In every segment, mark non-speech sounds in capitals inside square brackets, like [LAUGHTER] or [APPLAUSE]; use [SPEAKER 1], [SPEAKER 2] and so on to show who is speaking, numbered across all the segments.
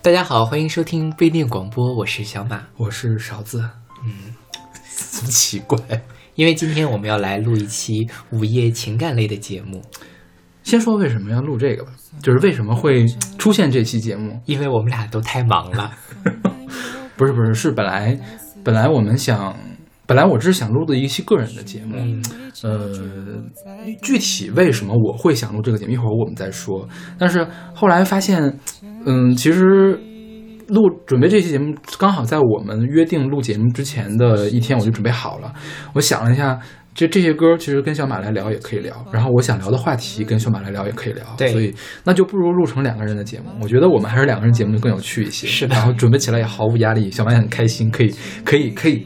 [SPEAKER 1] 大家好，欢迎收听不一定广播，我是小马。
[SPEAKER 2] 我是勺子，嗯 [LAUGHS]
[SPEAKER 1] 怎么奇怪？因为今天我们要来录一期午夜情感类的节目，
[SPEAKER 2] 先说为什么要录这个吧，就是为什么会出现这期节目？
[SPEAKER 1] 因为我们俩都太忙了。
[SPEAKER 2] 不是不是，是本来本来我们想，本来我只是想录的一期个人的节目，
[SPEAKER 1] 嗯
[SPEAKER 2] 呃，具体为什么我会想录这个节目，一会儿我们再说。但是后来发现，嗯，其实录准备这期节目，刚好在我们约定录节目之前的一天，我就准备好了。我想了一下，这这些歌其实跟小马来聊也可以聊，然后我想聊的话题跟小马来聊也可以聊，
[SPEAKER 1] 嗯对
[SPEAKER 2] 所以那就不如录成两个人的节目。我觉得我们还是两个人节目更有趣一些，
[SPEAKER 1] 是的
[SPEAKER 2] 然后准备起来也毫无压力，小马也很开心，可以可以可以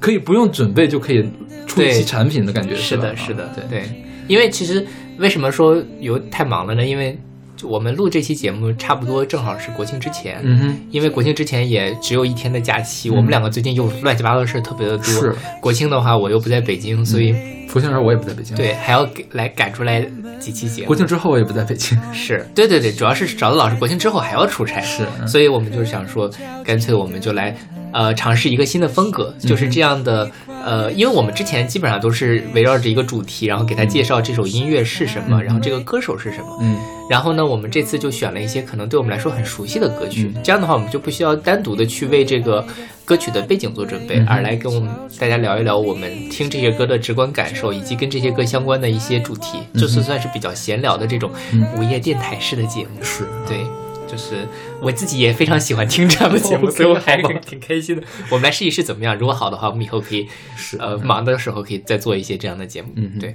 [SPEAKER 2] 可以不用准备就可以出一
[SPEAKER 1] 对
[SPEAKER 2] 期产品的感觉，
[SPEAKER 1] [LAUGHS] 是的，
[SPEAKER 2] 吧啊
[SPEAKER 1] 是的，
[SPEAKER 2] 对。
[SPEAKER 1] 对。因为其实为什么说有太忙了呢？因为就我们录这期节目差不多正好是国庆之前，
[SPEAKER 2] 嗯哼，
[SPEAKER 1] 因为国庆之前也只有一天的假期，我们两个最近又乱七八糟的事儿特别的多。
[SPEAKER 2] 是
[SPEAKER 1] 国庆的话，我又不在北京，所以、
[SPEAKER 2] 国庆的时候我也不在北京，，
[SPEAKER 1] 对还要给来赶出来几期节目
[SPEAKER 2] 国。庆之后我也不在北京，
[SPEAKER 1] 是对对对，主要是找的老师国庆之后还要出差，
[SPEAKER 2] 是嗯
[SPEAKER 1] 所以我们就是想说，干脆我们就来，呃，尝试一个新的风格，
[SPEAKER 2] 嗯
[SPEAKER 1] 就是这样的，呃，因为我们之前基本上都是围绕着一个主题，然后给他介绍这首音乐是什么，
[SPEAKER 2] 嗯
[SPEAKER 1] 然后这个歌手是什么，
[SPEAKER 2] 嗯，
[SPEAKER 1] 然后呢，我们这次就选了一些可能对我们来说很熟悉的歌曲，
[SPEAKER 2] 嗯
[SPEAKER 1] 这样的话我们就不需要单独的去为这个歌曲的背景做准备，
[SPEAKER 2] 嗯哼
[SPEAKER 1] 而来跟我们大家聊一聊我们听这些歌的直观感受，以及跟这些歌相关的一些主题，就是算是比较闲聊的这种
[SPEAKER 2] 嗯
[SPEAKER 1] 午夜电台式的节目。
[SPEAKER 2] 是
[SPEAKER 1] 对，就是我自己也非常喜欢听这样的节目，
[SPEAKER 2] [LAUGHS] OK，
[SPEAKER 1] 所以我还
[SPEAKER 2] 好
[SPEAKER 1] 挺挺开心的。我们来试一试怎么样？如果好的话，我们以后可以
[SPEAKER 2] 是嗯
[SPEAKER 1] 呃忙的时候可以再做一些这样的节目。
[SPEAKER 2] 嗯哼
[SPEAKER 1] 对。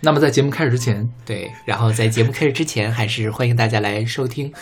[SPEAKER 2] 那么在节目开始之前，
[SPEAKER 1] 对，然后在节目开始之前，还是欢迎大家来收听，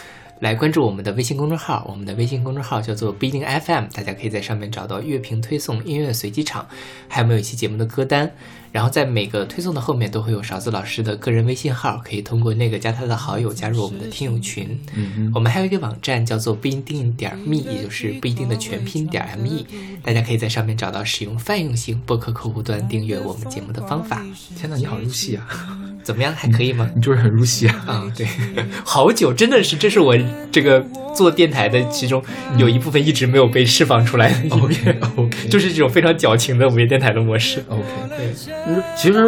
[SPEAKER 1] 来关注我们的微信公众号。我们的微信公众号叫做不一定 FM，大家可以在上面找到乐评推送、音乐随机场，还有每一期节目的歌单。然后在每个推送的后面都会有勺子老师的个人微信号，可以通过那个加他的好友加入我们的听友群。
[SPEAKER 2] 嗯
[SPEAKER 1] 我们还有一个网站叫做不一定点儿 me，也就是不一定的全拼点儿 me，大家可以在上面找到使用泛用型播客客户端订阅我们节目的方法。
[SPEAKER 2] 哼，天哪，你好入戏啊， [LAUGHS]
[SPEAKER 1] 怎么样？还可以吗？
[SPEAKER 2] 你就是很入戏啊，
[SPEAKER 1] 啊、对，好久，真的是，这是我这个做电台的其中有一部分一直没有被释放出来的一 [LAUGHS] 面，
[SPEAKER 2] OK，
[SPEAKER 1] 就是是这种非常矫情的午夜电台的模式。
[SPEAKER 2] OK。嗯其实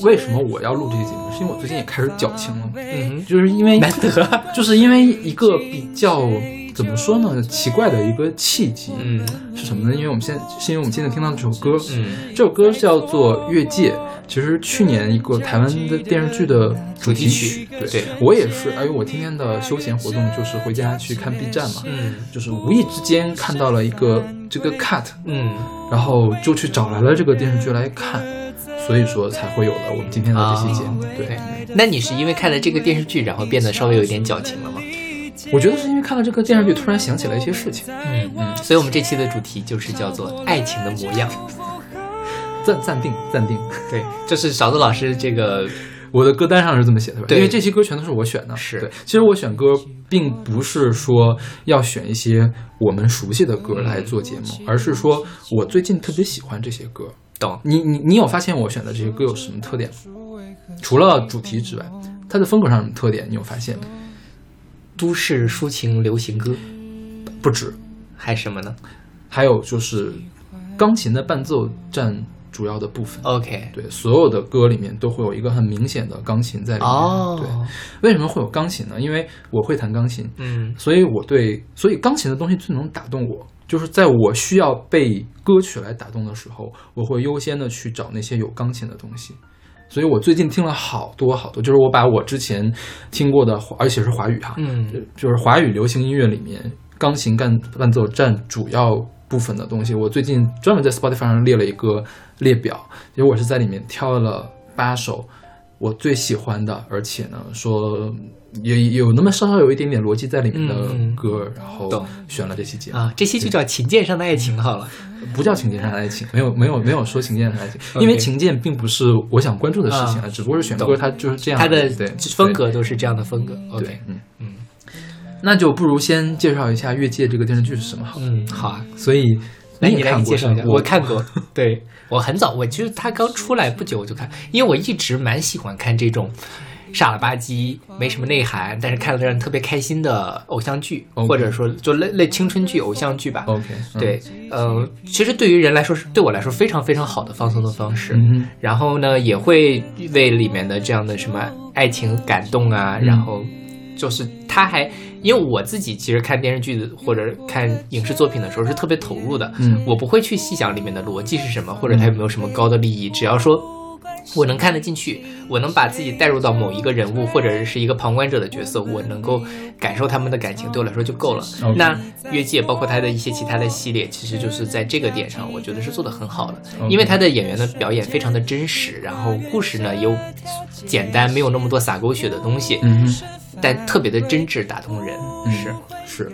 [SPEAKER 2] 为什么我要录这个节目，是因为我最近也开始矫情了，
[SPEAKER 1] 嗯
[SPEAKER 2] 就是因为
[SPEAKER 1] 哼，难得，
[SPEAKER 2] 就是因为一个比较怎么说呢，奇怪的一个契机，
[SPEAKER 1] [LAUGHS] 嗯
[SPEAKER 2] 是什么呢？因为我们现在是因为我们现在听到这首歌，
[SPEAKER 1] 嗯，
[SPEAKER 2] 这首歌叫做《越界》，其实去年一个台湾的电视剧的主题曲。
[SPEAKER 1] 主题曲
[SPEAKER 2] 对
[SPEAKER 1] 对
[SPEAKER 2] 我也是，哎呦，我今天的休闲活动就是回家去看 B 站嘛，
[SPEAKER 1] 嗯
[SPEAKER 2] 就是无意之间看到了一个这个 cut，
[SPEAKER 1] 嗯，
[SPEAKER 2] 然后就去找来了这个电视剧来看，所以说才会有了我们今天的这期节目。对，
[SPEAKER 1] 对。那你是因为看了这个电视剧，然后变得稍微有一点矫情了吗？
[SPEAKER 2] 我觉得是因为看了这个电视剧，突然想起了一些事情。
[SPEAKER 1] 嗯嗯，所以我们这期的主题就是叫做爱情的模样。
[SPEAKER 2] 暂暂定，暂定，
[SPEAKER 1] 对，就是勺子老师这个，
[SPEAKER 2] 我的歌单上是这么写的吧？
[SPEAKER 1] 对
[SPEAKER 2] 因为这期歌全都是我选的。
[SPEAKER 1] 是
[SPEAKER 2] 对，其实我选歌并不是说要选一些我们熟悉的歌来做节目，而是说我最近特别喜欢这些歌。
[SPEAKER 1] 懂，
[SPEAKER 2] 你你你有发现我选的这些歌有什么特点吗？除了主题之外，它的风格上有什么特点？你有发现吗？
[SPEAKER 1] 都市抒情流行歌，
[SPEAKER 2] 不止，
[SPEAKER 1] 还什么呢
[SPEAKER 2] 还有就是钢琴的伴奏占主要的部分。
[SPEAKER 1] ？OK，
[SPEAKER 2] 对，所有的歌里面都会有一个很明显的钢琴在里面。
[SPEAKER 1] 哦，
[SPEAKER 2] 对，为什么会有钢琴呢？因为我会弹钢琴，
[SPEAKER 1] 嗯
[SPEAKER 2] 所以我对，所以钢琴的东西最能打动我，就是在我需要被歌曲来打动的时候，我会优先的去找那些有钢琴的东西。所以我最近听了好多好多，就是我把我之前听过的华，而且是华语哈、
[SPEAKER 1] 嗯
[SPEAKER 2] 就，就是华语流行音乐里面，钢琴伴伴奏占主要部分的东西。我最近专门在 Spotify 上列了一个列表，因为我是在里面挑了八首我最喜欢的，而且呢说也也有那么稍稍有一点点逻辑在里面的
[SPEAKER 1] 嗯嗯
[SPEAKER 2] 歌，然后
[SPEAKER 1] 懂
[SPEAKER 2] 选了这期节目，
[SPEAKER 1] 啊，这些就叫琴键上的爱情好了。
[SPEAKER 2] 不叫情剑上的爱情，没有没有没有说情剑上的爱情，因为
[SPEAKER 1] OK
[SPEAKER 2] 情剑并不是我想关注的事情啊，只不过是选歌
[SPEAKER 1] 嗯懂
[SPEAKER 2] 它就是这样，
[SPEAKER 1] 它的
[SPEAKER 2] 对
[SPEAKER 1] 风。格都是这样的风格。
[SPEAKER 2] 对
[SPEAKER 1] OK，
[SPEAKER 2] 对，嗯
[SPEAKER 1] 嗯
[SPEAKER 2] 嗯，那就不如先介绍一下《越界》这个电视剧是什么好了。
[SPEAKER 1] 嗯，好啊，
[SPEAKER 2] 所以
[SPEAKER 1] 来
[SPEAKER 2] 也
[SPEAKER 1] 你来
[SPEAKER 2] 看
[SPEAKER 1] 你
[SPEAKER 2] 过
[SPEAKER 1] 介绍一下
[SPEAKER 2] 是。吧
[SPEAKER 1] 我看
[SPEAKER 2] [LAUGHS]
[SPEAKER 1] 过，对我很早，我就是它刚出来不久我就看，因为我一直蛮喜欢看这种傻了吧唧、没什么内涵，但是看了让人特别开心的偶像剧，或者说就类类青春剧、偶像剧吧。
[SPEAKER 2] OK，嗯
[SPEAKER 1] 对，呃，其实对于人来说是对我来说非常非常好的放松的方式。
[SPEAKER 2] 嗯哼
[SPEAKER 1] 然后呢，也会为里面的这样的什么爱情感动啊，
[SPEAKER 2] 嗯
[SPEAKER 1] 然后就是他还因为我自己其实看电视剧的或者看影视作品的时候是特别投入的，
[SPEAKER 2] 嗯
[SPEAKER 1] 我不会去细想里面的逻辑是什么，或者它有没有什么高的利益，只要说。我能看得进去，我能把自己带入到某一个人物或者是一个旁观者的角色，我能够感受他们的感情，对我来说就够了。
[SPEAKER 2] 嗯 OK
[SPEAKER 1] 那越界包括他的一些其他的系列，其实就是在这个点上，我觉得是做得很好的。
[SPEAKER 2] 嗯 OK
[SPEAKER 1] 因为他的演员的表演非常的真实，然后故事呢又简单，没有那么多洒狗血的东西，
[SPEAKER 2] 嗯哼。
[SPEAKER 1] 但特别的真挚打动人。
[SPEAKER 2] 嗯
[SPEAKER 1] 是，
[SPEAKER 2] 是，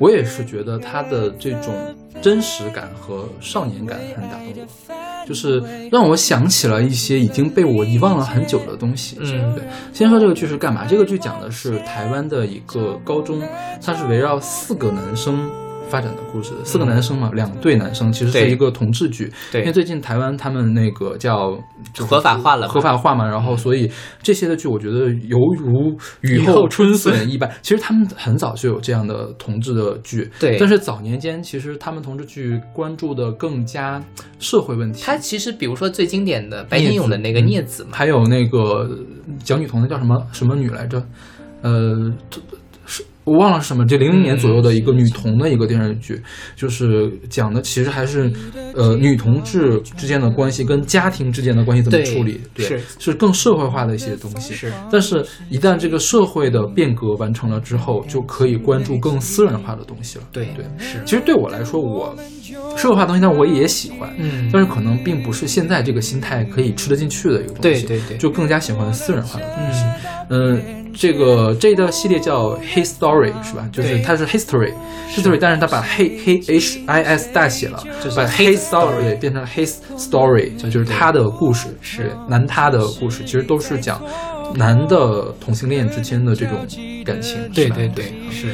[SPEAKER 2] 我也是觉得他的这种真实感和少年感很打动我，就是让我想起了一些已经被我遗忘了很久的东西。
[SPEAKER 1] 嗯
[SPEAKER 2] 对。先说这个剧是干嘛？这个剧讲的是台湾的一个高中，它是围绕四个男生。发展的故事，四个男生嘛，两对男生，其实
[SPEAKER 1] 嗯对
[SPEAKER 2] 是一个同志剧。因为
[SPEAKER 1] 对，
[SPEAKER 2] 最近台湾他们那个叫就是
[SPEAKER 1] 合法化了嘛
[SPEAKER 2] 合法化嘛，然
[SPEAKER 1] 嗯
[SPEAKER 2] 后所以这些的剧，我觉得犹如雨
[SPEAKER 1] 雨后
[SPEAKER 2] 后春笋一般。 [LAUGHS] 其实他们很早就有这样的同志的剧，
[SPEAKER 1] 对
[SPEAKER 2] 但是早年间其实他们同志剧关注的更加社会问题，
[SPEAKER 1] 他其实比如说最经典的白先勇的那
[SPEAKER 2] 嗯
[SPEAKER 1] 个《孽子》嘛，
[SPEAKER 2] 还有那个讲女童的叫什么什么女来着，呃，这是我忘了是什么，这零零年左右的一个女童的一个电视剧，就是讲的其实还是呃女同志之间的关系跟家庭之间的关系怎么
[SPEAKER 1] 对
[SPEAKER 2] 处理，对，
[SPEAKER 1] 是
[SPEAKER 2] 更社会化的一些东西。
[SPEAKER 1] 是
[SPEAKER 2] 但是，一旦这个社会的变革完成了之后，就可以关注更私人化的东西了。
[SPEAKER 1] 对
[SPEAKER 2] 对，
[SPEAKER 1] 是，
[SPEAKER 2] 其实对我来说，我社会化的东西，但我也喜欢，
[SPEAKER 1] 嗯
[SPEAKER 2] 但是可能并不是现在这个心态可以吃得进去的一个东
[SPEAKER 1] 对
[SPEAKER 2] 西，
[SPEAKER 1] 对对
[SPEAKER 2] 就更加喜欢私人化的东西。
[SPEAKER 1] 嗯
[SPEAKER 2] 嗯，这个这一道系列叫 History 是吧？就是
[SPEAKER 1] 对
[SPEAKER 2] 它是 History History，但是它把 H H H I S 大写了，
[SPEAKER 1] 就是
[SPEAKER 2] 把
[SPEAKER 1] hate
[SPEAKER 2] His Story 变成了 His Story，就就是他的故事，
[SPEAKER 1] 是
[SPEAKER 2] 男他的故事，其实都是讲男的同性恋之间的这种感情。
[SPEAKER 1] 对
[SPEAKER 2] 是吧
[SPEAKER 1] 对对是，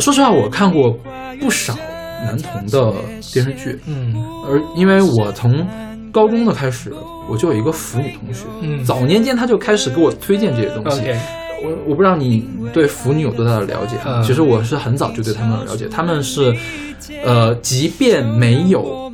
[SPEAKER 2] 说实话，我看过不少男同的电视剧，
[SPEAKER 1] 嗯
[SPEAKER 2] 而因为我从高中的开始，我就有一个腐女同学，
[SPEAKER 1] 嗯
[SPEAKER 2] 早年间她就开始给我推荐这些东西。
[SPEAKER 1] ，OK，
[SPEAKER 2] 我我不知道你对腐女有多大的了解啊，
[SPEAKER 1] 嗯
[SPEAKER 2] 其实我是很早就对他们有了解，他们是，呃，即便没有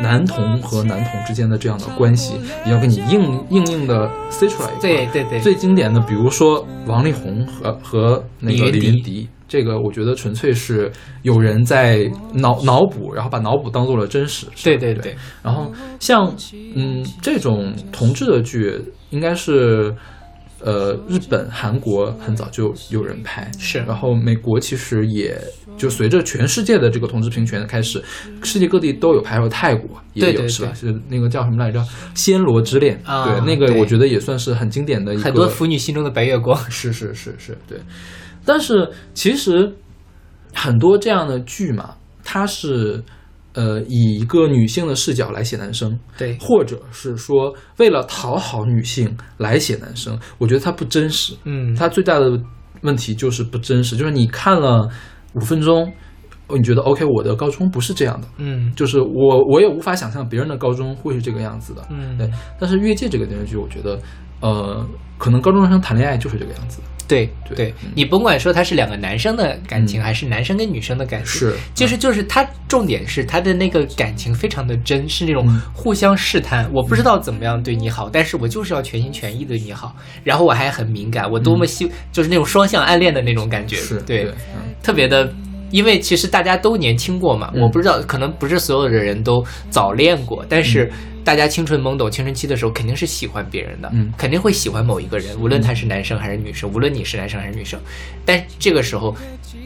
[SPEAKER 2] 男同和男同之间的这样的关系，也要给你硬硬硬的塞出来一块。
[SPEAKER 1] 对对对，
[SPEAKER 2] 最经典的，比如说王力宏和和那个李
[SPEAKER 1] 李云迪
[SPEAKER 2] 云迪，这个我觉得纯粹是有人在脑脑补，然后把脑补当做了真实。是吧
[SPEAKER 1] 对对对，
[SPEAKER 2] 然后像嗯这种同志的剧，应该是呃日本、韩国很早就有人拍，
[SPEAKER 1] 是
[SPEAKER 2] 然后美国其实也就随着全世界的这个同志平权的开始，世界各地都有拍，还有泰国也有
[SPEAKER 1] 对对
[SPEAKER 2] 是吧？是那个叫什么来着，《暹罗之恋》
[SPEAKER 1] 啊
[SPEAKER 2] 对，那个
[SPEAKER 1] 对
[SPEAKER 2] 我觉得也算是很经典的一个
[SPEAKER 1] 很多腐女心中的白月光，
[SPEAKER 2] 是是是是，对。但是其实很多这样的剧嘛，它是呃以一个女性的视角来写男生，
[SPEAKER 1] 对
[SPEAKER 2] 或者是说为了讨好女性来写男生，我觉得它不真实。
[SPEAKER 1] 嗯，
[SPEAKER 2] 它最大的问题就是不真实，就是你看了五分钟，你觉得 OK，我的高中不是这样的，
[SPEAKER 1] 嗯
[SPEAKER 2] 就是我我也无法想象别人的高中会是这个样子的。
[SPEAKER 1] 嗯
[SPEAKER 2] 对。但是《越界》这个电视剧，我觉得，呃，可能高中生谈恋爱就是这个样子。
[SPEAKER 1] 对
[SPEAKER 2] 对
[SPEAKER 1] 对
[SPEAKER 2] 嗯，
[SPEAKER 1] 你甭管说他是两个男生的感情，
[SPEAKER 2] 嗯
[SPEAKER 1] 还是男生跟女生的感情，
[SPEAKER 2] 是
[SPEAKER 1] 就是就是他重点是他的那个感情非常的真，是那种互相试探。我不知道怎么样对你好，但是我就是要全心全意对你好，然后我还很敏感，我多么希就是那种双向暗恋的那种感觉，
[SPEAKER 2] 是
[SPEAKER 1] 对，
[SPEAKER 2] 嗯，
[SPEAKER 1] 特别的。因为其实大家都年轻过嘛，
[SPEAKER 2] 嗯
[SPEAKER 1] 我不知道，可能不是所有的人都早恋过，但是大家青春懵懂、青春期的时候，肯定是喜欢别人的，
[SPEAKER 2] 嗯
[SPEAKER 1] 肯定会喜欢某一个人，无论他是男生还是女生，无论你是男生还是女生，但这个时候，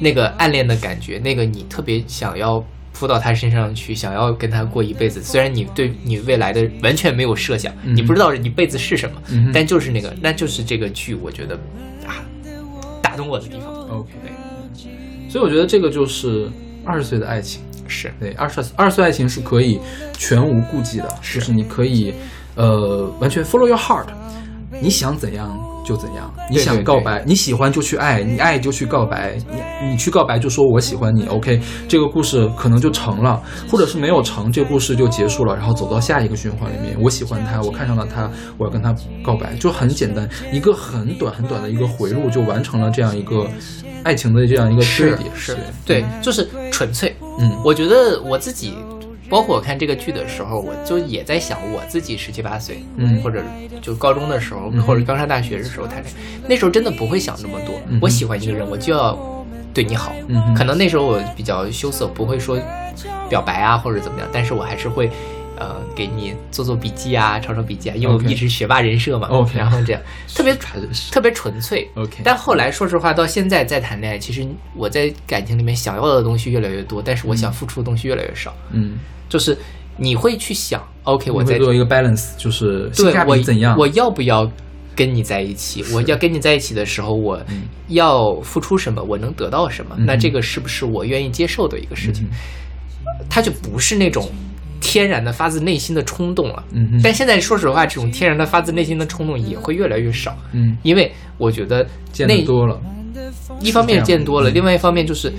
[SPEAKER 1] 那个暗恋的感觉，那个你特别想要扑到他身上去，想要跟他过一辈子，虽然你对你未来的完全没有设想，
[SPEAKER 2] 嗯
[SPEAKER 1] 你不知道一辈子是什么，
[SPEAKER 2] 嗯哼
[SPEAKER 1] 但就是那个，那就是这个剧，我觉得啊，打动我的地方
[SPEAKER 2] OK。所以我觉得这个就是二十岁的爱情。
[SPEAKER 1] 是。
[SPEAKER 2] 对，二十二十岁爱情是可以全无顾忌的，就是你可以呃完全 follow your heart，你想怎样就怎样。
[SPEAKER 1] 对
[SPEAKER 2] 你想
[SPEAKER 1] 对
[SPEAKER 2] 告白，你喜欢就去爱，你爱就去告白，你你去告白就说我喜欢你，OK，这个故事可能就成了，或者是没有成，这个故事就结束了，然后走到下一个循环里面。我喜欢他，我看上了他，我要跟他告白，就很简单，一个很短很短的一个回路就完成了这样一个爱情的这样一个堆
[SPEAKER 1] 是
[SPEAKER 2] 叠。
[SPEAKER 1] 是，对，就是纯粹。
[SPEAKER 2] 嗯
[SPEAKER 1] 我觉得我自己，包括我看这个剧的时候，我就也在想，我自己十七八岁，
[SPEAKER 2] 嗯
[SPEAKER 1] 或者就高中的时候，
[SPEAKER 2] 嗯
[SPEAKER 1] 或者刚上大学的时候谈恋爱，那时候真的不会想那么多。
[SPEAKER 2] 嗯哼
[SPEAKER 1] 我喜欢一个人，我就要对你好。
[SPEAKER 2] 嗯哼，
[SPEAKER 1] 可能那时候我比较羞涩，不会说表白啊或者怎么样，但是我还是会。呃，给你做做笔记啊，抄抄笔记啊，因为我
[SPEAKER 2] OK
[SPEAKER 1] 一直学霸人设嘛
[SPEAKER 2] OK
[SPEAKER 1] 然后这样特别
[SPEAKER 2] 还是
[SPEAKER 1] 特别纯粹，
[SPEAKER 2] OK，
[SPEAKER 1] 但后来说实话，到现在再谈恋爱，其实我在感情里面想要的东西越来越多，但是我想付出的东西越来越少。
[SPEAKER 2] 嗯，
[SPEAKER 1] 就是你会去想，OK，我
[SPEAKER 2] 你会
[SPEAKER 1] 在
[SPEAKER 2] 做一个 balance，就是性
[SPEAKER 1] 对
[SPEAKER 2] 价
[SPEAKER 1] 我
[SPEAKER 2] 比怎样？
[SPEAKER 1] 我要不要跟你在一起？我要跟你在一起的时候，我
[SPEAKER 2] 嗯
[SPEAKER 1] 要付出什么？我能得到什么？
[SPEAKER 2] 嗯
[SPEAKER 1] 那这个是不是我愿意接受的一个事情？
[SPEAKER 2] 嗯
[SPEAKER 1] 它就不是那种天然的发自内心的冲动了。
[SPEAKER 2] 嗯哼
[SPEAKER 1] 但现在说实话，这种天然的发自内心的冲动也会越来越少，
[SPEAKER 2] 嗯，
[SPEAKER 1] 因为我觉得
[SPEAKER 2] 见
[SPEAKER 1] 那
[SPEAKER 2] 得多了，
[SPEAKER 1] 一方面是见多了，
[SPEAKER 2] 嗯
[SPEAKER 1] 另外一方面就是，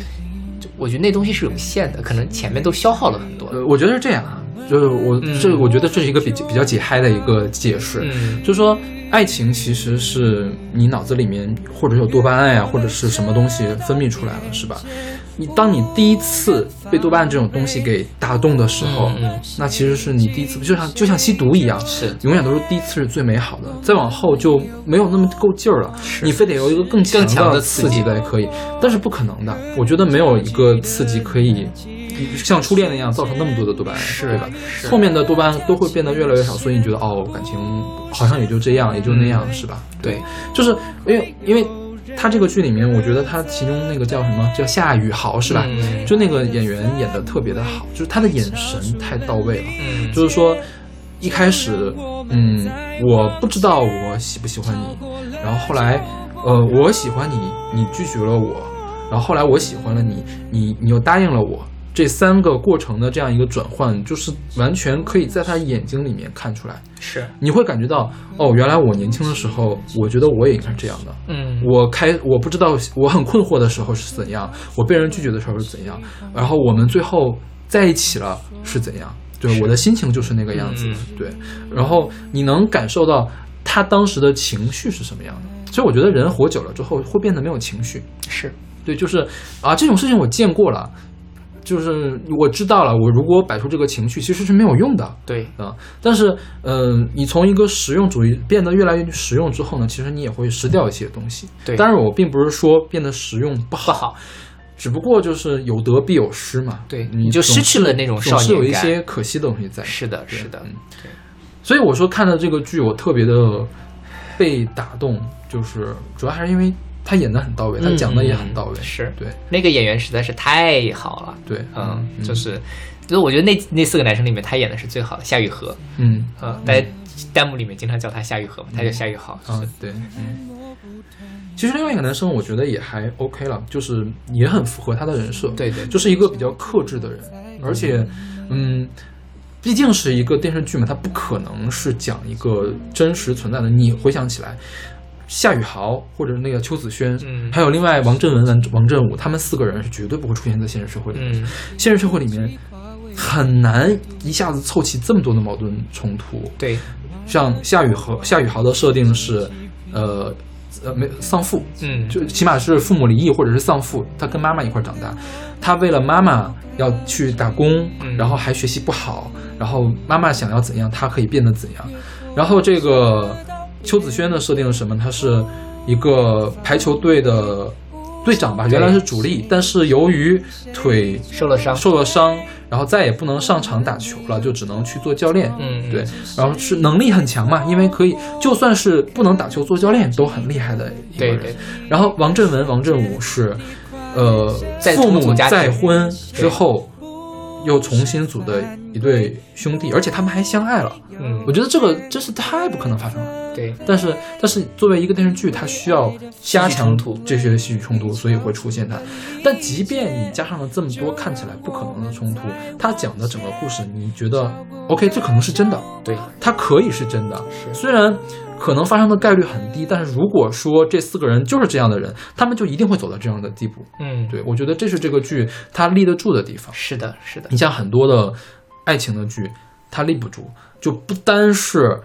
[SPEAKER 1] 就我觉得那东西是有限的，可能前面都消耗了很多。
[SPEAKER 2] 呃，我觉得是这样啊，就是我、
[SPEAKER 1] 嗯
[SPEAKER 2] 这，我觉得这是一个比比较解嗨的一个解释，
[SPEAKER 1] 嗯
[SPEAKER 2] 就是说爱情其实是你脑子里面或者有多巴胺啊，或者是什么东西分泌出来了，是吧？你当你第一次被多巴胺这种东西给打动的时候，
[SPEAKER 1] 嗯嗯
[SPEAKER 2] 那其实是你第一次，就像就像吸毒一样，
[SPEAKER 1] 是
[SPEAKER 2] 永远都是第一次是最美好的，再往后就没有那么够劲儿了。你非得有一个更
[SPEAKER 1] 更强的
[SPEAKER 2] 的
[SPEAKER 1] 刺激
[SPEAKER 2] 刺激才可以，但是不可能的。我觉得没有一个刺激可以像初恋那样造成那么多的多巴胺，
[SPEAKER 1] 是
[SPEAKER 2] 对吧？
[SPEAKER 1] 是
[SPEAKER 2] 后面的多巴胺都会变得越来越少，所以你觉得哦，感情好像也就这样，也就那样，是吧？
[SPEAKER 1] 嗯对，
[SPEAKER 2] 就是因为因为他这个剧里面，我觉得他其中那个叫什么叫夏雨豪是吧？
[SPEAKER 1] 嗯
[SPEAKER 2] 就那个演员演的特别的好，就是他的眼神太到位了。
[SPEAKER 1] 嗯
[SPEAKER 2] 就是说一开始，嗯，我不知道我喜不喜欢你，然后后来，呃，我喜欢你，你拒绝了我，然后后来我喜欢了你，你你又答应了我。这三个过程的这样一个转换，就是完全可以在他眼睛里面看出来，
[SPEAKER 1] 是，
[SPEAKER 2] 你会感觉到，哦，原来我年轻的时候，我觉得我也应该是这样的，
[SPEAKER 1] 嗯
[SPEAKER 2] 我开我不知道我很困惑的时候是怎样，我被人拒绝的时候是怎样，然后我们最后在一起了是怎样？对，我的心情就是那个样子
[SPEAKER 1] 嗯。
[SPEAKER 2] 对，然后你能感受到他当时的情绪是什么样的。所以我觉得人活久了之后会变得没有情绪。
[SPEAKER 1] 是，
[SPEAKER 2] 对，就是啊，这种事情我见过了，就是我知道了，我如果摆出这个情绪其实是没有用的。
[SPEAKER 1] 对，
[SPEAKER 2] 啊，但是，嗯，你从一个实用主义变得越来越实用之后呢，其实你也会失掉一些东西。
[SPEAKER 1] 对
[SPEAKER 2] 当然我并不是说变得实用不
[SPEAKER 1] 不
[SPEAKER 2] 好，
[SPEAKER 1] 好，
[SPEAKER 2] 只不过就是有得必有失嘛。
[SPEAKER 1] 对，
[SPEAKER 2] 你
[SPEAKER 1] 你就
[SPEAKER 2] 总
[SPEAKER 1] 失去了那种
[SPEAKER 2] 总
[SPEAKER 1] 少
[SPEAKER 2] 是有
[SPEAKER 1] 年
[SPEAKER 2] 一
[SPEAKER 1] 感。
[SPEAKER 2] 些可惜的东西在。
[SPEAKER 1] 是的，
[SPEAKER 2] 对
[SPEAKER 1] 是的，
[SPEAKER 2] 嗯所以我说看了这个剧，我特别的被打动，就是主要还是因为他演的很到位，他
[SPEAKER 1] 嗯
[SPEAKER 2] 讲的也很到位。
[SPEAKER 1] 是
[SPEAKER 2] 对
[SPEAKER 1] 那个演员实在是太好了，
[SPEAKER 2] 对，
[SPEAKER 1] 嗯，就是，就是我觉得那那四个男生里面，他演的是最好的，夏雨荷，
[SPEAKER 2] 嗯
[SPEAKER 1] 嗯，大家弹幕里面经常叫他夏雨荷嘛，他叫夏雨豪，
[SPEAKER 2] 啊，对，嗯。其实另外一个男生，我觉得也还 OK 了，就是也很符合他的人设，
[SPEAKER 1] 对对
[SPEAKER 2] 就是一个比较克制的人，而且，嗯，毕竟是一个电视剧嘛，它不可能是讲一个真实存在的。你回想起来，夏雨豪或者那个邱子轩，
[SPEAKER 1] 嗯
[SPEAKER 2] 还有另外王振文、王王振武，他们四个人是绝对不会出现在现实社会里面的。
[SPEAKER 1] 嗯，
[SPEAKER 2] 现实社会里面很难一下子凑齐这么多的矛盾冲突，
[SPEAKER 1] 对，
[SPEAKER 2] 像夏雨荷、夏雨豪的设定是，呃，呃，没丧父，
[SPEAKER 1] 嗯，
[SPEAKER 2] 就起码是父母离异或者是丧父，他跟妈妈一块儿长大，他为了妈妈要去打工
[SPEAKER 1] 嗯，
[SPEAKER 2] 然后还学习不好，然后妈妈想要怎样，他可以变得怎样。然后这个邱子轩的设定是什么？他是一个排球队的队长吧，原来是主力，但是由于腿
[SPEAKER 1] 受了伤，
[SPEAKER 2] 受了伤，然后再也不能上场打球了，就只能去做教练。
[SPEAKER 1] 嗯，
[SPEAKER 2] 对，然后是能力很强嘛，因为可以，就算是不能打球做教练都很厉害的一个
[SPEAKER 1] 对
[SPEAKER 2] 人。
[SPEAKER 1] 对，
[SPEAKER 2] 然后王振文、王振武是，呃，
[SPEAKER 1] 在
[SPEAKER 2] 父
[SPEAKER 1] 重组
[SPEAKER 2] 母
[SPEAKER 1] 家庭
[SPEAKER 2] 再婚之后又重新组的一对兄弟，而且他们还相爱了。
[SPEAKER 1] 嗯
[SPEAKER 2] 我，觉得这个真是太不可能发生了。
[SPEAKER 1] 对，
[SPEAKER 2] 但是，但是作为一个电视剧，它需要加强
[SPEAKER 1] 戏剧冲突
[SPEAKER 2] 这些戏剧冲突，所以会出现它。但即便你加上了这么多看起来不可能的冲突，它讲的整个故事，你觉得 OK，这可能是真的，
[SPEAKER 1] 对，
[SPEAKER 2] 它可以是真的。
[SPEAKER 1] 是
[SPEAKER 2] 虽然可能发生的概率很低。但是如果说这四个人就是这样的人，他们就一定会走到这样的地步。
[SPEAKER 1] 嗯，
[SPEAKER 2] 对，我觉得这是这个剧它立得住的地方。
[SPEAKER 1] 是的，是的，
[SPEAKER 2] 你像很多的爱情的剧，它立不住，就不单是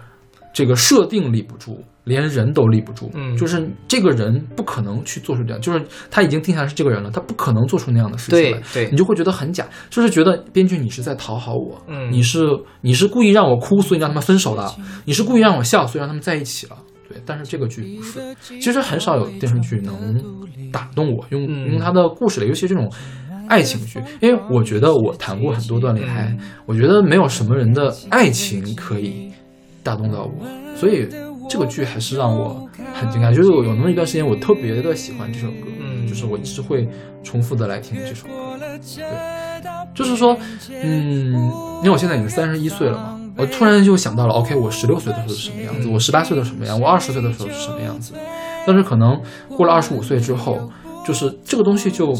[SPEAKER 2] 这个设定立不住，连人都立不住。
[SPEAKER 1] 嗯
[SPEAKER 2] 就是这个人不可能去做出这样，就是他已经定下来是这个人了，他不可能做出那样的事情
[SPEAKER 1] 对
[SPEAKER 2] 来。
[SPEAKER 1] 对
[SPEAKER 2] 你，就会觉得很假，就是觉得编剧你是在讨好我，
[SPEAKER 1] 嗯
[SPEAKER 2] 你是你是故意让我哭，所以让他们分手了，你是故意让我笑，所以让他们在一起了。对，但是这个剧不是，其实很少有电视剧能打动我，用、
[SPEAKER 1] 嗯
[SPEAKER 2] 用它的故事类，尤其这种爱情剧，因为我觉得我谈过很多段恋爱，
[SPEAKER 1] 嗯
[SPEAKER 2] 我觉得没有什么人的爱情可以打动到我，所以这个剧还是让我很惊讶。就是有有那么一段时间，我特别的喜欢这首歌，
[SPEAKER 1] 嗯
[SPEAKER 2] 就是我一直会重复的来听这首歌。就是说，嗯，因为我现在已经三十一岁了嘛，我突然就想到了，OK，我十六岁的时候是什么样子，我十八岁的时候是什么样，我二十岁的时候是什么样子。但是可能过了二十五岁之后，就是这个东西就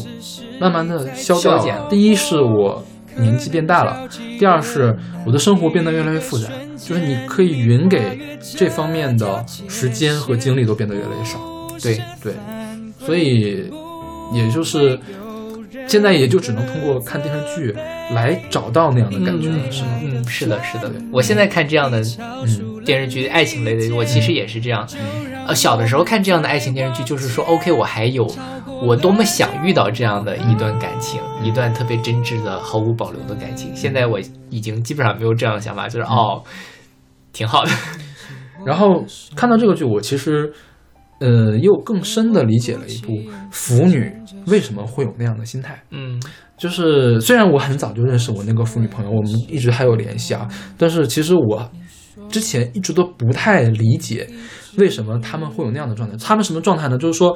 [SPEAKER 2] 慢慢的消掉
[SPEAKER 1] 消减
[SPEAKER 2] 了。第一是我年纪变大了，第二是我的生活变得越来越复杂，就是你可以匀给这方面的时间和精力都变得越来越少。
[SPEAKER 1] 对，
[SPEAKER 2] 对，所以也就是现在也就只能通过看电视剧来找到那样的感觉了，是吗？
[SPEAKER 1] 嗯，是的，是的。我现在看这样的
[SPEAKER 2] 嗯
[SPEAKER 1] 电视剧，爱情类的，我其实也是这样。呃，小的时候看这样的爱情电视剧，就是说，OK，我还有，我多么想遇到这样的一段感情，
[SPEAKER 2] 嗯
[SPEAKER 1] 一段特别真挚的、毫无保留的感情。现在我已经基本上没有这样的想法，就是
[SPEAKER 2] 嗯
[SPEAKER 1] 哦，挺好的。 [LAUGHS]
[SPEAKER 2] 然后看到这个剧，我其实呃又更深的理解了一部腐女为什么会有那样的心态。
[SPEAKER 1] 嗯
[SPEAKER 2] 就是虽然我很早就认识我那个腐女朋友，我们一直还有联系啊，但是其实我之前一直都不太理解为什么他们会有那样的状态。他们什么状态呢？就是说，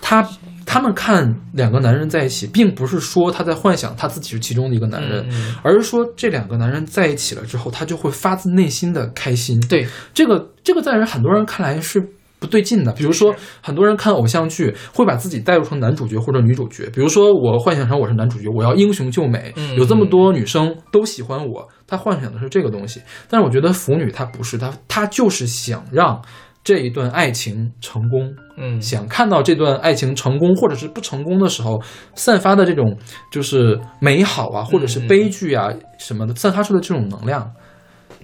[SPEAKER 2] 他他们看两个男人在一起，并不是说他在幻想他自己是其中的一个男人，
[SPEAKER 1] 嗯嗯
[SPEAKER 2] 而是说这两个男人在一起了之后，他就会发自内心的开心。
[SPEAKER 1] 对，
[SPEAKER 2] 这个这个在人很多人看来是。不对劲的，比如说，很多人看偶像剧会把自己代入成男主角或者女主角。比如说，我幻想成我是男主角，我要英雄救美，
[SPEAKER 1] 嗯
[SPEAKER 2] 有这么多女生都喜欢我，她幻想的是这个东西。但是我觉得腐女她不是，她她就是想让这一段爱情成功，
[SPEAKER 1] 嗯，
[SPEAKER 2] 想看到这段爱情成功或者是不成功的时候，散发的这种就是美好啊，或者是悲剧
[SPEAKER 1] 嗯
[SPEAKER 2] 啊什么的，散发出的这种能量，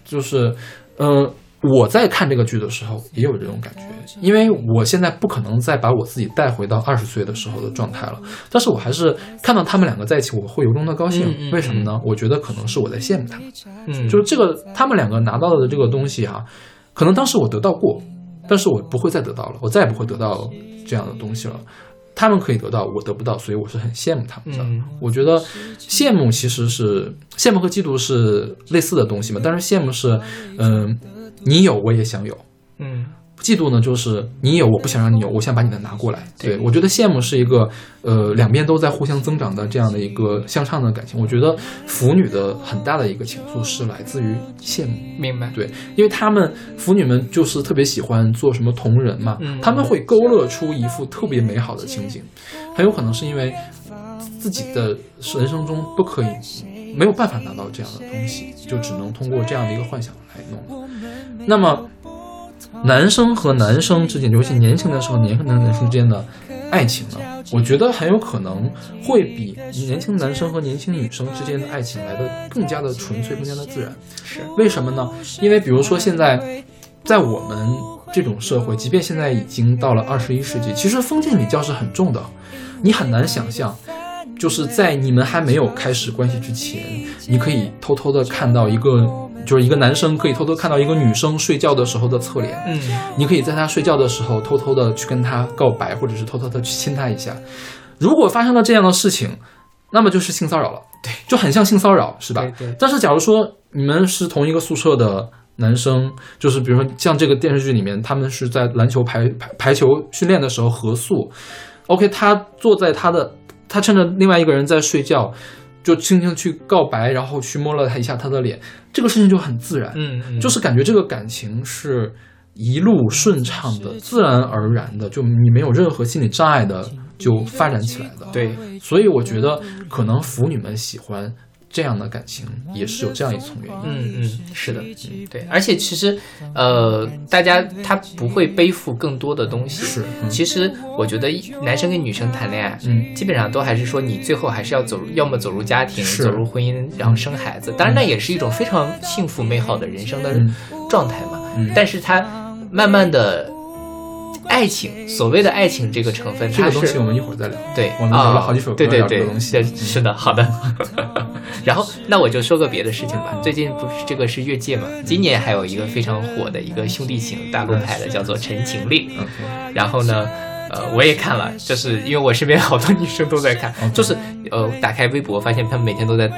[SPEAKER 2] 就是，呃，我在看这个剧的时候也有这种感觉，因为我现在不可能再把我自己带回到二十岁的时候的状态了，但是我还是看到他们两个在一起，我会由衷的高兴
[SPEAKER 1] 嗯嗯，嗯
[SPEAKER 2] 为什么呢？我觉得可能是我在羡慕他们。
[SPEAKER 1] 嗯，
[SPEAKER 2] 就是这个他们两个拿到的这个东西哈、可能当时我得到过，但是我不会再得到了，我再也不会得到这样的东西了。他们可以得到，我得不到，所以我是很羡慕他们的。
[SPEAKER 1] 嗯
[SPEAKER 2] 我觉得羡慕其实是羡慕和嫉妒是类似的东西嘛，但是羡慕是，嗯、你有我也想有，
[SPEAKER 1] 嗯
[SPEAKER 2] 嫉妒呢，就是你有，我不想让你有，我想把你的拿过来。对我觉得羡慕是一个，呃，两边都在互相增长的这样的一个向上的感情。我觉得腐女的很大的一个情愫是来自于羡慕，
[SPEAKER 1] 明白。
[SPEAKER 2] 对，因为她们腐女们就是特别喜欢做什么同人嘛
[SPEAKER 1] 嗯，
[SPEAKER 2] 她们会勾勒出一幅特别美好的情景，很有可能是因为自己的人生中不可以没有办法拿到这样的东西，就只能通过这样的一个幻想来弄。那么，男生和男生之间，尤其年轻的时候，年轻的男生之间的爱情呢，我觉得很有可能会比年轻男生和年轻女生之间的爱情来的更加的纯粹，更加的自然。
[SPEAKER 1] 是，
[SPEAKER 2] 为什么呢？因为比如说现在，在我们这种社会，即便现在已经到了二十一世纪，其实封建礼教是很重的，你很难想象。就是在你们还没有开始关系之前，你可以偷偷的看到一个，就是一个男生可以偷偷看到一个女生睡觉的时候的侧脸，
[SPEAKER 1] 嗯
[SPEAKER 2] 你可以在她睡觉的时候偷偷的去跟她告白，或者是偷偷的去亲她一下。如果发生了这样的事情，那么就是性骚扰了，对，就很像性骚扰，是吧？
[SPEAKER 1] 对对
[SPEAKER 2] 但是假如说你们是同一个宿舍的男生，就是比如说像这个电视剧里面，他们是在篮球排排排球训练的时候合宿，OK，他坐在他的，他趁着另外一个人在睡觉，就轻轻去告白，然后去摸了他一下他的脸，这个事情就很自然，
[SPEAKER 1] 嗯嗯，
[SPEAKER 2] 就是感觉这个感情是一路顺畅
[SPEAKER 1] 嗯
[SPEAKER 2] 的、自然而然的，就你没有任何心理障
[SPEAKER 1] 嗯
[SPEAKER 2] 碍的就发展起来的。，
[SPEAKER 1] 对，
[SPEAKER 2] 所以我觉得可能腐女们喜欢这样的感情也是有这样一层原因。
[SPEAKER 1] 嗯嗯，是的，嗯对，而且其实，呃，大家他不会背负更多的东西。
[SPEAKER 2] 是
[SPEAKER 1] 其实我觉得男生跟女生谈恋爱，
[SPEAKER 2] 嗯，
[SPEAKER 1] 基本上都还是说你最后还是要走入，要么走入家庭，
[SPEAKER 2] 是
[SPEAKER 1] 走入婚姻，然后生孩子。当然，那也是一种非常幸福美好的人生的
[SPEAKER 2] 嗯
[SPEAKER 1] 状态嘛。
[SPEAKER 2] 嗯
[SPEAKER 1] 但是它慢慢的，爱情所谓的爱情这个成分，
[SPEAKER 2] 这
[SPEAKER 1] 它
[SPEAKER 2] 个
[SPEAKER 1] 是
[SPEAKER 2] 东西我们一会儿再聊。
[SPEAKER 1] 对，
[SPEAKER 2] 我们聊了
[SPEAKER 1] 啊
[SPEAKER 2] 好几首歌
[SPEAKER 1] 对对
[SPEAKER 2] 聊这
[SPEAKER 1] 对，
[SPEAKER 2] 个东西嗯
[SPEAKER 1] 对是的，好的。 [LAUGHS] 然后，那我就说个别的事情吧。最近不是这个是越界嘛？今年还有一个非常火的一个兄弟情，大陆拍的，叫做《陈情令》。
[SPEAKER 2] OK，
[SPEAKER 1] 然后呢，呃，我也看了，就是因为我身边好多女生都在
[SPEAKER 2] 哦
[SPEAKER 1] 看，就是呃，打开微博发现她们每天都在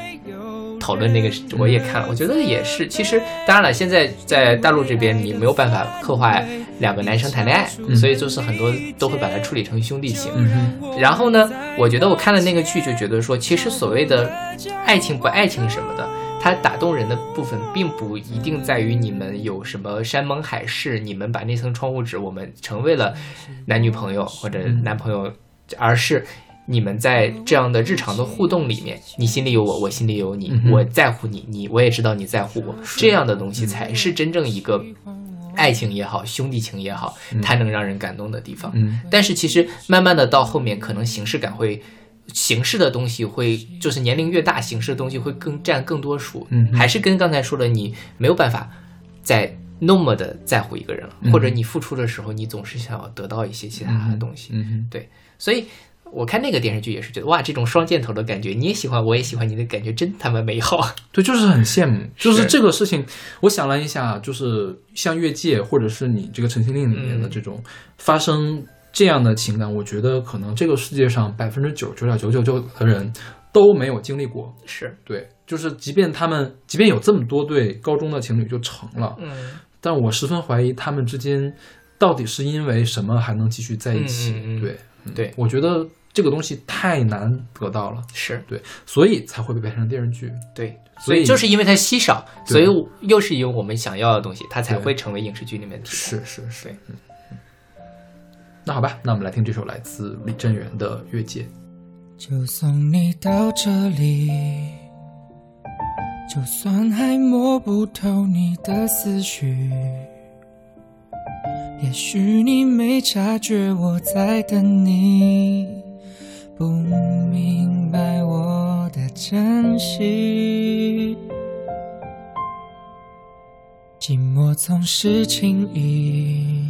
[SPEAKER 1] 讨论那个，我
[SPEAKER 2] 嗯
[SPEAKER 1] 也看了，我觉得也是。其实当然了，现在在大陆这边你没有办法刻画两个男生谈恋爱，所以就是很多都会把它处理成兄弟情。
[SPEAKER 2] 嗯
[SPEAKER 1] 然后呢，我觉得我看了那个剧就觉得说，其实所谓的爱情不爱情什么的，它打动人的部分并不一定在于你们有什么山盟海誓，你们把那层窗户纸我们成为了男女朋友或者
[SPEAKER 2] 嗯
[SPEAKER 1] 男朋友，而是。你们在这样的日常的互动里面，你心里有我，我心里有你
[SPEAKER 2] 嗯，哼
[SPEAKER 1] 我在乎你，你我也知道你在乎我，这样的东西才是真正一个爱情也好，兄弟情也好，它能让人感动的地方。
[SPEAKER 2] 嗯
[SPEAKER 1] 但是其实慢慢的到后面，可能形式感会，形式的东西会，就是年龄越大，形式的东西会更占更多数。
[SPEAKER 2] 嗯哼
[SPEAKER 1] 还是跟刚才说的，你没有办法再那么的在乎一个人了，
[SPEAKER 2] 嗯
[SPEAKER 1] 或者你付出的时候，你总是想要得到一些其他的东西。
[SPEAKER 2] 嗯哼，
[SPEAKER 1] 所以我看那个电视剧也是觉得，哇，这种双箭头的感觉，你也喜欢，我也喜欢，你的感觉真他妈美好。 [LAUGHS]
[SPEAKER 2] 对，就是很羡慕，就是
[SPEAKER 1] 是
[SPEAKER 2] 这个事情。我想了一下，就是像《越界》或者是你这个《陈情令》里面的
[SPEAKER 1] 嗯
[SPEAKER 2] 这种发生这样的情感，我觉得可能这个世界上百分之九十九点九九九的人都没有经历过。
[SPEAKER 1] 是，
[SPEAKER 2] 对，就是即便他们，即便有这么多对高中的情侣就成了，
[SPEAKER 1] 嗯，
[SPEAKER 2] 但我十分怀疑他们之间到底是因为什么还能继续在一起。
[SPEAKER 1] 嗯嗯嗯
[SPEAKER 2] 对，嗯
[SPEAKER 1] 对
[SPEAKER 2] 我觉得这个东西太难得到了，
[SPEAKER 1] 是
[SPEAKER 2] 所以才会被拍成电视剧。
[SPEAKER 1] 对。
[SPEAKER 2] 所
[SPEAKER 1] 所
[SPEAKER 2] 以
[SPEAKER 1] 以就是因为它稀少，所
[SPEAKER 2] 对
[SPEAKER 1] 以又是因为我们想要的东西，它才
[SPEAKER 2] 对
[SPEAKER 1] 会成为影视剧里面的题材。
[SPEAKER 2] 是是是
[SPEAKER 1] 对，
[SPEAKER 2] 嗯。嗯那好吧，那我们来听这首来自李振源的《越界》。
[SPEAKER 3] 就送你到这里，就算还摸不透你的思绪，也许你没察觉我在等你，不明白我的珍惜。寂寞总是轻易，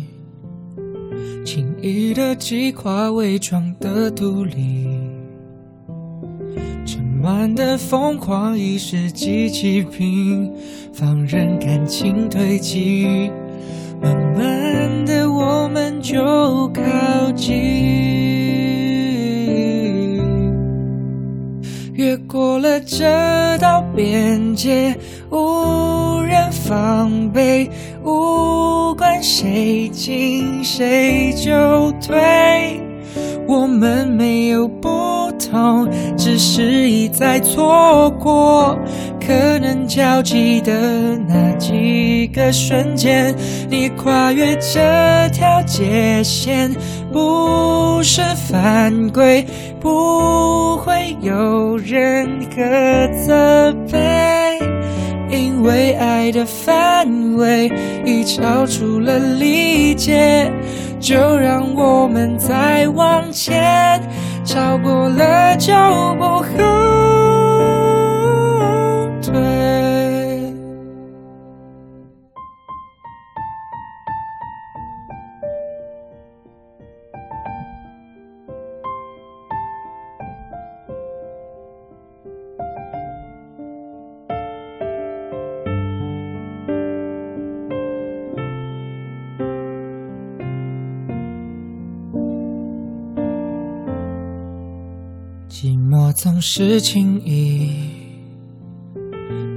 [SPEAKER 3] 轻易的击垮伪装的独立。沉满的疯狂一时激起平放任感情堆积，慢慢的我们就靠近，越过了这道边界，无人防备，无关谁进谁就退。我们没有不同，只是一再错过可能交集的那几个瞬间。你跨越这条界限，不是犯规，不会有任何责备。因为爱的范围已超出了理解，就让我们再往前，超过了就不后退。寂寞总是轻易，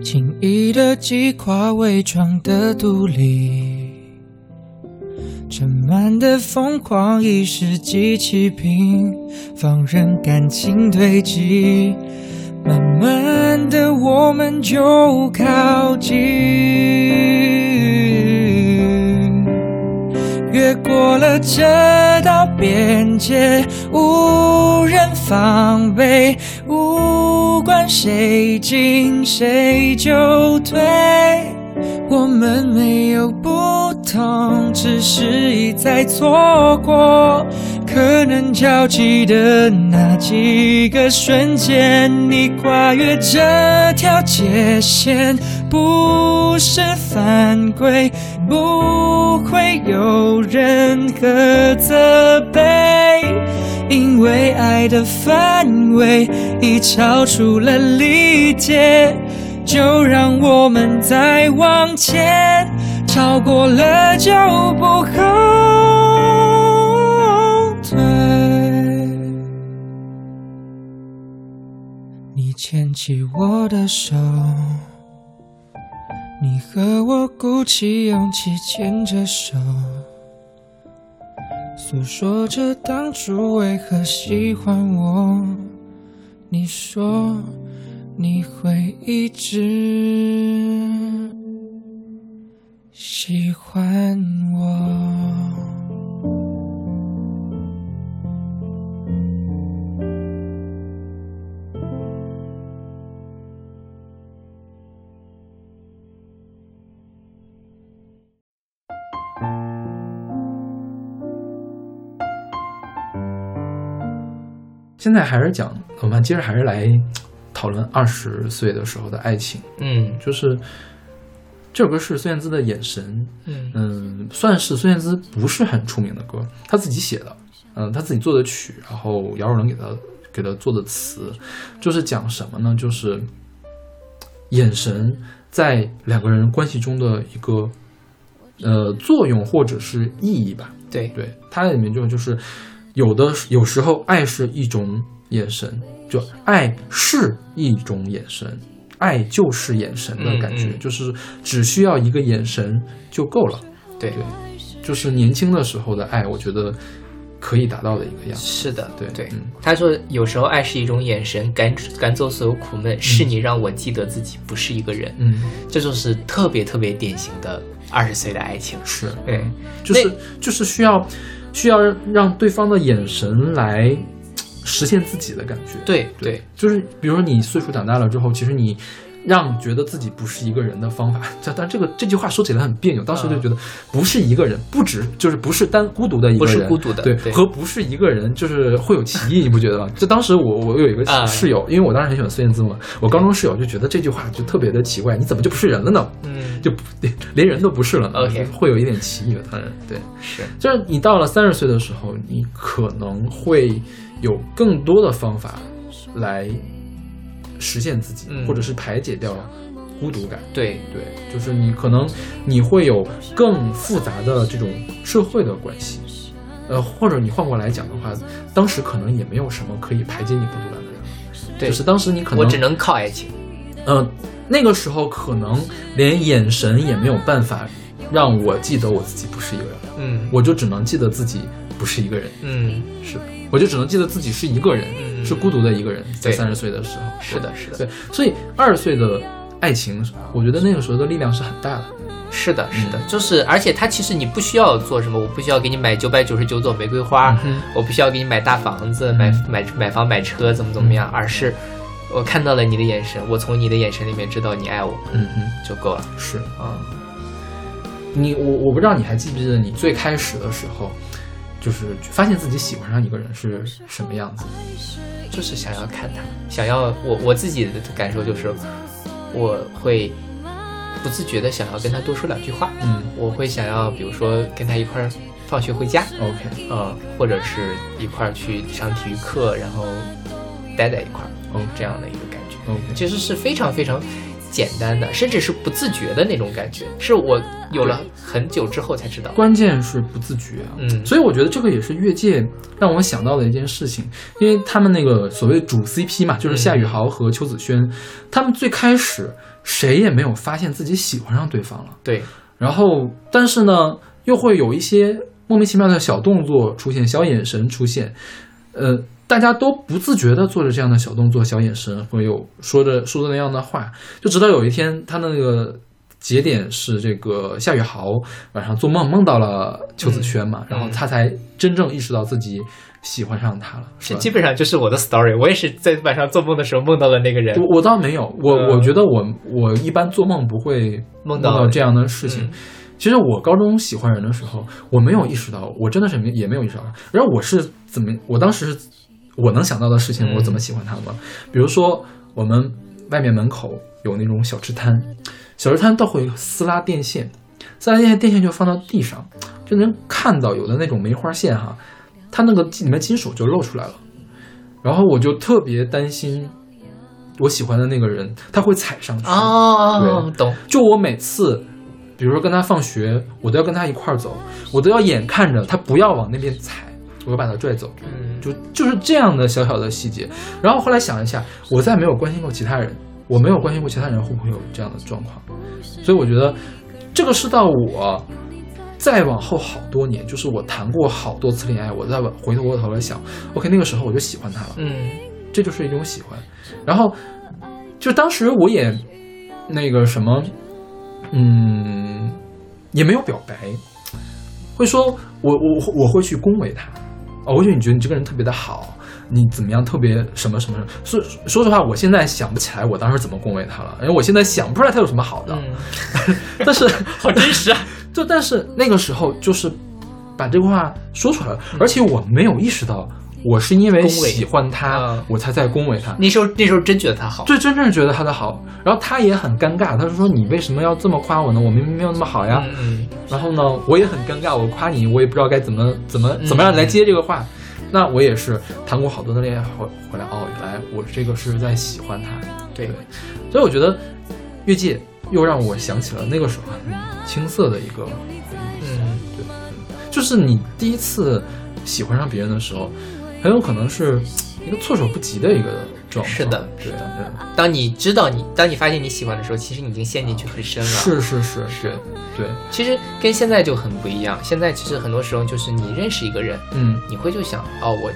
[SPEAKER 3] 轻易的击垮伪装的独立。盛满的疯狂一时激起平，放任感情堆积，慢慢的我们就靠近。越过了这道边界，无人防备，无关管谁进谁就退，我们没有不同，只是一再错过。可能交集的那几个瞬间，你跨越这条界限，不是犯规，不会有任何责备。因为爱的范围已超出了理解，就让我们再往前，超过了就不后退。你牵起我的手，你和我鼓起勇气牵着手。诉说着当初为何喜欢我，你说你会一直喜欢我。
[SPEAKER 2] 现在还是讲，我们接着还是来讨论二十岁的时候的爱情。
[SPEAKER 1] 嗯
[SPEAKER 2] 就是这首歌是孙燕姿的《眼神》，
[SPEAKER 1] 嗯
[SPEAKER 2] 嗯，算是孙燕姿不是很出名的歌，她自己写的，嗯，她自己做的曲，然后姚若龙给她给她做的词，就是讲什么呢？就是眼神在两个人关系中的一个呃作用或者是意义吧。
[SPEAKER 1] 对，
[SPEAKER 2] 对，它里面就就是有的有时候爱是一种眼神，就爱是一种眼神，爱就是眼神的感觉，
[SPEAKER 1] 嗯嗯
[SPEAKER 2] 就是只需要一个眼神就够了。
[SPEAKER 1] 对
[SPEAKER 2] 对，就是年轻的时候的爱，我觉得可以达到的一个样子。
[SPEAKER 1] 是的，
[SPEAKER 2] 对
[SPEAKER 1] 对。
[SPEAKER 2] 嗯
[SPEAKER 1] 他说，有时候爱是一种眼神，赶赶走所有苦闷，是你让我记得自己不是一个人。
[SPEAKER 2] 嗯，
[SPEAKER 1] 这就是特别特别典型的二十岁的爱情。
[SPEAKER 2] 是，
[SPEAKER 1] 对，
[SPEAKER 2] 就是就是需要需要让对方的眼神来嘖实现自己的感觉。
[SPEAKER 1] 对
[SPEAKER 2] 对
[SPEAKER 1] 对，
[SPEAKER 2] 就是比如说你岁数长大了之后，其实你让觉得自己不是一个人的方法， [LAUGHS] 这但这个这句话说起来很别扭，当时
[SPEAKER 1] 嗯
[SPEAKER 2] 就觉得不是一个人，不止就是不是单孤独的一个
[SPEAKER 1] 不
[SPEAKER 2] 人，
[SPEAKER 1] 是孤独的
[SPEAKER 2] 对，
[SPEAKER 1] 对
[SPEAKER 2] 和不是一个人就是会有歧义，你不觉得吗？就当时我我有一个
[SPEAKER 1] 啊
[SPEAKER 2] 室友，因为我当时很喜欢孙燕姿嘛，我高中室友就觉得这句话就特别的奇怪，你怎么就不是人了呢？
[SPEAKER 1] 嗯，
[SPEAKER 2] 就不 [LAUGHS] 连人都不是了呢
[SPEAKER 1] OK
[SPEAKER 2] 会有一点歧义的，当然对。
[SPEAKER 1] 是
[SPEAKER 2] 就是你到了三十岁的时候，你可能会有更多的方法来实现自己，
[SPEAKER 1] 嗯
[SPEAKER 2] 或者是排解掉孤独感。
[SPEAKER 1] 对，
[SPEAKER 2] 对，就是你可能你会有更复杂的这种社会的关系，呃，或者你换过来讲的话，当时可能也没有什么可以排解你孤独感的人了，
[SPEAKER 1] 对
[SPEAKER 2] 就是当时你可能
[SPEAKER 1] 我只能靠爱情。
[SPEAKER 2] 呃，那个时候可能连眼神也没有办法让我记得我自己不是一个人，
[SPEAKER 1] 嗯，
[SPEAKER 2] 我就只能记得自己不是一个人。
[SPEAKER 1] 嗯，
[SPEAKER 2] 是，我就只能记得自己是一个人，
[SPEAKER 1] 嗯
[SPEAKER 2] 是孤独的一个人，在
[SPEAKER 1] 对
[SPEAKER 2] 三十岁的时候。
[SPEAKER 1] 是的，是的，
[SPEAKER 2] 对，所以二十岁的爱情，我觉得那个时候的力量是很大的。
[SPEAKER 1] 是的，是的，就是，而且它其实你不需要做什么，我不需要给你买九百九十九朵玫瑰花，
[SPEAKER 2] 嗯
[SPEAKER 1] 我不需要给你买大房子、买买买房、买车，怎么怎么样，而是我看到了你的眼神，我从你的眼神里面知道你爱我
[SPEAKER 2] 嗯哼，
[SPEAKER 1] 就够了。
[SPEAKER 2] 是
[SPEAKER 1] 嗯，
[SPEAKER 2] 你我我不知道你还记不记得你最开始的时候，就是发现自己喜欢上一个人是什么样子？
[SPEAKER 1] 就是想要看他，想要我我自己的感受就是，我会不自觉的想要跟他多说两句话，
[SPEAKER 2] 嗯
[SPEAKER 1] 我会想要比如说跟他一块儿放学回家，
[SPEAKER 2] ，OK
[SPEAKER 1] 呃，或者是一块儿去上体育课，然后待在一块儿，嗯
[SPEAKER 2] 哦
[SPEAKER 1] 这样的一个感觉，
[SPEAKER 2] OK，
[SPEAKER 1] 其实是非常非常简单的，甚至是不自觉的那种感觉，是我有了很久之后才知道。
[SPEAKER 2] 关键是不自觉啊。
[SPEAKER 1] 嗯，
[SPEAKER 2] 所以我觉得这个也是越界让我想到的一件事情，因为他们那个所谓主 CP 嘛，就是夏雨豪和邱子轩，他们最开始谁也没有发现自己喜欢上对方了，
[SPEAKER 1] 对，
[SPEAKER 2] 然后但是呢，又会有一些莫名其妙的小动作出现，小眼神出现，呃，大家都不自觉的做着这样的小动作、小眼神，会有说着说着那样的话，就直到有一天，他的那个节点是这个夏雨豪晚上做梦梦到了邱子轩
[SPEAKER 1] 嗯
[SPEAKER 2] 嘛，然后他才真正意识到自己喜欢上他了。
[SPEAKER 1] 是
[SPEAKER 2] 吧
[SPEAKER 1] 基本上就是我的 story。我也是在晚上做梦的时候梦到了那个人，
[SPEAKER 2] 我我倒没有，我、
[SPEAKER 1] 嗯
[SPEAKER 2] 我觉得我我一般做梦不会
[SPEAKER 1] 梦到嗯
[SPEAKER 2] 到这样的事情。其实我高中喜欢人的时候，我没有意识到，我真的是没也没有意识到。然后我是怎么，我当时是我能想到的事情，
[SPEAKER 1] 嗯
[SPEAKER 2] 我怎么喜欢他吗？比如说我们外面门口有那种小吃摊，小吃摊都会撕拉电线，撕拉电线电线就放到地上，就能看到有的那种梅花线哈，它那个里面金属就露出来了。然后我就特别担心，我喜欢的那个人他会踩上去。
[SPEAKER 1] 哦，懂，
[SPEAKER 2] 就我每次，比如说跟他放学，我都要跟他一块儿走，我都要眼看着他不要往那边踩，我要把他拽走。
[SPEAKER 1] 嗯，
[SPEAKER 2] 就就是这样的小小的细节。然后后来想一下，我再没有关心过其他人，我没有关心过其他人会不会有这样的状况，所以我觉得这个是到我再往后好多年，就是我谈过好多次恋爱，我再往回头过头来想，OK，那个时候我就喜欢他了，
[SPEAKER 1] 嗯
[SPEAKER 2] 这就是一种喜欢。然后就当时我也那个什么，嗯，也没有表白，会说我我我会去恭维他，哦，我觉得你觉得你这个人特别的好，你怎么样特别什么什么什么。说说实话，我现在想不起来我当时怎么恭维他了，因为我现在想不出来他有什么好的。
[SPEAKER 1] 嗯， [LAUGHS]
[SPEAKER 2] 但是
[SPEAKER 1] 好真实啊，
[SPEAKER 2] 就但是那个时候就是把这句话说出来了，而且我没有意识到我是因为
[SPEAKER 1] 嗯恭维
[SPEAKER 2] 喜欢他
[SPEAKER 1] 啊，
[SPEAKER 2] 我才在恭维他。
[SPEAKER 1] 那时候那时候真觉得他好，
[SPEAKER 2] 最真正觉得他的好，然后他也很尴尬，他说：“你为什么要这么夸我呢？我明明没有那么好呀。
[SPEAKER 1] 嗯
[SPEAKER 2] 然后呢，我也很尴尬，我夸你，我也不知道该怎么怎么
[SPEAKER 1] 嗯
[SPEAKER 2] 怎么让你来接这个话。那我也是谈过好多的恋爱回回来，哦，原来我这个是在喜欢他，
[SPEAKER 1] 嗯，对，
[SPEAKER 2] 所以我觉得越界又让我想起了那个时候很青涩的一个，
[SPEAKER 1] 嗯
[SPEAKER 2] 就是你第一次喜欢上别人的时候，很有可能是一个措手不及的一个状况。
[SPEAKER 1] 是的
[SPEAKER 2] 对，对，
[SPEAKER 1] 当你知道你当你发现你喜欢的时候，其实你已经陷进去很深了，
[SPEAKER 2] 是是是是，对，
[SPEAKER 1] 其实跟现在就很不一样。现在其实很多时候就是你认识一个人，
[SPEAKER 2] 嗯。
[SPEAKER 1] 你会就想哦，我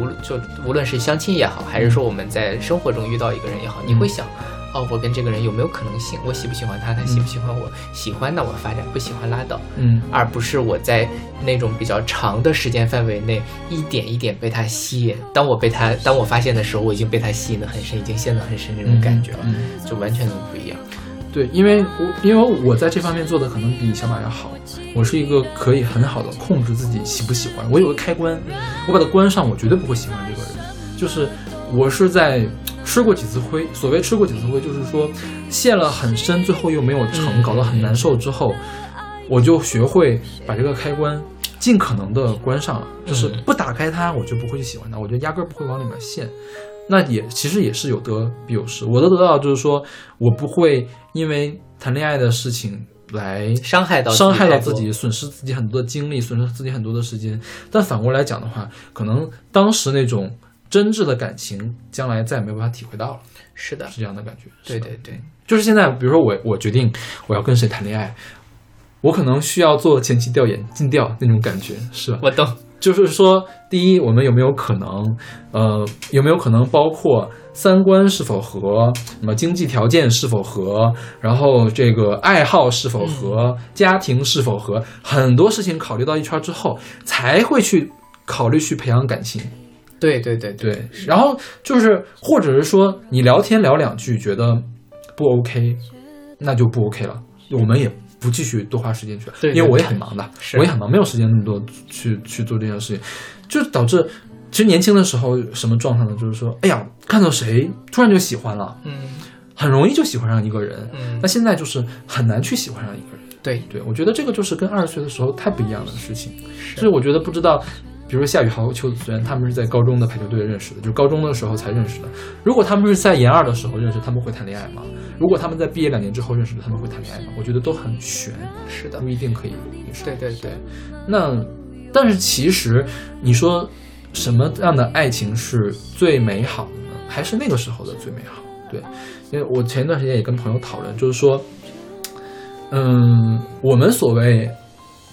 [SPEAKER 1] 无论就无论是相亲也好，还是说我们在生活中遇到一个人也好，你会想哦，我跟这个人有没有可能性？我喜不喜欢他？他喜不喜欢我？喜欢那我发展，不喜欢拉倒，
[SPEAKER 2] 嗯
[SPEAKER 1] 而不是我在那种比较长的时间范围内一点一点被他吸引。当我被
[SPEAKER 2] 嗯
[SPEAKER 1] 他当我发现的时候，我已经被他吸引的很深，已经陷得很深那种感觉了，
[SPEAKER 2] 嗯
[SPEAKER 1] 就完全都不一样。
[SPEAKER 2] 对，因为我因为我在这方面做的可能比小马要好，我是一个可以很好的控制自己喜不喜欢，我有个开关，我把它关上，我绝对不会喜欢这个人。就是我是在吃过几次亏，所谓吃过几次亏，就是说陷了很深，最后又没有成，
[SPEAKER 1] 嗯
[SPEAKER 2] 搞得很难受之后，我就学会把这个开关。尽可能的关上了，就是
[SPEAKER 1] 嗯
[SPEAKER 2] 不打开它，我就不会去喜欢它，我就压根儿不会往里面陷。那也其实也是有得必有失。我的得到就是说我不会因为谈恋爱的事情来
[SPEAKER 1] 伤害到
[SPEAKER 2] 伤害到
[SPEAKER 1] 太多
[SPEAKER 2] 自己，损失自己很多的精力，损失自己很多的时间。但反过来讲的话，可能当时那种真挚的感情，将来再也没有办法体会到了，
[SPEAKER 1] 是的，
[SPEAKER 2] 是这样的感觉。
[SPEAKER 1] 对
[SPEAKER 2] 是的
[SPEAKER 1] 对，对。
[SPEAKER 2] 就是现在，比如说我我决定我要跟谁谈恋爱。我可能需要做前期调研、尽调那种感觉，是吧？
[SPEAKER 1] 我懂，
[SPEAKER 2] 就是说，第一，我们有没有可能，呃，有没有可能包括三观是否合，那么经济条件是否合，然后这个爱好是否合，家庭是否合，很多事情考虑到一圈之后，才会去考虑去培养感情。
[SPEAKER 1] 对对对对，
[SPEAKER 2] 对，然后就是，或者是说你聊天聊两句觉得不 OK，那就不 OK 了，我们也不继续多花时间去了，
[SPEAKER 1] 对
[SPEAKER 2] 因为
[SPEAKER 1] 对
[SPEAKER 2] 我也
[SPEAKER 1] 对
[SPEAKER 2] 很忙的，
[SPEAKER 1] 是
[SPEAKER 2] 我也很忙，没有时间那么多去去做这件事情，就导致其实年轻的时候什么状态呢？就是说，哎呀，看到谁突然就喜欢了，
[SPEAKER 1] 嗯
[SPEAKER 2] 很容易就喜欢上一个人，
[SPEAKER 1] 嗯
[SPEAKER 2] 那，现在就是很难去喜欢上一个人。
[SPEAKER 1] 对，
[SPEAKER 2] 对，我觉得这个就是跟二十岁的时候太不一样的事情。所以我觉得不知道，比如说夏雨豪、邱子轩，他们是在高中的排球队认识的，就是高中的时候才认识的。如果他们是在研二的时候认识，他们会谈恋爱吗？如果他们在毕业两年之后认识的，他们会谈恋爱吗？我觉得都很悬，
[SPEAKER 1] 是的
[SPEAKER 2] 不，一定可以。
[SPEAKER 1] 对对对，
[SPEAKER 2] 那，但是其实你说什么样的爱情是最美好的呢？还是那个时候的最美好？对，因为我前一段时间也跟朋友讨论，就是说，嗯，我们所谓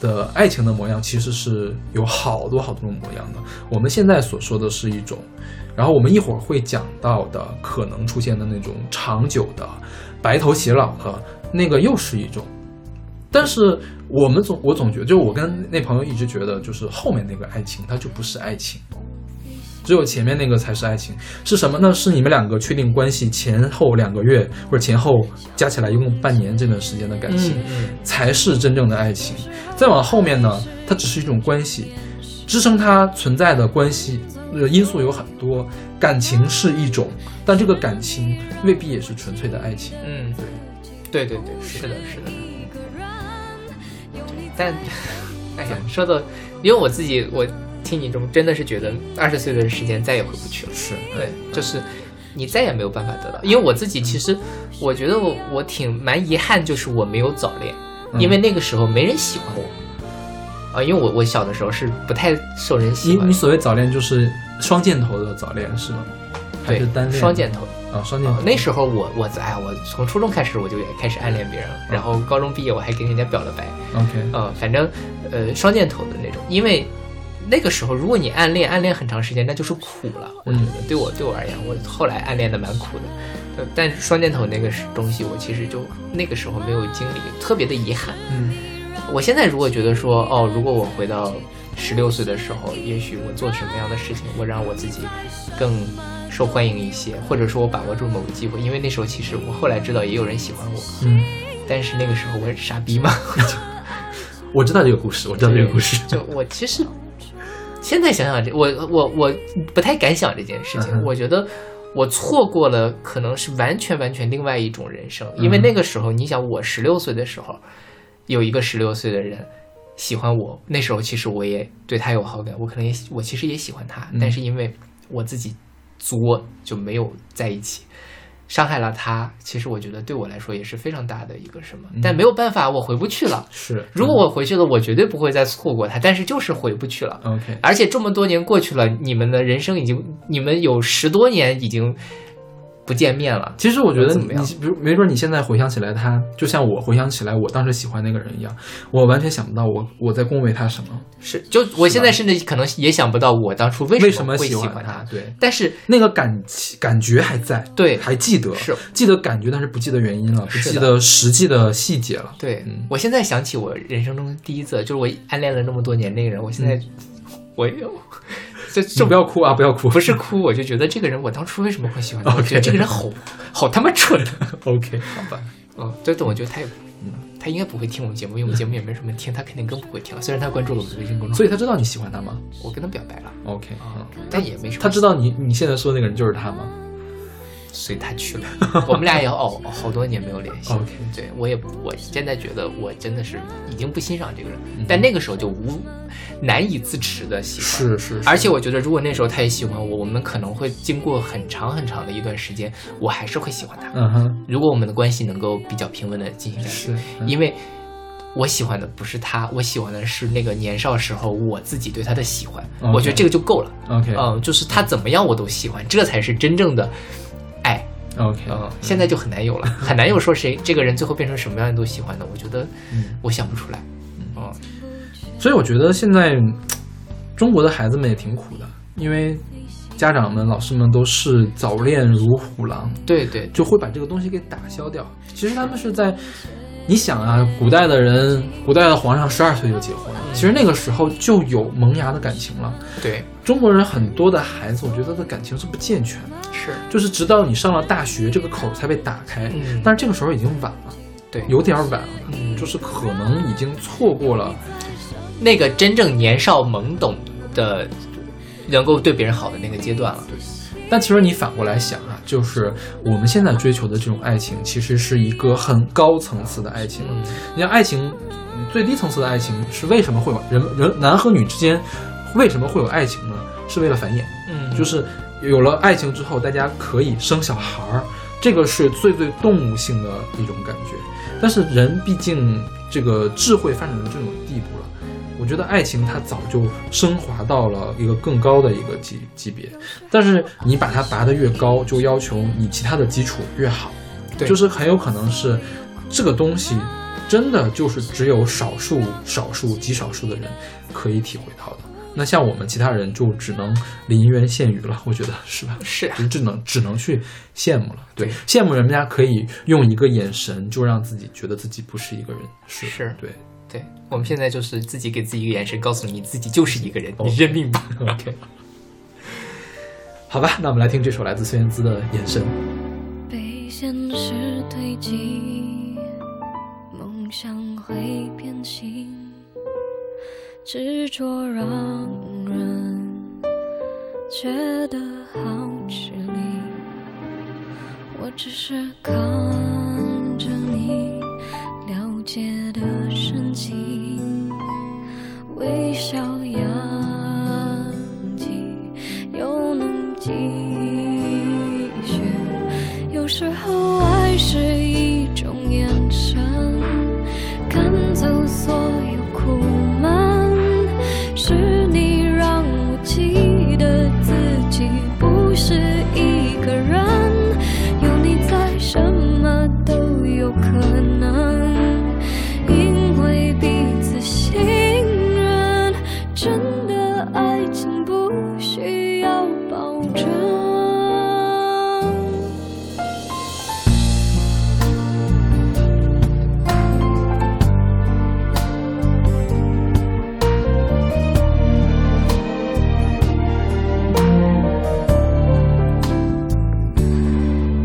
[SPEAKER 2] 的爱情的模样，其实是有好多好多种模样的。我们现在所说的是一种，然后我们一会儿会讲到的可能出现的那种长久的、白头偕老的那个又是一种。但是我们总我总觉得，就我跟那朋友一直觉得，就是后面那个爱情它就不是爱情，只有前面那个才是爱情。是什么呢？是你们两个确定关系前后两个月，或者前后加起来一共半年这段时间的感情，才是真正的爱情。再往后面呢，它只是一种关系，支撑它存在的关系呃因素有很多，感情是一种，但这个感情未必也是纯粹的爱情。
[SPEAKER 1] 嗯，对，对对对，是的，是的。但， [LAUGHS] 哎呀，说的，因为我自己，我听你这么，真的是觉得二十岁的时间再也回不去了。
[SPEAKER 2] 是，
[SPEAKER 1] 对，就是你再也没有办法得到。因为我自己其实，我觉得我我挺蛮遗憾，就是我没有早恋，
[SPEAKER 2] 嗯
[SPEAKER 1] 因为那个时候没人喜欢我。啊，因为我我小的时候是不太受人喜
[SPEAKER 2] 你
[SPEAKER 1] 欢
[SPEAKER 2] 你，所谓早恋就是双箭头的早恋是吗？还是
[SPEAKER 1] 对
[SPEAKER 2] 单，恋？
[SPEAKER 1] 双箭头。
[SPEAKER 2] 啊，双箭头。
[SPEAKER 1] 那时候我我哎呀，我从初中开始我就也开始暗恋别人了，然后高中毕业我还跟人家表了白，
[SPEAKER 2] OK，
[SPEAKER 1] 呃，反正呃双箭头的那种，因为那个时候如果你暗恋，暗恋很长时间，那就是苦了。我觉得对我对我而言，我后来暗恋的蛮苦的，呃，但是双箭头那个是东西，我其实就那个时候没有经历，特别的遗憾。
[SPEAKER 2] 嗯，
[SPEAKER 1] 我现在如果觉得说，哦，如果我回到十六岁的时候，也许我做什么样的事情，我让我自己更受欢迎一些，或者说我把握住某个机会，因为那时候其实我后来知道也有人喜欢我，
[SPEAKER 2] 嗯，
[SPEAKER 1] 但是那个时候我是傻逼嘛，
[SPEAKER 2] 我知道这个故事，我知道这个故事。
[SPEAKER 1] 就我其实现在想想这，我我我不太敢想这件事情。
[SPEAKER 2] 嗯哼
[SPEAKER 1] 我觉得我错过了，可能是完全完全另外一种人生，因为
[SPEAKER 2] 嗯
[SPEAKER 1] 那个时候，你想，我十六岁的时候，有一个十六岁的人。喜欢我那时候，其实我也对他有好感，我可能也喜我其实也喜欢他，
[SPEAKER 2] 嗯
[SPEAKER 1] 但是因为我自己作就没有在一起，伤害了他。其实我觉得对我来说也是非常大的一个什么，
[SPEAKER 2] 嗯
[SPEAKER 1] 但没有办法，我回不去
[SPEAKER 2] [LAUGHS]
[SPEAKER 1] 了。
[SPEAKER 2] 是，
[SPEAKER 1] 如果我回去了，我绝对不会再错过他，但是就是回不去了。
[SPEAKER 2] 嗯 OK，
[SPEAKER 1] 而且这么多年过去了，你们的人生已经，你们有十多年已经不见面了。
[SPEAKER 2] 其实我觉得
[SPEAKER 1] 怎
[SPEAKER 2] 你，
[SPEAKER 1] 么样
[SPEAKER 2] 你比如没准你现在回想起来他，就像我回想起来我当时喜欢那个人一样，我完全想不到我我在恭维他什么，
[SPEAKER 1] 是，就我现在甚至可能也想不到我当初为
[SPEAKER 2] 为
[SPEAKER 1] 什
[SPEAKER 2] 什
[SPEAKER 1] 么
[SPEAKER 2] 么
[SPEAKER 1] 会喜
[SPEAKER 2] 欢
[SPEAKER 1] 他。
[SPEAKER 2] 对，
[SPEAKER 1] 但是
[SPEAKER 2] 那个感情感觉还在，
[SPEAKER 1] 对
[SPEAKER 2] 还记得，
[SPEAKER 1] 是
[SPEAKER 2] 记得感觉，但是不记得原因了，不
[SPEAKER 1] 是
[SPEAKER 2] 记
[SPEAKER 1] 的
[SPEAKER 2] 得实际的细节了。
[SPEAKER 1] 对、
[SPEAKER 2] 嗯
[SPEAKER 1] 我现在想起我人生中第一次，就是我暗恋了那么多年那个人，我现在、我我这
[SPEAKER 2] 就
[SPEAKER 1] 这
[SPEAKER 2] 嗯不要哭啊，不要哭，
[SPEAKER 1] 不是哭，我就觉得这个人我当初为什么会喜欢他？我
[SPEAKER 2] OK
[SPEAKER 1] 觉得这个人好好他妈蠢。
[SPEAKER 2] [LAUGHS] OK，好吧，
[SPEAKER 1] 嗯，对对，我觉得他也，
[SPEAKER 2] 嗯
[SPEAKER 1] 他应该不会听我们节目，因为我们节目也没什么人听，他肯定更不会听了。虽然他关注了我们的微信公众
[SPEAKER 2] 所以
[SPEAKER 1] 号，
[SPEAKER 2] 他知道你喜欢他吗
[SPEAKER 1] 我跟他表白了，
[SPEAKER 2] ？OK，嗯
[SPEAKER 1] 啊，但也没什么，
[SPEAKER 2] 他知道你你现在说的那个人就是他吗？
[SPEAKER 1] 随他去了。我们俩也哦好多年没有联系
[SPEAKER 2] 哦 OK
[SPEAKER 1] 对我也我现在觉得我真的是已经不欣赏这个人，
[SPEAKER 2] 嗯
[SPEAKER 1] 但那个时候就无难以自持的喜欢。
[SPEAKER 2] 是是，是
[SPEAKER 1] 而且我觉得，如果那时候他也喜欢我，我们可能会经过很长很长的一段时间，我还是会喜欢他。
[SPEAKER 2] 嗯哼，
[SPEAKER 1] 如果我们的关系能够比较平稳的进行下去
[SPEAKER 2] 是，嗯
[SPEAKER 1] 因为我喜欢的不是他，我喜欢的是那个年少时候我自己对他的喜欢，
[SPEAKER 2] OK
[SPEAKER 1] 我觉得这个就够了。
[SPEAKER 2] OK
[SPEAKER 1] 嗯，就是他怎么样我都喜欢，这才是真正的爱。
[SPEAKER 2] OK，
[SPEAKER 1] 嗯，现在就很难有了，很难有说谁这个人最后变成什么样你都喜欢的，我觉得
[SPEAKER 2] 嗯
[SPEAKER 1] 我想不出来。嗯，
[SPEAKER 2] 所以我觉得现在嗯中国的孩子们也挺苦的，因为家长们、老师们都是早恋如虎狼，
[SPEAKER 1] 对对
[SPEAKER 2] 就会把这个东西给打消掉。其实他们是在，你想啊，古代的人，古代的皇上十二岁就结婚了，其实那个时候就有萌芽的感情了。
[SPEAKER 1] 对，
[SPEAKER 2] 中国人很多的孩子，我觉得他的感情是不健全的，
[SPEAKER 1] 嗯是，
[SPEAKER 2] 就是直到你上了大学，这个口儿才被打开。
[SPEAKER 1] 嗯
[SPEAKER 2] 但是这个时候已经晚了，
[SPEAKER 1] 对，
[SPEAKER 2] 有点晚了，
[SPEAKER 1] 嗯
[SPEAKER 2] 就是可能已经错过了。
[SPEAKER 1] 那个真正年少懵懂的，能够对别人好的那个阶段了。
[SPEAKER 2] 但其实你反过来想啊，就是我们现在追求的这种爱情，其实是一个很高层次的爱情。
[SPEAKER 1] 嗯，
[SPEAKER 2] 你像爱情，嗯最低层次的爱情是为什么会有人人男和女之间为什么会有爱情呢？是为了繁衍，
[SPEAKER 1] 嗯，
[SPEAKER 2] 就是有了爱情之后，大家可以生小孩儿，这个是最最动物性的一种感觉。但是人毕竟这个智慧发展到这种地步了，我觉得爱情它早就升华到了一个更高的一个级级别。但是你把它拔得越高，就要求你其他的基础越好，
[SPEAKER 1] 对
[SPEAKER 2] 就是很有可能是这个东西真的就是只有少数、少数、极少数的人可以体会到的。那像我们其他人就只能离音乐羡雨了，我觉得是吧？
[SPEAKER 1] 是啊
[SPEAKER 2] 就只能只能去羡慕了。对
[SPEAKER 1] 对，
[SPEAKER 2] 羡慕人家可以用一个眼神就让自己觉得自己不是一个人，是
[SPEAKER 1] 是
[SPEAKER 2] 对。
[SPEAKER 1] 对，我们现在就是自己给自己一个眼神，告诉你自己就是一个人，
[SPEAKER 2] 哦
[SPEAKER 1] 你认命吧。
[SPEAKER 2] [LAUGHS] OK，好吧，那我们来听这首来自孙燕姿的《眼神》。
[SPEAKER 4] 被现实推挤，梦想会变形，执着让人觉得好吃力。我只是看着你了解的深情，微笑扬起，又能继续。有时候爱是一种眼神，看走所有苦闷。是你让我记得自己不是一个人，有你在，什么都有可能。因为彼此信任，真的爱情不需要保证。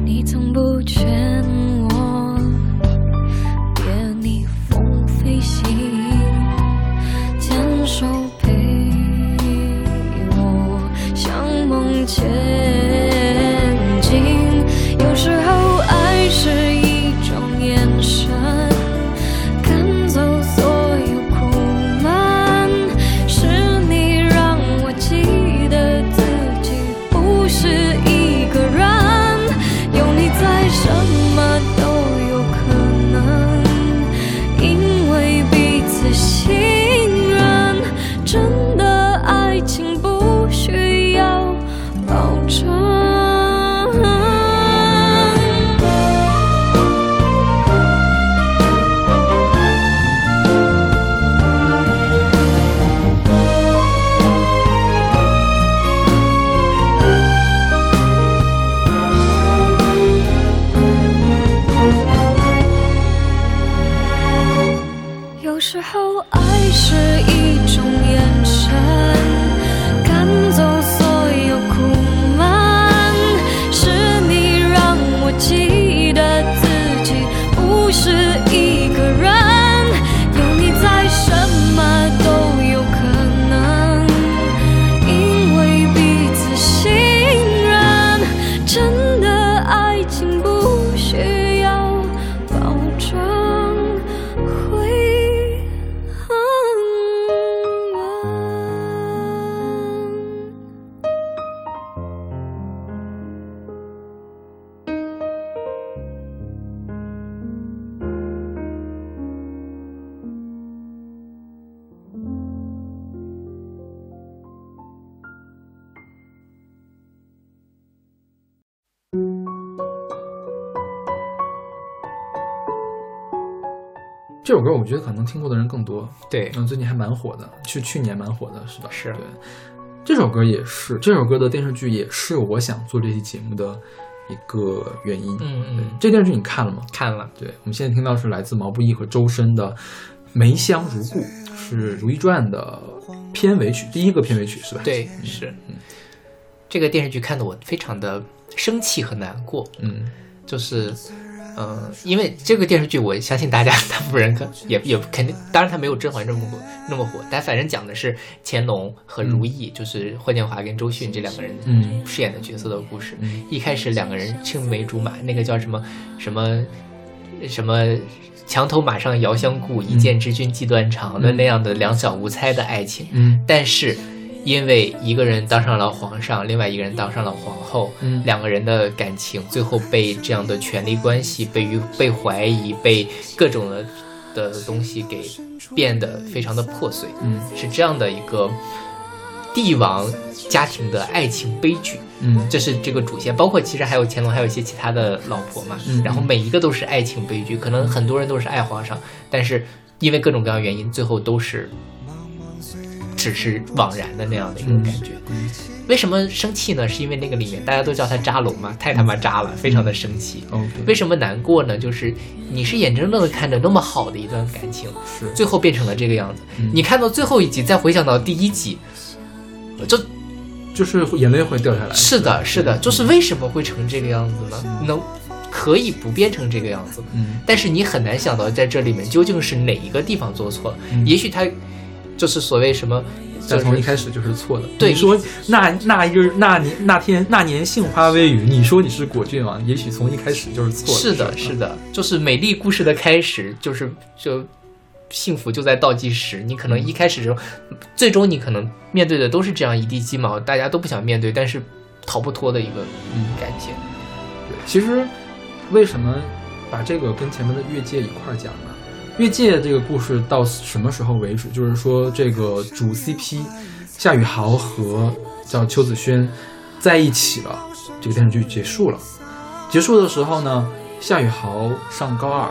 [SPEAKER 4] 你从不劝我别逆风飞行，坚守陪我像梦前进。有时候爱是一种眼神，赶走所有苦闷。是你让我记得自己不是一个人。有你在，什么都有可能。因为彼此信任，真的爱情不需要保证。有时候爱是一种眼神，赶走所有苦闷。是你让我记得自己不是一个人，有你在，什么都有可能。因为彼此信任，真的爱情不需要保证会很稳。
[SPEAKER 2] 这首歌我觉得可能听过的人更多，
[SPEAKER 1] 对，
[SPEAKER 2] 嗯，最近还蛮火的，去去年蛮火的，是吧？
[SPEAKER 1] 是
[SPEAKER 2] 对。这首歌也是，这首歌的电视剧也是我想做这期节目的一个原因。
[SPEAKER 1] 嗯
[SPEAKER 2] 对
[SPEAKER 1] 嗯，
[SPEAKER 2] 这电视剧你看了吗？
[SPEAKER 1] 看了，
[SPEAKER 2] 对，我们现在听到是来自毛不易和周深的《梅香如故》，是《如懿传》的片尾曲，第一个片尾曲是吧？，
[SPEAKER 1] 对，是。
[SPEAKER 2] 嗯
[SPEAKER 1] 这个电视剧看得我非常的生气和难过，
[SPEAKER 2] 嗯，
[SPEAKER 1] 就是，嗯、因为这个电视剧，我相信大家大部分人可 [LAUGHS] 也也肯定，当然它没有《甄嬛》这么火那么火，但反正讲的是乾隆和如懿，就是霍建华跟周迅这两个人
[SPEAKER 2] 嗯
[SPEAKER 1] 饰演的角色的故事。
[SPEAKER 2] 嗯
[SPEAKER 1] 一开始两个人青梅竹马，那个叫什么什么什么。墙头马上遥相
[SPEAKER 2] 嗯
[SPEAKER 1] 顾，一见知君即断肠的那样的两小无猜的爱情，
[SPEAKER 2] 嗯
[SPEAKER 1] 但是因为一个人当上了皇上，另外一个人当上了皇后，
[SPEAKER 2] 嗯
[SPEAKER 1] 两个人的感情最后被这样的权力关系、被于被怀疑、被各种的的东西给变得非常的破碎，
[SPEAKER 2] 嗯
[SPEAKER 1] 是这样的一个帝王家庭的爱情悲剧。
[SPEAKER 2] 嗯
[SPEAKER 1] 这是这个主线，包括其实还有乾隆，还有一些其他的老婆嘛，
[SPEAKER 2] 嗯
[SPEAKER 1] 然后每一个都是爱情悲剧，可能很多人都是爱皇上，但是因为各种各样的原因，最后都是只是枉然的那样的一种感觉。为什么生气呢？是因为那个里面大家都叫他扎龙嘛，太他妈渣了，非常的生气。为
[SPEAKER 2] ，OK，
[SPEAKER 1] 什么难过呢？就是你是眼睁睁的看着那么好的一段感情，
[SPEAKER 2] 是
[SPEAKER 1] 最后变成了这个样子。你看到最后一集，再回想到第一集，就
[SPEAKER 2] 就是眼泪会掉下来，
[SPEAKER 1] 是的，是的，就是为什么会成这个样子呢？能可以不变成这个样子吗？
[SPEAKER 2] 嗯
[SPEAKER 1] 但是你很难想到在这里面究竟是哪一个地方做错了。也许他就是所谓什么，就
[SPEAKER 2] 但嗯
[SPEAKER 1] 是
[SPEAKER 2] 从一开始就是错的。
[SPEAKER 1] 对
[SPEAKER 2] 你说那那一日那年那天那年杏花微雨，你说你是果郡王，也许从一开始就是错
[SPEAKER 1] 是
[SPEAKER 2] 的
[SPEAKER 1] 的，，是的，就是美丽故事的开始，就是就幸福就在倒计时。你可能一开始时候，最终你可能面对的都是这样一地鸡毛，大家都不想面对，但是逃不脱的一个
[SPEAKER 2] 嗯
[SPEAKER 1] 感情。
[SPEAKER 2] 对，其实为什么把这个跟前面的越界一块儿讲呢？越界这个故事到什么时候为止？就是说，这个主 CP 夏雨豪和叫邱子轩在一起了，这个电视剧结束了。结束的时候呢，夏雨豪上高二，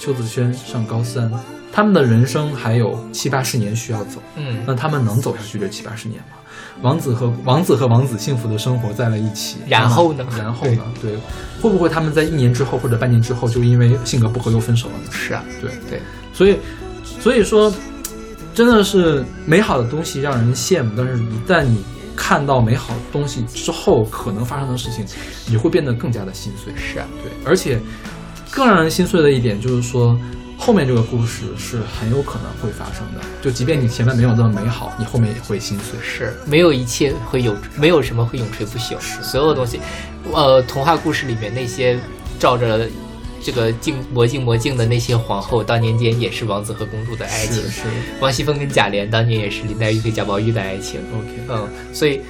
[SPEAKER 2] 邱子轩上高三，他们的人生还有七八十年需要走。
[SPEAKER 1] 嗯
[SPEAKER 2] 那他们能走下去这七八十年吗？王子和王子和王子幸福的生活在了一起，
[SPEAKER 1] 然后呢
[SPEAKER 2] 那么然后呢？对，会不会他们在一年之后或者半年之后就因为性格不合又分手了呢？
[SPEAKER 1] 是啊，
[SPEAKER 2] 对，
[SPEAKER 1] 对，
[SPEAKER 2] 所以所以说，真的是美好的东西让人羡慕，但是一旦你看到美好的东西之后可能发生的事情，你会变得更加的心碎。
[SPEAKER 1] 是啊，
[SPEAKER 2] 对，而且更让人心碎的一点就是说，后面这个故事是很有可能会发生的。就即便你前面没有那么美好，你后面也会心碎。
[SPEAKER 1] 是没有一切会有，没有什么会永垂不朽，所有东西，呃，童话故事里面那些照着。这个镜魔镜魔镜的那些皇后，当年间也是王子和公主的爱情。
[SPEAKER 2] 是
[SPEAKER 1] 王熙凤跟贾琏当年也是林黛玉和贾宝玉的爱情。
[SPEAKER 2] ，OK。
[SPEAKER 1] 嗯，所以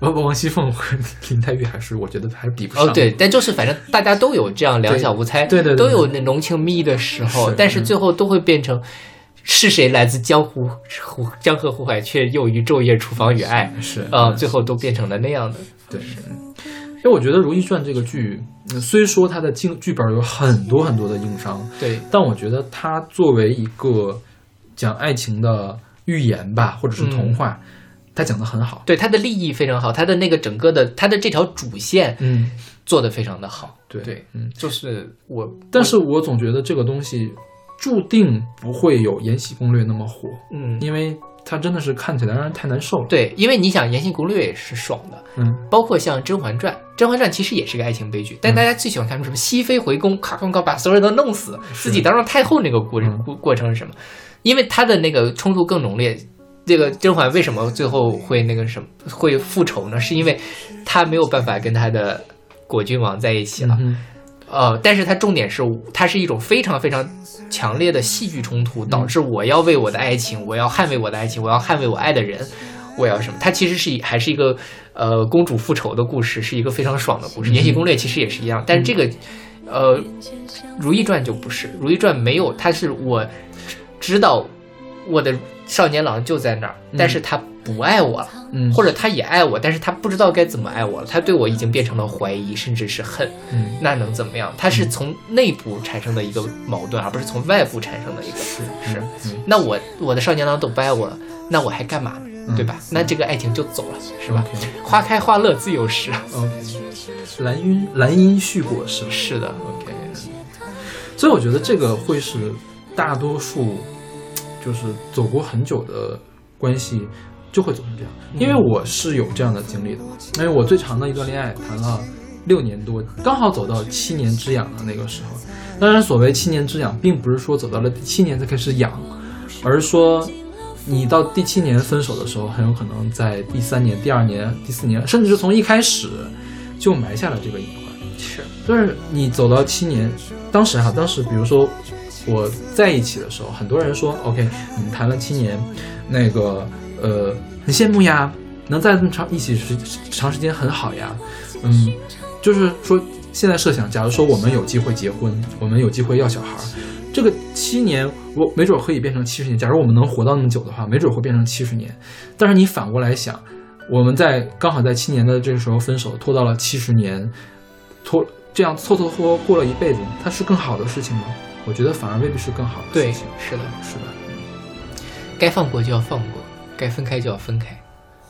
[SPEAKER 2] 王呃王熙凤和林黛玉还是我觉得还是比不上。
[SPEAKER 1] 哦对，但就是反正大家都有这样两小无猜，
[SPEAKER 2] 对对对对
[SPEAKER 1] 都有那浓情蜜意的时候，
[SPEAKER 2] 是嗯
[SPEAKER 1] 但是最后都会变成是谁来自江湖湖江河湖海，却又于昼夜厨房与爱，
[SPEAKER 2] 是
[SPEAKER 1] 呃，最后都变成了那样的。
[SPEAKER 2] 对。嗯因为我觉得《如懿传》这个剧，嗯虽说它的剧剧本有很多很多的硬伤，
[SPEAKER 1] 对，
[SPEAKER 2] 但我觉得它作为一个讲爱情的寓言吧，或者是童话，它讲的很好。
[SPEAKER 1] 对，他的立意非常好，他的那个整个的他的这条主线
[SPEAKER 2] 嗯，
[SPEAKER 1] 做得非常的好。
[SPEAKER 2] 对
[SPEAKER 1] 对，
[SPEAKER 2] 嗯，
[SPEAKER 1] 就是我，
[SPEAKER 2] 但是我总觉得这个东西注定不会有《延禧攻略》那么火，
[SPEAKER 1] 嗯，
[SPEAKER 2] 因为它真的是看起来让人太难受了。，
[SPEAKER 1] 对，因为你想《延禧攻略》也是爽的，
[SPEAKER 2] 嗯，
[SPEAKER 1] 包括像《甄嬛传》，《甄嬛传》其实也是个爱情悲剧，但
[SPEAKER 2] 嗯
[SPEAKER 1] 大家最喜欢看什么熹妃回宫，咔咔咔把所有人都弄死，自己当上太后那个过程
[SPEAKER 2] 嗯
[SPEAKER 1] 过过程是什么？因为她的那个冲突更浓烈。这个甄嬛为什么最后会那个什么会复仇呢？是因为她没有办法跟她的果郡王在一起了。
[SPEAKER 2] 嗯
[SPEAKER 1] 呃，但是它重点是，它是一种非常非常强烈的戏剧冲突，导致我要为我的爱情，我要捍卫我的爱情，我要捍卫我爱的人，我要什么？它其实是一还是一个呃公主复仇的故事，是一个非常爽的故事。嗯延禧攻略其实也是一样，嗯但是这个呃《如懿传》就不是，《如懿传》没有，它是我知道我的少年郎就在那儿，但是他不爱我了。
[SPEAKER 2] 嗯，
[SPEAKER 1] 或者他也爱我，但是他不知道该怎么爱我了，他对我已经变成了怀疑，甚至是恨。
[SPEAKER 2] 嗯
[SPEAKER 1] 那能怎么样？它是从内部产生的一个矛盾，而不是从外部产生的一个。是是。
[SPEAKER 2] 嗯
[SPEAKER 1] 那我我的少年郎都不爱我了，那我还干嘛呢？对吧？那这个爱情就走了，是吧
[SPEAKER 2] 嗯 OK
[SPEAKER 1] 花开花落自有时。 [LAUGHS]
[SPEAKER 2] ，OK，兰因兰因絮果是吧
[SPEAKER 1] 是的，
[SPEAKER 2] OK，所以我觉得这个会是大多数就是走过很久的关系就会走成这样，因为我是有这样的经历的，因为我最长的一段恋爱谈了六年多，刚好走到七年之痒的那个时候。当然，所谓七年之痒，并不是说走到了第七年才开始痒，而是说。你到第七年分手的时候，很有可能在第三年、第二年、第四年，甚至是从一开始就埋下了这个隐患。
[SPEAKER 1] 是
[SPEAKER 2] 就是你走到七年，当时哈、当时比如说我在一起的时候，很多人说，OK，你们谈了七年，那个呃，很羡慕呀，能在这么长一起时长时间很好呀，嗯，就是说现在设想，假如说我们有机会结婚，我们有机会要小孩儿，这个七年我没准可以变成七十年，假如我们能活到那么久的话，没准会变成七十年，但是你反过来想。我们在刚好在七年的这个时候分手，拖到了七十年，拖这样凑凑合合过了一辈子，它是更好的事情吗？我觉得反而未必是更好的
[SPEAKER 1] 对，
[SPEAKER 2] 事情，
[SPEAKER 1] 是的，
[SPEAKER 2] 是吧？
[SPEAKER 1] 嗯该放过就要放过，该分开就要分开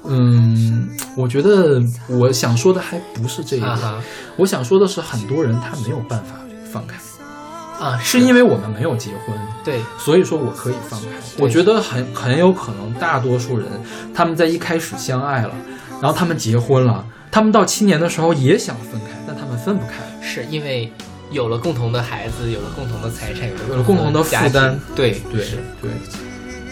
[SPEAKER 2] 嗯，我觉得我想说的还不是这一点，
[SPEAKER 1] 啊哈
[SPEAKER 2] 我想说的是很多人他没有办法放开，
[SPEAKER 1] 啊，
[SPEAKER 2] 是因为我们没有结婚，
[SPEAKER 1] 对
[SPEAKER 2] 所以说我可以放开。我觉得很很有可能，大多数人他们在一开始相爱了，然后他们结婚了，他们到七年的时候也想分开，但他们分不开。
[SPEAKER 1] 是因为有了共同的孩子，有了共同的财产，有了
[SPEAKER 2] 有了共同的
[SPEAKER 1] 家庭
[SPEAKER 2] 负担，
[SPEAKER 1] 对
[SPEAKER 2] 对
[SPEAKER 1] 是
[SPEAKER 2] 对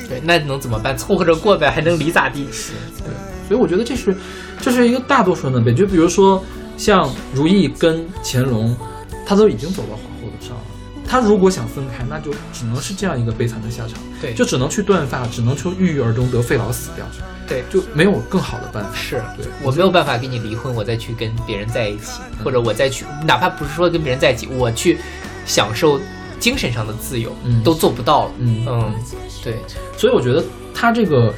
[SPEAKER 1] 对，那能怎么办？凑合着过呗，还能离咋地？是
[SPEAKER 2] 对，所以我觉得这是这是一个大多数人的悲剧。就比如说像如意跟乾隆，他都已经走到皇后的上了。他如果想分开，那就只能是这样一个悲惨的下场，
[SPEAKER 1] 对，
[SPEAKER 2] 就只能去断发，只能去郁郁而终，得肺痨死掉，
[SPEAKER 1] 对。
[SPEAKER 2] 就没有更好的办法。
[SPEAKER 1] 是
[SPEAKER 2] 对
[SPEAKER 1] 我没有办法跟你离婚，我再去跟别人在一起，或者我再去，哪怕不是说跟别人在一起，我去享受精神上的自由，
[SPEAKER 2] 嗯
[SPEAKER 1] 都做不到了。
[SPEAKER 2] 嗯
[SPEAKER 1] 嗯，对，
[SPEAKER 2] 所以我觉得他这个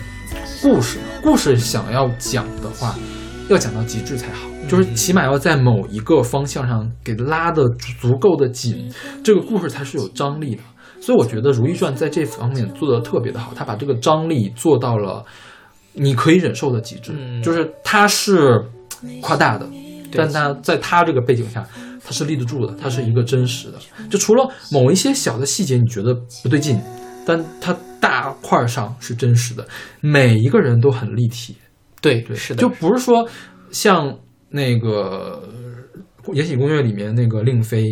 [SPEAKER 2] 故事，故事想要讲的话，要讲到极致才好，就是起码要在某一个方向上给拉的足够的紧，这个故事才是有张力的。所以我觉得《如懿传》在这方面做的特别的好，他把这个张力做到了你可以忍受的极致，
[SPEAKER 1] 嗯
[SPEAKER 2] 就是它是夸大的，
[SPEAKER 1] 对
[SPEAKER 2] 但它在它这个背景下。它是立得住的，它是一个真实的。就除了某一些小的细节你觉得不对劲，但它大块儿上是真实的，每一个人都很立体。
[SPEAKER 1] 对，
[SPEAKER 2] 对，
[SPEAKER 1] 是的，
[SPEAKER 2] 就不是说像那个《延禧攻略》里面那个令妃，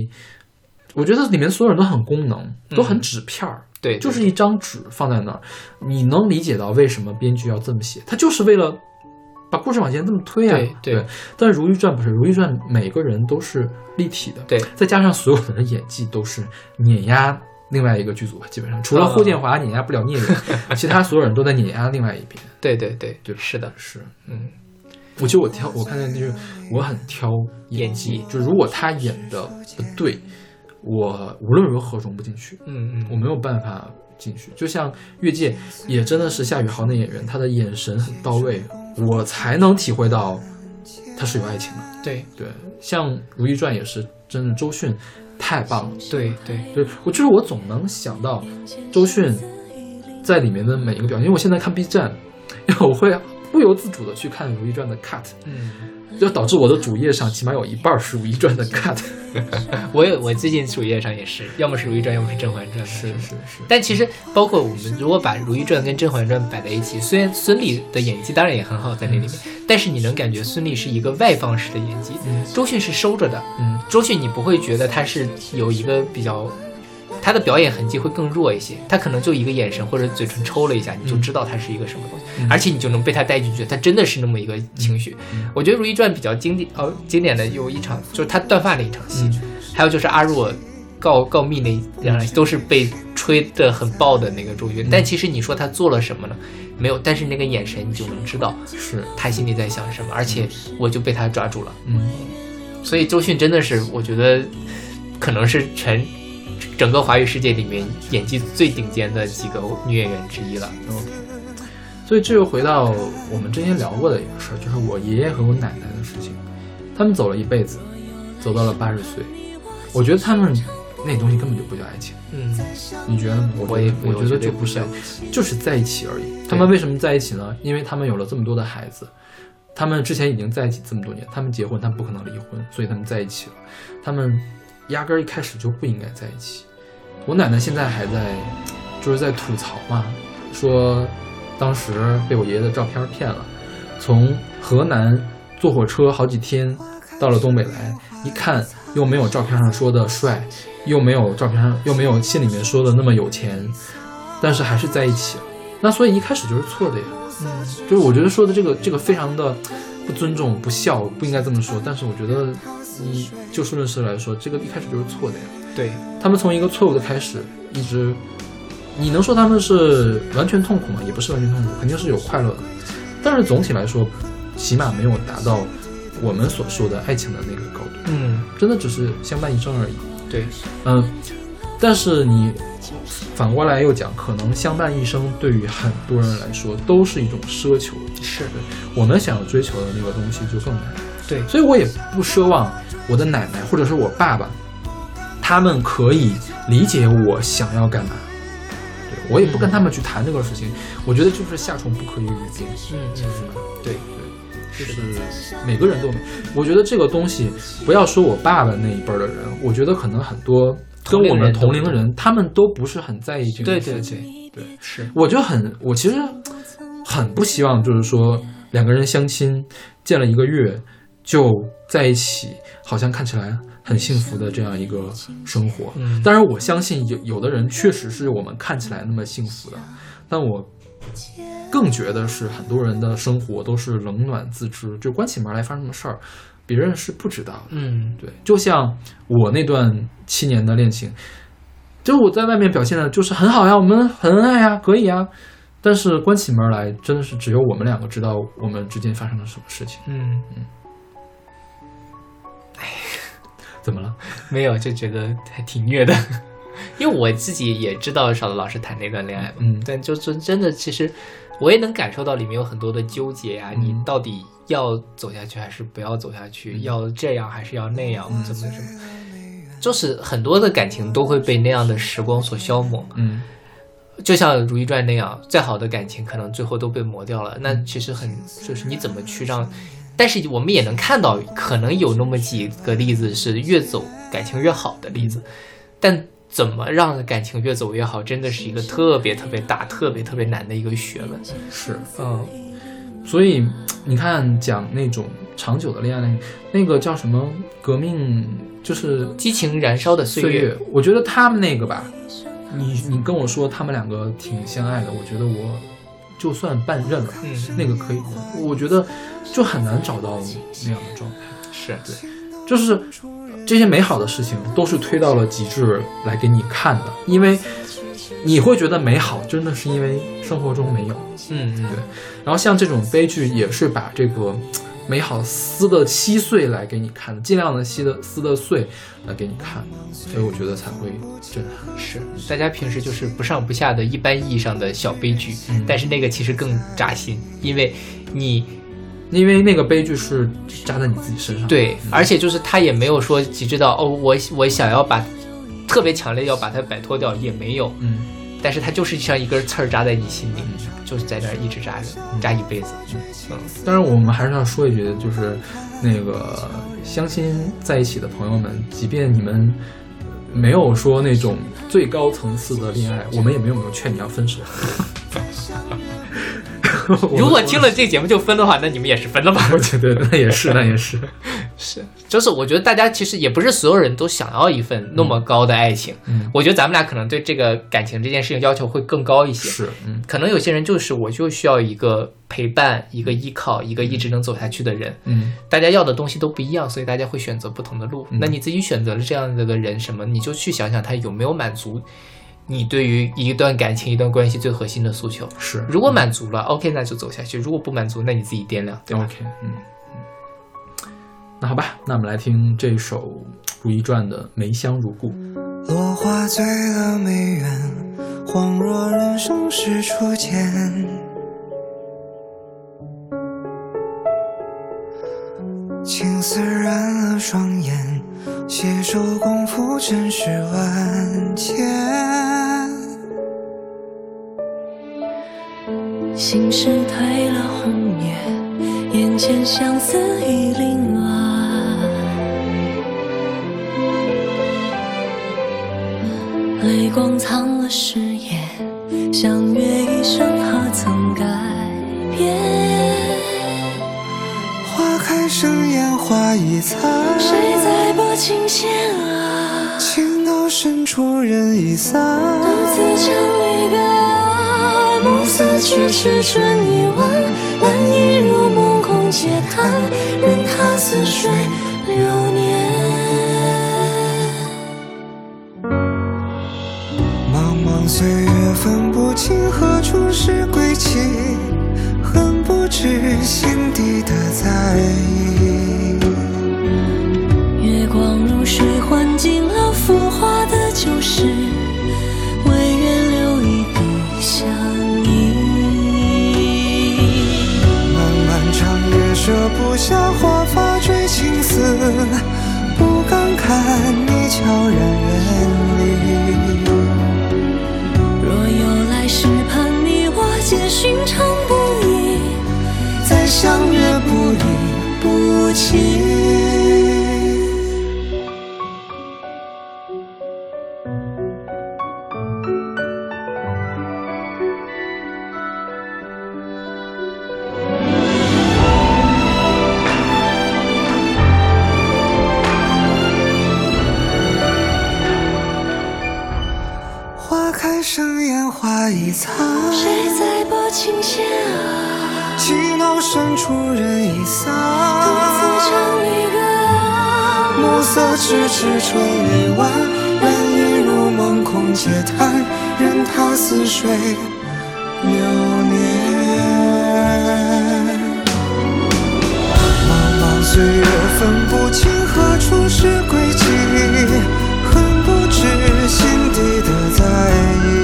[SPEAKER 2] 我觉得里面所有人都很功能，都很纸片儿。
[SPEAKER 1] 对，
[SPEAKER 2] 就
[SPEAKER 1] 对
[SPEAKER 2] 是一张纸放在那儿，你能理解到为什么编剧要这么写？他就是为了把故事往前这么推啊。
[SPEAKER 1] 对对
[SPEAKER 2] 但是《如懿传》不是，《如懿传》每个人都是立体的，
[SPEAKER 1] 对
[SPEAKER 2] 再加上所有人的演技都是碾压另外一个剧组吧，基本上
[SPEAKER 1] 嗯
[SPEAKER 2] 除了霍建华碾压不了聂远， [LAUGHS] 其他所有人都在碾压另外一边。
[SPEAKER 1] 对对对
[SPEAKER 2] 对
[SPEAKER 1] 是的，
[SPEAKER 2] 是，
[SPEAKER 1] 嗯，
[SPEAKER 2] 我觉得我挑，我看见就是我很挑演技，
[SPEAKER 1] 演技
[SPEAKER 2] 就如果他演的不对，我无论如何融不进去。
[SPEAKER 1] 嗯
[SPEAKER 2] 我
[SPEAKER 1] 嗯，
[SPEAKER 2] 没有办法进去。就像越界也真的是夏雨豪那演员，他的眼神很到位，我才能体会到他是有爱情的。
[SPEAKER 1] 对
[SPEAKER 2] 对，像《如懿传》也是，真的周迅太棒了。
[SPEAKER 1] 对对，
[SPEAKER 2] 对我就是我总能想到周迅在里面的每一个表现，因为我现在看 B 站，因为我会不由自主的去看《如懿传》的 cut，
[SPEAKER 1] 嗯，
[SPEAKER 2] 就导致我的主页上起码有一半是《如懿传》的 cut。
[SPEAKER 1] 我有我最近主页上也是，要么是《如懿传》，要么是《甄嬛传》，
[SPEAKER 2] 是是是，
[SPEAKER 1] 但其实，包括我们如果把《如懿传》跟《甄嬛传》摆在一起，虽然孙俪的演技当然也很好在那里面，但是你能感觉孙俪是一个外放式的演技，周迅是收着的。
[SPEAKER 2] 嗯，
[SPEAKER 1] 周迅你不会觉得她是有一个比较，她的表演痕迹会更弱一些，她可能就一个眼神或者嘴唇抽了一下，你就知道她是一个什么东西，而且你就能被她带进去，她真的是那么一个情绪。我觉得《如懿传》比较经典呃经典的有一场就是她断发那一场戏，还有就是阿若告告密那两场戏都是被吹得很爆的那个周迅，但其实你说她做了什么呢？没有，但是那个眼神你就能知道
[SPEAKER 2] 是，
[SPEAKER 1] 她心里在想什么，而且我就被她抓住了。
[SPEAKER 2] 嗯。
[SPEAKER 1] 所以周迅真的是，我觉得可能是全整个华语世界里面演技最顶尖的几个女演员之一了。
[SPEAKER 2] 所以这又回到我们之前聊过的一个事儿，就是我爷爷和我奶奶的事情。他们走了一辈子，走到了八十岁，我觉得他们那东西根本就不叫爱情。
[SPEAKER 1] 嗯，
[SPEAKER 2] 你觉得呢？我
[SPEAKER 1] 我也
[SPEAKER 2] 我觉得
[SPEAKER 1] 这
[SPEAKER 2] 就不是爱，就是在一起而已。他们为什么在一起呢？因为他们有了这么多的孩子，他们之前已经在一起这么多年，他们结婚，他们不可能离婚，所以他们在一起了。他们压根儿一开始就不应该在一起。我奶奶现在还在，就是在吐槽嘛，说当时被我爷爷的照片骗了，从河南坐火车好几天到了东北来，一看又没有照片上说的帅，又没有照片上又没有信里面说的那么有钱，但是还是在一起了。那所以一开始就是错的呀。嗯，就是我觉得说的这个这个非常的不尊重、不孝，不应该这么说。但是我觉得你就事论事来说，这个一开始就是错的呀。
[SPEAKER 1] 对，
[SPEAKER 2] 他们从一个错误的开始，一直，你能说他们是完全痛苦吗？也不是完全痛苦，肯定是有快乐的，但是总体来说，起码没有达到我们所说的爱情的那个高度，
[SPEAKER 1] 嗯，
[SPEAKER 2] 真的只是相伴一生而已。
[SPEAKER 1] 对，
[SPEAKER 2] 嗯，但是你反过来又讲，可能相伴一生对于很多人来说都是一种奢求，
[SPEAKER 1] 是
[SPEAKER 2] 对我们想要追求的那个东西就更难。
[SPEAKER 1] 对，
[SPEAKER 2] 所以我也不奢望我的奶奶或者是我爸爸，他们可以理解我想要干嘛。对我也不跟他们去谈这个事情。我觉得就是夏虫不可语语冰，
[SPEAKER 1] 嗯嗯
[SPEAKER 2] 对对，就是每个人都，我觉得这个东西，不要说我爸爸那一辈儿的人，我觉得可能很多跟我们同
[SPEAKER 1] 同
[SPEAKER 2] 龄
[SPEAKER 1] 龄人
[SPEAKER 2] 的
[SPEAKER 1] 都
[SPEAKER 2] 人，他们都不是很在意这个
[SPEAKER 1] 对
[SPEAKER 2] 事
[SPEAKER 1] 对
[SPEAKER 2] 情。对
[SPEAKER 1] 是
[SPEAKER 2] 我就很，我其实很不希望，就是说两个人相亲见了一个月就在一起，好像看起来很幸福的这样一个生活。
[SPEAKER 1] 嗯
[SPEAKER 2] 当然，我相信有有的人确实是我们看起来那么幸福的，但我更觉得是很多人的生活都是冷暖自知，就关起门来发生什么事儿，别人是不知道的。
[SPEAKER 1] 嗯
[SPEAKER 2] 对，就像我那段七年的恋情，就是我在外面表现的就是很好呀，我们很恩爱呀，可以呀，但是关起门来，真的是只有我们两个知道我们之间发生了什么事情。
[SPEAKER 1] 嗯，
[SPEAKER 2] 怎么了？
[SPEAKER 1] 没有就觉得还挺虐的， [LAUGHS] 因为我自己也知道少的老师谈那段恋爱嘛，
[SPEAKER 2] 嗯
[SPEAKER 1] 但就真真的其实我也能感受到里面有很多的纠结呀、你
[SPEAKER 2] 嗯
[SPEAKER 1] 到底要走下去还是不要走下去，要这样还是要那样，怎么怎么。就是很多的感情都会被那样的时光所消磨，
[SPEAKER 2] 嗯
[SPEAKER 1] 就像《如懿传》那样，再好的感情可能最后都被磨掉了。那
[SPEAKER 2] 嗯
[SPEAKER 1] 其实很就是你怎么去让，但是我们也能看到，可能有那么几个例子是越走感情越好的例
[SPEAKER 2] 嗯
[SPEAKER 1] 子，但怎么让感情越走越好，真的是一个特别特别大、特别特别难的一个学问。
[SPEAKER 2] 是，
[SPEAKER 1] 嗯
[SPEAKER 2] 呃所以你看，讲那种长久的恋爱，那个叫什么革命，就是
[SPEAKER 1] 激情燃烧的岁
[SPEAKER 2] 岁
[SPEAKER 1] 月
[SPEAKER 2] 月，，我觉得他们那个吧，你你跟我说他们两个挺相爱的，我觉得我就算半认了，
[SPEAKER 1] 嗯
[SPEAKER 2] 那个可以，我觉得就很难找到那样的状态，
[SPEAKER 1] 是对，
[SPEAKER 2] 就是这些美好的事情都是推到了极致来给你看的，因为你会觉得美好，真的是因为生活中没有，
[SPEAKER 1] 嗯嗯
[SPEAKER 2] 对然后像这种悲剧也是把这个美好撕的稀碎来给你看的，尽量的撕的撕的碎来给你看的，所以我觉得才会震撼。
[SPEAKER 1] 是，大家平时就是不上不下的一般意义上的小悲剧，
[SPEAKER 2] 嗯
[SPEAKER 1] 但是那个其实更扎心，因为你。
[SPEAKER 2] 因为那个悲剧是扎在你自己身上。，
[SPEAKER 1] 对，而且就是他也没有说极致到哦，我我想要把特别强烈要把它摆脱掉也没有，
[SPEAKER 2] 嗯，
[SPEAKER 1] 但是他就是像一根刺儿扎在你心里，就是在那儿一直扎着，扎一辈子。嗯，
[SPEAKER 2] 当然我们还是要说一句，就是那个相亲在一起的朋友们，即便你们。没有说那种最高层次的恋爱，我们也没有没有劝你要分手。
[SPEAKER 1] 如果听了这节目就分的话，那你们也是分了吧？ [LAUGHS]
[SPEAKER 2] [LAUGHS] 我觉得那也是，那也是。
[SPEAKER 1] 是，就是我觉得大家其实也不是所有人都想要一份那么高的爱情。
[SPEAKER 2] 嗯
[SPEAKER 1] 我觉得咱们俩可能对这个感情这件事情要求会更高一些。
[SPEAKER 2] 是，嗯
[SPEAKER 1] 可能有些人就是我就需要一个陪伴，一个依靠，一个一直能走下去的人。
[SPEAKER 2] 嗯
[SPEAKER 1] 大家要的东西都不一样，所以大家会选择不同的路。那你自己选择了这样的个人什么，你就去想想他有没有满足你对于一段感情、一段关系最核心的诉求。
[SPEAKER 2] 是。
[SPEAKER 1] 如果满足了，OK，那就走下去；如果不满足，那你自己掂量，对吧？
[SPEAKER 2] OK，嗯，嗯那好吧，那我们来听这首《如懿传》的《梅香如故》。
[SPEAKER 5] 落花醉了梅园，恍若人生是初见。青丝染了双眼，携手共赴尘世万千。
[SPEAKER 6] 心事褪了红颜，眼前相思已凌乱，泪光藏了誓言，相约一生何曾改变？
[SPEAKER 5] 花开盛宴花已残，
[SPEAKER 6] 谁在拨琴弦啊？
[SPEAKER 5] 情到深处人已散。
[SPEAKER 6] 独自唱离别啊，暮色去迟春已晚，蓝衣入梦空嗟叹，任它似水流年。
[SPEAKER 5] 茫茫岁月分不清何处是归期，恨不知心底的在意。
[SPEAKER 6] 月光如水，幻尽了浮华的旧事，唯愿留一笔相依。
[SPEAKER 5] 漫漫长夜舍不下华发追青丝，不敢看你悄然远离。
[SPEAKER 6] 若有来只盼你我间寻常不易，
[SPEAKER 5] 再相约不离不弃。花开盛烟花易残，
[SPEAKER 6] 谁在拨琴弦啊？
[SPEAKER 5] 寂寥深处人已散。
[SPEAKER 6] 独自唱离歌啊，
[SPEAKER 5] 暮色迟迟春已晚，人已入梦空嗟叹，任它似水流年。茫茫岁月分不清何处是归期，恨不知心底的在意。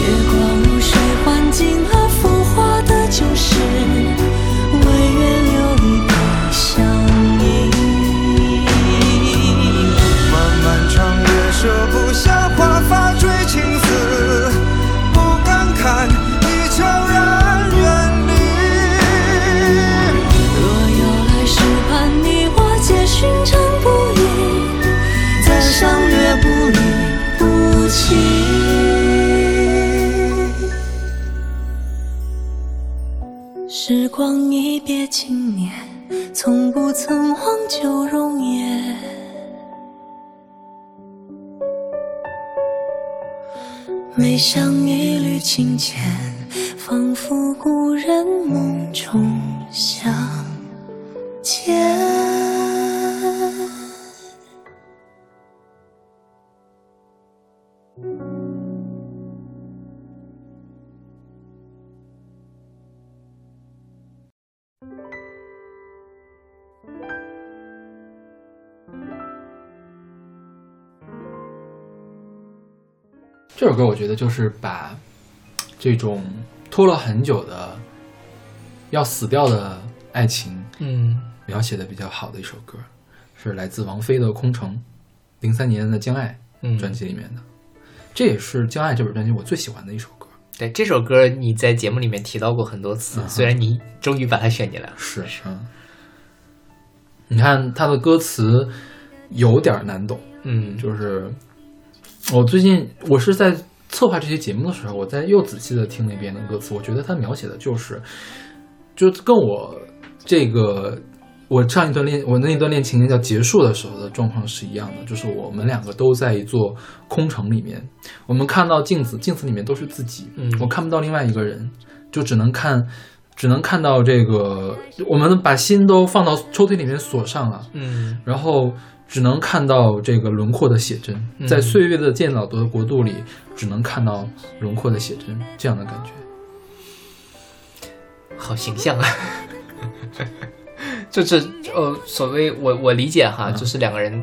[SPEAKER 6] 月光如水环进了风花的旧时，唯愿留一杯相依。
[SPEAKER 5] 漫漫长夜舍不下华发追青丝，不敢看你悄然远离。
[SPEAKER 6] 若有来世，盼你我皆寻常不易，
[SPEAKER 5] 再相约不离不弃。
[SPEAKER 6] 时光一别经年，从不曾忘旧容颜。每想一缕清浅，仿佛故人梦中相见。
[SPEAKER 2] 这首歌我觉得就是把这种拖了很久的要死掉的爱情
[SPEAKER 1] 嗯
[SPEAKER 2] 描写的比较好的一首歌，是来自王菲的《空城》，零三年的《将爱
[SPEAKER 1] 嗯》
[SPEAKER 2] 专辑里面的，这也是《将爱》这本专辑我最喜欢的一首歌。
[SPEAKER 1] 对这首歌你在节目里面提到过很多次，
[SPEAKER 2] 嗯
[SPEAKER 1] 虽然你终于把它选进来了，
[SPEAKER 2] 是，嗯，你看它的歌词有点难懂，
[SPEAKER 1] 嗯，
[SPEAKER 2] 就是我最近我是在策划这些节目的时候，我在又仔细的听了一遍的歌词，我觉得他描写的就是，就跟我这个我上一段恋我那一段恋情要结束的时候的状况是一样的，就是我们两个都在一座空城里面，我们看到镜子，镜子里面都是自己，
[SPEAKER 1] 嗯
[SPEAKER 2] 我看不到另外一个人，就只能看。只能看到这个，我们把心都放到抽屉里面锁上了，
[SPEAKER 1] 嗯
[SPEAKER 2] 然后只能看到这个轮廓的写真，
[SPEAKER 1] 嗯
[SPEAKER 2] 在岁月的渐老的国度里，只能看到轮廓的写真，这样的感觉。
[SPEAKER 1] 好形象啊。 [LAUGHS] 就是呃，所谓我我理解哈，
[SPEAKER 2] 嗯
[SPEAKER 1] 就是两个人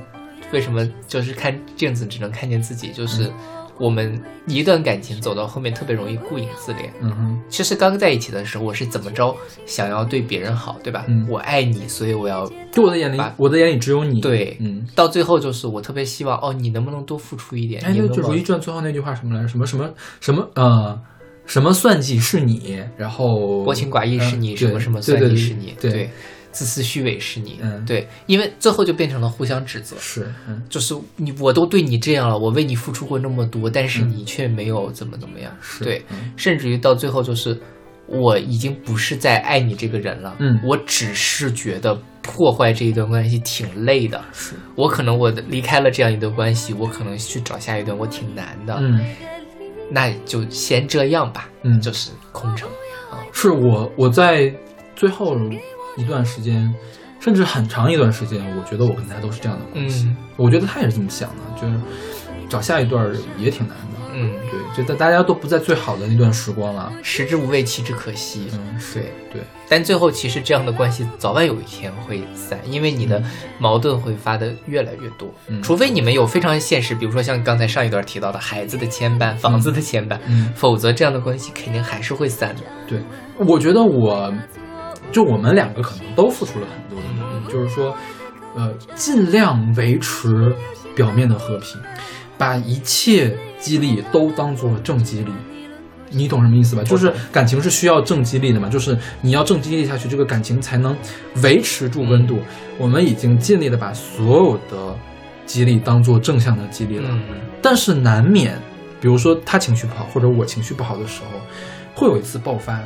[SPEAKER 1] 为什么就是看镜子只能看见自己，
[SPEAKER 2] 嗯
[SPEAKER 1] 就是我们一段感情走到后面特别容易顾影自怜。
[SPEAKER 2] 嗯哼，
[SPEAKER 1] 其实刚在一起的时候，我是怎么着想要对别人好，对吧？
[SPEAKER 2] 嗯
[SPEAKER 1] 我爱你，所以我要
[SPEAKER 2] 就我的眼里
[SPEAKER 1] 把，
[SPEAKER 2] 我的眼里只有你。
[SPEAKER 1] 对
[SPEAKER 2] 嗯，
[SPEAKER 1] 到最后就是我特别希望哦，你能不能多付出一点？
[SPEAKER 2] 哎，
[SPEAKER 1] 你
[SPEAKER 2] 那
[SPEAKER 1] 能
[SPEAKER 2] 就《
[SPEAKER 1] 不
[SPEAKER 2] 如懿
[SPEAKER 1] 能
[SPEAKER 2] 传》最后那句话什么来着？什么什么什么呃，什么算计是你，然后
[SPEAKER 1] 薄情寡义是你，
[SPEAKER 2] 嗯
[SPEAKER 1] 什么
[SPEAKER 2] 对
[SPEAKER 1] 什么
[SPEAKER 2] 对
[SPEAKER 1] 算
[SPEAKER 2] 对
[SPEAKER 1] 计
[SPEAKER 2] 对
[SPEAKER 1] 是你，
[SPEAKER 2] 对，
[SPEAKER 1] 自私虚伪是你，
[SPEAKER 2] 嗯
[SPEAKER 1] 对，因为最后就变成了互相指责。
[SPEAKER 2] 是，嗯，
[SPEAKER 1] 就是你，我都对你这样了，我为你付出过那么多，但是
[SPEAKER 2] 嗯
[SPEAKER 1] 你却没有怎么怎么样，
[SPEAKER 2] 是，
[SPEAKER 1] 对，
[SPEAKER 2] 嗯
[SPEAKER 1] 甚至于到最后就是，我已经不是在爱你这个人了，
[SPEAKER 2] 嗯
[SPEAKER 1] 我只是觉得破坏这一段关系挺累的，
[SPEAKER 2] 是，
[SPEAKER 1] 我可能我离开了这样一段关系，我可能去找下一段，我挺难的，
[SPEAKER 2] 嗯。
[SPEAKER 1] 那就先这样吧，
[SPEAKER 2] 嗯
[SPEAKER 1] 就是空城，
[SPEAKER 2] 是我我在最后一段时间，甚至很长一段时间，我觉得我跟他都是这样的关系。
[SPEAKER 1] 嗯
[SPEAKER 2] 我觉得他也是这么想的，就是找下一段儿也挺难的。
[SPEAKER 1] 嗯，
[SPEAKER 2] 对，就大大家都不在最好的那段时光了。
[SPEAKER 1] 食之无味，弃之可惜，
[SPEAKER 2] 嗯，是
[SPEAKER 1] 对。
[SPEAKER 2] 对，
[SPEAKER 1] 但最后其实这样的关系早晚有一天会散，因为你的矛盾会发的越来越多，
[SPEAKER 2] 嗯
[SPEAKER 1] 除非你们有非常现实，比如说像刚才上一段提到的孩子的牵绊、房子的牵绊，
[SPEAKER 2] 嗯，
[SPEAKER 1] 否则这样的关系肯定还是会散的。
[SPEAKER 2] 对，我觉得我就我们两个可能都付出了很多的努力，就是说，呃，尽量维持表面的和平。把一切激励都当做正激励。你懂什么意思吧？就是感情是需要正激励的嘛，就是你要正激励下去，这个感情才能维持住温度。我们已经尽力的把所有的激励当做正向的激励了，
[SPEAKER 1] 嗯
[SPEAKER 2] 但是难免，比如说他情绪不好，或者我情绪不好的时候，会有一次爆发。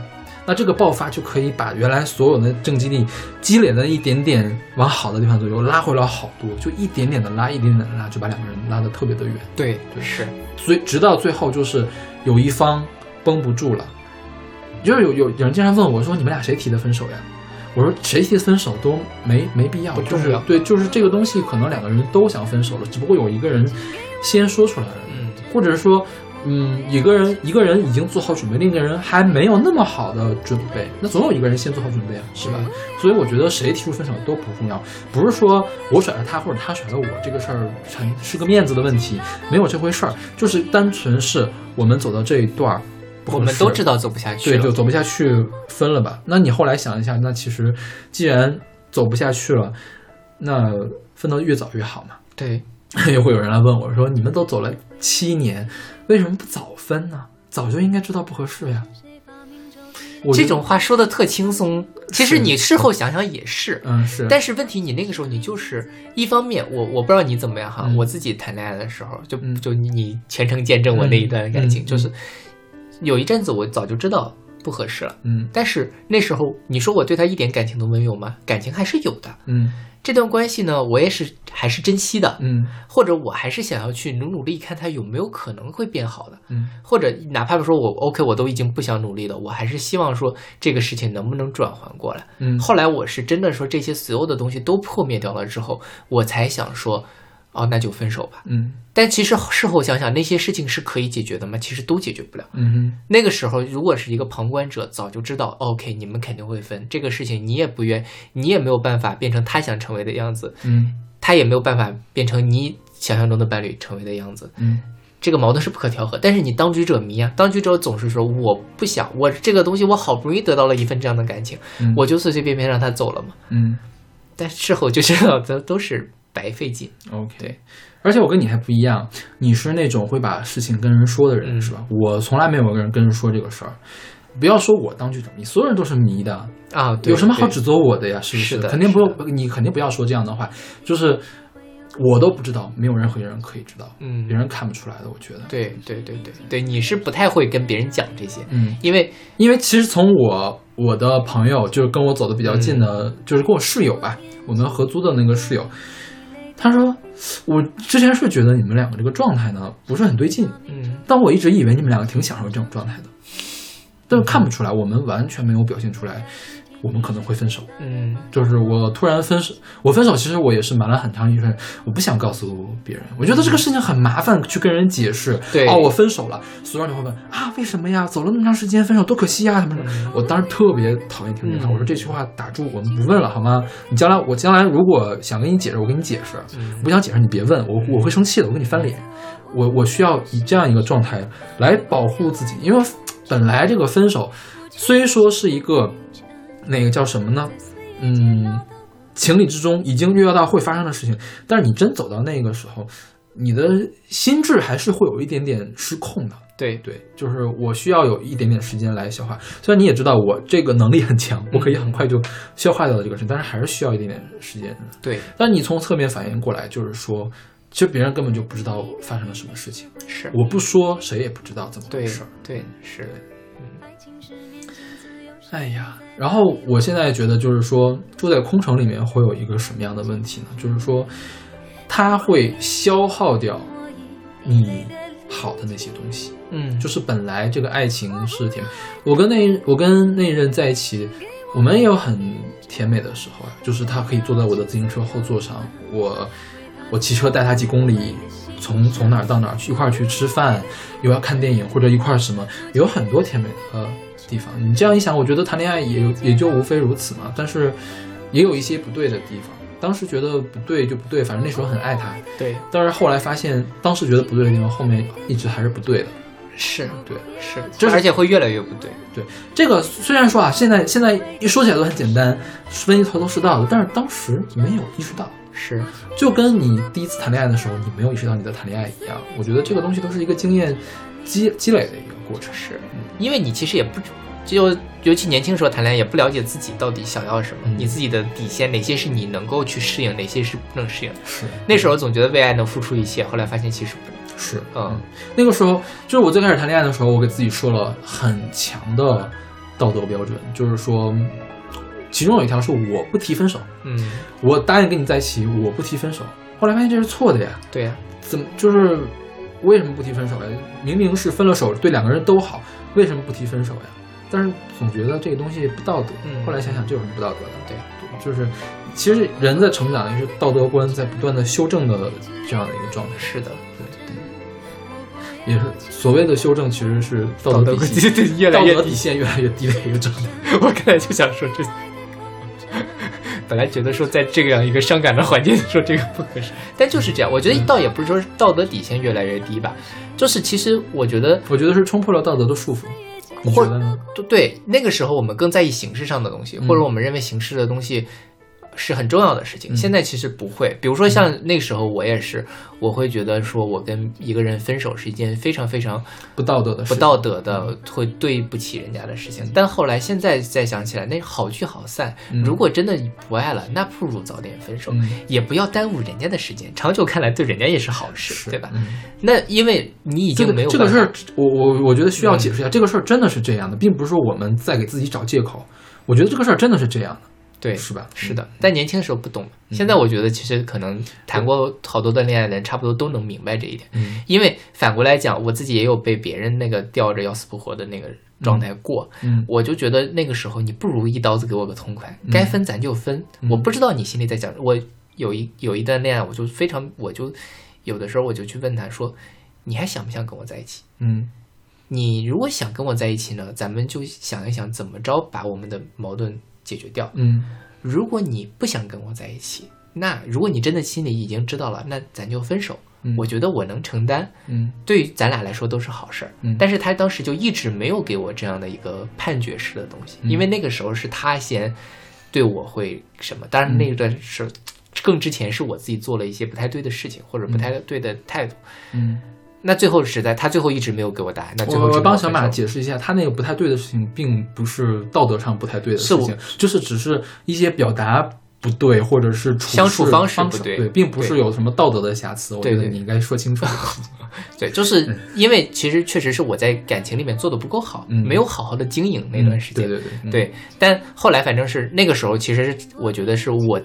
[SPEAKER 2] 那这个爆发就可以把原来所有的正激励积累的一点点往好的地方左右拉回来好多，就一点点的拉，一点点的拉，就把两个人拉得特别的远。
[SPEAKER 1] 对对是，
[SPEAKER 2] 所以直到最后就是有一方绷不住了，就是有有有人经常问我说你们俩谁提的分手呀？我说谁提的分手都没没必要，
[SPEAKER 1] 不
[SPEAKER 2] 就
[SPEAKER 1] 重
[SPEAKER 2] 是
[SPEAKER 1] 要
[SPEAKER 2] 对，就是这个东西可能两个人都想分手了，只不过有一个人先说出来了，
[SPEAKER 1] 嗯
[SPEAKER 2] 或者是说，嗯，一个人一个人已经做好准备，另一个人还没有那么好的准备，那总有一个人先做好准备啊，是吧？所以我觉得谁提出分手都不重要，不是说我甩了他或者他甩了我这个事儿很是个面子的问题，没有这回事儿，就是单纯是我们走到这一段儿不合
[SPEAKER 1] 我
[SPEAKER 2] 适，
[SPEAKER 1] 们都知道走不下去
[SPEAKER 2] 对，就
[SPEAKER 1] 了，
[SPEAKER 2] 走不下去，分了吧。那你后来想一下，那其实既然走不下去了，那分得越早越好嘛。
[SPEAKER 1] 对，
[SPEAKER 2] [LAUGHS] 又会有人来问我说：“你们都走了七年，为什么不早分呢？早就应该知道不合适呀。”我觉
[SPEAKER 1] 这
[SPEAKER 2] 得
[SPEAKER 1] 种话说的特轻松，其实
[SPEAKER 2] 是
[SPEAKER 1] 你事后想想也是。
[SPEAKER 2] 嗯是，
[SPEAKER 1] 但是问题，你那个时候你就是一方面，我我不知道你怎么样哈，
[SPEAKER 2] 嗯
[SPEAKER 1] 我自己谈恋爱的时候，就、
[SPEAKER 2] 嗯
[SPEAKER 1] 就你你全程见证我那一段感情，
[SPEAKER 2] 嗯嗯
[SPEAKER 1] 就是有一阵子我早就知道不合适了，
[SPEAKER 2] 嗯
[SPEAKER 1] 但是那时候你说我对他一点感情都没有吗？感情还是有的，
[SPEAKER 2] 嗯
[SPEAKER 1] 这段关系呢，我也是还是珍惜的，
[SPEAKER 2] 嗯
[SPEAKER 1] 或者我还是想要去努努力，看他有没有可能会变好的，
[SPEAKER 2] 嗯
[SPEAKER 1] 或者哪怕说我 OK，我都已经不想努力了，我还是希望说这个事情能不能转换过来。
[SPEAKER 2] 嗯
[SPEAKER 1] 后来我是真的说这些所有的东西都破灭掉了之后，我才想说，哦，那就分手吧。
[SPEAKER 2] 嗯
[SPEAKER 1] 但其实事后想想，那些事情是可以解决的吗？其实都解决不了。
[SPEAKER 2] 嗯哼
[SPEAKER 1] 那个时候，如果是一个旁观者，早就知道，OK，你们哦肯定会分这个事情，你也不愿，你也没有办法变成他想成为的样子，
[SPEAKER 2] 嗯
[SPEAKER 1] 他也没有办法变成你想象中的伴侣成为的样子。
[SPEAKER 2] 嗯
[SPEAKER 1] 这个矛盾是不可调和。但是你当局者迷啊，当局者总是说我不想，我这个东西我好不容易得到了一份这样的感情，
[SPEAKER 2] 嗯
[SPEAKER 1] 我就随随便便让他走了嘛。
[SPEAKER 2] 嗯
[SPEAKER 1] 但事后就知道都都是白费劲。
[SPEAKER 2] 嗯 OK。而且我跟你还不一样，你是那种会把事情跟人说的人，
[SPEAKER 1] 嗯
[SPEAKER 2] 是吧？我从来没有跟人跟人说这个事儿。不要说我当局者迷，所有人都是迷的，
[SPEAKER 1] 啊，对
[SPEAKER 2] 有什么好
[SPEAKER 1] 对
[SPEAKER 2] 指责我的呀？是不
[SPEAKER 1] 是的
[SPEAKER 2] 肯定不
[SPEAKER 1] 是
[SPEAKER 2] 用，你肯定不要说这样的话。就是我都不知道，没有任何一个人可以知道，
[SPEAKER 1] 嗯
[SPEAKER 2] 别人看不出来的。我觉得，
[SPEAKER 1] 对对对对对，你是不太会跟别人讲这些，
[SPEAKER 2] 嗯，
[SPEAKER 1] 因为
[SPEAKER 2] 因为其实从我我的朋友，就是跟我走的比较近的，
[SPEAKER 1] 嗯
[SPEAKER 2] 就是跟我室友吧，我们合租的那个室友，他说我之前是觉得你们两个这个状态呢不是很对劲，
[SPEAKER 1] 嗯
[SPEAKER 2] 但我一直以为你们两个挺享受这种状态的，但是看不出来，我们完全没有表现出来，我们可能会分手。
[SPEAKER 1] 嗯
[SPEAKER 2] 就是我突然分手，我分手其实我也是瞒了很长一段时间，我不想告诉别人，我觉得这个事情很麻烦，去跟人解释。
[SPEAKER 1] 对
[SPEAKER 2] 哦，我分手了，所有人都会问啊，为什么呀？走了那么长时间，分手多可惜呀，什么什么。我当时特别讨厌听这句话，
[SPEAKER 1] 嗯
[SPEAKER 2] 我说这句话打住，我们不问了好吗？你将来我将来如果想跟你解释，我跟你解释；
[SPEAKER 1] 嗯
[SPEAKER 2] 不想解释你别问，我我会生气的，我跟你翻脸。我我需要以这样一个状态来保护自己，因为本来这个分手虽说是一个那个叫什么呢？嗯，情理之中已经预料到会发生的事情，但是你真走到那个时候，你的心智还是会有一点点失控的。
[SPEAKER 1] 对
[SPEAKER 2] 对，就是我需要有一点点时间来消化。虽然你也知道我这个能力很强，我可以很快就消化掉这个事情，但是还是需要一点点时间。
[SPEAKER 1] 对
[SPEAKER 2] 但你从侧面反应过来，就是说，其实别人根本就不知道发生了什么事情。
[SPEAKER 1] 是，
[SPEAKER 2] 我不说，谁也不知道怎么回
[SPEAKER 1] 对
[SPEAKER 2] 事儿。
[SPEAKER 1] 对是，
[SPEAKER 2] 哎呀，然后我现在觉得就是说，住在空城里面会有一个什么样的问题呢？就是说，它会消耗掉你好的那些东西。
[SPEAKER 1] 嗯
[SPEAKER 2] 就是本来这个爱情是甜，我跟那我跟那人在一起，我们也有很甜美的时候啊，就是他可以坐在我的自行车后座上，我我骑车带他几公里，从从哪儿到哪儿去一块儿去吃饭，又要看电影或者一块儿什么，有很多甜美的地方。你这样一想，我觉得谈恋爱也有也就无非如此嘛，但是也有一些不对的地方。当时觉得不对就不对，反正那时候很爱他，
[SPEAKER 1] 对
[SPEAKER 2] 但是后来发现，当时觉得不对的地方，后面一直还是不对的。
[SPEAKER 1] 是
[SPEAKER 2] 对，
[SPEAKER 1] 是，
[SPEAKER 2] 就是
[SPEAKER 1] 而且会越来越不对，
[SPEAKER 2] 对，这个虽然说啊，现在现在一说起来都很简单，分析头头是道的，但是当时没有意识到。
[SPEAKER 1] 是，
[SPEAKER 2] 就跟你第一次谈恋爱的时候，你没有意识到你在谈恋爱一样。我觉得这个东西都是一个经验积积累的一个过程。
[SPEAKER 1] 是嗯因为你其实也不就尤其年轻时候谈恋爱，也不了解自己到底想要什么，
[SPEAKER 2] 嗯
[SPEAKER 1] 你自己的底线哪些是你能够去适应，哪些是不能适应。
[SPEAKER 2] 是
[SPEAKER 1] 那时候总觉得为爱能付出一切，后来发现其实不能。
[SPEAKER 2] 是，
[SPEAKER 1] 嗯，
[SPEAKER 2] 那个时候就是我最开始谈恋爱的时候，我给自己设了很强的道德标准，就是说，其中有一条是我不提分手，
[SPEAKER 1] 嗯，
[SPEAKER 2] 我答应跟你在一起，我不提分手。后来发现这是错的呀，
[SPEAKER 1] 对啊呀、
[SPEAKER 2] 怎么就是为什么不提分手呀？明明是分了手，对两个人都好，为什么不提分手呀？但是总觉得这个东西不道德。
[SPEAKER 1] 嗯
[SPEAKER 2] 后来想想，这有什么不道德的？
[SPEAKER 1] 对
[SPEAKER 2] 就是其实人在成长，也是道德观在不断的修正的这样的一个状态。
[SPEAKER 1] 是的，
[SPEAKER 2] 也是所谓的修正，其实是道
[SPEAKER 1] [LAUGHS] 道
[SPEAKER 2] 德
[SPEAKER 1] 德
[SPEAKER 2] 底
[SPEAKER 1] 规
[SPEAKER 2] 线，
[SPEAKER 1] 矩越来越
[SPEAKER 2] 道德底线越来越低的一个状态。
[SPEAKER 1] [LAUGHS] 我刚才就想说这， [LAUGHS] 本来觉得说在这样一个伤感的环境说这个不合适，但就是这样。我觉得倒也不是说道德底线越来越低吧，就是其实我觉得
[SPEAKER 2] 我觉得是冲破了道德的束缚，你觉得呢？
[SPEAKER 1] 对对，那个时候我们更在意形式上的东西，
[SPEAKER 2] 嗯
[SPEAKER 1] 或者我们认为形式的东西是很重要的事情。
[SPEAKER 2] 嗯
[SPEAKER 1] 现在其实不会，比如说像那时候我也是，我会觉得说我跟一个人分手是一件非常非常
[SPEAKER 2] 不道德的嗯事，
[SPEAKER 1] 不道德的，会对不起人家的事情。但后来现在再想起来，那好聚好散。
[SPEAKER 2] 嗯
[SPEAKER 1] 如果真的不爱了，那不如早点分手，
[SPEAKER 2] 嗯
[SPEAKER 1] 也不要耽误人家的时间。长久看来，对人家也是好事，
[SPEAKER 2] 是
[SPEAKER 1] 对吧？
[SPEAKER 2] 嗯
[SPEAKER 1] 那因为你已
[SPEAKER 2] 这
[SPEAKER 1] 经
[SPEAKER 2] 个
[SPEAKER 1] 没有
[SPEAKER 2] 这个
[SPEAKER 1] 办
[SPEAKER 2] 事儿，
[SPEAKER 1] 法
[SPEAKER 2] 我我我觉得需要解释一下，这个事儿真的是这样的，并不是说我们在给自己找借口。我觉得这个事儿真的是这样
[SPEAKER 1] 对
[SPEAKER 2] 的，是嗯吧？
[SPEAKER 1] 是的，但年轻的时候不懂。现在我觉得，其实可能谈过好多段恋爱的人，差不多都能明白这一点。
[SPEAKER 2] 嗯，
[SPEAKER 1] 因为反过来讲，我自己也有被别人那个吊着要死不活的那个状态过，
[SPEAKER 2] 嗯
[SPEAKER 1] 我就觉得那个时候你不如一刀子给我个痛快，该分咱就分。
[SPEAKER 2] 嗯
[SPEAKER 1] 我不知道你心里在想，我有一有一段恋爱，我就非常，我就有的时候我就去问他说，你还想不想跟我在一起？
[SPEAKER 2] 嗯
[SPEAKER 1] 你如果想跟我在一起呢，咱们就想一想怎么着把我们的矛盾解决掉。
[SPEAKER 2] 嗯
[SPEAKER 1] 如果你不想跟我在一起，那如果你真的心里已经知道了，那咱就分手。
[SPEAKER 2] 嗯
[SPEAKER 1] 我觉得我能承担，
[SPEAKER 2] 嗯
[SPEAKER 1] 对于咱俩来说都是好事儿。
[SPEAKER 2] 嗯
[SPEAKER 1] 但是他当时就一直没有给我这样的一个判决式的东西，
[SPEAKER 2] 嗯
[SPEAKER 1] 因为那个时候是他先对我会什么，当然
[SPEAKER 2] 嗯
[SPEAKER 1] 那段是、更之前是我自己做了一些不太对的事情或者不太对的态度。
[SPEAKER 2] 嗯。
[SPEAKER 1] 那最后实在他最后一直没有给我答案，那最后
[SPEAKER 2] 我
[SPEAKER 1] 只
[SPEAKER 2] 我
[SPEAKER 1] 能
[SPEAKER 2] 帮小马
[SPEAKER 1] 分手
[SPEAKER 2] 解释一下，他那个不太对的事情，并不是道德上不太对的事
[SPEAKER 1] 是
[SPEAKER 2] 情，就是只是一些表达不对，或者是处事
[SPEAKER 1] 相处方
[SPEAKER 2] 方
[SPEAKER 1] 式不对
[SPEAKER 2] 对，并不是
[SPEAKER 1] 对
[SPEAKER 2] 有什么道德的瑕疵。我觉
[SPEAKER 1] 对
[SPEAKER 2] 得
[SPEAKER 1] 对
[SPEAKER 2] 你应该说清楚。
[SPEAKER 1] 对，就是因为其实确实是我在感情里面做的不够好，
[SPEAKER 2] 嗯
[SPEAKER 1] 没有好好的经营那段时间。
[SPEAKER 2] 嗯对对对嗯
[SPEAKER 1] 对但后来反正是那个时候，其实我觉得是我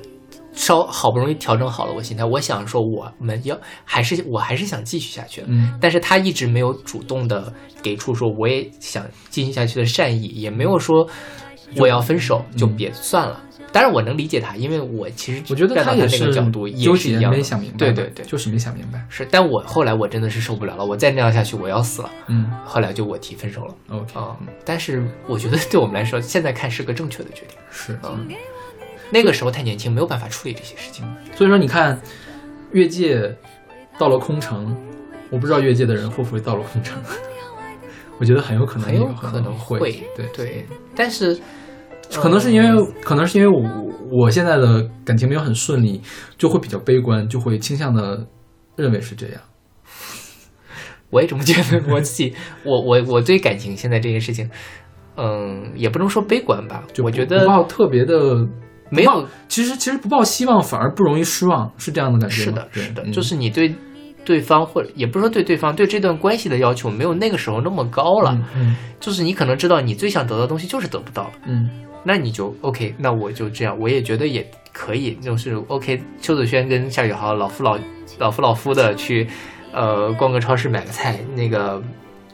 [SPEAKER 1] 稍好不容易调整好了我心态，我想说我们要还是我还是想继续下去的。
[SPEAKER 2] 嗯
[SPEAKER 1] 但是他一直没有主动的给出说我也想继续下去的善意，也没有说我要分手就别算了。当然我能理解他，因为我其实
[SPEAKER 2] 嗯我觉得
[SPEAKER 1] 站到
[SPEAKER 2] 也
[SPEAKER 1] 那
[SPEAKER 2] 是
[SPEAKER 1] 个角度也
[SPEAKER 2] 纠
[SPEAKER 1] 是一
[SPEAKER 2] 结
[SPEAKER 1] 样的
[SPEAKER 2] 没想明白，
[SPEAKER 1] 对对对，
[SPEAKER 2] 就是没想明白。
[SPEAKER 1] 是。但我后来我真的是受不了了，我再那样下去我要死了。
[SPEAKER 2] 嗯
[SPEAKER 1] 后来就我提分手了。
[SPEAKER 2] ，OK，
[SPEAKER 1] 啊、
[SPEAKER 2] 嗯
[SPEAKER 1] 但是我觉得对我们来说，现在看是个正确的决定。
[SPEAKER 2] 是。
[SPEAKER 1] 嗯，那个时候太年轻，没有办法处理这些事情。
[SPEAKER 2] 所以说，你看，越界到了空城，我不知道越界的人会不会到了空城， [LAUGHS] 我觉得很有可能，
[SPEAKER 1] 很有可能
[SPEAKER 2] 会，
[SPEAKER 1] 会
[SPEAKER 2] 对，
[SPEAKER 1] 对，但是嗯
[SPEAKER 2] 可能是因为，可能是因为我我现在的感情没有很顺利，就会比较悲观，就会倾向的认为是这样。
[SPEAKER 1] 我也这么觉得。我自己，我 [LAUGHS] 我我对感情现在这些事情，嗯，也不能说悲观吧。
[SPEAKER 2] 就
[SPEAKER 1] 我
[SPEAKER 2] 不
[SPEAKER 1] 觉
[SPEAKER 2] 不
[SPEAKER 1] 得
[SPEAKER 2] 抱特别的，不
[SPEAKER 1] 没有
[SPEAKER 2] 抱，其实其实不抱希望反而不容易失望，是这样的感觉
[SPEAKER 1] 是
[SPEAKER 2] 吗
[SPEAKER 1] 的，是的，
[SPEAKER 2] 对
[SPEAKER 1] 就
[SPEAKER 2] 嗯
[SPEAKER 1] 是你对对方或者也不是说对对方，对这段关系的要求没有那个时候那么高了。
[SPEAKER 2] 嗯
[SPEAKER 1] 就是你可能知道你最想得到的东西就是得不到，
[SPEAKER 2] 嗯
[SPEAKER 1] 那你就 OK，那我就这样，我也觉得也可以，就是 OK。邱子轩跟夏雨豪老夫老老夫老夫的去，呃，逛个超市买个菜，那个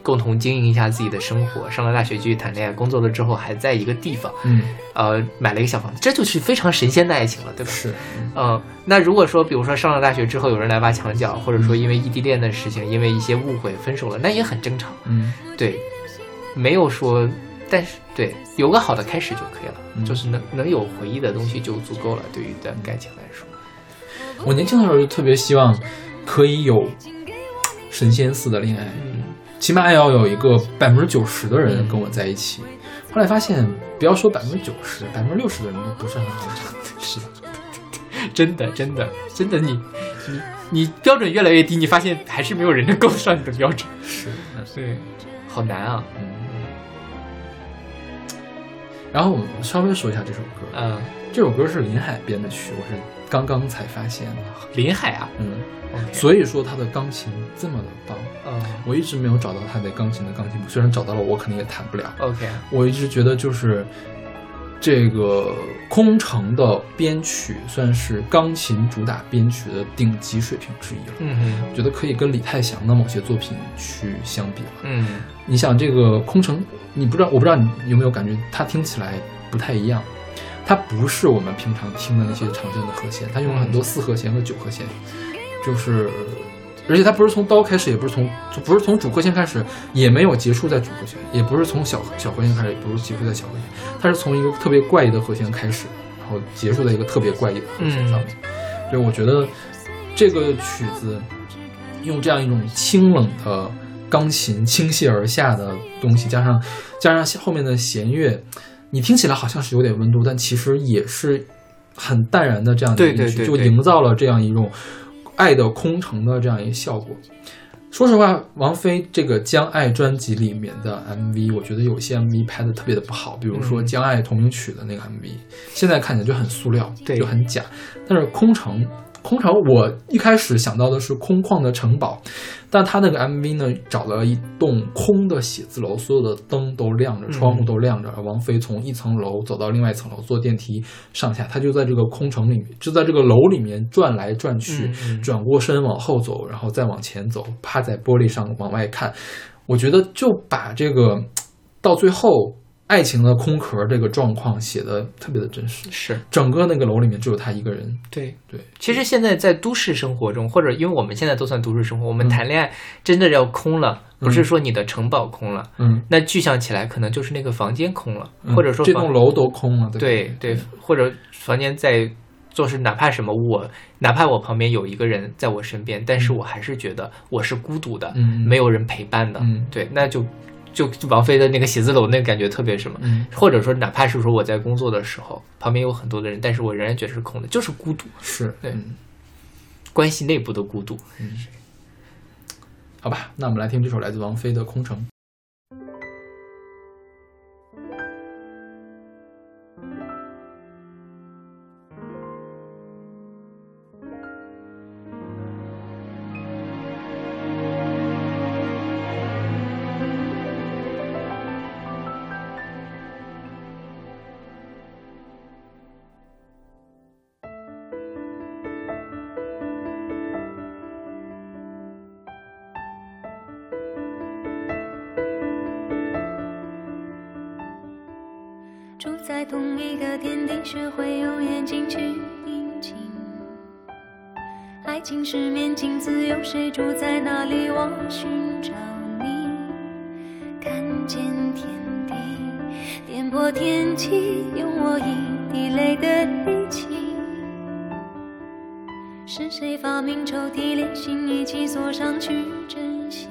[SPEAKER 1] 共同经营一下自己的生活。上了大学继续谈恋爱，工作了之后还在一个地方，
[SPEAKER 2] 嗯
[SPEAKER 1] 呃，买了一个小房子，这就是非常神仙的爱情了，对吧？
[SPEAKER 2] 是
[SPEAKER 1] 嗯，那如果说，比如说上了大学之后有人来挖墙脚，或者说因为异地恋的事情，因为一些误会分手了，那也很正常。
[SPEAKER 2] 嗯
[SPEAKER 1] 对，没有说，但是对，有个好的开始就可以了，
[SPEAKER 2] 嗯
[SPEAKER 1] 就是能能有回忆的东西就足够了，对于一段感情来说。
[SPEAKER 2] 我年轻的时候就特别希望可以有神仙似的恋爱，
[SPEAKER 1] 嗯，
[SPEAKER 2] 起码要有一个百分之九十的人跟我在一起。后来发现，不要说百分之九十，百分之六十的人都不是很好的，是吧？
[SPEAKER 1] [LAUGHS] 真的，真的，真的，你你你标准越来越低，你发现还是没有人能够上你的标准，
[SPEAKER 2] 是，
[SPEAKER 1] 对，好难啊，嗯
[SPEAKER 2] 然后我们稍微说一下这首歌，
[SPEAKER 1] 嗯，
[SPEAKER 2] 这首歌是林海编的曲，我是刚刚才发现的，
[SPEAKER 1] 林海啊
[SPEAKER 2] 嗯，
[SPEAKER 1] ，OK，
[SPEAKER 2] 所以说他的钢琴这么的棒，
[SPEAKER 1] 嗯
[SPEAKER 2] 我一直没有找到他的钢琴的钢琴谱，虽然找到了，我肯定也弹不了。
[SPEAKER 1] ，OK，
[SPEAKER 2] 我一直觉得就是这个空城的编曲算是钢琴主打编曲的顶级水平之一了，
[SPEAKER 1] 嗯哼
[SPEAKER 2] 我觉得可以跟李泰祥的某些作品去相比了。
[SPEAKER 1] 嗯，
[SPEAKER 2] 你想这个空城，你不知道，我不知道你有没有感觉，它听起来不太一样。它不是我们平常听的那些常见的和弦，它用了很多四和弦和九和弦，就是，而且它不是从刀开始，也不是从就不是从主和弦开始，也没有结束在主和弦，也不是从小小和弦开始，也不是结束在小和弦，它是从一个特别怪异的和弦开始，然后结束在一个特别怪异的和弦上面。所以我觉得这个曲子用这样一种清冷的钢琴倾泻而下的东西，加上加上后面的弦乐，你听起来好像是有点温度，但其实也是很淡然的这样的
[SPEAKER 1] 对
[SPEAKER 2] 一个
[SPEAKER 1] 对
[SPEAKER 2] 乐曲，
[SPEAKER 1] 对
[SPEAKER 2] 就
[SPEAKER 1] 对
[SPEAKER 2] 营造了这样一种爱的空城的这样一个效果。说实话，王菲这个《将爱》专辑里面的 MV，我觉得有些 MV 拍的特别的不好，比如说《
[SPEAKER 1] 嗯
[SPEAKER 2] 将爱》同名曲的那个 MV，、现在看起来就很塑料，
[SPEAKER 1] 对
[SPEAKER 2] 就很假。但是空城，空城，我一开始想到的是空旷的城堡，但他那个 MV 呢，找了一栋空的写字楼，所有的灯都亮着，
[SPEAKER 1] 嗯
[SPEAKER 2] 窗户都亮着。而王菲从一层楼走到另外一层楼，坐电梯上下，她就在这个空城里面，就在这个楼里面转来转去，
[SPEAKER 1] 嗯嗯
[SPEAKER 2] 转过身往后走，然后再往前走，趴在玻璃上往外看。我觉得就把这个到最后爱情的空壳这个状况写的特别的真实。
[SPEAKER 1] 是
[SPEAKER 2] 整个那个楼里面只有他一个人，
[SPEAKER 1] 对。
[SPEAKER 2] 对，
[SPEAKER 1] 其实现在在都市生活中，或者因为我们现在都算都市生活，我们
[SPEAKER 2] 嗯
[SPEAKER 1] 谈恋爱真的要空了，不是
[SPEAKER 2] 嗯
[SPEAKER 1] 说你的城堡空了，
[SPEAKER 2] 嗯，
[SPEAKER 1] 那具象起来可能就是那个房间空了，
[SPEAKER 2] 嗯
[SPEAKER 1] 或者说
[SPEAKER 2] 这
[SPEAKER 1] 房
[SPEAKER 2] 栋楼都空了，
[SPEAKER 1] 对
[SPEAKER 2] 吧
[SPEAKER 1] 对，或者房间在就是哪怕什么我，哪怕我旁边有一个人在我身边，但是我还是觉得我是孤独的，
[SPEAKER 2] 嗯，
[SPEAKER 1] 没有人陪伴的。
[SPEAKER 2] 嗯
[SPEAKER 1] 对，那就就王菲的那个写字楼那个感觉特别什么。
[SPEAKER 2] 嗯，
[SPEAKER 1] 或者说，哪怕是说我在工作的时候，旁边有很多的人，但是我仍然觉得是空的，就是孤独，
[SPEAKER 2] 是，
[SPEAKER 1] 对
[SPEAKER 2] 嗯，
[SPEAKER 1] 关系内部的孤独。
[SPEAKER 2] 好吧，那我们来听这首来自王菲的《空城》。
[SPEAKER 7] 住在同一个天地，学会用眼睛去盯紧。爱情是面镜子，有谁住在哪里？我寻找你，看见天地，点破天际，用我一滴泪的力气。是谁发明抽屉，连心一起锁上去珍惜？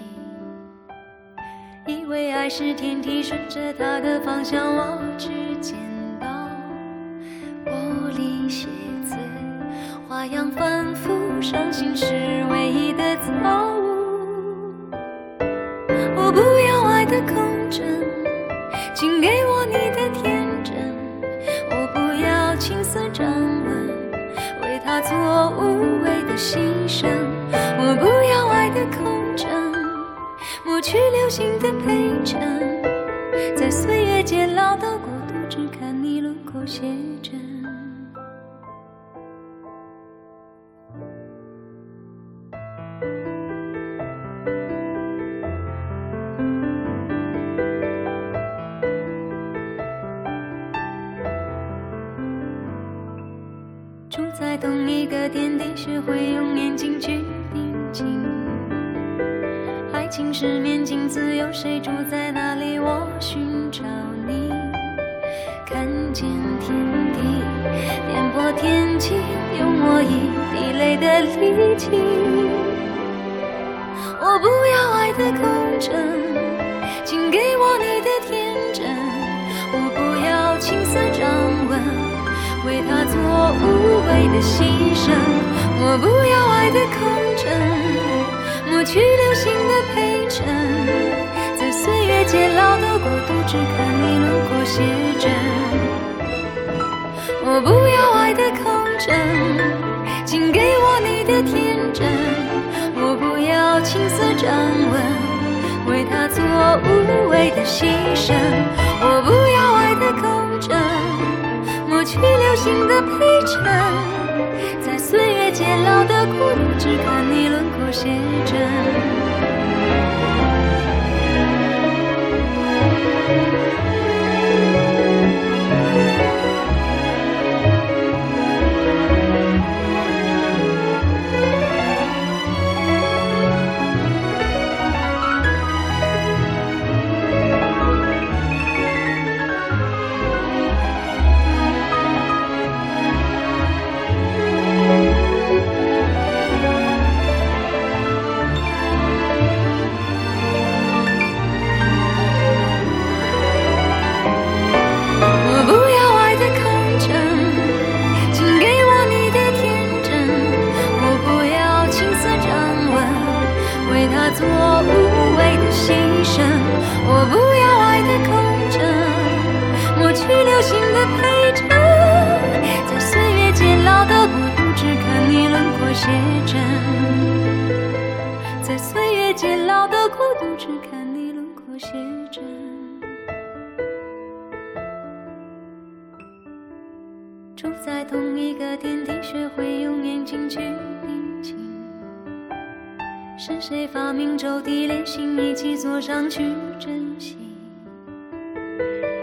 [SPEAKER 7] 以为爱是天梯，顺着它的方向，我只捡到玻璃鞋子，花样反复，伤心是唯一的错误。我不要爱的空城，请给我你的天真，我不要青涩掌纹，为他做无谓的牺牲。我不要爱的空城。抹去流星的陪衬，在岁月渐老的国度，只看你轮廓写真。住在同一个天地，学会用眼睛去盯紧。爱情是面镜子，有谁住在哪里？我寻找你，看见天地，点破天际，用我一滴泪的力气。我不要爱的空城，请给我你的天真，我不要青涩掌纹，为他做无谓为的牺牲，抹不要爱的空城，抹去流星的陪衬，在岁月偕老的国度，只看你轮廓写真。抹不要爱的空城，请给我你的天真，我不要青丝掌纹。为他做无谓的牺牲，我不要爱的空枕，抹去流星的陪衬，在岁月偕老的孤独，只看你轮廓写真。我不要爱的空城，请给我你的天真。我不要青丝掌纹，为他做无谓的牺牲。我不要爱的空城，抹去流星的陪衬，在岁月偕老的国度，只看你轮廓写真。在岁月偕老的国度，只看你轮廓写真。住在同一个天地，学会用眼睛去宁静。是谁发明周地连心，一起坐上去珍惜？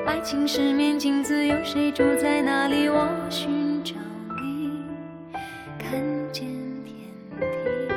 [SPEAKER 7] 爱情是面镜子，有谁住在哪里？我寻找你，看见天地。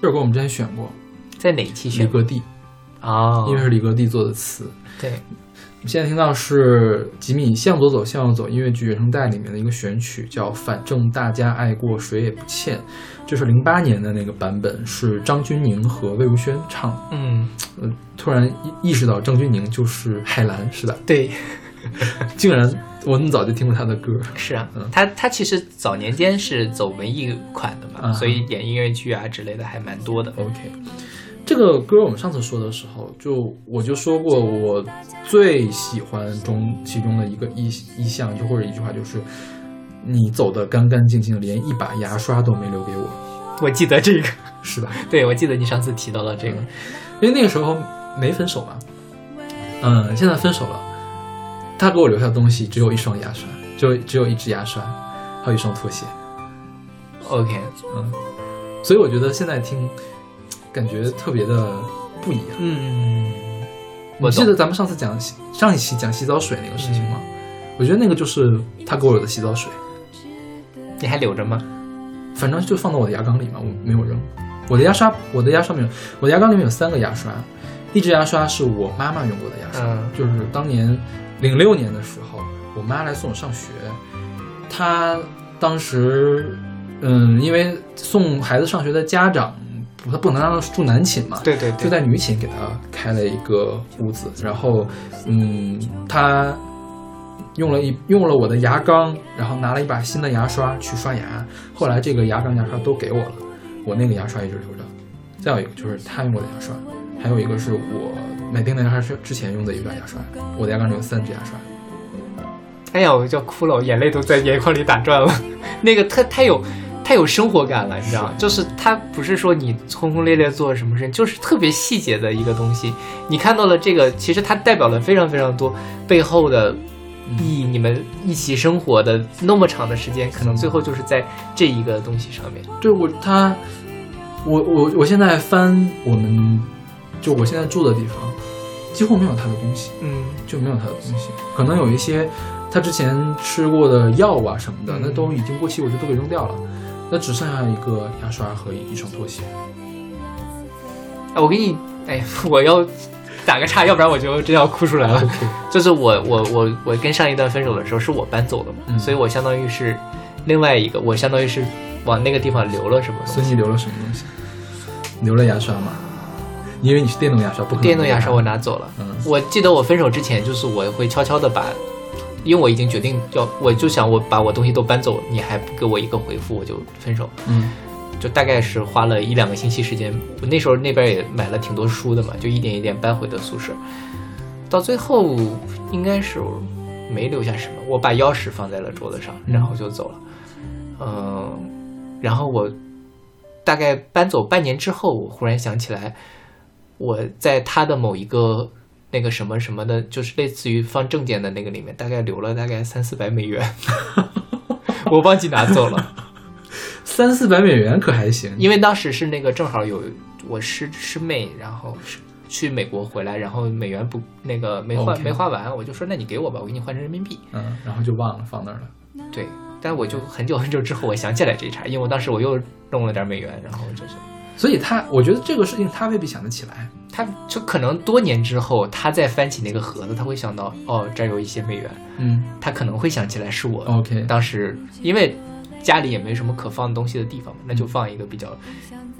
[SPEAKER 2] 这首歌我们之前选过，
[SPEAKER 1] 在哪一期
[SPEAKER 2] 李
[SPEAKER 1] 选？
[SPEAKER 2] 格弟，
[SPEAKER 1] 哦，
[SPEAKER 2] 因为是李格弟做的词。
[SPEAKER 1] 对，
[SPEAKER 2] 我们现在听到是吉米《向左走，向右走》音乐剧原声带里面的一个选曲，叫《反正大家爱过，谁也不欠》，这是零八年的那个版本，是张钧甯和魏如萱唱的。
[SPEAKER 1] 嗯，
[SPEAKER 2] 呃，突然意意识到张钧甯就是海兰，是吧？
[SPEAKER 1] 对，
[SPEAKER 2] 竟然我那么早就听过她的歌。
[SPEAKER 1] 是啊
[SPEAKER 2] 嗯，
[SPEAKER 1] 他他其实早年间是走文艺款的嘛，
[SPEAKER 2] 嗯
[SPEAKER 1] 所以演音乐剧啊之类的还蛮多的。
[SPEAKER 2] OK，这个歌我们上次说的时候，就我就说过，我最喜欢中其中的一个意意象，就或者一句话，就是你走的干干净净，连一把牙刷都没留给我，
[SPEAKER 1] 我记得这个，嗯
[SPEAKER 2] 是吧？
[SPEAKER 1] [LAUGHS] 对我记得你上次提到了这个，
[SPEAKER 2] 因为那个时候没分手嘛，嗯，现在分手了，他给我留下的东西只有一双牙刷，只有只有一支牙刷，还有一双拖鞋，
[SPEAKER 1] OK，
[SPEAKER 2] 嗯，所以我觉得现在听，感觉特别的不一样。
[SPEAKER 1] 嗯，我
[SPEAKER 2] 你记
[SPEAKER 1] 懂
[SPEAKER 2] 得咱们上次讲洗上一期讲洗澡水那个事情吗？
[SPEAKER 1] 嗯
[SPEAKER 2] 我觉得那个就是他给我的洗澡水，
[SPEAKER 1] 你还留着吗？
[SPEAKER 2] 反正就放到我的牙缸里嘛，我没有扔。我的牙刷，我的牙刷没有，我的牙缸里面有三个牙刷，一只牙刷是我妈妈用过的牙刷，
[SPEAKER 1] 嗯
[SPEAKER 2] 就是当年零六年的时候，我妈来送我上学，她当时，嗯，因为送孩子上学的家长，不她不能让她住男寝嘛，
[SPEAKER 1] 对对
[SPEAKER 2] 就在女寝给她开了一个屋子，然后，嗯，她用了一用了我的牙缸，然后拿了一把新的牙刷去刷牙。后来这个牙缸、牙刷都给我了，我那个牙刷一直留着。再有一个就是她用我的牙刷，还有一个是我买冰的牙刷是之前用的一把牙刷，我的牙缸里有三支牙刷。
[SPEAKER 1] 哎呀，我就要哭了，我眼泪都在眼眶里打转了。 [LAUGHS] 那个他他有他有生活感了，你知道吗？就是他不是说你轰轰烈烈做了什么事情，就是特别细节的一个东西。你看到了这个，其实它代表了非常非常多背后的嗯意义。你们一起生活的那么长的时间，可能最后就是在这一个东西上面。
[SPEAKER 2] 对我，她我我我现在翻我们，就我现在住的地方，几乎没有他的东西，
[SPEAKER 1] 嗯
[SPEAKER 2] 就没有他的东西。可能有一些他之前吃过的药啊什么的，那都已经过期，我就都给扔掉了。那只剩下一个牙刷和一双拖鞋。
[SPEAKER 1] 哎我给你，哎，我要打个岔，要不然我就真要哭出来了。
[SPEAKER 2] OK，
[SPEAKER 1] 就是我我我我跟上一段分手的时候是我搬走的嘛，
[SPEAKER 2] 嗯
[SPEAKER 1] 所以我相当于是另外一个，我相当于是往那个地方留了什么
[SPEAKER 2] 所
[SPEAKER 1] 东
[SPEAKER 2] 以
[SPEAKER 1] 西。
[SPEAKER 2] 你留了什么东西？ [LAUGHS] 留了牙刷吗？因为你是电动牙刷，不可能。
[SPEAKER 1] 电动牙刷我。拿走了。
[SPEAKER 2] 嗯
[SPEAKER 1] 我记得我分手之前，就是我会悄悄的把，因为我已经决定要，我就想我把我东西都搬走，你还不给我一个回复，我就分手。
[SPEAKER 2] 嗯
[SPEAKER 1] 就大概是花了一两个星期时间。我那时候那边也买了挺多书的嘛，就一点一点搬回的宿舍。到最后应该是没留下什么，我把钥匙放在了桌子上，然后就走了。嗯、然后我大概搬走半年之后，我忽然想起来，我在他的某一个那个什么什么的，就是类似于放证件的那个里面，大概留了大概三四百美元， [LAUGHS] 我忘记拿走了。
[SPEAKER 2] 三四百美元可还行，
[SPEAKER 1] 因为当时是那个正好有我师师妹，然后是去美国回来，然后美元不那个没换
[SPEAKER 2] OK
[SPEAKER 1] 没花完，我就说那你给我吧，我给你换成人民币。
[SPEAKER 2] 嗯，然后就忘了放那儿了。
[SPEAKER 1] 对，但我就很久很久之后我想起来这一茬，因为我当时我又弄了点美元，然后就是
[SPEAKER 2] 所以他，我觉得这个事情他未必想得起来。
[SPEAKER 1] 他就可能多年之后他再翻起那个盒子，他会想到哦这儿有一些美元，
[SPEAKER 2] 嗯
[SPEAKER 1] 他可能会想起来是我
[SPEAKER 2] ，OK，
[SPEAKER 1] 当时因为家里也没什么可放东西的地方嘛，那就放一个比较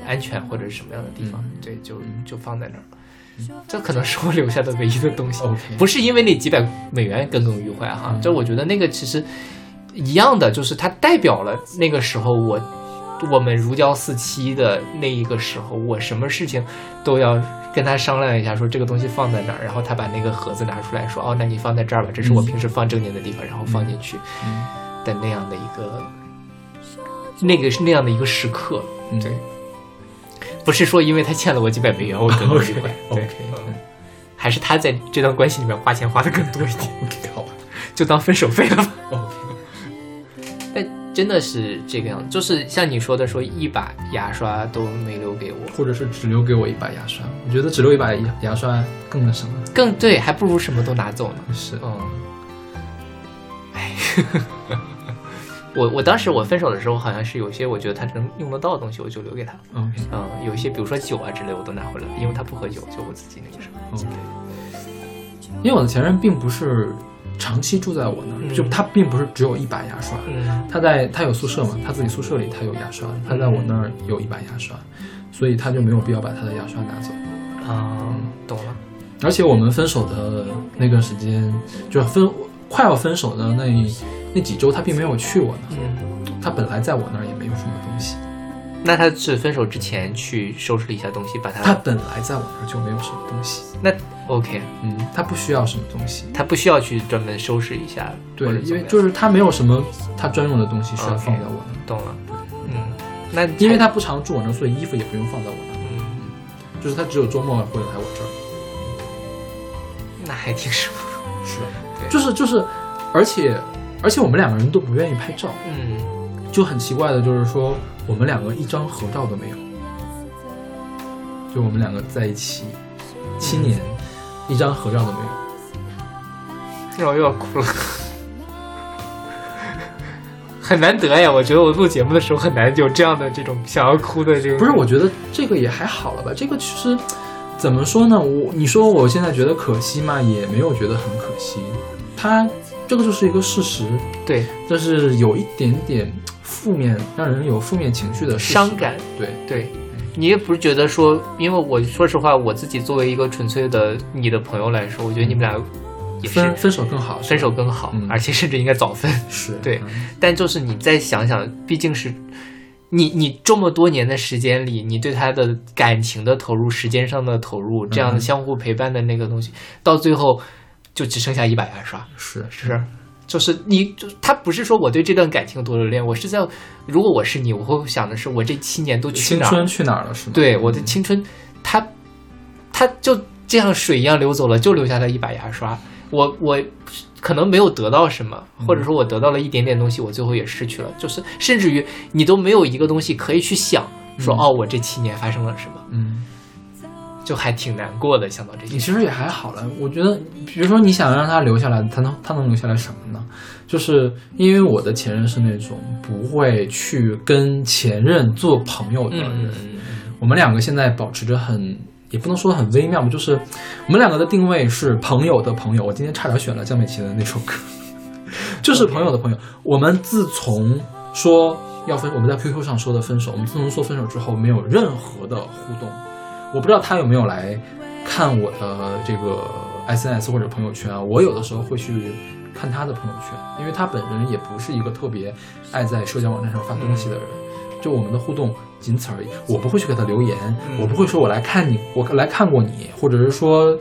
[SPEAKER 1] 安全或者是什么样的地方，
[SPEAKER 2] 嗯
[SPEAKER 1] 对，就
[SPEAKER 2] 嗯
[SPEAKER 1] 就放在那儿了。 [LAUGHS] 这可能是我留下的唯一的东西
[SPEAKER 2] OK
[SPEAKER 1] 不是因为那几百美元耿耿于怀哈，
[SPEAKER 2] 嗯
[SPEAKER 1] 就我觉得那个其实一样的，就是它代表了那个时候我我们如胶似漆的那一个时候，我什么事情都要跟他商量一下，说这个东西放在哪儿，然后他把那个盒子拿出来说，哦，那你放在这儿吧，这是我
[SPEAKER 2] 嗯
[SPEAKER 1] 平时放证件的地方，然后放进去。
[SPEAKER 2] 嗯
[SPEAKER 1] 的那样的一个，那个是那样的一个时刻，
[SPEAKER 2] 嗯
[SPEAKER 1] 对，不是说因为他欠了我几百美元，我
[SPEAKER 2] [LAUGHS]
[SPEAKER 1] 耿耿于怀
[SPEAKER 2] OK，
[SPEAKER 1] 对
[SPEAKER 2] OK，嗯
[SPEAKER 1] 还是他在这段关系里面花钱花的更多一点，
[SPEAKER 2] ，OK，好 [LAUGHS] 吧
[SPEAKER 1] 就当分手费了吧。
[SPEAKER 2] [LAUGHS] ，OK，
[SPEAKER 1] 但真的是这个样子，就是像你说的，说一把牙刷都没留给我，
[SPEAKER 2] 或者是只留给我一把牙刷，我觉得只留一把牙牙刷更那什么。
[SPEAKER 1] 更对，还不如什么都拿走呢。
[SPEAKER 2] 是，
[SPEAKER 1] 嗯，哎， [LAUGHS] 我我当时我分手的时候，好像是有些我觉得他能用得到的东西，我就留给他了。
[SPEAKER 2] OK，
[SPEAKER 1] 嗯，有一些比如说酒啊之类，我都拿回来了，因为他不喝酒，就我自己那个什么。
[SPEAKER 2] OK，因为我的前任并不是长期住在我那儿，
[SPEAKER 1] 嗯
[SPEAKER 2] 就他并不是只有一把牙刷，
[SPEAKER 1] 嗯
[SPEAKER 2] 他在他有宿舍嘛，他自己宿舍里他有牙刷，他在我那儿有一把牙刷，所以他就没有必要把他的牙刷拿走。
[SPEAKER 1] 啊，懂了。
[SPEAKER 2] 而且我们分手的那段时间，就是分快要分手的那那几周，他并没有去我那
[SPEAKER 1] 嗯，
[SPEAKER 2] 儿，他本来在我那儿也没有什么东西，
[SPEAKER 1] 啊那他是分手之前去收拾了一下东西，把他
[SPEAKER 2] 他本来在我那儿就没有什么东西，
[SPEAKER 1] 那 OK，
[SPEAKER 2] 嗯，他不需要什么东西。
[SPEAKER 1] 他不需要去专门收拾一下，或
[SPEAKER 2] 对
[SPEAKER 1] 者，
[SPEAKER 2] 因
[SPEAKER 1] 怎么
[SPEAKER 2] 为
[SPEAKER 1] 样啊
[SPEAKER 2] 就是他没有什么他专用的东西需要
[SPEAKER 1] OK
[SPEAKER 2] 放在我那儿，
[SPEAKER 1] 懂了。嗯，那
[SPEAKER 2] 因为
[SPEAKER 1] 他
[SPEAKER 2] 他不常住我那儿，所以衣服也不用放在我那
[SPEAKER 1] 嗯，
[SPEAKER 2] 儿，就是他只有周末会来我这儿。
[SPEAKER 1] 那还挺舒
[SPEAKER 2] [LAUGHS]
[SPEAKER 1] 服。
[SPEAKER 2] 是
[SPEAKER 1] 对，
[SPEAKER 2] 就是就是，而且而且我们两个人都不愿意拍照，
[SPEAKER 1] 嗯，
[SPEAKER 2] 就很奇怪的就是说我们两个一张合照都没有，就我们两个在一起七
[SPEAKER 1] 嗯
[SPEAKER 2] 年，一张合照都没有。
[SPEAKER 1] 让我又要哭了。 [LAUGHS] 很难得呀，我觉得我录节目的时候很难有这样的这种想要哭的这种。
[SPEAKER 2] 不是，我觉得这个也还好了吧，这个其实。怎么说呢？我你说我现在觉得可惜嘛，也没有觉得很可惜。他这个就是一个事实，
[SPEAKER 1] 对
[SPEAKER 2] 但是有一点点负面，让人有负面情绪的事实
[SPEAKER 1] 伤。感，
[SPEAKER 2] 对，
[SPEAKER 1] 对，你也不是觉得说，因为我说实话，我自己作为一个纯粹的你的朋友来说，我觉得你们俩也是
[SPEAKER 2] 分分手更好，
[SPEAKER 1] 分手更好，
[SPEAKER 2] 嗯
[SPEAKER 1] 而且甚至应该早分。 [LAUGHS]
[SPEAKER 2] 是
[SPEAKER 1] 对
[SPEAKER 2] 嗯
[SPEAKER 1] 但就是你再想想，毕竟是你你这么多年的时间里，你对他的感情的投入、时间上的投入，这样的
[SPEAKER 2] 嗯
[SPEAKER 1] 相互陪伴的那个东西，到最后就只剩下一把牙刷。
[SPEAKER 2] 是
[SPEAKER 1] 是，啊就是你，就他不是说我对这段感情有多留恋，我是在，如果我是你，我会想的是，我这七年都去
[SPEAKER 2] 嗯青
[SPEAKER 1] 哪儿？啊
[SPEAKER 2] 春去哪儿了？是吗？
[SPEAKER 1] 对，我的青春，它它就这样水一样流走了，就留下了一把牙刷。我我可能没有得到什么，或
[SPEAKER 2] 嗯
[SPEAKER 1] 者说我得到了一点点东西，我最后也失去了。就是甚至于你都没有一个东西可以去想，说哦，我这七年发生了什么，
[SPEAKER 2] 嗯，
[SPEAKER 1] 就还挺难过的。想到这些
[SPEAKER 2] 你，其实也还好了。我觉得，比如说你想让他留下来，他能他能留下来什么呢？就是因为我的前任是那种不会去跟前任做朋友的
[SPEAKER 1] 嗯
[SPEAKER 2] 人，我们两个现在保持着很，也不能说很微妙吧，就是我们两个的定位是朋友的朋友。我今天差点选了江美琪的那首歌， [LAUGHS] 就是朋友的朋友。我们自从说要分，我们在 QQ 上说的分手，我们自从说分手之后，没有任何的互动。我不知道他有没有来看我的这个 SNS 或者朋友圈啊。我有的时候会去看他的朋友圈，因为他本人也不是一个特别爱在社交网站上发东西的人。就我们的互动仅此而已，我不会去给他留言，我不会说我来看你，我来看过你，或者是说，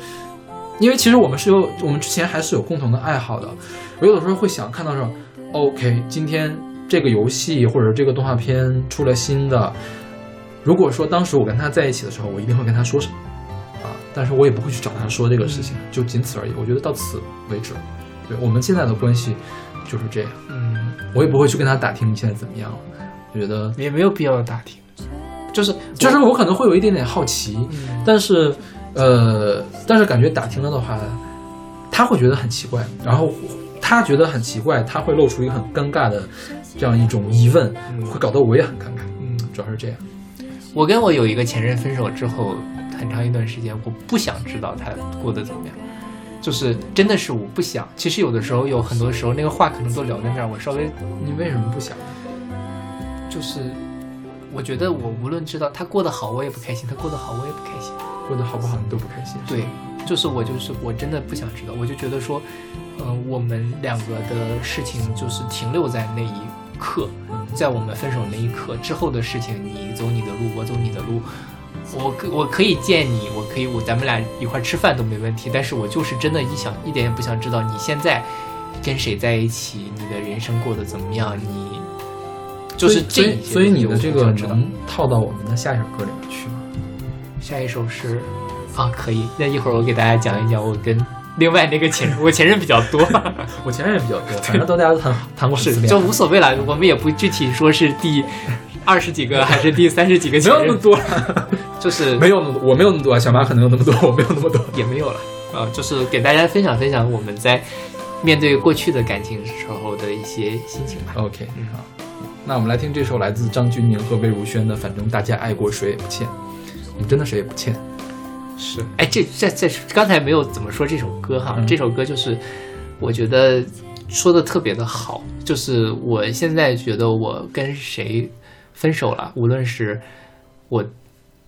[SPEAKER 2] 因为其实我们是有，我们之前还是有共同的爱好的。我有的时候会想看到说，OK，今天这个游戏或者这个动画片出了新的，如果说当时我跟他在一起的时候，我一定会跟他说什么啊，但是我也不会去找他说这个事情，就仅此而已。我觉得到此为止，对我们现在的关系就是这样，
[SPEAKER 1] 嗯，
[SPEAKER 2] 我也不会去跟他打听你现在怎么样了。我觉得
[SPEAKER 1] 也没有必要打听，就是
[SPEAKER 2] 就是我可能会有一点点好奇，
[SPEAKER 1] 嗯
[SPEAKER 2] 但是呃，但是感觉打听了的话，他会觉得很奇怪，然后他觉得很奇怪，他会露出一个很尴尬的这样一种疑问，
[SPEAKER 1] 嗯
[SPEAKER 2] 会搞得我也很尴尬，
[SPEAKER 1] 嗯，
[SPEAKER 2] 主要是这样。
[SPEAKER 1] 我跟我有一个前任分手之后，很长一段时间，我不想知道他过得怎么样，就是真的是我不想。其实有的时候，有很多时候，那个话可能都聊在那儿，我稍微
[SPEAKER 2] 你为什么不想？
[SPEAKER 1] 就是，我觉得我无论知道他过得好，我也不开心；他过得好，我也不开心。
[SPEAKER 2] 过得好不好你都不开心？
[SPEAKER 1] 对，就是我就是我真的不想知道，我就觉得说，嗯、我们两个的事情就是停留在那一刻，在我们分手那一刻之后的事情，你走你的路，我走你的路。我可我可以见你，我可以我咱们俩一块儿吃饭都没问题，但是我就是真的一想一点也不想知道你现在跟谁在一起，你的人生过得怎么样，你就是
[SPEAKER 2] 所
[SPEAKER 1] 这
[SPEAKER 2] 以
[SPEAKER 1] 一些
[SPEAKER 2] 所以
[SPEAKER 1] 东西
[SPEAKER 2] 你
[SPEAKER 1] 我
[SPEAKER 2] 的这
[SPEAKER 1] 不
[SPEAKER 2] 个
[SPEAKER 1] 想知道
[SPEAKER 2] 能套到我们的下一首歌里面去吗？
[SPEAKER 1] 下一首是啊，可以。那一会儿我给大家讲一讲我跟另外那个前任，我前任比较多，
[SPEAKER 2] 我前任也比较多， [LAUGHS] 反正都大家都谈
[SPEAKER 1] [LAUGHS]
[SPEAKER 2] 谈过很
[SPEAKER 1] 是
[SPEAKER 2] 多
[SPEAKER 1] 就
[SPEAKER 2] 恋爱
[SPEAKER 1] 无所谓了。我们也不具体说是第二十几个还是第三十几个
[SPEAKER 2] [LAUGHS] 没
[SPEAKER 1] 前
[SPEAKER 2] 有那
[SPEAKER 1] 任
[SPEAKER 2] 么，多，
[SPEAKER 1] 就是
[SPEAKER 2] 没有那么多，我没有那么多，啊小马可能有那么多，我没有那么多。
[SPEAKER 1] 也没有了。呃，就是给大家分享分享我们在面对过去的感情时候的一些心情吧。
[SPEAKER 2] OK，
[SPEAKER 1] 嗯
[SPEAKER 2] 好，那我们来听这首来自张钧甯和魏如萱的《反正大家爱过谁也不欠》，我们真的谁也不欠。
[SPEAKER 1] 是，哎，这这这刚才没有怎么说这首歌哈，
[SPEAKER 2] 嗯
[SPEAKER 1] 这首歌就是我觉得说的特别的好，就是我现在觉得我跟谁分手了，无论是我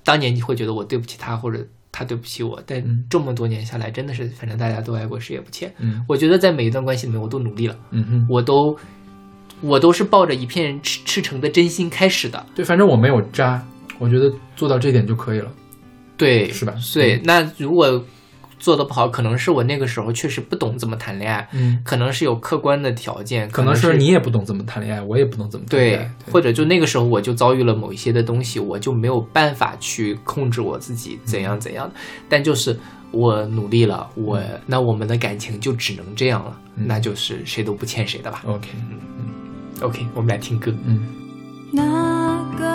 [SPEAKER 1] 当年你会觉得我对不起他，或者他对不起我，但
[SPEAKER 2] 嗯
[SPEAKER 1] 这么多年下来，真的是反正大家都爱过，谁也不欠。
[SPEAKER 2] 嗯
[SPEAKER 1] 我觉得在每一段关系里面，我都努力了，
[SPEAKER 2] 嗯哼，
[SPEAKER 1] 我都我都是抱着一片赤赤诚的真心开始的，
[SPEAKER 2] 对，反正我没有渣，我觉得做到这点就可以了。
[SPEAKER 1] 对，
[SPEAKER 2] 是吧
[SPEAKER 1] 对，那如果做的不好，可能是我那个时候确实不懂怎么谈恋爱，
[SPEAKER 2] 嗯，
[SPEAKER 1] 可能是有客观的条件，
[SPEAKER 2] 可能
[SPEAKER 1] 能
[SPEAKER 2] 是你也不懂怎么谈恋爱，我也不懂怎么谈恋
[SPEAKER 1] 对
[SPEAKER 2] 爱，，
[SPEAKER 1] 或者就那个时候我就遭遇了某一些的东西，我就没有办法去控制我自己怎样怎样的，但就是。我努力了，我那我们的感情就只能这样了，
[SPEAKER 2] 嗯
[SPEAKER 1] 那就是谁都不欠谁的吧。
[SPEAKER 2] OK，
[SPEAKER 1] OK，我们来听歌。
[SPEAKER 2] 嗯
[SPEAKER 6] 那个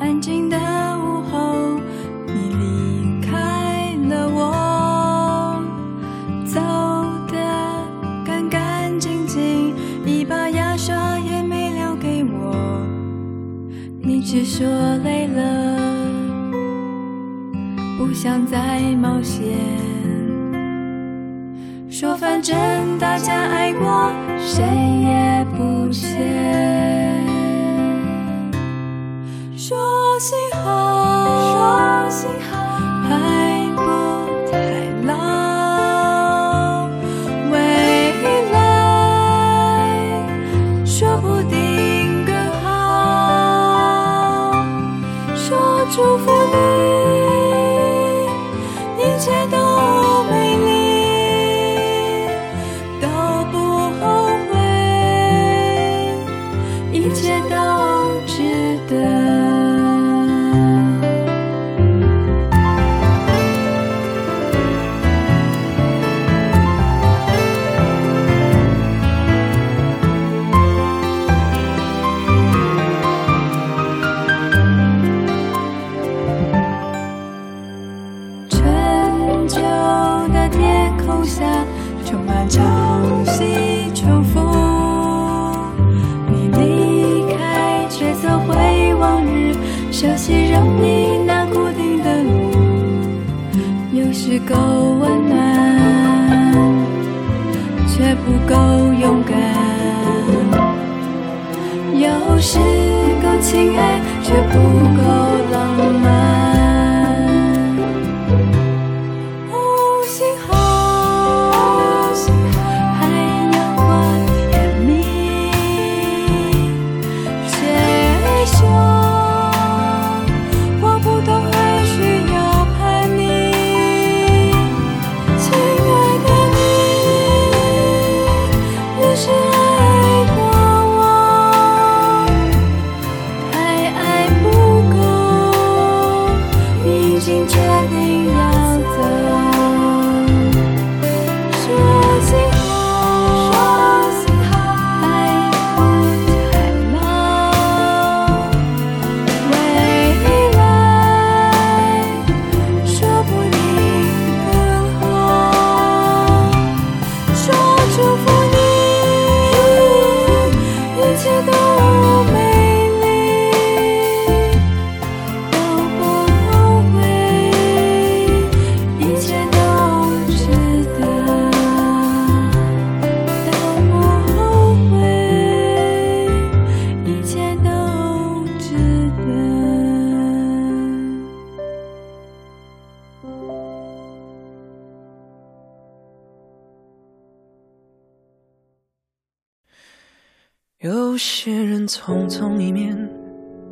[SPEAKER 6] 安静的午后，你离开了我，走得干干净净，一把牙刷也没留给我。你只说累了，不想再冒险，说反正大家爱过，谁也不欠。说幸好，说幸好还不太老，未来说不定更好。说祝福你，一切都美丽，都不后悔。一切都值得。休息让你那固定的路有时够温暖，却不够勇敢；有时够亲爱，却不够浪漫。哦，幸好，还有我甜蜜，且微笑。我不懂还需要叛逆，亲爱的你，你是爱过我，还爱不够，你已经决定要走。说幸好，爱不太老，未来说不定更好。说祝福你，一切都美丽。都不后悔，一切都值得。都不后悔，一切都值得。
[SPEAKER 5] 有些人匆匆一面，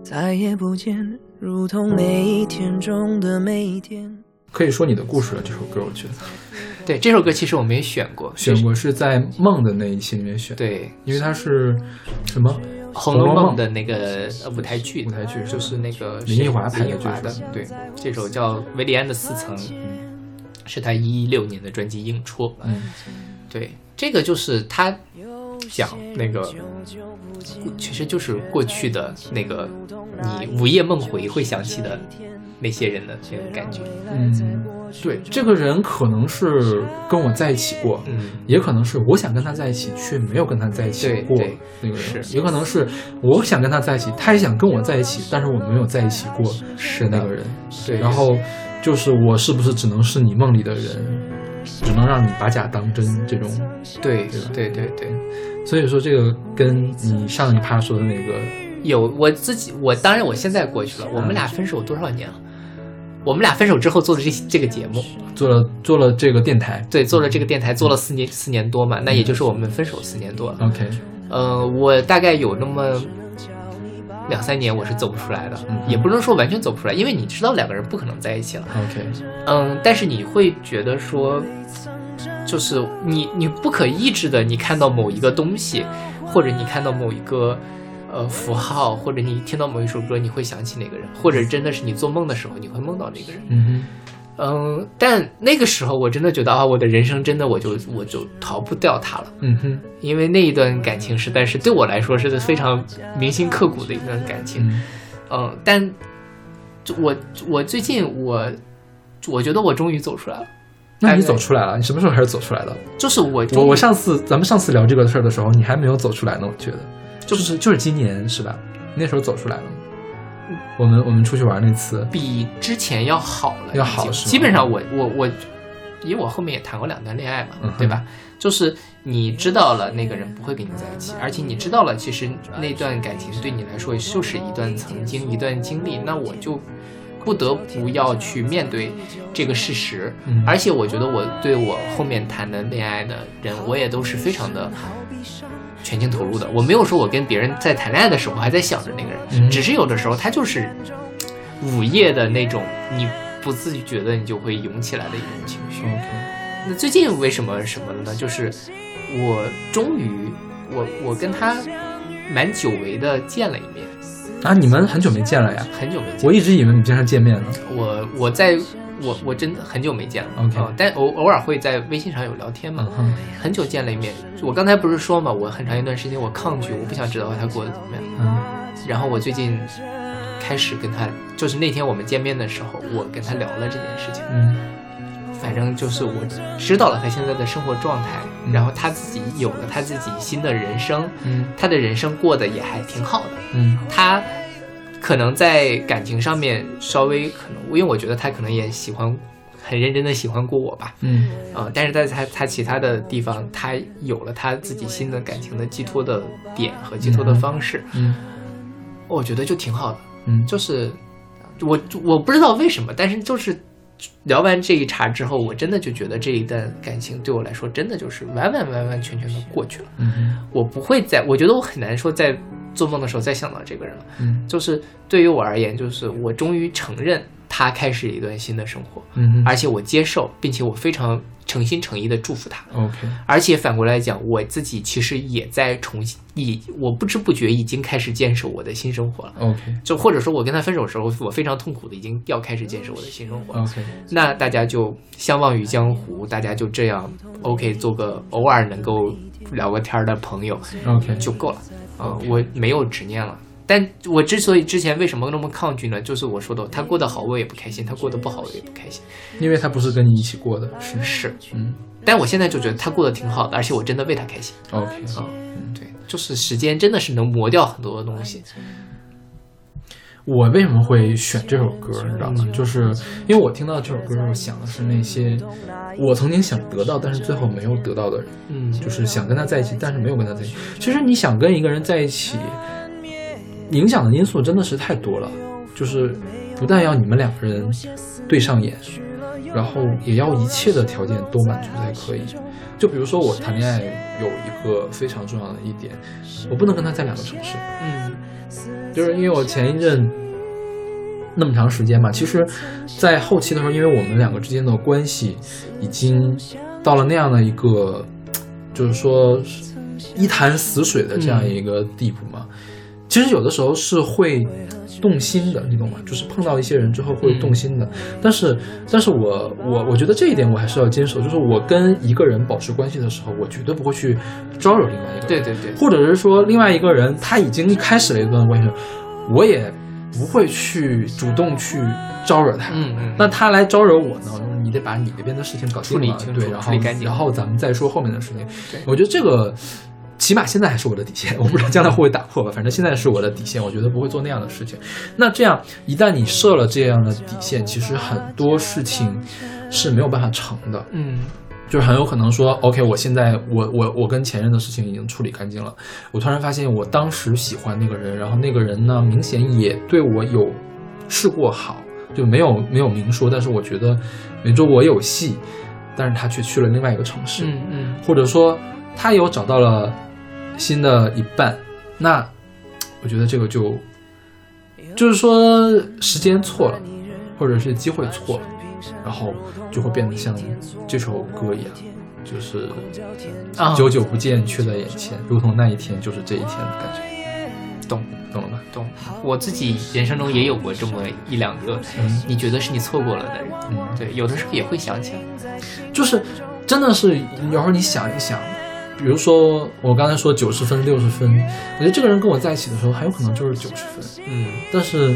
[SPEAKER 5] 再也不见，如同每一天中的每一天。
[SPEAKER 2] 可以说你的故事了。这首歌我觉得
[SPEAKER 1] 对这首歌，其实我没选过，
[SPEAKER 2] 选过是在梦的那一期里面选，，
[SPEAKER 1] 对
[SPEAKER 2] 因为它是什么
[SPEAKER 1] 《红楼梦》的那个呃舞台剧，
[SPEAKER 2] 舞台剧
[SPEAKER 1] 就是那个
[SPEAKER 2] 林奕华
[SPEAKER 1] 谁
[SPEAKER 2] 拍
[SPEAKER 1] 林
[SPEAKER 2] 的
[SPEAKER 1] 奕华
[SPEAKER 2] 就是
[SPEAKER 1] 的，对，这首叫《维里安的四层》，是他一六年的专辑《硬戳》，
[SPEAKER 2] 嗯，
[SPEAKER 1] 对，这个就是他讲那个，其实就是过去的那个你午夜梦回会想起的那些人的那种感觉，
[SPEAKER 2] 嗯，对，这个人可能是跟我在一起过，
[SPEAKER 1] 嗯，
[SPEAKER 2] 也可能是我想跟他在一起，却没有跟他在一起
[SPEAKER 1] 对
[SPEAKER 2] 过
[SPEAKER 1] 对。
[SPEAKER 2] 那个人，
[SPEAKER 1] 是
[SPEAKER 2] 也可能是我想跟他在一起，他也想跟我在一起，但是我没有在一起过是那个人。
[SPEAKER 1] 对
[SPEAKER 2] 然后就是我是不是只能是你梦里的人，只能让你把假当真这种。
[SPEAKER 1] 对
[SPEAKER 2] 对吧
[SPEAKER 1] 对对对。
[SPEAKER 2] 所以说，这个跟你上一趴说的那个，
[SPEAKER 1] 有我自己，我当然我现在过去了。我们俩分手多少年了？我们俩分手之后做的这这个节目，
[SPEAKER 2] 做了做了这个电台
[SPEAKER 1] 对，做了
[SPEAKER 2] 嗯
[SPEAKER 1] 这个电台，做了四年四年多嘛，那也就是我们分手四年多了。
[SPEAKER 2] ，OK，
[SPEAKER 1] 呃，我大概有那么两三年我是走不出来的，
[SPEAKER 2] 嗯
[SPEAKER 1] 也不能说完全走不出来，因为你知道两个人不可能在一起了。
[SPEAKER 2] OK，
[SPEAKER 1] 嗯，但是你会觉得说，就是你你不可抑制的，你看到某一个东西，或者你看到某一个呃符号，或者你听到某一首歌，你会想起那个人，或者真的是你做梦的时候，你会梦到那个人。
[SPEAKER 2] 嗯
[SPEAKER 1] 嗯，但那个时候我真的觉得啊，我的人生真的我就我就逃不掉他了。
[SPEAKER 2] 哼，嗯哼，
[SPEAKER 1] 因为那一段感情实在是对我来说是非常铭心刻骨的一段感情，
[SPEAKER 2] 嗯
[SPEAKER 1] 嗯，但就我我最近我我觉得我终于走出来了，
[SPEAKER 2] 那
[SPEAKER 1] 大概
[SPEAKER 2] 哎你走出来了？你什么时候开始走出来的？
[SPEAKER 1] 就是我终
[SPEAKER 2] 我
[SPEAKER 1] 于
[SPEAKER 2] 我上次咱们上次聊这个事儿的时候，你还没有走出来呢，我觉得，就是就是今年是吧？你那时候走出来了吗，我们我们出去玩那次，
[SPEAKER 1] 比之前要好
[SPEAKER 2] 要
[SPEAKER 1] 了，已经
[SPEAKER 2] 好是吗
[SPEAKER 1] 基本上我我我，因为我后面也谈过两段恋爱嘛，
[SPEAKER 2] 嗯哼
[SPEAKER 1] 对吧？就是你知道了那个人不会跟你在一起，而且你知道了，其实那段感情对你来说就是一段曾经一段经历，那我就不得不要去面对这个事实。
[SPEAKER 2] 嗯
[SPEAKER 1] 而且我觉得我对我后面谈的恋爱的人，我也都是非常的全情投入的。我没有说我跟别人在谈恋爱的时候还在想着那个人，
[SPEAKER 2] 嗯
[SPEAKER 1] 只是有的时候他就是午夜的那种，你不自觉的你就会涌起来的一种情绪。
[SPEAKER 2] OK，
[SPEAKER 1] 那最近为什么什么了呢？就是我终于，我我跟他蛮久违的见了一面，啊
[SPEAKER 2] 啊，你们很久没见了呀？
[SPEAKER 1] 很久没见。
[SPEAKER 2] 我一直以为你们经常见面呢。
[SPEAKER 1] 我我在我我真的很久没见了
[SPEAKER 2] OK
[SPEAKER 1] 嗯但偶偶尔会在微信上有聊天嘛
[SPEAKER 2] 嗯，哼，
[SPEAKER 1] 很久见了一面。我刚才不是说嘛，我很长一段时间我抗拒，我不想知道他过得怎么样。
[SPEAKER 2] 嗯
[SPEAKER 1] 然后我最近开始跟他，就是那天我们见面的时候，我跟他聊了这件事情。
[SPEAKER 2] 嗯
[SPEAKER 1] 反正就是我知道了他现在的生活状态，
[SPEAKER 2] 嗯
[SPEAKER 1] 然后他自己有了他自己新的人生，
[SPEAKER 2] 嗯
[SPEAKER 1] 他的人生过得也还挺好的。
[SPEAKER 2] 嗯
[SPEAKER 1] 他可能在感情上面稍微可能，因为我觉得他可能也喜欢，很认真的喜欢过我吧，
[SPEAKER 2] 嗯
[SPEAKER 1] 呃，但是在他他其他的地方，他有了他自己新的感情的寄托的点和寄托的方式，
[SPEAKER 2] 嗯
[SPEAKER 1] 我觉得就挺好的。
[SPEAKER 2] 嗯，
[SPEAKER 1] 就是我我不知道为什么，但是就是聊完这一茬之后，我真的就觉得这一段感情对我来说，真的就是完完完完全全的过去了。
[SPEAKER 2] 嗯
[SPEAKER 1] 我不会再，我觉得我很难说在做梦的时候再想到这个人了。
[SPEAKER 2] 嗯
[SPEAKER 1] 就是对于我而言，就是我终于承认他开始一段新的生活，
[SPEAKER 2] 嗯
[SPEAKER 1] 而且我接受，并且我非常诚心诚意的祝福他。
[SPEAKER 2] ，OK，
[SPEAKER 1] 而且反过来讲，我自己其实也在重新，已我不知不觉已经开始坚守我的新生活了。
[SPEAKER 2] OK
[SPEAKER 1] 就或者说我跟他分手的时候，我非常痛苦的，已经要开始建设我的新生活。
[SPEAKER 2] OK，
[SPEAKER 1] 那大家就相忘于江湖，大家就这样 OK，做个偶尔能够聊个天儿的朋友
[SPEAKER 2] OK
[SPEAKER 1] 就够了。啊、我没有执念了。但我之所以之前为什么那么抗拒呢？就是我说的，他过得好我也不开心，他过得不好我也不开心。
[SPEAKER 2] 因为他不是跟你一起过的，是
[SPEAKER 1] 是，
[SPEAKER 2] 嗯
[SPEAKER 1] 但我现在就觉得他过得挺好的，而且我真的为他开心。
[SPEAKER 2] OK
[SPEAKER 1] 啊、对，就是时间真的是能磨掉很多的东西。
[SPEAKER 2] 我为什么会选这首歌，你知道吗？就是因为我听到这首歌，我想的是那些我曾经想得到，但是最后没有得到的人，
[SPEAKER 1] 嗯，
[SPEAKER 2] 就是想跟他在一起，但是没有跟他在一起。其实你想跟一个人在一起，影响的因素真的是太多了，就是不但要你们两个人对上眼，然后也要一切的条件都满足才可以。就比如说我谈恋爱有一个非常重要的一点，我不能跟他在两个城市。
[SPEAKER 1] 嗯
[SPEAKER 2] 就是因为我前一阵那么长时间嘛，其实，在后期的时候，因为我们两个之间的关系已经到了那样的一个，就是说一潭死水的这样一个地步嘛。其实有的时候是会动心的，你懂吗？就是碰到一些人之后会动心的。但是，但是我我我觉得这一点我还是要坚守，就是我跟一个人保持关系的时候，我绝对不会去招惹另外一个人。
[SPEAKER 1] 对对对，
[SPEAKER 2] 或者是说另外一个人他已经开始了一段关系，我也不会去主动去招惹他。
[SPEAKER 1] 嗯嗯，
[SPEAKER 2] 那他来招惹我呢？你得把你那边的事情搞
[SPEAKER 1] 处
[SPEAKER 2] 定
[SPEAKER 1] 理
[SPEAKER 2] 了
[SPEAKER 1] 清楚
[SPEAKER 2] 对，然
[SPEAKER 1] 处
[SPEAKER 2] 后
[SPEAKER 1] 理干净
[SPEAKER 2] 然后咱们再说后面的事情
[SPEAKER 1] 对。
[SPEAKER 2] 我觉得这个起码现在还是我的底线，我不知道将来会不会打破吧。反正现在是我的底线，我觉得不会做那样的事情。那这样一旦你设了这样的底线，其实很多事情是没有办法成的。
[SPEAKER 1] 嗯
[SPEAKER 2] 就是很有可能说，OK，我现在我我我跟前任的事情已经处理干净了，我突然发现我当时喜欢那个人，然后那个人呢，明显也对我有试过好，就没有没有明说，但是我觉得，比如说我有戏，但是他却去了另外一个城市，
[SPEAKER 1] 嗯嗯，
[SPEAKER 2] 或者说他有找到了新的一半，那我觉得这个就就是说时间错了，或者是机会错了，然后就会变得像这首歌一样，就是
[SPEAKER 1] 啊
[SPEAKER 2] 久久不见，却在眼前，如同那一天就是这一天的感觉，
[SPEAKER 1] 懂。
[SPEAKER 2] 懂了吧？
[SPEAKER 1] 懂，我自己人生中也有过这么一两个，
[SPEAKER 2] 嗯
[SPEAKER 1] 你觉得是你错过了的人，
[SPEAKER 2] 嗯，
[SPEAKER 1] 对，有的时候也会想起来，
[SPEAKER 2] 就是真的是有时候你想一想。比如说，我刚才说九十分、六十分，我觉得这个人跟我在一起的时候，很有可能就是九十分，
[SPEAKER 1] 嗯，
[SPEAKER 2] 但是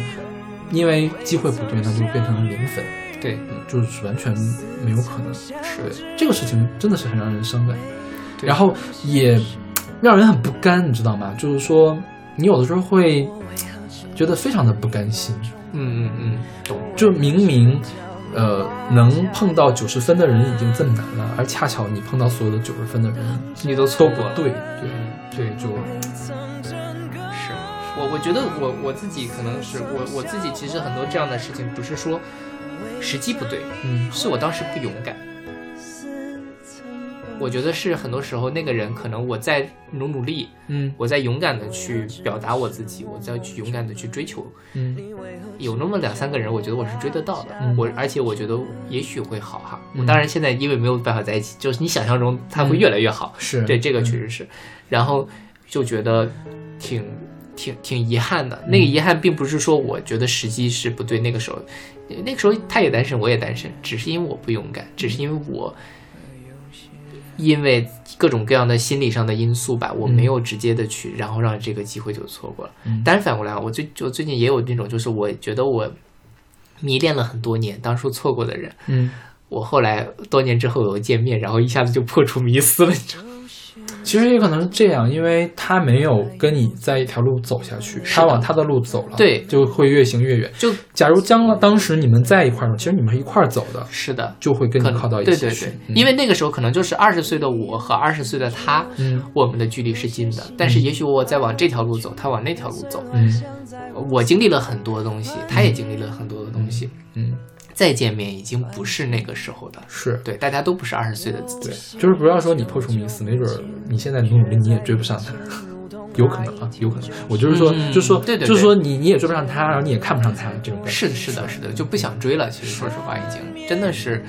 [SPEAKER 2] 因为机会不对，那就变成了零分，
[SPEAKER 1] 对，
[SPEAKER 2] 嗯，就是完全没有可能。
[SPEAKER 1] 是，
[SPEAKER 2] 这个事情真的是很让人伤感，
[SPEAKER 1] 对
[SPEAKER 2] 然后也让人很不甘，你知道吗？就是说，你有的时候会觉得非常的不甘心，
[SPEAKER 1] 嗯嗯嗯，懂，
[SPEAKER 2] 就明明。呃，能碰到九十分的人已经这么难了，而恰巧你碰到所有的九十分的人
[SPEAKER 1] 你都错
[SPEAKER 2] 都
[SPEAKER 1] 过
[SPEAKER 2] 不
[SPEAKER 1] 了，，
[SPEAKER 2] 对，对，所以就是
[SPEAKER 1] 我我觉得我我自己可能是我我自己其实很多这样的事情，不是说时机不对，
[SPEAKER 2] 嗯
[SPEAKER 1] 是我当时不勇敢。我觉得是很多时候那个人可能我在努努力，
[SPEAKER 2] 嗯
[SPEAKER 1] 我在勇敢的去表达我自己，我在去勇敢的去追求，
[SPEAKER 2] 嗯
[SPEAKER 1] 有那么两三个人，我觉得我是追得到的。
[SPEAKER 2] 嗯
[SPEAKER 1] 我而且我觉得也许会好哈。
[SPEAKER 2] 嗯
[SPEAKER 1] 我当然现在因为没有办法在一起，就是你想象中他会越来越好，
[SPEAKER 2] 是
[SPEAKER 1] 对这个确实是。
[SPEAKER 2] 嗯
[SPEAKER 1] 然后就觉得挺挺挺遗憾的。那个遗憾并不是说我觉得时机是不对，那个时候那个时候他也单身，我也单身，只是因为我不勇敢，只是因为我。因为各种各样的心理上的因素吧，我
[SPEAKER 2] 嗯
[SPEAKER 1] 没有直接的去，然后让这个机会就错过了。
[SPEAKER 2] 嗯
[SPEAKER 1] 但是反过来啊，我最我最近也有那种，就是我觉得我迷恋了很多年，当初错过的人，
[SPEAKER 2] 嗯
[SPEAKER 1] 我后来多年之后有见面，然后一下子就破除迷思了，你知道吗？
[SPEAKER 2] 其实也可能是这样，因为他没有跟你在一条路走下去，
[SPEAKER 1] 是的
[SPEAKER 2] 他往他的路走了，
[SPEAKER 1] 对
[SPEAKER 2] 就会越行越远。
[SPEAKER 1] 就
[SPEAKER 2] 假如将来当时你们在一块儿，其实你们是一块儿走的，
[SPEAKER 1] 是的，
[SPEAKER 2] 就会跟
[SPEAKER 1] 可
[SPEAKER 2] 你
[SPEAKER 1] 能
[SPEAKER 2] 靠到一
[SPEAKER 1] 对
[SPEAKER 2] 起
[SPEAKER 1] 对
[SPEAKER 2] 去
[SPEAKER 1] 对，
[SPEAKER 2] 嗯
[SPEAKER 1] 因为那个时候可能就是二十岁的我和二十岁的他，
[SPEAKER 2] 嗯
[SPEAKER 1] 我们的距离是近的，但是也许我在往这条路走，他往那条路走，
[SPEAKER 2] 嗯
[SPEAKER 1] 我经历了很多东西，他也经历了很多的东西，
[SPEAKER 2] 嗯，
[SPEAKER 1] 再见面已经不是那个时候的，
[SPEAKER 2] 是
[SPEAKER 1] 对，大家都不是二十岁的自己
[SPEAKER 2] 对，，就是不要说你破除迷思，没准儿你现在努努力你也追不上他。有可能啊，有可能。我就是说，
[SPEAKER 1] 嗯
[SPEAKER 2] 就说，
[SPEAKER 1] 对对
[SPEAKER 2] 就
[SPEAKER 1] 对
[SPEAKER 2] 说你你也追不上他，然后你也看不上他这种感觉。
[SPEAKER 1] 是的，是的，是的，就不想追了。其实说实话，已经真的是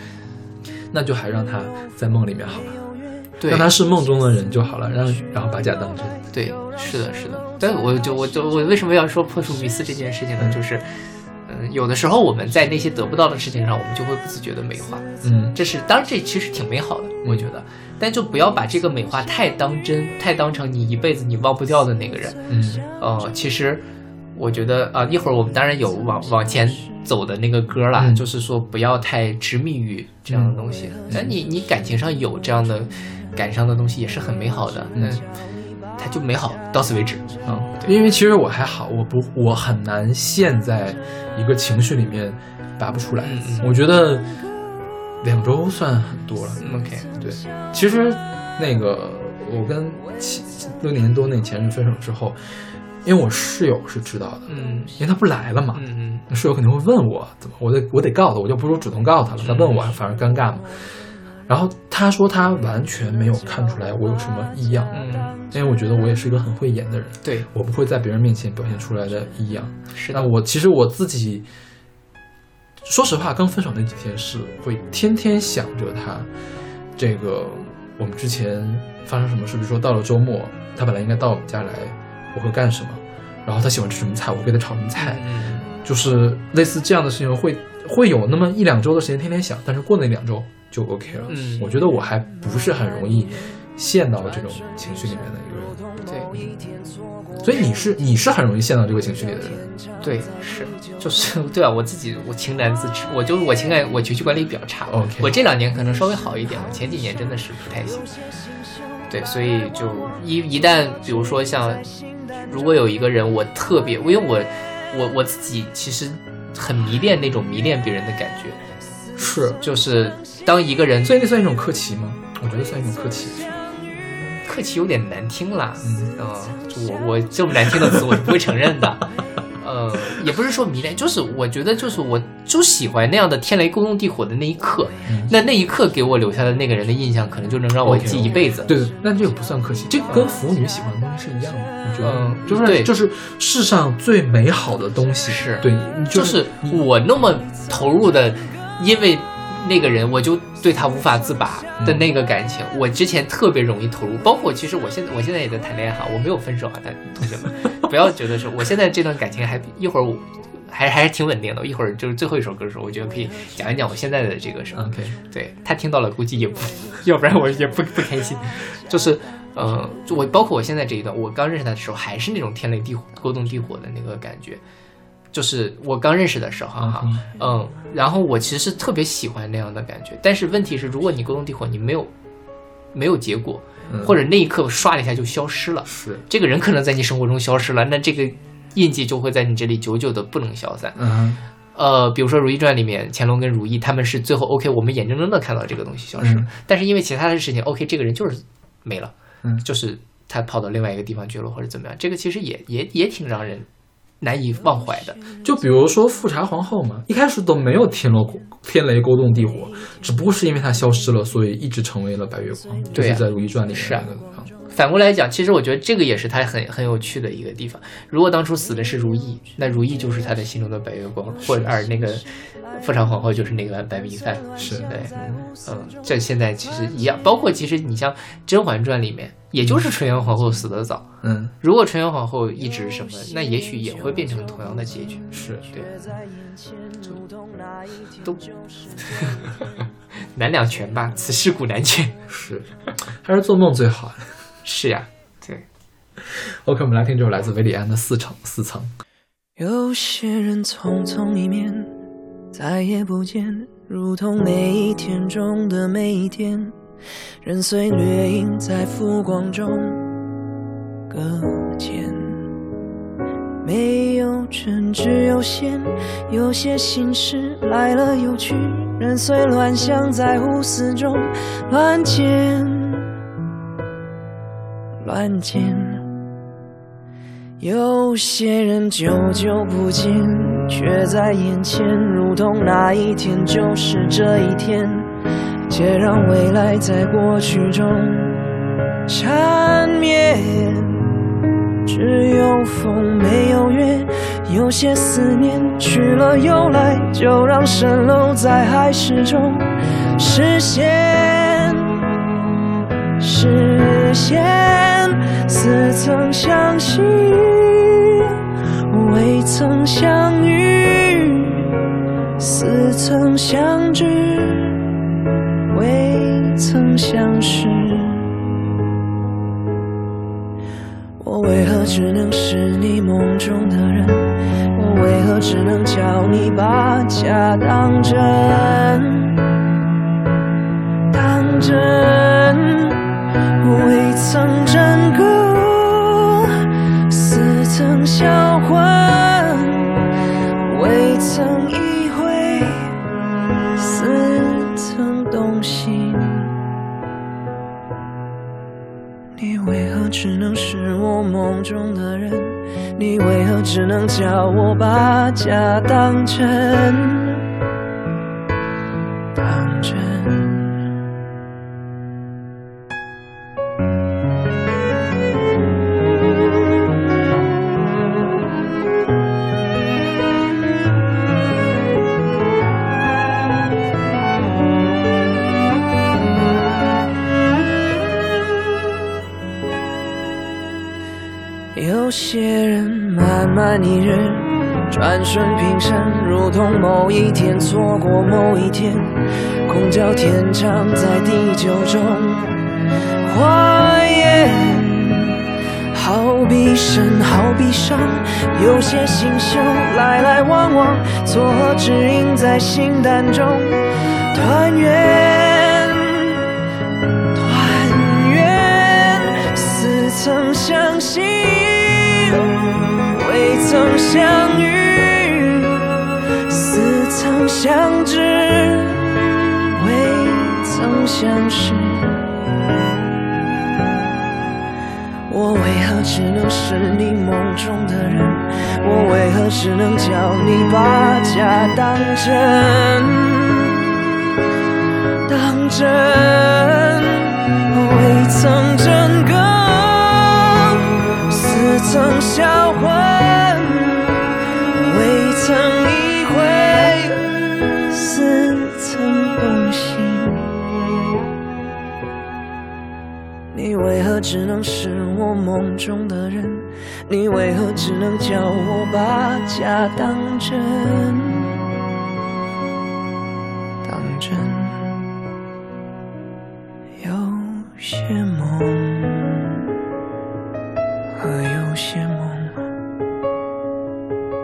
[SPEAKER 2] 那就还让他在梦里面好了，
[SPEAKER 1] 对
[SPEAKER 2] 让他是梦中的人就好了，让然后把假当真。
[SPEAKER 1] 对，是的，是的。但我就我就我为什么要说破除迷思这件事情呢？就是，嗯，有的时候我们在那些得不到的事情上，我们就会不自觉的美化，
[SPEAKER 2] 嗯
[SPEAKER 1] 这是当然，这其实挺美好的，我觉得。但就不要把这个美化太当真，太当成你一辈子你忘不掉的那个人。
[SPEAKER 2] 嗯
[SPEAKER 1] 呃，其实我觉得啊、一会儿我们当然有往往前走的那个歌啦，
[SPEAKER 2] 嗯
[SPEAKER 1] 就是说不要太执迷于这样的东西。但你你感情上有这样的感伤的东西也是很美好的，
[SPEAKER 2] 嗯
[SPEAKER 1] 嗯，它就美好，到此为止。
[SPEAKER 2] 嗯，因为其实我还好，我不我很难陷在一个情绪里面拔不出来。
[SPEAKER 1] 嗯嗯
[SPEAKER 2] 我觉得两周算很多了。
[SPEAKER 1] 嗯 OK，
[SPEAKER 2] 对，其实那个我跟七六年多那前任分手之后，因为我室友是知道的，
[SPEAKER 1] 嗯
[SPEAKER 2] 因为他不来了嘛。
[SPEAKER 1] 嗯嗯
[SPEAKER 2] 那室友肯定会问我怎么，我得我得告他，我就不如主动告他了，他问
[SPEAKER 1] 嗯
[SPEAKER 2] 我反而尴尬嘛。然后他说他完全没有看出来我有什么异样，
[SPEAKER 1] 嗯，
[SPEAKER 2] 因为我觉得我也是一个很会演的人，
[SPEAKER 1] 对，
[SPEAKER 2] 我不会在别人面前表现出来的异样。
[SPEAKER 1] 是
[SPEAKER 2] 那
[SPEAKER 1] 的，
[SPEAKER 2] 我其实我自己，说实话，刚分手那几天是会天天想着他，这个我们之前发生什么事，比如说到了周末，他本来应该到我们家来，我会干什么，然后他喜欢吃什么菜，我给他炒什么菜。
[SPEAKER 1] 嗯
[SPEAKER 2] 就是类似这样的事情会会有那么一两周的时间天天想，但是过那两周就 OK 了。
[SPEAKER 1] 嗯
[SPEAKER 2] 我觉得我还不是很容易陷到这种情绪里面的一个人，
[SPEAKER 1] 嗯对
[SPEAKER 2] 所以你是你是很容易陷到这个情绪里的人，
[SPEAKER 1] 对是，就是对啊，我自己我情难自持，我就我情感我情绪管理比较差
[SPEAKER 2] OK
[SPEAKER 1] 我这两年可能稍微好一点，我前几年真的是不太行。对，所以就一一旦比如说像，如果有一个人我特别，因为我我我自己其实很迷恋那种迷恋别人的感觉，
[SPEAKER 2] 是，
[SPEAKER 1] 就是当一个人
[SPEAKER 2] 所以那算一种客气吗？我觉得算一种客气，
[SPEAKER 1] 客气有点难听啦，
[SPEAKER 2] 嗯
[SPEAKER 1] 嗯，就我我这么难听的词我是不会承认的，呃，也不是说迷恋，就是我觉得就是我就喜欢那样的天雷勾动地火的那一刻，
[SPEAKER 2] 嗯
[SPEAKER 1] 那那一刻给我留下的那个人的印象，可能就能让我
[SPEAKER 2] OK，OK
[SPEAKER 1] 记一辈子。
[SPEAKER 2] 对对，那这个不算客气，这个跟腐女喜欢的东西是一样的，我觉得，
[SPEAKER 1] 嗯
[SPEAKER 2] 就是
[SPEAKER 1] 对
[SPEAKER 2] 就是世上最美好的东西
[SPEAKER 1] 是
[SPEAKER 2] 对，
[SPEAKER 1] 就是是我那么投入的，因为那个人，我就对他无法自拔的那个感情，我之前特别容易投入，包括其实我现在我现在也在谈恋爱哈，我没有分手啊，但同学们不要觉得是我现在这段感情还一会儿我还还是挺稳定的，一会儿就是最后一首歌的时候，我觉得可以讲一讲我现在的这个什么。
[SPEAKER 2] OK，
[SPEAKER 1] 对他听到了，估计也不， [LAUGHS] 要不然我也不不开心。就是，呃，就我包括我现在这一段，我刚认识他的时候，还是那种天雷地火、勾动地火的那个感觉。就是我刚认识的时候哈，
[SPEAKER 2] 嗯
[SPEAKER 1] 嗯，然后我其实是特别喜欢那样的感觉，但是问题是，如果你勾动地火，你没有没有结果，
[SPEAKER 2] 嗯
[SPEAKER 1] 或者那一刻唰的一下就消失了，
[SPEAKER 2] 是，
[SPEAKER 1] 这个人可能在你生活中消失了，那这个印记就会在你这里久久的不能消散。
[SPEAKER 2] 嗯
[SPEAKER 1] 呃，比如说《如懿传》里面，乾隆跟如懿他们是最后 OK，我们眼睁睁的看到这个东西消失了，
[SPEAKER 2] 嗯
[SPEAKER 1] 但是因为其他的事情，OK，这个人就是没了，
[SPEAKER 2] 嗯
[SPEAKER 1] 就是他跑到另外一个地方去了或者怎么样，这个其实也也也挺让人难以忘怀的。
[SPEAKER 2] 就比如说富察皇后嘛，一开始都没有天罗天雷勾动地火，只不过是因为她消失了，所以一直成为了白月光，就
[SPEAKER 1] 对
[SPEAKER 2] 是
[SPEAKER 1] 呀
[SPEAKER 2] 在《如懿传》里面
[SPEAKER 1] 是
[SPEAKER 2] 那
[SPEAKER 1] 啊
[SPEAKER 2] 个地方。
[SPEAKER 1] 反过来讲，其实我觉得这个也是他很很有趣的一个地方。如果当初死的是如懿，那如懿就是他的心中的白月光，或者而那个富察皇后就是那个白米饭，
[SPEAKER 2] 是
[SPEAKER 1] 对，嗯，这现在其实一样。包括其实你像《甄嬛传》里面，也就是纯元皇后死得早。
[SPEAKER 2] 嗯，
[SPEAKER 1] 如果纯元皇后一直什么，那也许也会变成同样的结局。
[SPEAKER 2] 是
[SPEAKER 1] 对，都难两全吧，此事古难全。 [LAUGHS]
[SPEAKER 2] 是，还是做梦最好。
[SPEAKER 1] 是呀，对，
[SPEAKER 2] OK，我们来听这首来自维里安的《四层四层》。
[SPEAKER 5] 有些人匆匆一面，再也不见，如同每一天中的每一天。
[SPEAKER 8] 人随掠影在浮光中搁浅。没有真，只有线。有些心事来了又去，人随乱想在胡思中乱剪，乱剪。有些人久久不见，却在眼前，如同那一天就是这一天。且让未来在过去中缠绵。只有风没有月，有些思念去了又来，就让蜃楼在海市中实现，实现似曾相识，未曾相遇，似曾相知，未曾相识。我为何只能是你梦中的人？我为何只能叫你把假当真？当真，未曾真歌，似曾销魂，未曾意会，似曾动心。你为何只能是我梦中的人？你为何只能叫我把假当真？当真。有些人慢慢一日，转瞬平生，如同某一天错过某一天，空交天长在地久中化烟。好比神，好比伤，有些心胸来来往往，错合只因在心淡中团圆。团圆，似曾相惜，未曾相遇，似曾相知，未曾相识。我为何只能是你梦中的人？我为何只能叫你把假当真？当真，未曾真歌，似曾销魂，未曾意会，似曾动心。你为何只能是我梦中的人？你为何只能叫我把假当真？当真。有些梦和有些梦，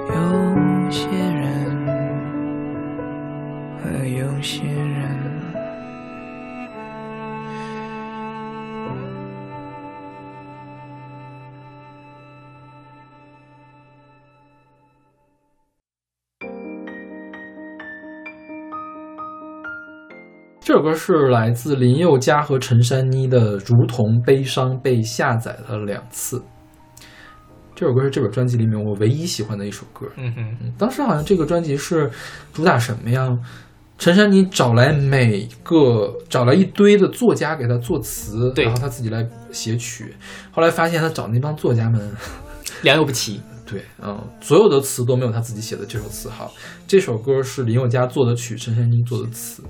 [SPEAKER 8] 有些人和有些人。
[SPEAKER 2] 这首歌是来自林宥嘉和陈珊妮的《如同悲伤》，被下载了两次。这首歌是这本专辑里面我唯一喜欢的一首歌。
[SPEAKER 1] 嗯哼，
[SPEAKER 2] 嗯当时好像这个专辑是主打什么呀？陈珊妮找来每个找来一堆的作家给她作词，
[SPEAKER 1] 对
[SPEAKER 2] 然后她自己来写曲。后来发现她找那帮作家们，
[SPEAKER 1] 良莠不齐。
[SPEAKER 2] 对，嗯，所有的词都没有她自己写的这首词好。这首歌是林宥嘉作的曲，陈珊妮作的词。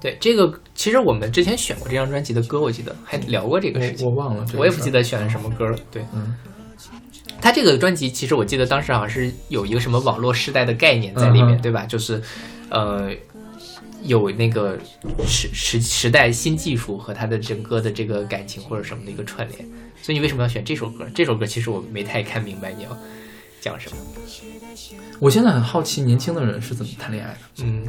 [SPEAKER 1] 对，这个其实我们之前选过这张专辑的歌，我记得还聊过这个事
[SPEAKER 2] 我
[SPEAKER 1] 情
[SPEAKER 2] 我，忘了这个事儿，
[SPEAKER 1] 我也不记得选了什么歌了。对
[SPEAKER 2] 嗯，
[SPEAKER 1] 他这个专辑，其实我记得当时好像是有一个什么网络时代的概念在里面，
[SPEAKER 2] 嗯哼
[SPEAKER 1] 对吧？就是，呃，有那个时时时代新技术和他的整个的这个感情或者什么的一个串联。所以你为什么要选这首歌？这首歌其实我没太看明白你要讲什么。
[SPEAKER 2] 我现在很好奇，年轻的人是怎么谈恋爱的？
[SPEAKER 1] 嗯，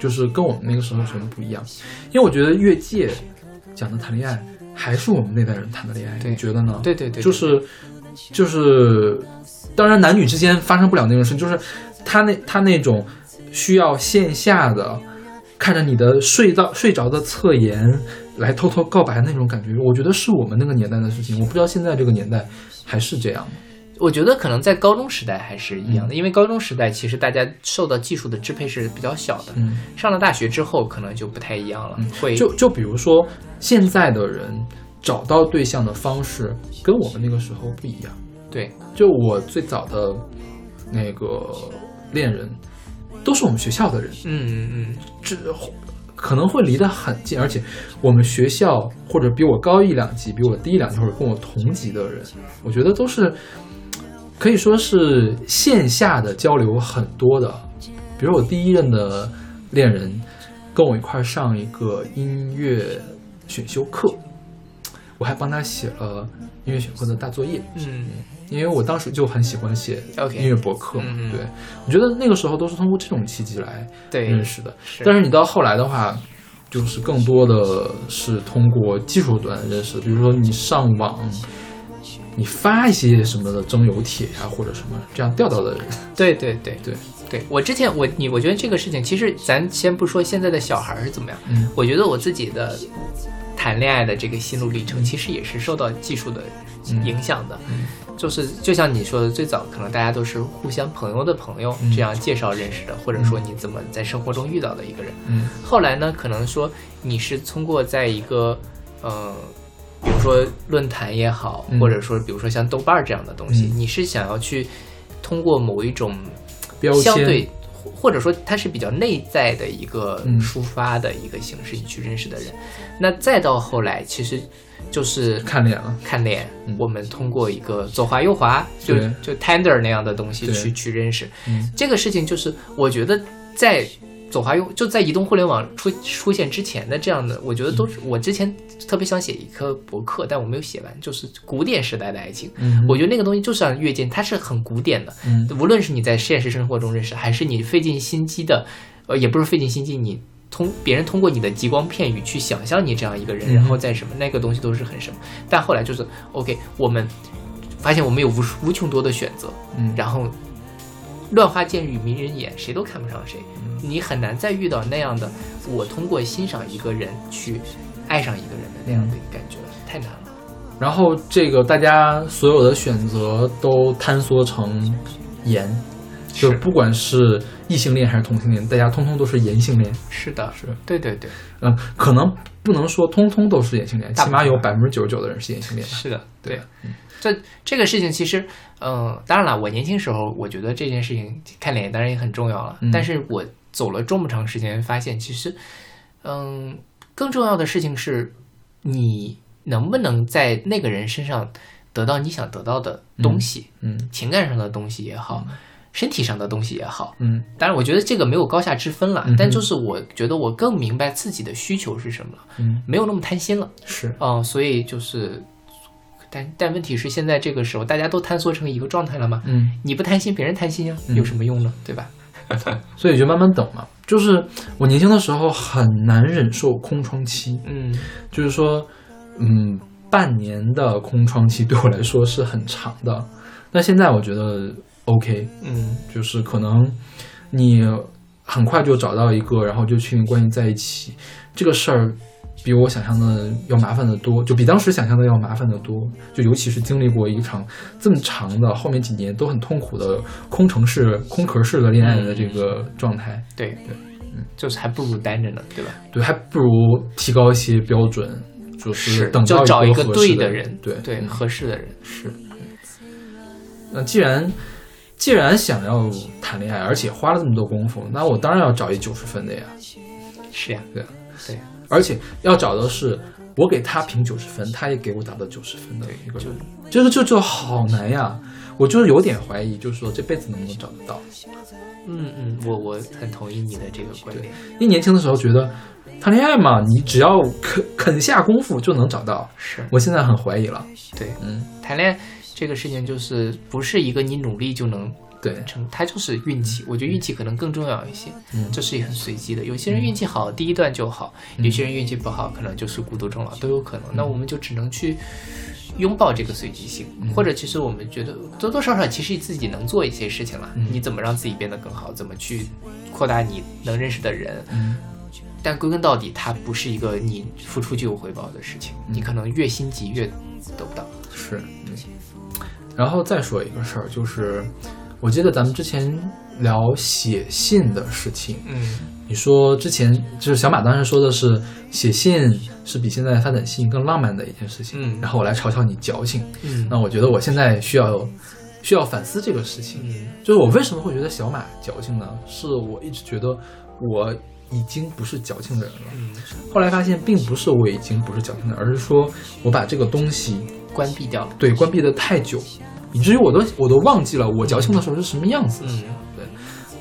[SPEAKER 2] 就是跟我们那个时候全不一样。因为我觉得越界讲的谈恋爱，还是我们那代人谈的恋爱，
[SPEAKER 1] 对
[SPEAKER 2] 你觉得呢？
[SPEAKER 1] 对对对，
[SPEAKER 2] 就是就是，当然男女之间发生不了那种事，就是他那他那种需要线下的看着你的睡到睡着的侧颜来偷偷告白那种感觉，我觉得是我们那个年代的事情，我不知道现在这个年代还是这样吗。
[SPEAKER 1] 我觉得可能在高中时代还是一
[SPEAKER 2] 嗯
[SPEAKER 1] 样的，因为高中时代其实大家受到技术的支配是比较小的，
[SPEAKER 2] 嗯，
[SPEAKER 1] 上了大学之后可能就不太一样了，会
[SPEAKER 2] 就就比如说现在的人找到对象的方式跟我们那个时候不一样。
[SPEAKER 1] 对
[SPEAKER 2] 就我最早的那个恋人，都是我们学校的人，
[SPEAKER 1] 嗯嗯
[SPEAKER 2] 这可能会离得很近，而且我们学校或者比我高一两级、比我低一两级或者跟我同级的人，我觉得都是可以说是线下的交流很多的。比如我第一任的恋人跟我一块儿上一个音乐选修课，我还帮他写了音乐选课的大作业。
[SPEAKER 1] 嗯嗯，
[SPEAKER 2] 因为我当时就很喜欢写
[SPEAKER 1] OK
[SPEAKER 2] 音乐博客嘛
[SPEAKER 1] 嗯嗯
[SPEAKER 2] 对，我觉得那个时候都是通过这种契机来认
[SPEAKER 1] 对，
[SPEAKER 2] 识的。
[SPEAKER 1] 是
[SPEAKER 2] 但是你到后来的话，就是更多的是通过技术端认识，比如说你上网，你发一些什么的征友帖啊，或者什么这样钓到的人，
[SPEAKER 1] 对对对
[SPEAKER 2] 对
[SPEAKER 1] 对，我之前我你我觉得这个事情，其实咱先不说现在的小孩儿是怎么样，
[SPEAKER 2] 嗯
[SPEAKER 1] 我觉得我自己的谈恋爱的这个心路历程，其实也是受到技术的
[SPEAKER 2] 嗯
[SPEAKER 1] 影响的。就是就像你说的，最早可能大家都是互相朋友的朋友、
[SPEAKER 2] 嗯
[SPEAKER 1] 这样介绍认识的，或者说你怎么在生活中遇到的一个人。
[SPEAKER 2] 嗯
[SPEAKER 1] 后来呢，可能说你是通过在一个呃，比如说论坛也好，
[SPEAKER 2] 嗯
[SPEAKER 1] 或者说比如说像豆瓣儿这样的东西，
[SPEAKER 2] 嗯
[SPEAKER 1] 你是想要去通过某一种
[SPEAKER 2] 标
[SPEAKER 1] 相
[SPEAKER 2] 签
[SPEAKER 1] 对，或或者说它是比较内在的一个
[SPEAKER 2] 嗯
[SPEAKER 1] 抒发的一个形式，你去认识的人。那再到后来，其实就是
[SPEAKER 2] 看脸了。
[SPEAKER 1] 看脸，
[SPEAKER 2] 嗯
[SPEAKER 1] 我们通过一个左滑右滑，就
[SPEAKER 2] 对
[SPEAKER 1] 就 Tender 那样的东西
[SPEAKER 2] 对
[SPEAKER 1] 去去认识。
[SPEAKER 2] 嗯
[SPEAKER 1] 这个事情就是我觉得在。左滑右就在移动互联网出出现之前的这样的，我觉得
[SPEAKER 2] 嗯
[SPEAKER 1] 都是我之前特别想写一个博客，但我没有写完，就是古典时代的爱情。
[SPEAKER 2] 嗯
[SPEAKER 1] 我觉得那个东西就是让越界，它是很古典的。
[SPEAKER 2] 嗯
[SPEAKER 1] 无论是你在现实生活中认识，还是你费尽心机的，呃，也不是费尽心机，你通别人通过你的极光片语去想象你这样一个人，
[SPEAKER 2] 嗯
[SPEAKER 1] 然后再什么那个东西都是很什么。但后来就是 OK，我们发现我们有无数无穷多的选择，
[SPEAKER 2] 嗯
[SPEAKER 1] 然后乱花渐欲迷人眼，谁都看不上谁，
[SPEAKER 2] 嗯
[SPEAKER 1] 你很难再遇到那样的我通过欣赏一个人去爱上一个人的
[SPEAKER 2] 嗯
[SPEAKER 1] 那样的感觉，太难了。
[SPEAKER 2] 然后这个大家所有的选择都坍缩成盐，就是不管是异性恋还是同性恋，大家通通都是盐性恋。
[SPEAKER 1] 是的，
[SPEAKER 2] 是
[SPEAKER 1] 对对对，
[SPEAKER 2] 嗯，可能不能说通通都是眼性恋，
[SPEAKER 1] 大部
[SPEAKER 2] 起
[SPEAKER 1] 分
[SPEAKER 2] 码有百分之九十九的人是眼性恋吧。
[SPEAKER 1] 是的，对
[SPEAKER 2] 对。
[SPEAKER 1] 这这个事情其实，嗯、当然了，我年轻时候我觉得这件事情看脸当然也很重要了，
[SPEAKER 2] 嗯
[SPEAKER 1] 但是我走了这么长时间，发现其实，嗯、更重要的事情是，你能不能在那个人身上得到你想得到的东西，
[SPEAKER 2] 嗯
[SPEAKER 1] 情感上的东西也好，身体上的东西也好。
[SPEAKER 2] 嗯
[SPEAKER 1] 当然，我觉得这个没有高下之分了，
[SPEAKER 2] 嗯哼
[SPEAKER 1] 但就是我觉得我更明白自己的需求是什么了，
[SPEAKER 2] 嗯，
[SPEAKER 1] 没有那么贪心了。
[SPEAKER 2] 是
[SPEAKER 1] 嗯，所以就是，但但问题是，现在这个时候大家都坍缩成一个状态了吗？
[SPEAKER 2] 嗯，
[SPEAKER 1] 你不贪心，别人贪心呀、
[SPEAKER 2] 嗯
[SPEAKER 1] 有什么用呢？对吧？
[SPEAKER 2] 所以就慢慢等嘛。就是我年轻的时候很难忍受空窗期，
[SPEAKER 1] 嗯
[SPEAKER 2] 就是说，嗯，半年的空窗期对我来说是很长的。但现在我觉得 OK，
[SPEAKER 1] 嗯，
[SPEAKER 2] 就是可能你很快就找到一个，然后就确定关系在一起，这个事儿比我想象的要麻烦的多，就比当时想象的要麻烦的多。就尤其是经历过一场这么长的，后面几年都很痛苦的空城式、空壳式的恋爱的这个状态，
[SPEAKER 1] 对对，
[SPEAKER 2] 嗯
[SPEAKER 1] 就是还不如单着呢，对吧？
[SPEAKER 2] 对，还不如提高一些标准，就是等
[SPEAKER 1] 就找
[SPEAKER 2] 到
[SPEAKER 1] 一
[SPEAKER 2] 一
[SPEAKER 1] 个
[SPEAKER 2] 合
[SPEAKER 1] 对
[SPEAKER 2] 适
[SPEAKER 1] 的
[SPEAKER 2] 的
[SPEAKER 1] 人，
[SPEAKER 2] 对
[SPEAKER 1] 对、
[SPEAKER 2] 嗯
[SPEAKER 1] 合适的人，
[SPEAKER 2] 是，那既然既然想要谈恋爱，而且花了这么多功夫，那我当然要找一九十分的呀。
[SPEAKER 1] 是呀，
[SPEAKER 2] 对啊
[SPEAKER 1] 对
[SPEAKER 2] 而且要找的是我给他评九十分，他也给我达到九十分的一个
[SPEAKER 1] 就
[SPEAKER 2] 人，这个就就好难呀。我就是有点怀疑，就是说这辈子能不能找得到？
[SPEAKER 1] 嗯嗯，我我很同意你的这个观点，
[SPEAKER 2] 因为年轻的时候觉得谈恋爱嘛，你只要肯肯下功夫就能找到。
[SPEAKER 1] 是
[SPEAKER 2] 我现在很怀疑了，
[SPEAKER 1] 对
[SPEAKER 2] 嗯
[SPEAKER 1] 谈恋爱这个事情，就是不是一个你努力就能
[SPEAKER 2] 对
[SPEAKER 1] 成它就是运气。我觉得运气可能更重要一些，
[SPEAKER 2] 嗯
[SPEAKER 1] 这是也很随机的。有些人运气好，第一段就好；有些人运气不好，可能就是孤独终老都有可能。
[SPEAKER 2] 嗯
[SPEAKER 1] 那我们就只能去拥抱这个随机性，
[SPEAKER 2] 嗯
[SPEAKER 1] 或者其实我们觉得多多少少其实自己能做一些事情了。
[SPEAKER 2] 嗯
[SPEAKER 1] 你怎么让自己变得更好？怎么去扩大你能认识的人？
[SPEAKER 2] 嗯
[SPEAKER 1] 但归根到底，它不是一个你付出就有回报的事情。
[SPEAKER 2] 嗯
[SPEAKER 1] 你可能越心急越得不到。
[SPEAKER 2] 是，对。然后再说一个事儿，就是我记得咱们之前聊写信的事情，
[SPEAKER 1] 嗯
[SPEAKER 2] 你说之前就是小马当时说的是写信是比现在发短信更浪漫的一件事情，
[SPEAKER 1] 嗯
[SPEAKER 2] 然后我来嘲笑你矫情，
[SPEAKER 1] 嗯
[SPEAKER 2] 那我觉得我现在需要需要反思这个事情，
[SPEAKER 1] 嗯
[SPEAKER 2] 就是我为什么会觉得小马矫情呢？是我一直觉得我已经不是矫情的人了，
[SPEAKER 1] 嗯，
[SPEAKER 2] 后来发现并不是我已经不是矫情的人，而是说我把这个东西
[SPEAKER 1] 关闭掉了。
[SPEAKER 2] 对关闭的太久，以至于我都我都忘记了我矫情的时候是什么样子。
[SPEAKER 1] 嗯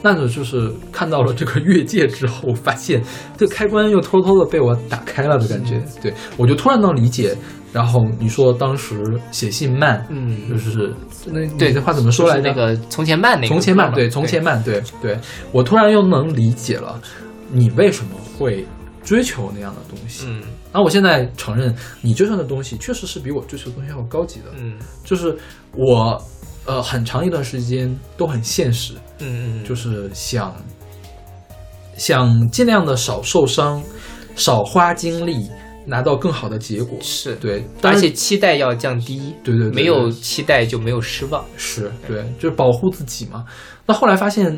[SPEAKER 2] 那就就是看到了这个越界之后，发现这个开关又偷偷的被我打开了的感觉。对我就突然能理解。然后你说当时写信慢，
[SPEAKER 1] 嗯
[SPEAKER 2] 就是那
[SPEAKER 1] 对
[SPEAKER 2] 这话怎么说来着？
[SPEAKER 1] 那个从前慢那个
[SPEAKER 2] 从前慢，
[SPEAKER 1] 歌嘛
[SPEAKER 2] 对，从前慢，对对，我突然又能理解了你为什么会追求那样的东西。
[SPEAKER 1] 嗯
[SPEAKER 2] 那我现在承认，你追求的东西确实是比我追求的东西要高级的。
[SPEAKER 1] 嗯
[SPEAKER 2] 就是我，呃，很长一段时间都很现实，
[SPEAKER 1] 嗯嗯，
[SPEAKER 2] 就是想想尽量的少受伤，少花精力，拿到更好的结果。
[SPEAKER 1] 是。
[SPEAKER 2] 对，当
[SPEAKER 1] 而
[SPEAKER 2] 然
[SPEAKER 1] 且期待要降低，
[SPEAKER 2] 对对对
[SPEAKER 1] 没有期待就没有失望。
[SPEAKER 2] 是对，就是保护自己嘛。那后来发现，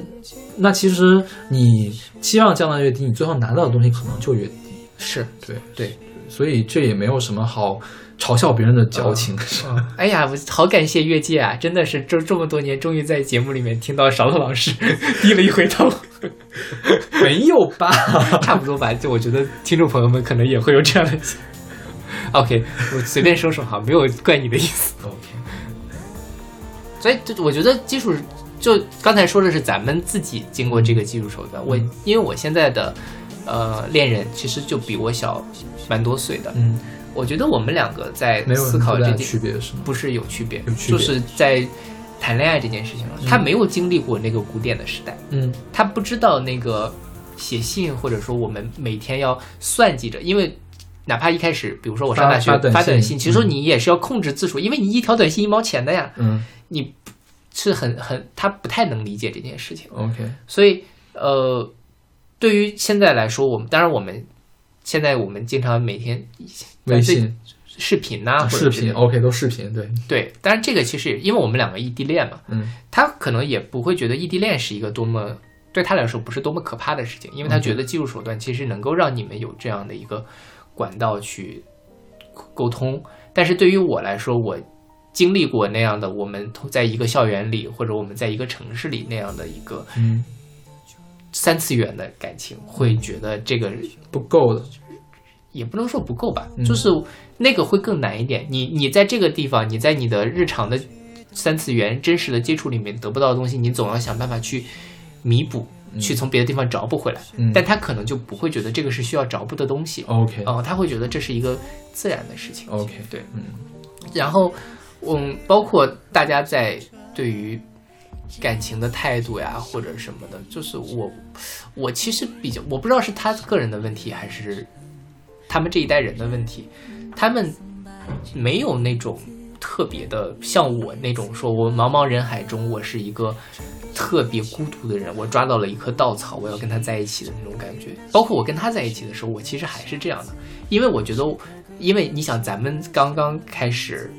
[SPEAKER 2] 那其实你期望降到越低，你最后拿到的东西可能就越低。
[SPEAKER 1] 是
[SPEAKER 2] 对，
[SPEAKER 1] 对，
[SPEAKER 2] 所以这也没有什么好嘲笑别人的矫情的事。
[SPEAKER 1] 嗯，哎呀，我好感谢越界啊！真的是这这么多年，终于在节目里面听到勺子老师 [LAUGHS] 低了一回头，
[SPEAKER 2] [LAUGHS] 没有吧？
[SPEAKER 1] [LAUGHS] 差不多吧。就我觉得听众朋友们可能也会有这样的。OK，我随便说说哈，没有怪你的意思。
[SPEAKER 2] OK，
[SPEAKER 1] 所以就我觉得基础就刚才说的是咱们自己经过这个技术手
[SPEAKER 2] 嗯
[SPEAKER 1] 段。我因为我现在的呃恋人其实就比我小蛮多岁的，
[SPEAKER 2] [LAUGHS] 嗯，
[SPEAKER 1] 我觉得我们两个在
[SPEAKER 2] 没有
[SPEAKER 1] 哎思考
[SPEAKER 2] 很大
[SPEAKER 1] 这
[SPEAKER 2] 的
[SPEAKER 1] 件
[SPEAKER 2] 区别是吗？
[SPEAKER 1] 不是有区别，
[SPEAKER 2] 有区
[SPEAKER 1] 就
[SPEAKER 2] 别
[SPEAKER 1] 是在谈恋爱这件事情上，他没有经历过那个古典的时代，
[SPEAKER 2] 嗯
[SPEAKER 1] 他不知道那个写信，或者说我们每天要算计着，因为。哪怕一开始，比如说我上
[SPEAKER 2] 发
[SPEAKER 1] 大学
[SPEAKER 2] 发短
[SPEAKER 1] 短
[SPEAKER 2] 信
[SPEAKER 1] 信，其实
[SPEAKER 2] 嗯
[SPEAKER 1] 你也是要控制字数，因为你一条短信一毛钱的呀，
[SPEAKER 2] 嗯
[SPEAKER 1] 你是很很他不太能理解这件事情。
[SPEAKER 2] ，OK，
[SPEAKER 1] 所以呃，对于现在来说，我们当然我们现在我们经常每天
[SPEAKER 2] 微
[SPEAKER 1] 这
[SPEAKER 2] 信、啊
[SPEAKER 1] 视频啊呐、或
[SPEAKER 2] 视
[SPEAKER 1] 者是
[SPEAKER 2] 频，OK，都哦视频，对，
[SPEAKER 1] 对，当然这个其实也因为我们两个异地恋嘛，
[SPEAKER 2] 嗯
[SPEAKER 1] 他可能也不会觉得异地恋是一个多么对他来说不是多么可怕的事情，因为他觉得技术手段其实能够让你们有这样的一个管道去沟通。但是对于我来说，我经历过那样的，我们同在一个校园里或者我们在一个城市里那样的一个
[SPEAKER 2] 嗯，
[SPEAKER 1] 三次元的感情，会觉得这个
[SPEAKER 2] 不够的，
[SPEAKER 1] 也不能说不够吧，
[SPEAKER 2] 嗯
[SPEAKER 1] 就是那个会更难一点。你你在这个地方，你在你的日常的三次元真实的接触里面得不到的东西，你总要想办法去弥补，去从别的地方找补回来。
[SPEAKER 2] 嗯
[SPEAKER 1] 但他可能就不会觉得这个是需要找补的东西，
[SPEAKER 2] ，OK
[SPEAKER 1] 哦、他会觉得这是一个自然的事情。
[SPEAKER 2] OK，
[SPEAKER 1] 对，
[SPEAKER 2] 嗯
[SPEAKER 1] 然后，嗯，包括大家在对于感情的态度呀，或者什么的，就是我，我其实比较，我不知道是他个人的问题，还是他们这一代人的问题，他们没有那种特别的，像我那种说，我茫茫人海中，我是一个特别孤独的人，我抓到了一棵稻草，我要跟他在一起的那种感觉。包括我跟他在一起的时候，我其实还是这样的，因为我觉得，因为你想，咱们刚刚开始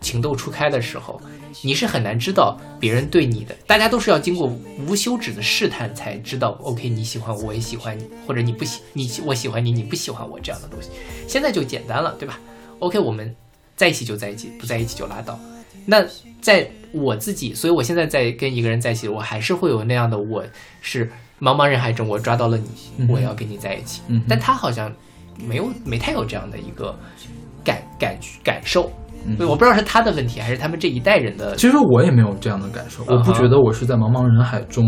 [SPEAKER 1] 情窦初开的时候，你是很难知道别人对你的，大家都是要经过无休止的试探才知道，OK，你喜欢我，我也喜欢你，或者你不喜你我喜欢你，你不喜欢我这样的东西。现在就简单了，对吧？OK，我们在一起就在一起，不在一起就拉倒。那在我自己，所以我现在在跟一个人在一起，我还是会有那样的，我是茫茫人海中我抓到了你
[SPEAKER 2] 嗯，哼
[SPEAKER 1] 我要跟你在一起。
[SPEAKER 2] 嗯哼
[SPEAKER 1] 但他好像没有没太有这样的一个感感感受，
[SPEAKER 2] 嗯
[SPEAKER 1] 我不知道是他的问题还是他们这一代人的。
[SPEAKER 2] 其实我也没有这样的感受，我不
[SPEAKER 1] 啊哈
[SPEAKER 2] 觉得我是在茫茫人海中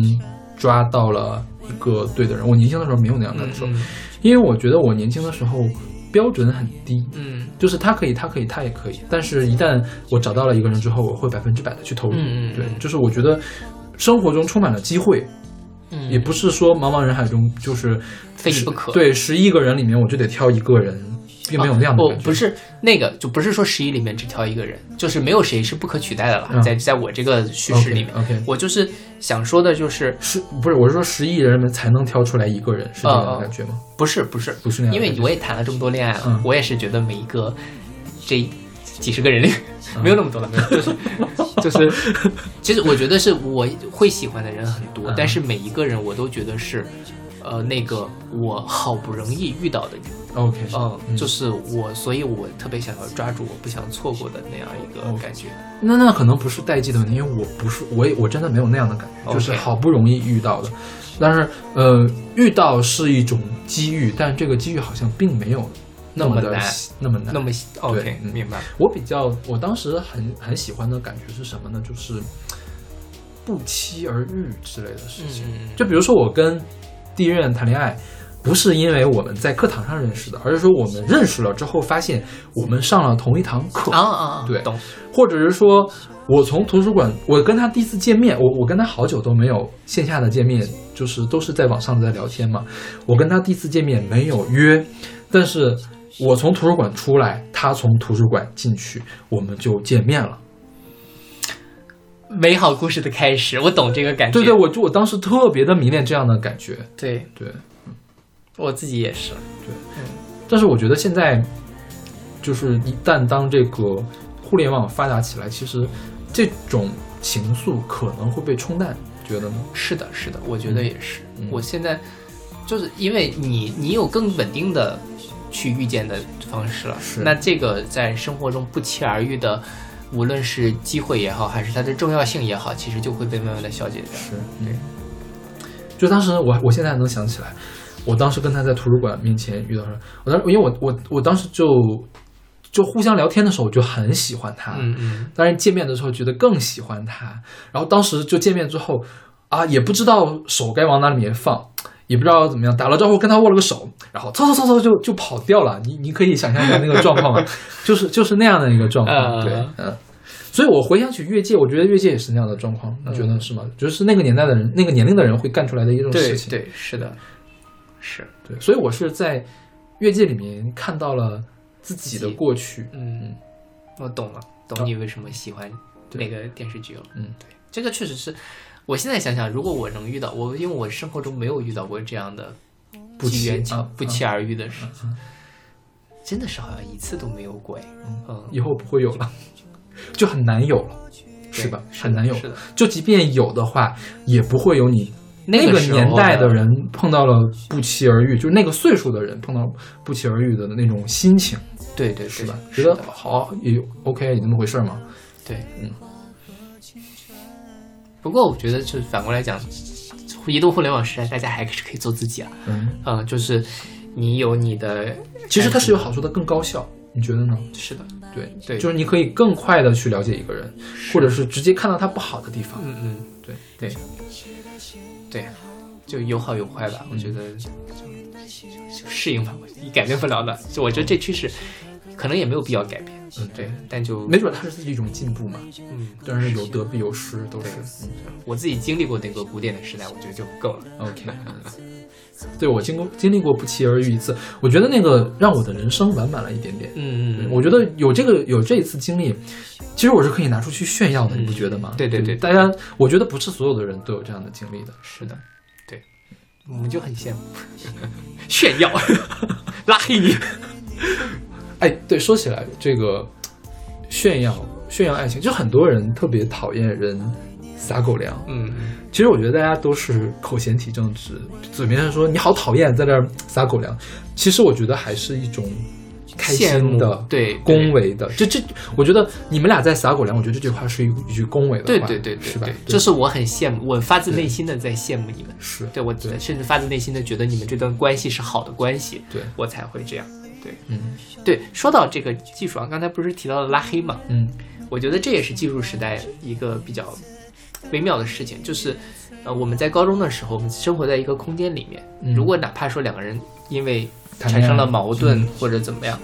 [SPEAKER 2] 抓到了一个对的人。我年轻的时候没有那样的
[SPEAKER 1] 嗯
[SPEAKER 2] 感受，
[SPEAKER 1] 嗯
[SPEAKER 2] 因为我觉得我年轻的时候标准很低，
[SPEAKER 1] 嗯
[SPEAKER 2] 就是他可以，他可以，他也可以。但是，一旦我找到了一个人之后，我会百分之百的去投入。
[SPEAKER 1] 嗯嗯嗯
[SPEAKER 2] 对，就是我觉得生活中充满了机会，
[SPEAKER 1] 嗯
[SPEAKER 2] 也不是说茫茫人海中嗯就是
[SPEAKER 1] 非你
[SPEAKER 2] 十
[SPEAKER 1] 不可
[SPEAKER 2] 对，十亿个人里面我就得挑一个人，并没有那样的
[SPEAKER 1] 不
[SPEAKER 2] 感觉。
[SPEAKER 1] 哦不是那个，就不是说十一里面只挑一个人，就是没有谁是不可取代的了。
[SPEAKER 2] 嗯
[SPEAKER 1] 在在我这个叙事里面
[SPEAKER 2] OK，OK
[SPEAKER 1] 我就是想说的，就是
[SPEAKER 2] 是不是我是说十亿人里面才能挑出来一个人，是这样
[SPEAKER 1] 哦
[SPEAKER 2] 的
[SPEAKER 1] 哦
[SPEAKER 2] 感觉吗？
[SPEAKER 1] 不是不是
[SPEAKER 2] 不是那样的
[SPEAKER 1] 因为
[SPEAKER 2] 感觉
[SPEAKER 1] 我也谈了这么多恋爱了，
[SPEAKER 2] 啊嗯
[SPEAKER 1] 我也是觉得每一个这几十个人里、
[SPEAKER 2] 嗯
[SPEAKER 1] 没有那么多了，没有，嗯 [LAUGHS] 就是就是，其实我觉得是我会喜欢的人很多，
[SPEAKER 2] 嗯
[SPEAKER 1] 但是每一个人我都觉得是，呃，那个我好不容易遇到的人，
[SPEAKER 2] OK，
[SPEAKER 1] 嗯，就是我，所以我特别想要抓住，我不想错过的那样一个感觉。
[SPEAKER 2] 那那可能不是代际的问题，因为我不是我也我真的没有那样的感觉
[SPEAKER 1] OK
[SPEAKER 2] 就是好不容易遇到的，但是呃遇到是一种机遇，但这个机遇好像并没有那么
[SPEAKER 1] 那
[SPEAKER 2] 的
[SPEAKER 1] 么难
[SPEAKER 2] 那么难。
[SPEAKER 1] 那么
[SPEAKER 2] 对
[SPEAKER 1] OK，
[SPEAKER 2] 嗯
[SPEAKER 1] 明白。
[SPEAKER 2] 我比较我当时很很喜欢的感觉是什么呢？就是不期而遇之类的事情。
[SPEAKER 1] 嗯，
[SPEAKER 2] 就比如说我跟第一任谈恋爱，不是因为我们在课堂上认识的，而是说我们认识了之后发现我们上了同一堂课
[SPEAKER 1] 啊啊，啊
[SPEAKER 2] 对
[SPEAKER 1] 懂。
[SPEAKER 2] 或者是说我从图书馆，我跟他第一次见面，我我跟他好久都没有线下的见面，就是都是在网上在聊天嘛。我跟他第一次见面没有约，但是我从图书馆出来，他从图书馆进去，我们就见面了。
[SPEAKER 1] 美好故事的开始，我懂这个感觉。
[SPEAKER 2] 对对，我就我当时特别的迷恋这样的感觉，
[SPEAKER 1] 对
[SPEAKER 2] 对。
[SPEAKER 1] 我自己也是。
[SPEAKER 2] 但是我觉得现在，就是一旦当这个互联网发达起来，其实这种情愫可能会被冲淡，觉得呢？
[SPEAKER 1] 是的，是的，我觉得也是。
[SPEAKER 2] 嗯
[SPEAKER 1] 我现在就是因为你，你有更稳定的去遇见的方式了。
[SPEAKER 2] 是
[SPEAKER 1] 那这个在生活中不期而遇的，无论是机会也好，还是它的重要性也好，其实就会被慢慢的消解掉。
[SPEAKER 2] 是，对。就当时我，我现在还能想起来，我当时跟他在图书馆面前遇到他，我当时因为我我我当时就就互相聊天的时候，我就很喜欢他，
[SPEAKER 1] 嗯嗯，
[SPEAKER 2] 但是见面的时候觉得更喜欢他，然后当时就见面之后啊，也不知道手该往哪里面放。也不知道怎么样，打了招呼跟他握了个手，然后嗖嗖嗖嗖就就跑掉了。你你可以想象一下那个状
[SPEAKER 1] [LAUGHS]
[SPEAKER 2] 况吗？就是就是那样的一个状况，
[SPEAKER 1] 呃
[SPEAKER 2] 对，嗯。所以我回想起越界，我觉得越界也是那样的状况，你觉得是吗？就是那个年代的人，那个年龄的人会干出来的一种
[SPEAKER 1] 对
[SPEAKER 2] 事情。
[SPEAKER 1] 对，是的，是，
[SPEAKER 2] 对所以我是在越界里面看到了自己的过去。
[SPEAKER 1] 嗯，我懂了，懂你为什么喜欢那个电视剧了。
[SPEAKER 2] 嗯，
[SPEAKER 1] 对，这个确实是。我现在想想，如果我能遇到我，因为我生活中没有遇到过这样的
[SPEAKER 2] 不
[SPEAKER 1] 机
[SPEAKER 2] 期
[SPEAKER 1] 缘巧
[SPEAKER 2] 啊
[SPEAKER 1] 不
[SPEAKER 2] 啊嗯
[SPEAKER 1] 期而遇的事情，真的是好像一次都没有过哎。嗯，
[SPEAKER 2] 以后不会有了，就很难有了，是吧？
[SPEAKER 1] 对
[SPEAKER 2] 很难有
[SPEAKER 1] 是。的，
[SPEAKER 2] 就即便有的话，也不会有你
[SPEAKER 1] 那个
[SPEAKER 2] 个
[SPEAKER 1] 时候
[SPEAKER 2] 年代的
[SPEAKER 1] 的
[SPEAKER 2] 人碰到了不期而遇，就是那个岁数的人碰到不期而遇的那种心情，
[SPEAKER 1] 对对
[SPEAKER 2] 是
[SPEAKER 1] 对
[SPEAKER 2] 吧？
[SPEAKER 1] 是
[SPEAKER 2] 觉
[SPEAKER 1] 的
[SPEAKER 2] 得好也 OK，有那么回事儿吗？
[SPEAKER 1] 对，
[SPEAKER 2] 嗯。
[SPEAKER 1] 不过我觉得，就是反过来讲，移动互联网时代，大家还是可以做自己啊。
[SPEAKER 2] 嗯，
[SPEAKER 1] 嗯，就是你有你的，
[SPEAKER 2] 其实它是有好处的，更高效，你觉得呢？
[SPEAKER 1] 是的，
[SPEAKER 2] 对
[SPEAKER 1] 对
[SPEAKER 2] 就是你可以更快的去了解一个人，或者是直接看到他不好的地方。
[SPEAKER 1] 嗯嗯。
[SPEAKER 2] 对，
[SPEAKER 1] 对，对，就有好有坏吧。我觉得就就适应吧，我你改变不了的。就我觉得这趋势可能也没有必要改变。
[SPEAKER 2] 嗯
[SPEAKER 1] 对，但就
[SPEAKER 2] 没准它是一种进步嘛。
[SPEAKER 1] 嗯，
[SPEAKER 2] 但是有得必有失，都是。嗯
[SPEAKER 1] 我自己经历过那个古典的时代，我觉得就够了。
[SPEAKER 2] OK，对我经过经历过不期而遇一次，我觉得那个让我的人生完满了一点点。
[SPEAKER 1] 嗯
[SPEAKER 2] 我觉得有这个有这一次经历，其实我是可以拿出去炫耀的，你不觉得吗？
[SPEAKER 1] 嗯对对对
[SPEAKER 2] 大家我觉得不是所有的人都有这样的经历的。
[SPEAKER 1] 是的，对，我们就很羡慕， [LAUGHS] 炫耀， [LAUGHS] 拉黑你。
[SPEAKER 2] 哎，对，说起来这个炫耀炫耀爱情，就很多人特别讨厌人撒狗粮。
[SPEAKER 1] 嗯，
[SPEAKER 2] 其实我觉得大家都是口嫌体正直，嘴面上说你好讨厌，在这儿撒狗粮，其实我觉得还是一种开
[SPEAKER 1] 羡
[SPEAKER 2] 心
[SPEAKER 1] 慕
[SPEAKER 2] 的。
[SPEAKER 1] 对
[SPEAKER 2] 恭。维的，这这，我觉得你们俩在撒狗粮，我觉得这句话是一一句恭维的
[SPEAKER 1] 对
[SPEAKER 2] 话，
[SPEAKER 1] 对对对对，
[SPEAKER 2] 是吧
[SPEAKER 1] 对？
[SPEAKER 2] 对
[SPEAKER 1] 就是我很羡慕，我发自内心的在羡慕你们。
[SPEAKER 2] 是
[SPEAKER 1] 对我
[SPEAKER 2] 对
[SPEAKER 1] 甚至发自内心的觉得你们这段关系是好的关系，
[SPEAKER 2] 对，
[SPEAKER 1] 我才会这样。对
[SPEAKER 2] 嗯
[SPEAKER 1] 对，说到这个技术啊，刚才不是提到了拉黑嘛？
[SPEAKER 2] 嗯，
[SPEAKER 1] 我觉得这也是技术时代一个比较微妙的事情，就是呃，我们在高中的时候，我们生活在一个空间里面，
[SPEAKER 2] 嗯
[SPEAKER 1] 如果哪怕说两个人因为
[SPEAKER 2] 谈
[SPEAKER 1] 产
[SPEAKER 2] 恋爱嗯
[SPEAKER 1] 生了矛盾或者怎么样，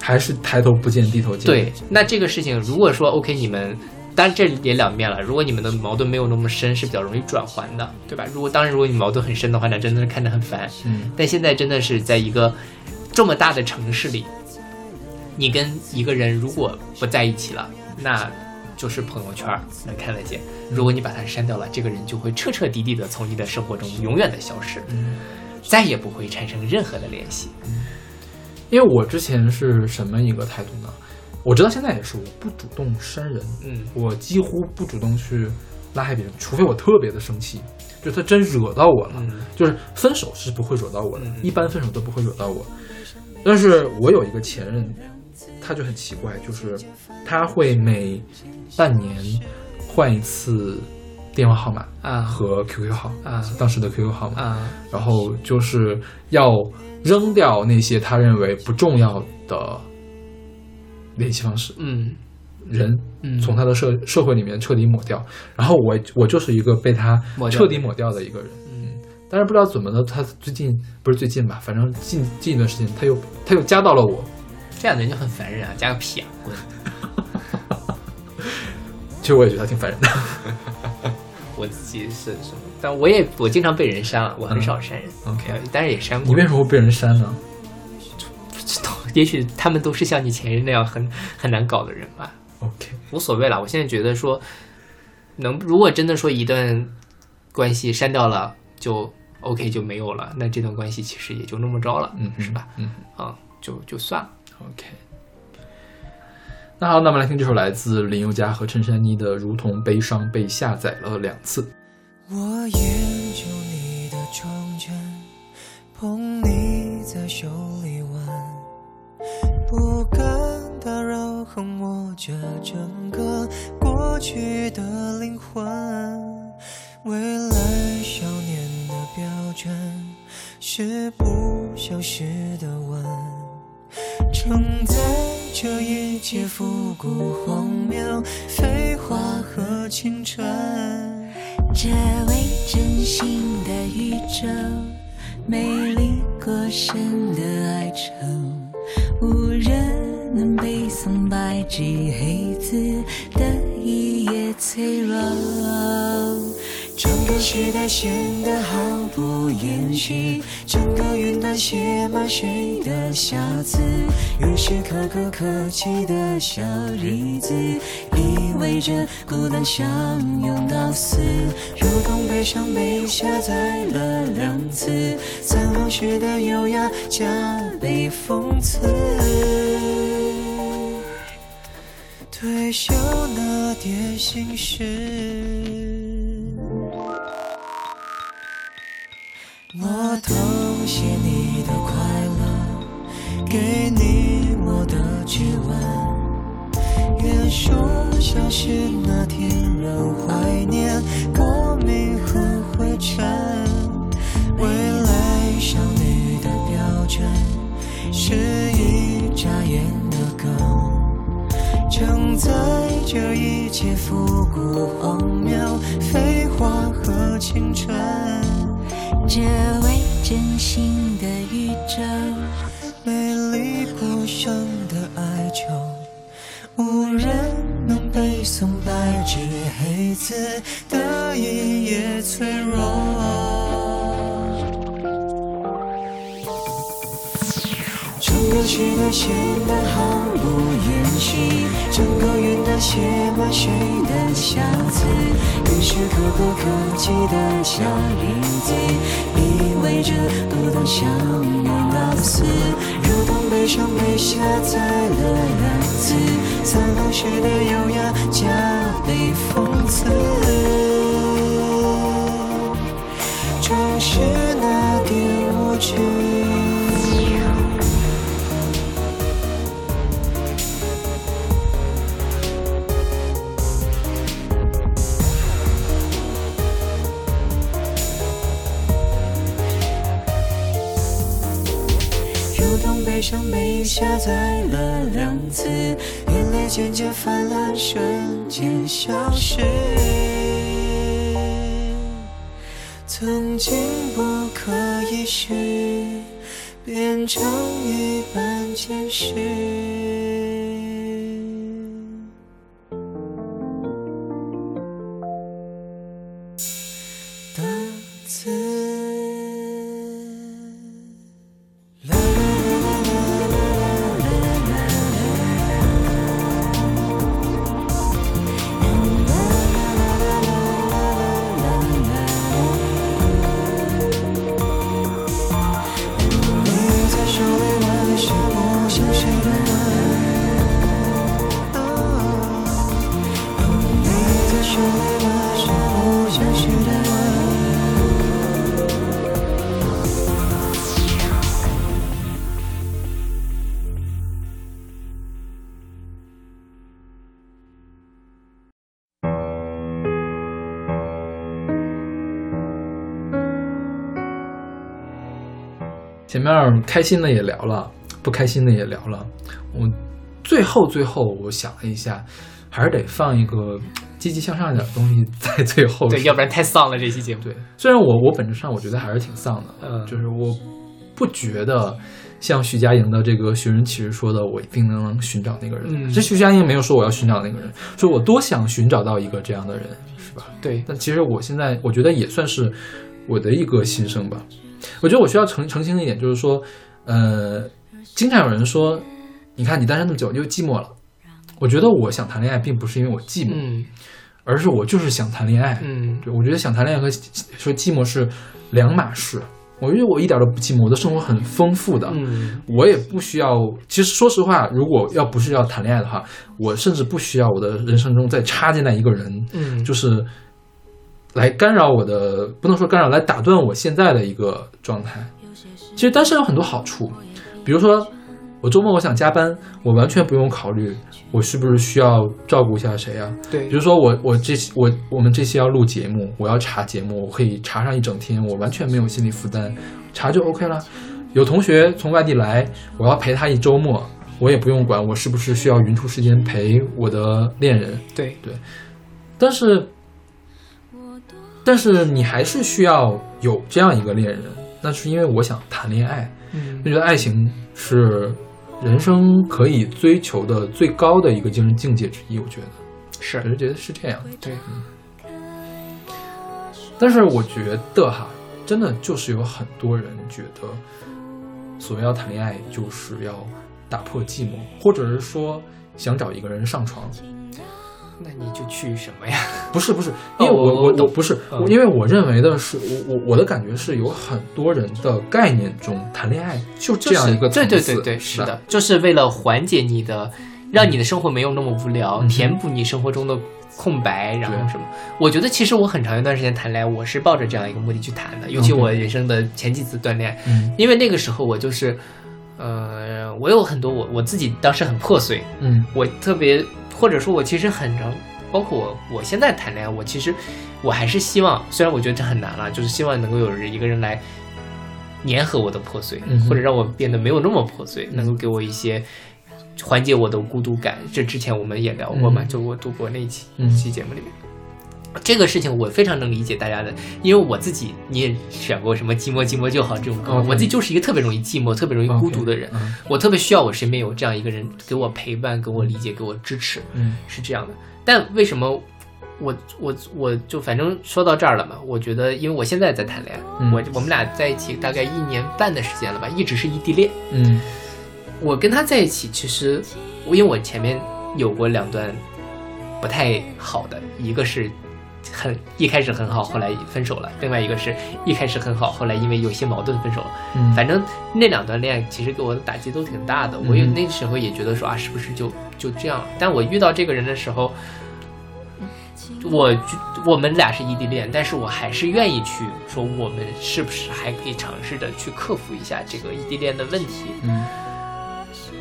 [SPEAKER 2] 还是抬头不见低头见，
[SPEAKER 1] 对，那这个事情如果说 OK，你们当然这也两面了。如果你们的矛盾没有那么深，是比较容易转换的，对吧？如果当然，如果你矛盾很深的话，那真的是看着很烦。
[SPEAKER 2] 嗯，
[SPEAKER 1] 但现在真的是在一个这么大的城市里，你跟一个人如果不在一起了，那就是朋友圈儿能看得见。如果你把它删掉了，这个人就会彻彻底底的从你的生活中永远的消失，再也不会产生任何的联系。
[SPEAKER 2] 因为我之前是什么一个态度呢？我直到现在也是，我不主动删人，
[SPEAKER 1] 嗯
[SPEAKER 2] 我几乎不主动去拉黑别人，除非我特别的生气，就他真惹到我了。
[SPEAKER 1] 嗯
[SPEAKER 2] 就是分手是不会惹到我的
[SPEAKER 1] 嗯，
[SPEAKER 2] 一般分手都不会惹到我。但是我有一个前任，他就很奇怪，就是他会每半年换一次电话号码
[SPEAKER 1] 啊
[SPEAKER 2] 和 QQ 号
[SPEAKER 1] 啊
[SPEAKER 2] 当时的 QQ 号码，
[SPEAKER 1] 啊
[SPEAKER 2] 然后就是要扔掉那些他认为不重要的联系方式，
[SPEAKER 1] 嗯
[SPEAKER 2] 人
[SPEAKER 1] 嗯，
[SPEAKER 2] 从他的社社会里面彻底抹掉。然后我我就是一个被他
[SPEAKER 1] 抹掉的
[SPEAKER 2] 彻底抹掉的一个人。
[SPEAKER 1] 嗯
[SPEAKER 2] 但是不知道怎么的，他最近不是最近吧，反正近近一段时间，他又他又加到了我。
[SPEAKER 1] 这样的人就很烦人啊，加个屁啊，滚！
[SPEAKER 2] 其实我也觉得他挺烦人的。
[SPEAKER 1] 我自己是什么？但我也我经常被人删了，我很少删人。呃
[SPEAKER 2] 嗯，OK
[SPEAKER 1] 但是也删过。
[SPEAKER 2] 你为什么会被人删呢？
[SPEAKER 1] 不知道？ [LAUGHS] 也许他们都是像你前任那样很很难搞的人吧，
[SPEAKER 2] OK，
[SPEAKER 1] 无所谓了。我现在觉得说，能如果真的说一段关系删掉了就 OK 就没有了，那这段关系其实也就那么着了，
[SPEAKER 2] 嗯，
[SPEAKER 1] 是吧？？
[SPEAKER 2] 嗯
[SPEAKER 1] 啊、就就算了。
[SPEAKER 2] ，OK。那好，那我们来听这首来自林宥嘉和陈珊妮的《如同悲伤》，被下载了两次。
[SPEAKER 5] 我研究你的窗前，捧你在手里玩，不敢打扰，横我这整个过去的灵魂，未来少年的标准是不消失的吻，承载这一切复古荒谬、废话和青春。
[SPEAKER 9] 这位真心的宇宙，美丽过深的哀愁，无人能背诵白纸黑字的一页脆弱。
[SPEAKER 5] 整个时代显得毫不掩饰，整个云端写满谁的瑕疵，于是可歌可泣的小日子，意味着孤单相拥到死，如同悲伤被下载了两次，散落时的优雅加倍讽刺。退休那点心事。我偷写你的快乐，给你我的指纹。愿说相识那天，让怀念过敏和灰尘。未来少女的标准，是一眨眼的梗。承载着一切复古、荒谬、废话和青春。
[SPEAKER 9] 这位真心的宇宙。
[SPEAKER 5] 美丽故乡的哀愁，无人能背诵白纸黑字的一页脆弱。整个时代显得毫不掩饰，整个云端写满谁的瑕疵，于是可歌可泣的小日子，意味着孤单相拥到死，如同悲伤被下载了两次，散落时的优雅加倍讽刺。终是那点无知。如同悲伤被下载了两次，眼泪渐渐泛滥，瞬间消失。曾经不可一世，变成一般见识。次啦啦啦你在手臂弯，是我想谁的吻？你在手臂弯，是我想谁的吻？
[SPEAKER 2] 前面开心的也聊了，不开心的也聊了，我最后最后我想了一下，还是得放一个积极向上一点的东西在最后。
[SPEAKER 1] 对，要不然太丧了这期节目。
[SPEAKER 2] [LAUGHS] 对，虽然我我本质上我觉得还是挺丧的，
[SPEAKER 1] 嗯
[SPEAKER 2] 就是我不觉得像徐佳莹的这个《寻人启事》说的，我一定能寻找那个人。
[SPEAKER 1] 嗯
[SPEAKER 2] 其实徐佳莹没有说我要寻找那个人，说我多想寻找到一个这样的人，是吧？
[SPEAKER 1] 对，
[SPEAKER 2] 但其实我现在我觉得也算是我的一个心声吧。我觉得我需要澄澄清一点，就是说，呃，经常有人说，你看你单身那么久，你就寂寞了。我觉得我想谈恋爱，并不是因为我寂寞，
[SPEAKER 1] 嗯
[SPEAKER 2] 而是我就是想谈恋爱。
[SPEAKER 1] 嗯，
[SPEAKER 2] 对，我觉得想谈恋爱和说寂寞是两码事。我觉得我一点都不寂寞，我的生活很丰富的。
[SPEAKER 1] 嗯
[SPEAKER 2] 我也不需要，其实说实话，如果要不是要谈恋爱的话，我甚至不需要我的人生中再插进来一个人，
[SPEAKER 1] 嗯，
[SPEAKER 2] 就是来干扰我的，不能说干扰，来打断我现在的一个状态。其实单身有很多好处，比如说我周末我想加班，我完全不用考虑我是不是需要照顾一下谁啊，
[SPEAKER 1] 对
[SPEAKER 2] 比，如说我我这期我我们这期要录节目，我要查节目，我可以查上一整天，我完全没有心理负担，查就 OK 了。有同学从外地来，我要陪他一周末，我也不用管我是不是需要匀出时间陪我的恋人。
[SPEAKER 1] 对，
[SPEAKER 2] 但是，但是你还是需要有这样一个恋人，那是因为我想谈恋爱，
[SPEAKER 1] 嗯
[SPEAKER 2] 我觉得爱情是人生可以追求的最高的一个精神境界之一，我觉得。我
[SPEAKER 1] 是，
[SPEAKER 2] 是觉得是这样。
[SPEAKER 1] 对，
[SPEAKER 2] 但是我觉得哈，真的就是有很多人觉得，所谓要谈恋爱，就是要打破寂寞，或者是说想找一个人上床。
[SPEAKER 1] 那你就去什么呀？
[SPEAKER 2] 不是不是，因为我、
[SPEAKER 1] 哦我
[SPEAKER 2] 我
[SPEAKER 1] 懂
[SPEAKER 2] 不是，
[SPEAKER 1] 嗯
[SPEAKER 2] 我因为我认为的是，我我我的感觉是有很多人的概念中谈恋爱就这样一个
[SPEAKER 1] 对
[SPEAKER 2] 层次，
[SPEAKER 1] 对对对，是
[SPEAKER 2] 吧
[SPEAKER 1] 的，，就是为了缓解你的，让你的生活没有那么无聊，
[SPEAKER 2] 嗯
[SPEAKER 1] 填补你生活中的空白，然后
[SPEAKER 2] 对
[SPEAKER 1] 什么？我觉得其实我很长一段时间谈恋爱，我是抱着这样一个目的去谈的，尤其
[SPEAKER 2] OK
[SPEAKER 1] 我人生的前几次锻炼，
[SPEAKER 2] 嗯
[SPEAKER 1] 因为那个时候我就是，呃，我有很多我我自己当时很破碎，
[SPEAKER 2] 嗯
[SPEAKER 1] 我特别或者说我其实很长，包括我我现在谈恋爱，我其实我还是希望，虽然我觉得这很难了，就是希望能够有人一个人来粘合我的破碎，
[SPEAKER 2] 嗯哼
[SPEAKER 1] 或者让我变得没有那么破碎，
[SPEAKER 2] 嗯
[SPEAKER 1] 能够给我一些。缓解我的孤独感，这之前我们也聊过嘛，
[SPEAKER 2] 嗯
[SPEAKER 1] 就我读博那一期、
[SPEAKER 2] 嗯
[SPEAKER 1] 期节目里面，这个事情我非常能理解大家的，因为我自己你也选过什么寂寞寂寞就好这种歌，
[SPEAKER 2] OK
[SPEAKER 1] 我自己就是一个特别容易寂寞、特别容易孤独的人，
[SPEAKER 2] 嗯
[SPEAKER 1] 我特别需要我身边有这样一个人给我陪伴、给我理解、给我支持，
[SPEAKER 2] 嗯
[SPEAKER 1] 是这样的。但为什么我我我就反正说到这儿了嘛？我觉得，因为我现在在谈恋爱，
[SPEAKER 2] 嗯
[SPEAKER 1] 我我们俩在一起大概一年半的时间了吧，一直是异地恋。
[SPEAKER 2] 嗯
[SPEAKER 1] 我跟他在一起，其实因为我前面有过两段不太好的，一个是很一开始很好，后来分手了；，另外一个是一开始很好，后来因为有些矛盾分手了。
[SPEAKER 2] 嗯，
[SPEAKER 1] 反正那两段恋爱其实给我的打击都挺大的，我有
[SPEAKER 2] 嗯
[SPEAKER 1] 那时候也觉得说啊，是不是就就这样了？但我遇到这个人的时候，我就我们俩是异地恋，但是我还是愿意去说，我们是不是还可以尝试着去克服一下这个异地恋的问题？
[SPEAKER 2] 嗯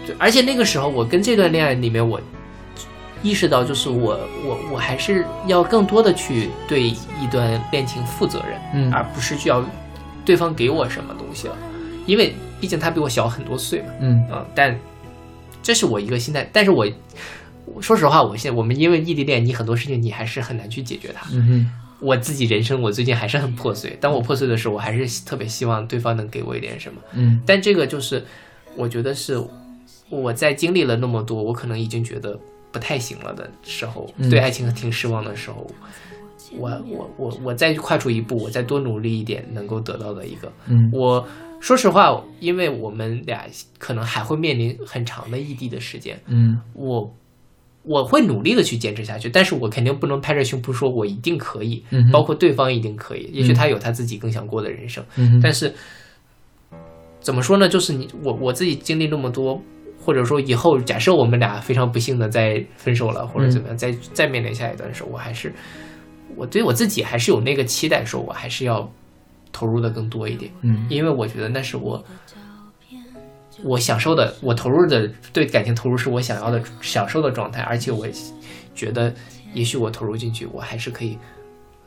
[SPEAKER 1] 对，而且那个时候我跟这段恋爱里面，我意识到就是我我我还是要更多的去对一段恋情负责任，
[SPEAKER 2] 嗯
[SPEAKER 1] 而不是需要对方给我什么东西了，因为毕竟他比我小很多岁嘛，
[SPEAKER 2] 嗯
[SPEAKER 1] 啊、但这是我一个心态，但是我。我说实话，我现在我们因为异地恋，你很多事情你还是很难去解决它。
[SPEAKER 2] 嗯哼
[SPEAKER 1] 我自己人生，我最近还是很破碎。当我破碎的时候，我还是特别希望对方能给我一点什么。
[SPEAKER 2] 嗯
[SPEAKER 1] 但这个就是，我觉得是我在经历了那么多，我可能已经觉得不太行了的时候，
[SPEAKER 2] 嗯
[SPEAKER 1] 对爱情挺失望的时候，我我我我再跨出一步，我再多努力一点，能够得到的一个。
[SPEAKER 2] 嗯
[SPEAKER 1] 我说实话，因为我们俩可能还会面临很长的异地的时间，
[SPEAKER 2] 嗯
[SPEAKER 1] 我我会努力的去坚持下去，但是我肯定不能拍着胸脯说我一定可以，
[SPEAKER 2] 嗯哼
[SPEAKER 1] 包括对方一定可以，也许他有他自己更想过的人生，
[SPEAKER 2] 嗯哼
[SPEAKER 1] 但是怎么说呢？就是你我我自己经历那么多，或者说以后假设我们俩非常不幸的再分手了，
[SPEAKER 2] 嗯
[SPEAKER 1] 或者怎么样，再再面临下一段的时候，我还是我对我自己还是有那个期待，说我还是要投入的更多一点，
[SPEAKER 2] 嗯
[SPEAKER 1] 因为我觉得那是我我享受的，我投入的对感情投入是我想要的享受的状态，而且我觉得也许我投入进去，我还是可以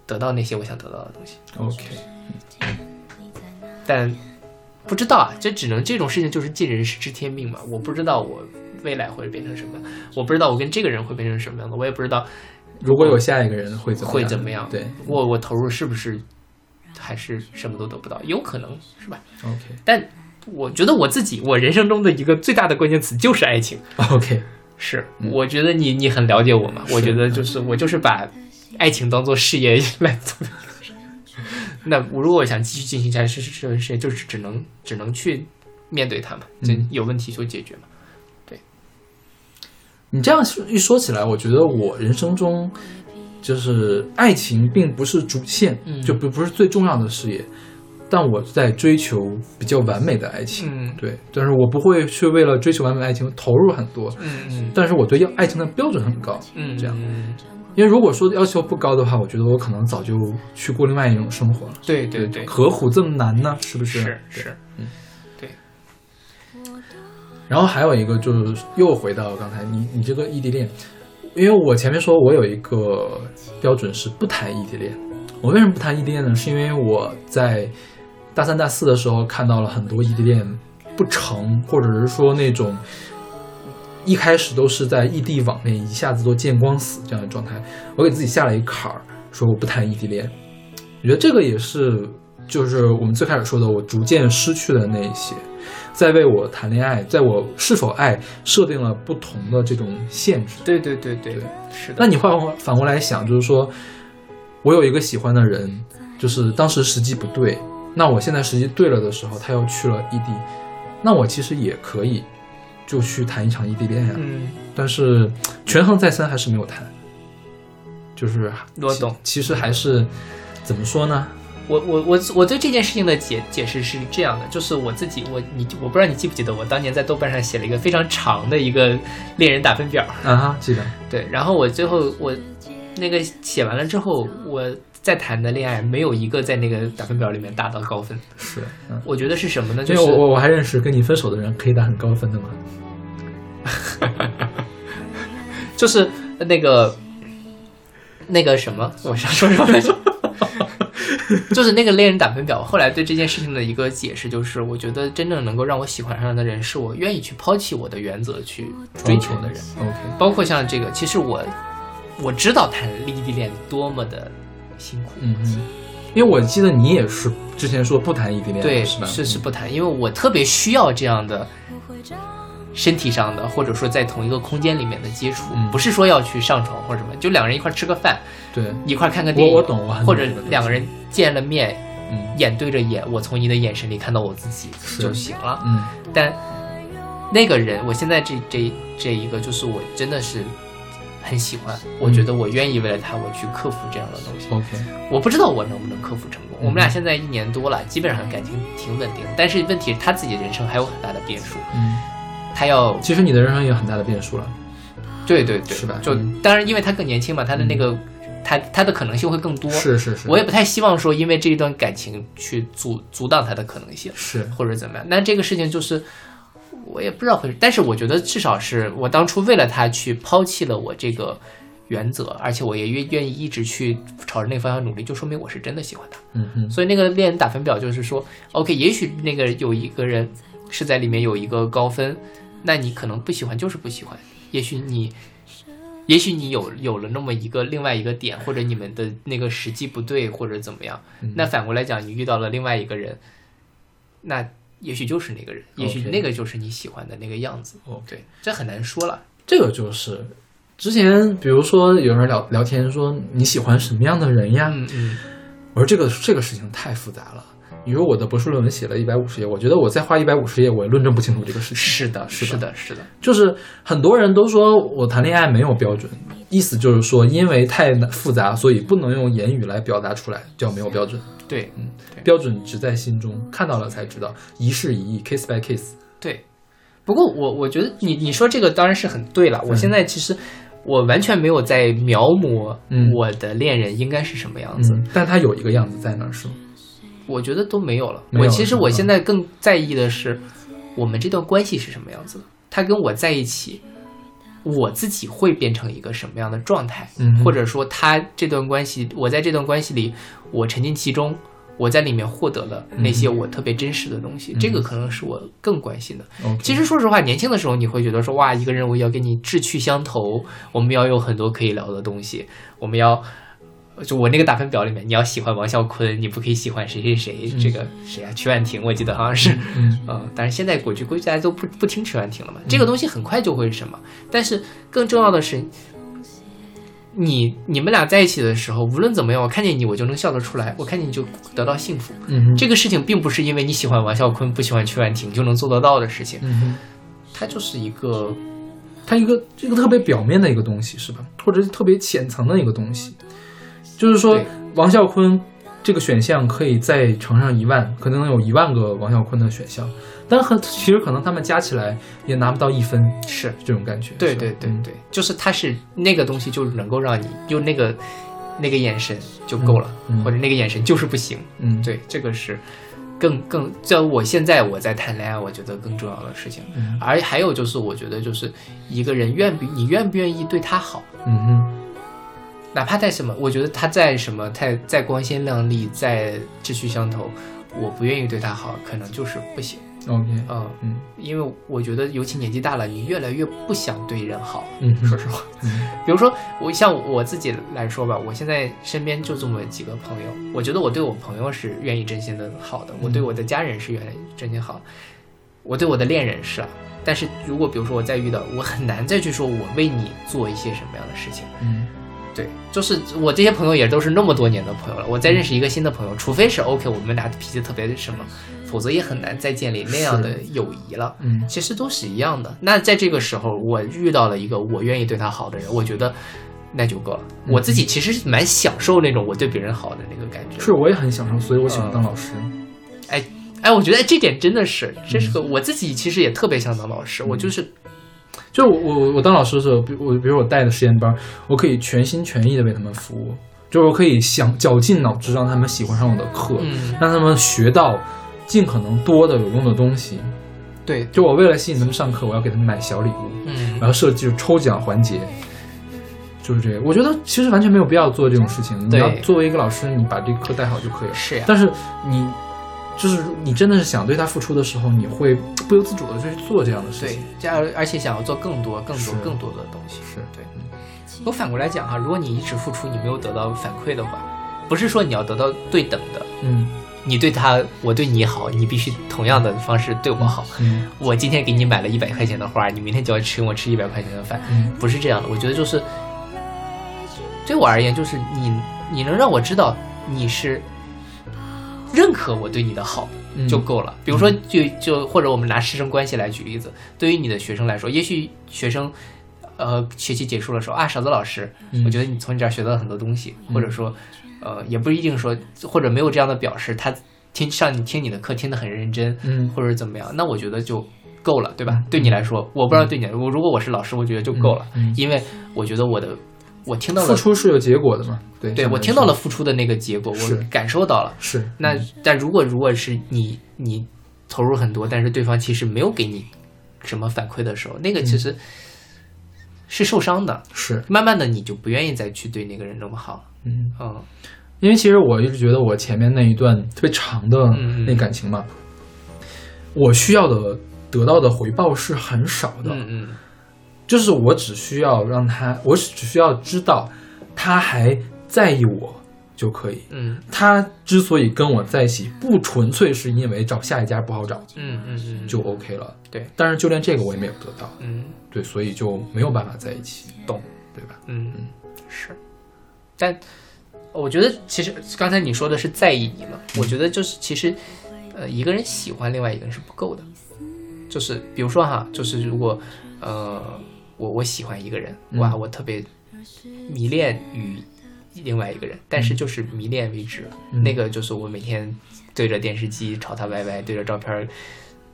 [SPEAKER 1] 得到那些我想得到的东西。
[SPEAKER 2] ，OK，
[SPEAKER 1] 但不知道啊，这只能这种事情就是尽人事知天命嘛。我不知道我未来会变成什么，我不知道我跟这个人会变成什么样的，我也不知道
[SPEAKER 2] 如果有下一个人会怎么
[SPEAKER 1] 会怎么样。
[SPEAKER 2] 对
[SPEAKER 1] 我我投入是不是还是什么都得不到？有可能是吧？
[SPEAKER 2] ，OK
[SPEAKER 1] 但我觉得我自己，我人生中的一个最大的关键词就是爱情。
[SPEAKER 2] OK，
[SPEAKER 1] 是，我觉得你你很了解我嘛，我觉得就是我就是把爱情当做事业来做。 [LAUGHS] 那我如果想继续进行下去，是这个事业就是只能只能去面对它嘛，就
[SPEAKER 2] 嗯
[SPEAKER 1] 有问题就解决嘛。
[SPEAKER 2] 你这样说一说起来，我觉得我人生中就是爱情并不是主线，
[SPEAKER 1] 嗯
[SPEAKER 2] 就不不是最重要的事业，但我在追求比较完美的爱情。
[SPEAKER 1] 嗯
[SPEAKER 2] 对，但是我不会去为了追求完美的爱情投入很多，
[SPEAKER 1] 嗯嗯
[SPEAKER 2] 但是我对要爱情的标准很高，
[SPEAKER 1] 嗯，
[SPEAKER 2] 这样
[SPEAKER 1] 嗯
[SPEAKER 2] 因为如果说要求不高的话，我觉得我可能早就去过另外一种生活了。
[SPEAKER 1] 对对对，
[SPEAKER 2] 何苦这么难呢？是不是？
[SPEAKER 1] 是
[SPEAKER 2] 对
[SPEAKER 1] 是，
[SPEAKER 2] 然后还有一个就是又回到刚才你你这个异地恋，因为我前面说我有一个标准是不谈异地恋。我为什么不谈异地恋呢？是因为我在大三、大四的时候看到了很多异地恋不成，或者是说那种一开始都是在异地网恋，一下子都见光死这样的状态。我给自己下了一个坎儿，说我不谈异地恋。我觉得这个也是，就是我们最开始说的，我逐渐失去的那一些。在为我谈恋爱，在我是否爱设定了不同的这种限制。
[SPEAKER 1] 对对对对
[SPEAKER 2] 对，
[SPEAKER 1] 是的。
[SPEAKER 2] 那你换过反过来想，就是说我有一个喜欢的人，就是当时时机不对，那我现在时机对了的时候，他又去了异地，那我其实也可以就去谈一场异地恋呀、啊
[SPEAKER 1] 嗯，
[SPEAKER 2] 但是权衡再三还是没有谈，就是
[SPEAKER 1] 我懂
[SPEAKER 2] 其，其实还是怎么说呢？
[SPEAKER 1] 我我我我对这件事情的解解释是这样的，就是我自己我你我不知道你记不记得我当年在豆瓣上写了一个非常长的一个恋人打分表，
[SPEAKER 2] 啊哈，记得，
[SPEAKER 1] 对，然后我最后我那个写完了之后，我再谈的恋爱没有一个在那个打分表里面达到高分。
[SPEAKER 2] 是，嗯。
[SPEAKER 1] 我觉得是什么呢？就
[SPEAKER 2] 因为
[SPEAKER 1] 是
[SPEAKER 2] 我我我还认识跟你分手的人可以打很高分的嘛，
[SPEAKER 1] 就是那个那个什么，我想说什么来着？ [LAUGHS] 就是那个恋人打分表，我后来对这件事情的一个解释就是，我觉得真正能够让我喜欢上的人，是我愿意去抛弃我的原则去追求的人。
[SPEAKER 2] 嗯 OK，
[SPEAKER 1] 包括像这个，其实我我知道谈异地恋多么的辛苦，
[SPEAKER 2] 嗯哼，因为我记得你也是之前说不谈异地恋，
[SPEAKER 1] 对，
[SPEAKER 2] 是吧？嗯
[SPEAKER 1] 是是不谈，因为我特别需要这样的身体上的，或者说在同一个空间里面的接触，
[SPEAKER 2] 嗯
[SPEAKER 1] 不是说要去上床或者什么，就两个人一块儿吃个饭，
[SPEAKER 2] 对，
[SPEAKER 1] 一块儿看个电影，
[SPEAKER 2] 我我懂我很
[SPEAKER 1] 或者
[SPEAKER 2] 懂这个东西
[SPEAKER 1] 两个人见了面，
[SPEAKER 2] 嗯
[SPEAKER 1] 眼对着眼，我从你的眼神里看到我自己就行了。
[SPEAKER 2] 嗯
[SPEAKER 1] 但那个人，我现在这这这一个，就是我真的是很喜欢，我
[SPEAKER 2] 嗯
[SPEAKER 1] 觉得我愿意为了他，我去克服这样的东西。
[SPEAKER 2] ，OK，
[SPEAKER 1] 我不知道我能不能克服成功。
[SPEAKER 2] 嗯
[SPEAKER 1] 我们俩现在一年多了，基本上感情挺稳定，但是问题是他自己人生还有很大的变数，
[SPEAKER 2] 嗯，
[SPEAKER 1] 他要
[SPEAKER 2] 其实你的人生也有很大的变数了，
[SPEAKER 1] 对对对，
[SPEAKER 2] 是吧
[SPEAKER 1] 就
[SPEAKER 2] 嗯
[SPEAKER 1] 当然，因为他更年轻嘛，他的那个他他的可能性会更多。
[SPEAKER 2] 是是是，
[SPEAKER 1] 我也不太希望说因为这一段感情去阻阻挡他的可能性，
[SPEAKER 2] 是，
[SPEAKER 1] 或者怎么样。那这个事情就是。我也不知道会，但是我觉得至少是我当初为了他去抛弃了我这个原则，而且我也愿愿意一直去朝着那个方向努力，就说明我是真的喜欢他。
[SPEAKER 2] 嗯哼，
[SPEAKER 1] 所以那个恋人打分表就是说，OK，也许那个有一个人是在里面有一个高分，那你可能不喜欢就是不喜欢，也许你，也许你有有了那么一个另外一个点，或者你们的那个时机不对，或者怎么样。
[SPEAKER 2] 嗯
[SPEAKER 1] 那反过来讲，你遇到了另外一个人，那也许就是那个人，也许
[SPEAKER 2] OK
[SPEAKER 1] 那个就是你喜欢的那个样子。
[SPEAKER 2] OK，
[SPEAKER 1] 这很难说了。
[SPEAKER 2] 这个就是之前比如说有人聊聊天说你喜欢什么样的人呀？
[SPEAKER 1] 嗯嗯
[SPEAKER 2] 我说这个这个事情太复杂了。你说我的博士论文写了一百五十页，我觉得我再花一百五十页，我也论证不清楚这个事情。
[SPEAKER 1] 是的，
[SPEAKER 2] 是
[SPEAKER 1] 是
[SPEAKER 2] 的
[SPEAKER 1] 的，是的，
[SPEAKER 2] 就是很多人都说我谈恋爱没有标准，意思就是说因为太难复杂，所以不能用言语来表达出来，叫没有标准。
[SPEAKER 1] 对
[SPEAKER 2] 标准只在心中，看到了才知道，一事一议，case by case。
[SPEAKER 1] 对。不过我我觉得你你说这个当然是很对了。
[SPEAKER 2] 嗯
[SPEAKER 1] 我现在其实我完全没有在描摹
[SPEAKER 2] 嗯
[SPEAKER 1] 我的恋人应该是什么样子，
[SPEAKER 2] 嗯，但它有一个样子在那儿是吗？
[SPEAKER 1] 我觉得都没有了。
[SPEAKER 2] 没有
[SPEAKER 1] 我
[SPEAKER 2] 了
[SPEAKER 1] 其实
[SPEAKER 2] 是吧
[SPEAKER 1] 我现在更在意的是，我们这段关系是什么样子的，他跟我在一起，我自己会变成一个什么样的状态，
[SPEAKER 2] 嗯哼
[SPEAKER 1] 或者说他这段关系，我在这段关系里，我沉浸其中。我在里面获得了那些
[SPEAKER 2] 嗯
[SPEAKER 1] 我特别真实的东西，这个可能是我更关心的。
[SPEAKER 2] o
[SPEAKER 1] 其实说实话，年轻的时候你会觉得说，哇，一个人我要跟你志趣相投，我们要有很多可以聊的东西，我们要。就我那个打分表里面，你要喜欢王啸坤，你不可以喜欢谁谁谁，这个谁啊？曲婉婷，我记得好像是，
[SPEAKER 2] 嗯
[SPEAKER 1] 嗯，但是现在我就估计大家都不不听曲婉婷了嘛，这个东西很快就会什么。但是更重要的是，你你们俩在一起的时候，无论怎么样，我看见你我就能笑得出来，我看见你就得到幸福。
[SPEAKER 2] 嗯哼
[SPEAKER 1] 这个事情并不是因为你喜欢王啸坤不喜欢曲婉婷就能做得到的事情，
[SPEAKER 2] 嗯哼，
[SPEAKER 1] 它就是一个
[SPEAKER 2] 它一个一个特别表面的一个东西是吧？或者是特别浅层的一个东西，就是说
[SPEAKER 1] 对
[SPEAKER 2] 王啸坤这个选项可以再乘上一万，可能有一万个王啸坤的选项，但很其实可能他们加起来也拿不到一分，
[SPEAKER 1] 是
[SPEAKER 2] 这种感觉。
[SPEAKER 1] 对
[SPEAKER 2] 是吧
[SPEAKER 1] 对对
[SPEAKER 2] 嗯
[SPEAKER 1] 对，就是它是那个东西就能够让你就那个那个眼神就够了，
[SPEAKER 2] 嗯嗯
[SPEAKER 1] 或者那个眼神就是不行。
[SPEAKER 2] 嗯，
[SPEAKER 1] 对，这个是更更在我现在我在谈恋爱，我觉得更重要的事情。
[SPEAKER 2] 嗯
[SPEAKER 1] 而还有就是，我觉得就是一个人愿不你愿不愿意对他好，
[SPEAKER 2] 嗯哼，
[SPEAKER 1] 哪怕在什么，我觉得他在什么，太再光鲜亮丽，再志趣相投，我不愿意对他好，可能就是不行。
[SPEAKER 2] ，OK，
[SPEAKER 1] 嗯，
[SPEAKER 2] 嗯
[SPEAKER 1] 因为我觉得，尤其年纪大了，你越来越不想对人好。
[SPEAKER 2] 嗯哼，
[SPEAKER 1] 说实话，
[SPEAKER 2] 嗯
[SPEAKER 1] 比如说我像我自己来说吧，我现在身边就这么几个朋友，我觉得我对我朋友是愿意真心的好的，我对我的家人是愿意真心好，我对我的恋人是啊。但是如果比如说我再遇到，我很难再去说我为你做一些什么样的事情。
[SPEAKER 2] 嗯
[SPEAKER 1] 对，就是我这些朋友也都是那么多年的朋友了，我再认识一个新的朋友，除非是 OK，我们俩脾气特别什么，否则也很难再建立那样的友谊了。
[SPEAKER 2] 嗯
[SPEAKER 1] 其实都是一样的。那在这个时候，我遇到了一个我愿意对他好的人，我觉得那就够了。我自己其实是蛮享受那种我对别人好的那个感觉。
[SPEAKER 2] 是，我也很享受，所以我喜欢
[SPEAKER 1] 嗯
[SPEAKER 2] 当老师。
[SPEAKER 1] 哎，我觉得这点真的
[SPEAKER 2] 嗯
[SPEAKER 1] 是，这是个我自己其实也特别想当老师，我就是
[SPEAKER 2] 就是我我我当老师的时候，比如我比如我带的实验班，我可以全心全意的为他们服务，就是我可以想绞尽脑汁让他们喜欢上我的课，
[SPEAKER 1] 嗯，
[SPEAKER 2] 让他们学到尽可能多的有用的东西。
[SPEAKER 1] 对，
[SPEAKER 2] 就我为了吸引他们上课，我要给他们买小礼物，
[SPEAKER 1] 嗯
[SPEAKER 2] 然后设计抽奖环节，就是这个。我觉得其实完全没有必要做这种事情。你
[SPEAKER 1] 对
[SPEAKER 2] 要作为一个老师，你把这个课带好就可以了。
[SPEAKER 1] 嗯是呀，
[SPEAKER 2] 但是你就是你真的是想对他付出的时候，你会不由自主的就去做这样的事
[SPEAKER 1] 对
[SPEAKER 2] 情。，
[SPEAKER 1] 加而而且想要做更多、更多
[SPEAKER 2] 是、
[SPEAKER 1] 更多的东西，
[SPEAKER 2] 是
[SPEAKER 1] 对。我反过来讲哈、如果你一直付出，你没有得到反馈的话，不是说你要得到对等的，
[SPEAKER 2] 嗯
[SPEAKER 1] 你对他，我对你好，你必须同样的方式对我好。
[SPEAKER 2] 嗯
[SPEAKER 1] 我今天给你买了一百块钱的花，你明天就要请我吃一百块钱的饭，
[SPEAKER 2] 嗯
[SPEAKER 1] 不是这样的。我觉得就是，对我而言，就是你你能让我知道你是认可我对你的好
[SPEAKER 2] 嗯
[SPEAKER 1] 就够了。比如说就，就或者我们拿师生关系来举例子，对于你的学生来说，也许学生。呃，学期结束的时候啊，勺子老师，
[SPEAKER 2] 嗯
[SPEAKER 1] 我觉得你从你这儿学到了很多东西，或者说，呃，也不一定说，或者没有这样的表示，他听上你听你的课听得很认真，
[SPEAKER 2] 嗯
[SPEAKER 1] 或者怎么样，那我觉得就够了，对吧？对你来说，我不知道对你来说，我如果我是老师，我觉得就够了，
[SPEAKER 2] 嗯嗯
[SPEAKER 1] 因为我觉得我的我听到
[SPEAKER 2] 付
[SPEAKER 1] 了，
[SPEAKER 2] 出是有结果的嘛？对，
[SPEAKER 1] 对
[SPEAKER 2] 相
[SPEAKER 1] 我
[SPEAKER 2] 当于
[SPEAKER 1] 听到了付出的那个结果，
[SPEAKER 2] 是嗯
[SPEAKER 1] 我感受到了。
[SPEAKER 2] 是，是
[SPEAKER 1] 那但如果如果是你你投入很多，但是对方其实没有给你什么反馈的时候，那个
[SPEAKER 2] 嗯
[SPEAKER 1] 其实是受伤的。
[SPEAKER 2] 是，
[SPEAKER 1] 慢慢的，你就不愿意再去对那个人那么好了。
[SPEAKER 2] 嗯，
[SPEAKER 1] 嗯
[SPEAKER 2] 因为其实我一直觉得我前面那一段特别长的
[SPEAKER 1] 嗯
[SPEAKER 2] 那感情嘛，我需要的得到的回报是很少的，
[SPEAKER 1] 嗯嗯，
[SPEAKER 2] 就是我只需要让他，我只需要知道他还在意我就可以。
[SPEAKER 1] 嗯
[SPEAKER 2] 他之所以跟我在一起，不纯粹是因为找下一家不好找
[SPEAKER 1] 嗯嗯嗯，
[SPEAKER 2] 就 OK 了。
[SPEAKER 1] 对，
[SPEAKER 2] 但是就连这个我也没有得到，
[SPEAKER 1] 嗯
[SPEAKER 2] 对，所以就没有办法在一起。
[SPEAKER 1] 懂。
[SPEAKER 2] 对吧？
[SPEAKER 1] 嗯，是，但我觉得其实刚才你说的是在意你嘛，我觉得就是其实，呃，一个人喜欢另外一个人是不够的，就是比如说哈，就是如果呃，我我喜欢一个人，
[SPEAKER 2] 嗯
[SPEAKER 1] 哇，我特别迷恋于另外一个人，但是就是迷恋为止，
[SPEAKER 2] 嗯
[SPEAKER 1] 那个就是我每天对着电视机朝他 YY，对着照片儿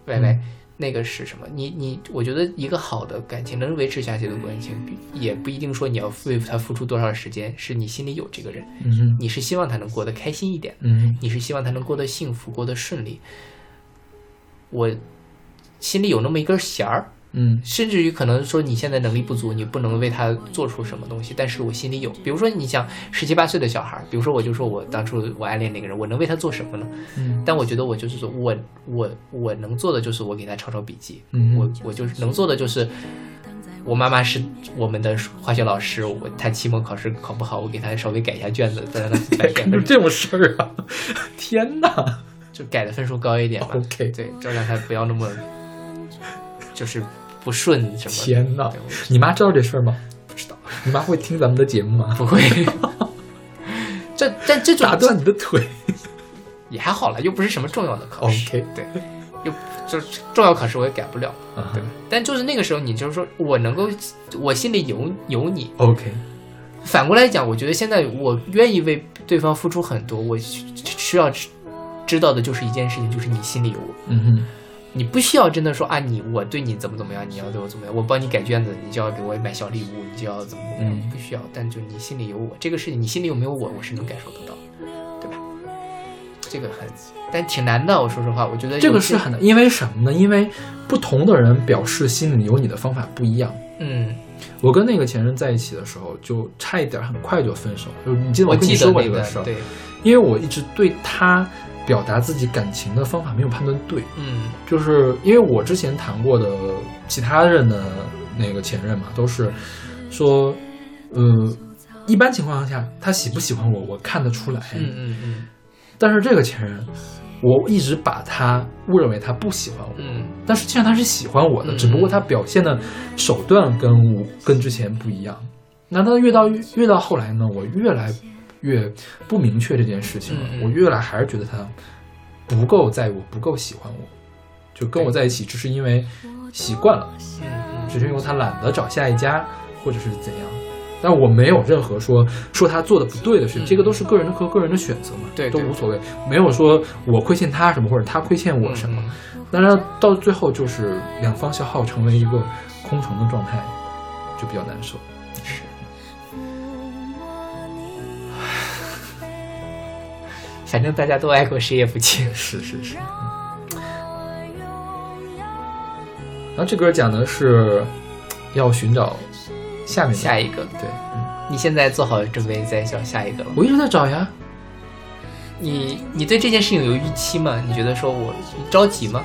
[SPEAKER 1] YY，、那个是什么？你你，我觉得一个好的感情能维持下去的感情，也不一定说你要为他付出多少时间，是你心里有这个人，
[SPEAKER 2] 嗯哼
[SPEAKER 1] 你是希望他能过得开心一点，
[SPEAKER 2] 嗯
[SPEAKER 1] 你是希望他能过得幸福，过得顺利。我心里有那么一根弦儿，
[SPEAKER 2] 嗯
[SPEAKER 1] 甚至于可能说你现在能力不足，你不能为他做出什么东西，但是我心里有。比如说你想十七八岁的小孩儿，比如说我就说我当初我暗恋那个人，我能为他做什么呢？
[SPEAKER 2] 嗯
[SPEAKER 1] 但我觉得我就是说我我我能做的就是我给他抄抄笔记，
[SPEAKER 2] 嗯 [LAUGHS]
[SPEAKER 1] 我我就是能做的就是，我妈妈是我们的化学老师，我她期末考试考不好，我给她稍微改一下卷子，再让她改
[SPEAKER 2] [LAUGHS]
[SPEAKER 1] 分
[SPEAKER 2] 有这种事儿啊！天哪！
[SPEAKER 1] 就改的分数高一点嘛。
[SPEAKER 2] OK
[SPEAKER 1] 对，就让她不要那么就是不顺什么的。
[SPEAKER 2] 天哪
[SPEAKER 1] 对我
[SPEAKER 2] 你妈知道这事儿吗？
[SPEAKER 1] 不知道，
[SPEAKER 2] 你妈会听咱们的节目吗？
[SPEAKER 1] 不会。 [LAUGHS] 这但这种
[SPEAKER 2] 打断你的腿。
[SPEAKER 1] 也还好了，又不是什么重要的考试。
[SPEAKER 2] OK
[SPEAKER 1] 对，又就是重要考试我也改不了。
[SPEAKER 2] 啊
[SPEAKER 1] 对，但就是那个时候，你就是说我能够，我心里有有你。
[SPEAKER 2] OK，
[SPEAKER 1] 反过来讲，我觉得现在我愿意为对方付出很多，我需需要知知道的就是一件事情，就是你心里有我。
[SPEAKER 2] 嗯哼，
[SPEAKER 1] 你不需要真的说啊，你我对你怎么怎么样，你要对我怎么样，我帮你改卷子，你就要给我买小礼物，你就要怎么怎么
[SPEAKER 2] 嗯
[SPEAKER 1] 样，不需要。但就你心里有我这个事情，你心里有没有我，我是能感受得到的，对吧？这个很，但挺难的。我说实话，我觉得
[SPEAKER 2] 这
[SPEAKER 1] 哎有
[SPEAKER 2] 个
[SPEAKER 1] 些
[SPEAKER 2] 是很难，因为什么呢？因为不同的人表示心里有你的方法不一样。
[SPEAKER 1] 嗯，
[SPEAKER 2] 我跟那个前任在一起的时候，就差一点很快就分手。就是你记得
[SPEAKER 1] 我
[SPEAKER 2] 跟你
[SPEAKER 1] 记得
[SPEAKER 2] 说过
[SPEAKER 1] 那
[SPEAKER 2] 这
[SPEAKER 1] 个
[SPEAKER 2] 事儿，
[SPEAKER 1] 对，
[SPEAKER 2] 因为我一直对他表达自己感情的方法没有判断对，
[SPEAKER 1] 嗯
[SPEAKER 2] 就是因为我之前谈过的呃其他人的那个前任嘛，都是说，呃，一般情况下他喜不喜欢我，我看得出来。
[SPEAKER 1] 嗯嗯嗯
[SPEAKER 2] 但是这个前任，我一直把他误认为他不喜欢我，
[SPEAKER 1] 嗯
[SPEAKER 2] 但实际上他是喜欢我的，
[SPEAKER 1] 嗯
[SPEAKER 2] 只不过他表现的手段跟我跟之前不一样。那他越到越到后来呢，我越来越不明确这件事情了，
[SPEAKER 1] 嗯嗯
[SPEAKER 2] 我越来还是觉得他不够在我，不够喜欢我，就跟我在一起只是因为习惯了，
[SPEAKER 1] 嗯
[SPEAKER 2] 只是因为他懒得找下一家或者是怎样。但我没有任何说说他做的不对的事情，
[SPEAKER 1] 嗯
[SPEAKER 2] 这个都是个人的和个人的选择嘛，
[SPEAKER 1] 对
[SPEAKER 2] 都
[SPEAKER 1] 对
[SPEAKER 2] 无所谓，没有说我亏欠他什么或者他亏欠
[SPEAKER 1] 嗯，
[SPEAKER 2] 我什么。当然到最后就是两方消耗成为一个空城的状态，就比较难受。
[SPEAKER 1] 是。反正大家都爱过，谁也不轻。
[SPEAKER 2] 是是是。嗯然后这歌讲的是要寻找下面的
[SPEAKER 1] 下一个，
[SPEAKER 2] 对，嗯
[SPEAKER 1] 你现在做好准备再找下一个了吗？
[SPEAKER 2] 我一直在找呀。
[SPEAKER 1] 你你对这件事情有预期吗？你觉得说我你着急吗？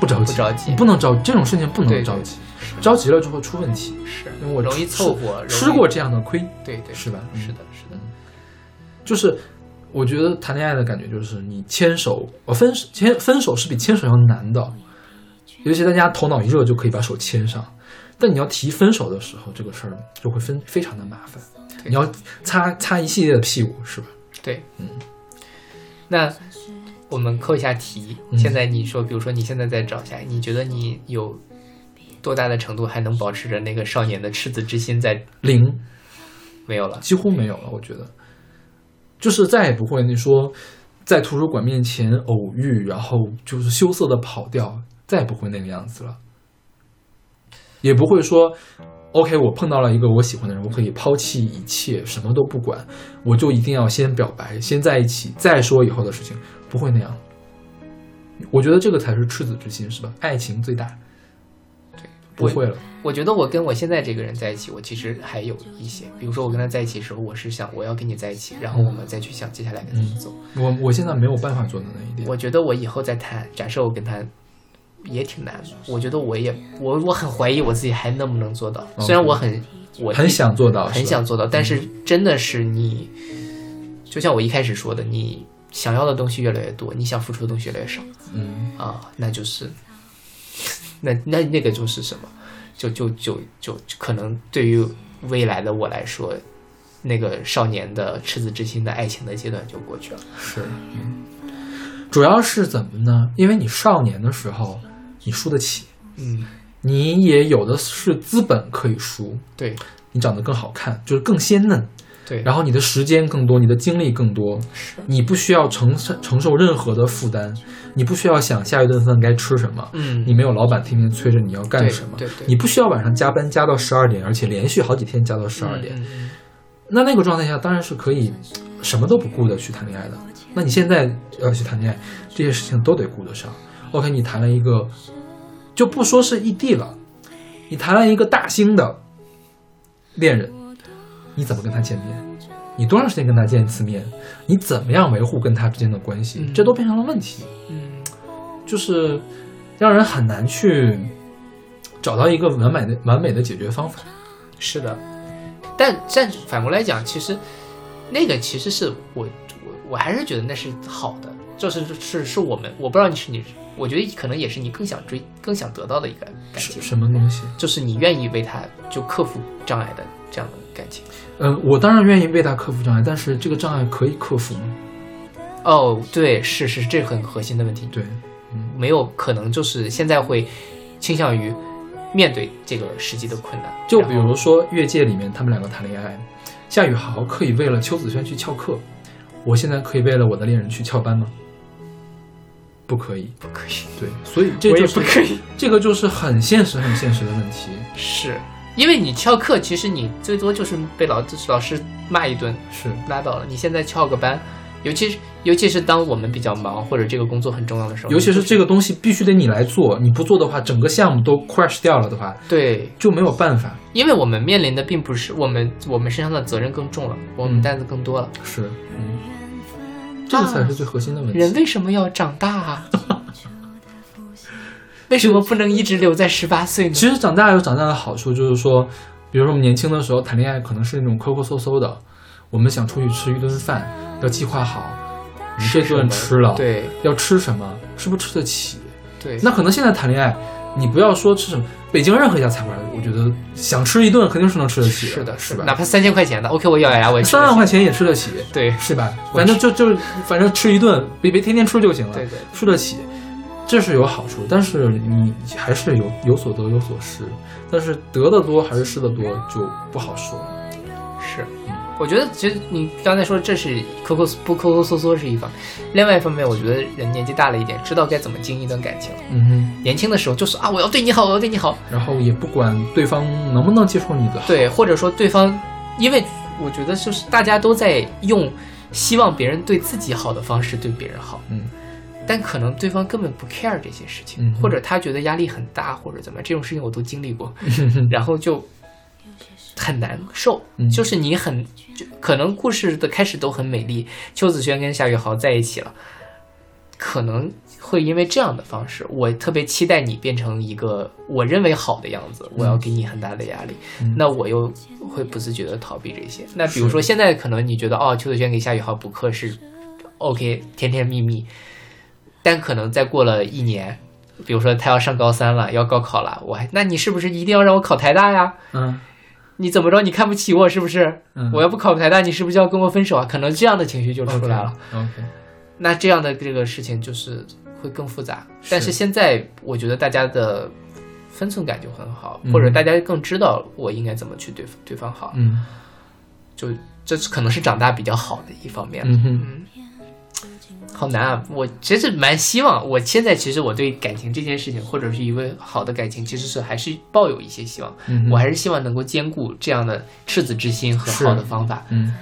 [SPEAKER 2] 不着急，
[SPEAKER 1] 不着急
[SPEAKER 2] 你不能着这种事情不
[SPEAKER 1] 对
[SPEAKER 2] 能
[SPEAKER 1] 对
[SPEAKER 2] 着急，着急了就会出问题。
[SPEAKER 1] 是
[SPEAKER 2] 因为我
[SPEAKER 1] 容易
[SPEAKER 2] 吃
[SPEAKER 1] 凑合，
[SPEAKER 2] 吃
[SPEAKER 1] 容易
[SPEAKER 2] 过这样的亏，
[SPEAKER 1] 对对
[SPEAKER 2] 是吧嗯
[SPEAKER 1] 是的，是的，
[SPEAKER 2] 就是我觉得谈恋爱的感觉就是你牵手，我分牵分手是比牵手要难的，尤其大家头脑一热就可以把手牵上，但你要提分手的时候，这个事儿就会分非常的麻烦，
[SPEAKER 1] 对
[SPEAKER 2] 你要擦擦一系列的屁股是吧？
[SPEAKER 1] 对，
[SPEAKER 2] 嗯。
[SPEAKER 1] 那我们扣一下题，
[SPEAKER 2] 嗯
[SPEAKER 1] 现在你说，比如说你现在在找下，你觉得你有多大的程度还能保持着那个少年的赤子之心在？
[SPEAKER 2] 零
[SPEAKER 1] 没有了，
[SPEAKER 2] 几乎没有了，我觉得，就是再也不会你说在图书馆面前偶遇，然后就是羞涩的跑掉，再也不会那个样子了，也不会说 OK，我碰到了一个我喜欢的人，我可以抛弃一切，什么都不管，我就一定要先表白，先在一起，再说以后的事情，不会那样。我觉得这个才是赤子之心，是吧？爱情最大，不
[SPEAKER 1] 我
[SPEAKER 2] 会了，
[SPEAKER 1] 我觉得我跟我现在这个人在一起，我其实还有一些，比如说我跟他在一起的时候，我是想我要跟你在一起，然后我们再去想接下来该怎
[SPEAKER 2] 嗯
[SPEAKER 1] 么走。
[SPEAKER 2] 我我现在没有办法做到那一点。
[SPEAKER 1] 我觉得我以后再谈，假设我跟他也挺难的，我觉得我也我我很怀疑我自己还能不能做到。虽然我很我
[SPEAKER 2] 很想做到，
[SPEAKER 1] 很
[SPEAKER 2] 是吧嗯
[SPEAKER 1] 想做到，但是真的是你，就像我一开始说的，你想要的东西越来越多，你想付出的东西越来越少
[SPEAKER 2] 嗯，
[SPEAKER 1] 啊，那就是那那那个就是什么？就就就就可能对于未来的我来说，那个少年的赤子之心的爱情的阶段就过去了。
[SPEAKER 2] 是，嗯，主要是怎么呢？因为你少年的时候，你输得起，
[SPEAKER 1] 嗯，
[SPEAKER 2] 你也有的是资本可以输，
[SPEAKER 1] 对
[SPEAKER 2] 你长得更好看，就是更鲜嫩，
[SPEAKER 1] 对，
[SPEAKER 2] 然后你的时间更多，你的精力更多，
[SPEAKER 1] 是，
[SPEAKER 2] 你不需要承受承受任何的负担，你不需要想下一顿饭该吃什么，
[SPEAKER 1] 嗯，
[SPEAKER 2] 你没有老板天天催着你要干
[SPEAKER 1] 对
[SPEAKER 2] 什么，
[SPEAKER 1] 对对
[SPEAKER 2] 你不需要晚上加班加到十二点，而且连续好几天加到十二点。
[SPEAKER 1] 嗯嗯
[SPEAKER 2] 那那个状态下当然是可以什么都不顾的去谈恋爱的。那你现在要去谈恋爱，这些事情都得顾得上。OK，你谈了一个，就不说是异地了，你谈了一个大兴的恋人，你怎么跟他见面？你多长时间跟他见一次面？你怎么样维护跟他之间的关系？
[SPEAKER 1] 嗯
[SPEAKER 2] 这都变成了问题。
[SPEAKER 1] 嗯
[SPEAKER 2] 就是让人很难去找到一个完美的完美的解决方法。
[SPEAKER 1] 是的，但但反过来讲，其实那个其实是我我我还是觉得那是好的，就是是是我们，我不知道你是你，我觉得可能也是你更想追、更想得到的一个感
[SPEAKER 2] 什
[SPEAKER 1] 情，
[SPEAKER 2] 什么东西？
[SPEAKER 1] 就是你愿意为他就克服障碍的这样的感情。
[SPEAKER 2] 呃，我当然愿意为他克服障碍，但是这个障碍可以克服吗？
[SPEAKER 1] 哦，对，是是，这很核心的问题，
[SPEAKER 2] 对，
[SPEAKER 1] 没有可能就是现在会倾向于面对这个实际的困难，
[SPEAKER 2] 就
[SPEAKER 1] 然
[SPEAKER 2] 比
[SPEAKER 1] 后
[SPEAKER 2] 如说《越界》里面他们两个谈恋爱，夏雨豪可以为了邱子轩去翘课，我现在可以为了我的恋人去翘班吗？不可以，
[SPEAKER 1] 不可以，
[SPEAKER 2] 对，所以这
[SPEAKER 1] 我也
[SPEAKER 2] 就是
[SPEAKER 1] 不可以。
[SPEAKER 2] 这个就是很现实、很现实的问题。
[SPEAKER 1] 是因为你翘课，其实你最多就是被老老师骂一顿，
[SPEAKER 2] 是，
[SPEAKER 1] 拉倒了。你现在翘个班，尤其是尤其是当我们比较忙或者这个工作很重要的时候，
[SPEAKER 2] 尤其是这个东西必须得你来做，你不做的话，整个项目都 crash 掉了的话，
[SPEAKER 1] 对，
[SPEAKER 2] 就没有办法。
[SPEAKER 1] 因为我们面临的并不是我们我们身上的责任更重了，我们
[SPEAKER 2] 嗯
[SPEAKER 1] 担子更多了。
[SPEAKER 2] 是，嗯，这个才是最核心的问题。
[SPEAKER 1] 啊人为什么要长大啊？ [LAUGHS] 为什么不能一直留在十八岁呢？
[SPEAKER 2] 其实长大有长大的好处，就是说，比如说我们年轻的时候谈恋爱，可能是那种抠抠搜搜的，我们想出去吃一顿饭，要计划好，你这顿吃了，，
[SPEAKER 1] 对
[SPEAKER 2] 要吃什么，是不是吃得起？
[SPEAKER 1] 对，
[SPEAKER 2] 那可能现在谈恋爱，你不要说吃什么，北京任何一家菜馆，我觉得想吃一顿肯定是能吃得起
[SPEAKER 1] 是的，
[SPEAKER 2] 是
[SPEAKER 1] 是
[SPEAKER 2] 吧？
[SPEAKER 1] 的，哪怕三千块钱的，OK，我咬咬牙我也吃
[SPEAKER 2] 三
[SPEAKER 1] 得
[SPEAKER 2] 万
[SPEAKER 1] 起
[SPEAKER 2] 块钱也吃得起，
[SPEAKER 1] 对
[SPEAKER 2] 是吧？
[SPEAKER 1] 我
[SPEAKER 2] 反正就就是，反正吃一顿，别别天天吃就行了，
[SPEAKER 1] 对对
[SPEAKER 2] 吃得起，这是有好处。但是你还是有有所得有所失，但是得的多还是失的多就不好说了。
[SPEAKER 1] 是，我觉得其实你刚才说这是抠抠不抠抠搜搜是一方面，另外一方面，我觉得人年纪大了一点，知道该怎么经营一段感情了。
[SPEAKER 2] 嗯哼，
[SPEAKER 1] 年轻的时候就是啊，我要对你好，我要对你好，
[SPEAKER 2] 然后也不管对方能不能接受你的好，
[SPEAKER 1] 对，或者说对方，因为我觉得就是大家都在用希望别人对自己好的方式对别人好，
[SPEAKER 2] 嗯，
[SPEAKER 1] 但可能对方根本不 care 这些事情，
[SPEAKER 2] 嗯哼
[SPEAKER 1] 或者他觉得压力很大，或者怎么样，这种事情我都经历
[SPEAKER 2] [LAUGHS]
[SPEAKER 1] 过，然后就很难受。
[SPEAKER 2] 嗯
[SPEAKER 1] 就是你很就可能故事的开始都很美丽，邱子轩跟夏雨豪在一起了，可能会因为这样的方式，我特别期待你变成一个我认为好的样子，我要给你很大的压力，
[SPEAKER 2] 嗯
[SPEAKER 1] 那我又会不自觉的逃避这些。那比如说现在可能你觉得哦，邱子轩给夏雨豪补课是 OK 甜甜蜜蜜，但可能再过了一年。比如说他要上高三了，要高考了，我还那你是不是一定要让我考台大呀？
[SPEAKER 2] 嗯
[SPEAKER 1] 你怎么着？你看不起我是不是？
[SPEAKER 2] 嗯，
[SPEAKER 1] 我要不考台大，你是不是就要跟我分手啊？可能这样的情绪就
[SPEAKER 2] OK，
[SPEAKER 1] 出来了。
[SPEAKER 2] OK，
[SPEAKER 1] 那这样的这个事情就是会更复杂。
[SPEAKER 2] 是
[SPEAKER 1] 但是现在我觉得大家的分寸感就很好，
[SPEAKER 2] 嗯
[SPEAKER 1] 或者大家更知道我应该怎么去对对方好。
[SPEAKER 2] 嗯
[SPEAKER 1] 就这是可能是长大比较好的一方面。
[SPEAKER 2] 嗯哼，
[SPEAKER 1] 好难啊！我其实蛮希望，我现在其实我对感情这件事情，或者是一位好的感情，其实是还是抱有一些希望。
[SPEAKER 2] 嗯哼
[SPEAKER 1] 我还是希望能够兼顾这样的赤子之心和
[SPEAKER 2] 是
[SPEAKER 1] 好的方法。
[SPEAKER 2] 嗯，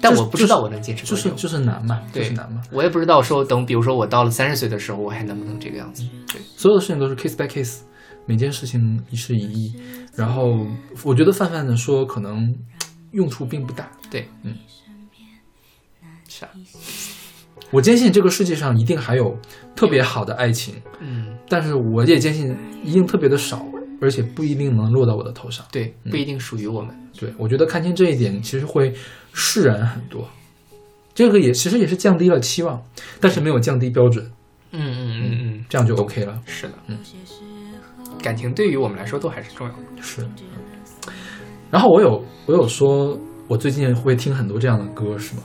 [SPEAKER 1] 但
[SPEAKER 2] 就是
[SPEAKER 1] 我不知道我能坚持
[SPEAKER 2] 就
[SPEAKER 1] 多久。
[SPEAKER 2] 是就是难嘛，就
[SPEAKER 1] 对
[SPEAKER 2] 是难嘛，
[SPEAKER 1] 我也不知道说等，比如说我到了三十岁的时候，我还能不能这个样子？
[SPEAKER 2] 所有的事情都是 case by case，每件事情一事一议。然后我觉得泛泛的说，可能用处并不大。
[SPEAKER 1] 对，
[SPEAKER 2] 嗯，
[SPEAKER 1] 是啊，
[SPEAKER 2] 我坚信这个世界上一定还有特别好的爱情，
[SPEAKER 1] 嗯，
[SPEAKER 2] 但是我也坚信一定特别的少，而且不一定能落到我的头上。
[SPEAKER 1] 对，不一定属于我们。
[SPEAKER 2] 对我觉得看清这一点，其实会释然很多。这个也其实也是降低了期望，但是没有降低标准，
[SPEAKER 1] 嗯嗯嗯嗯，
[SPEAKER 2] 这样就 OK 了。
[SPEAKER 1] 是的，嗯，感情对于我们来说都还是重要的。
[SPEAKER 2] 是。然然后我有我有说，我最近会听很多这样的歌，是吗？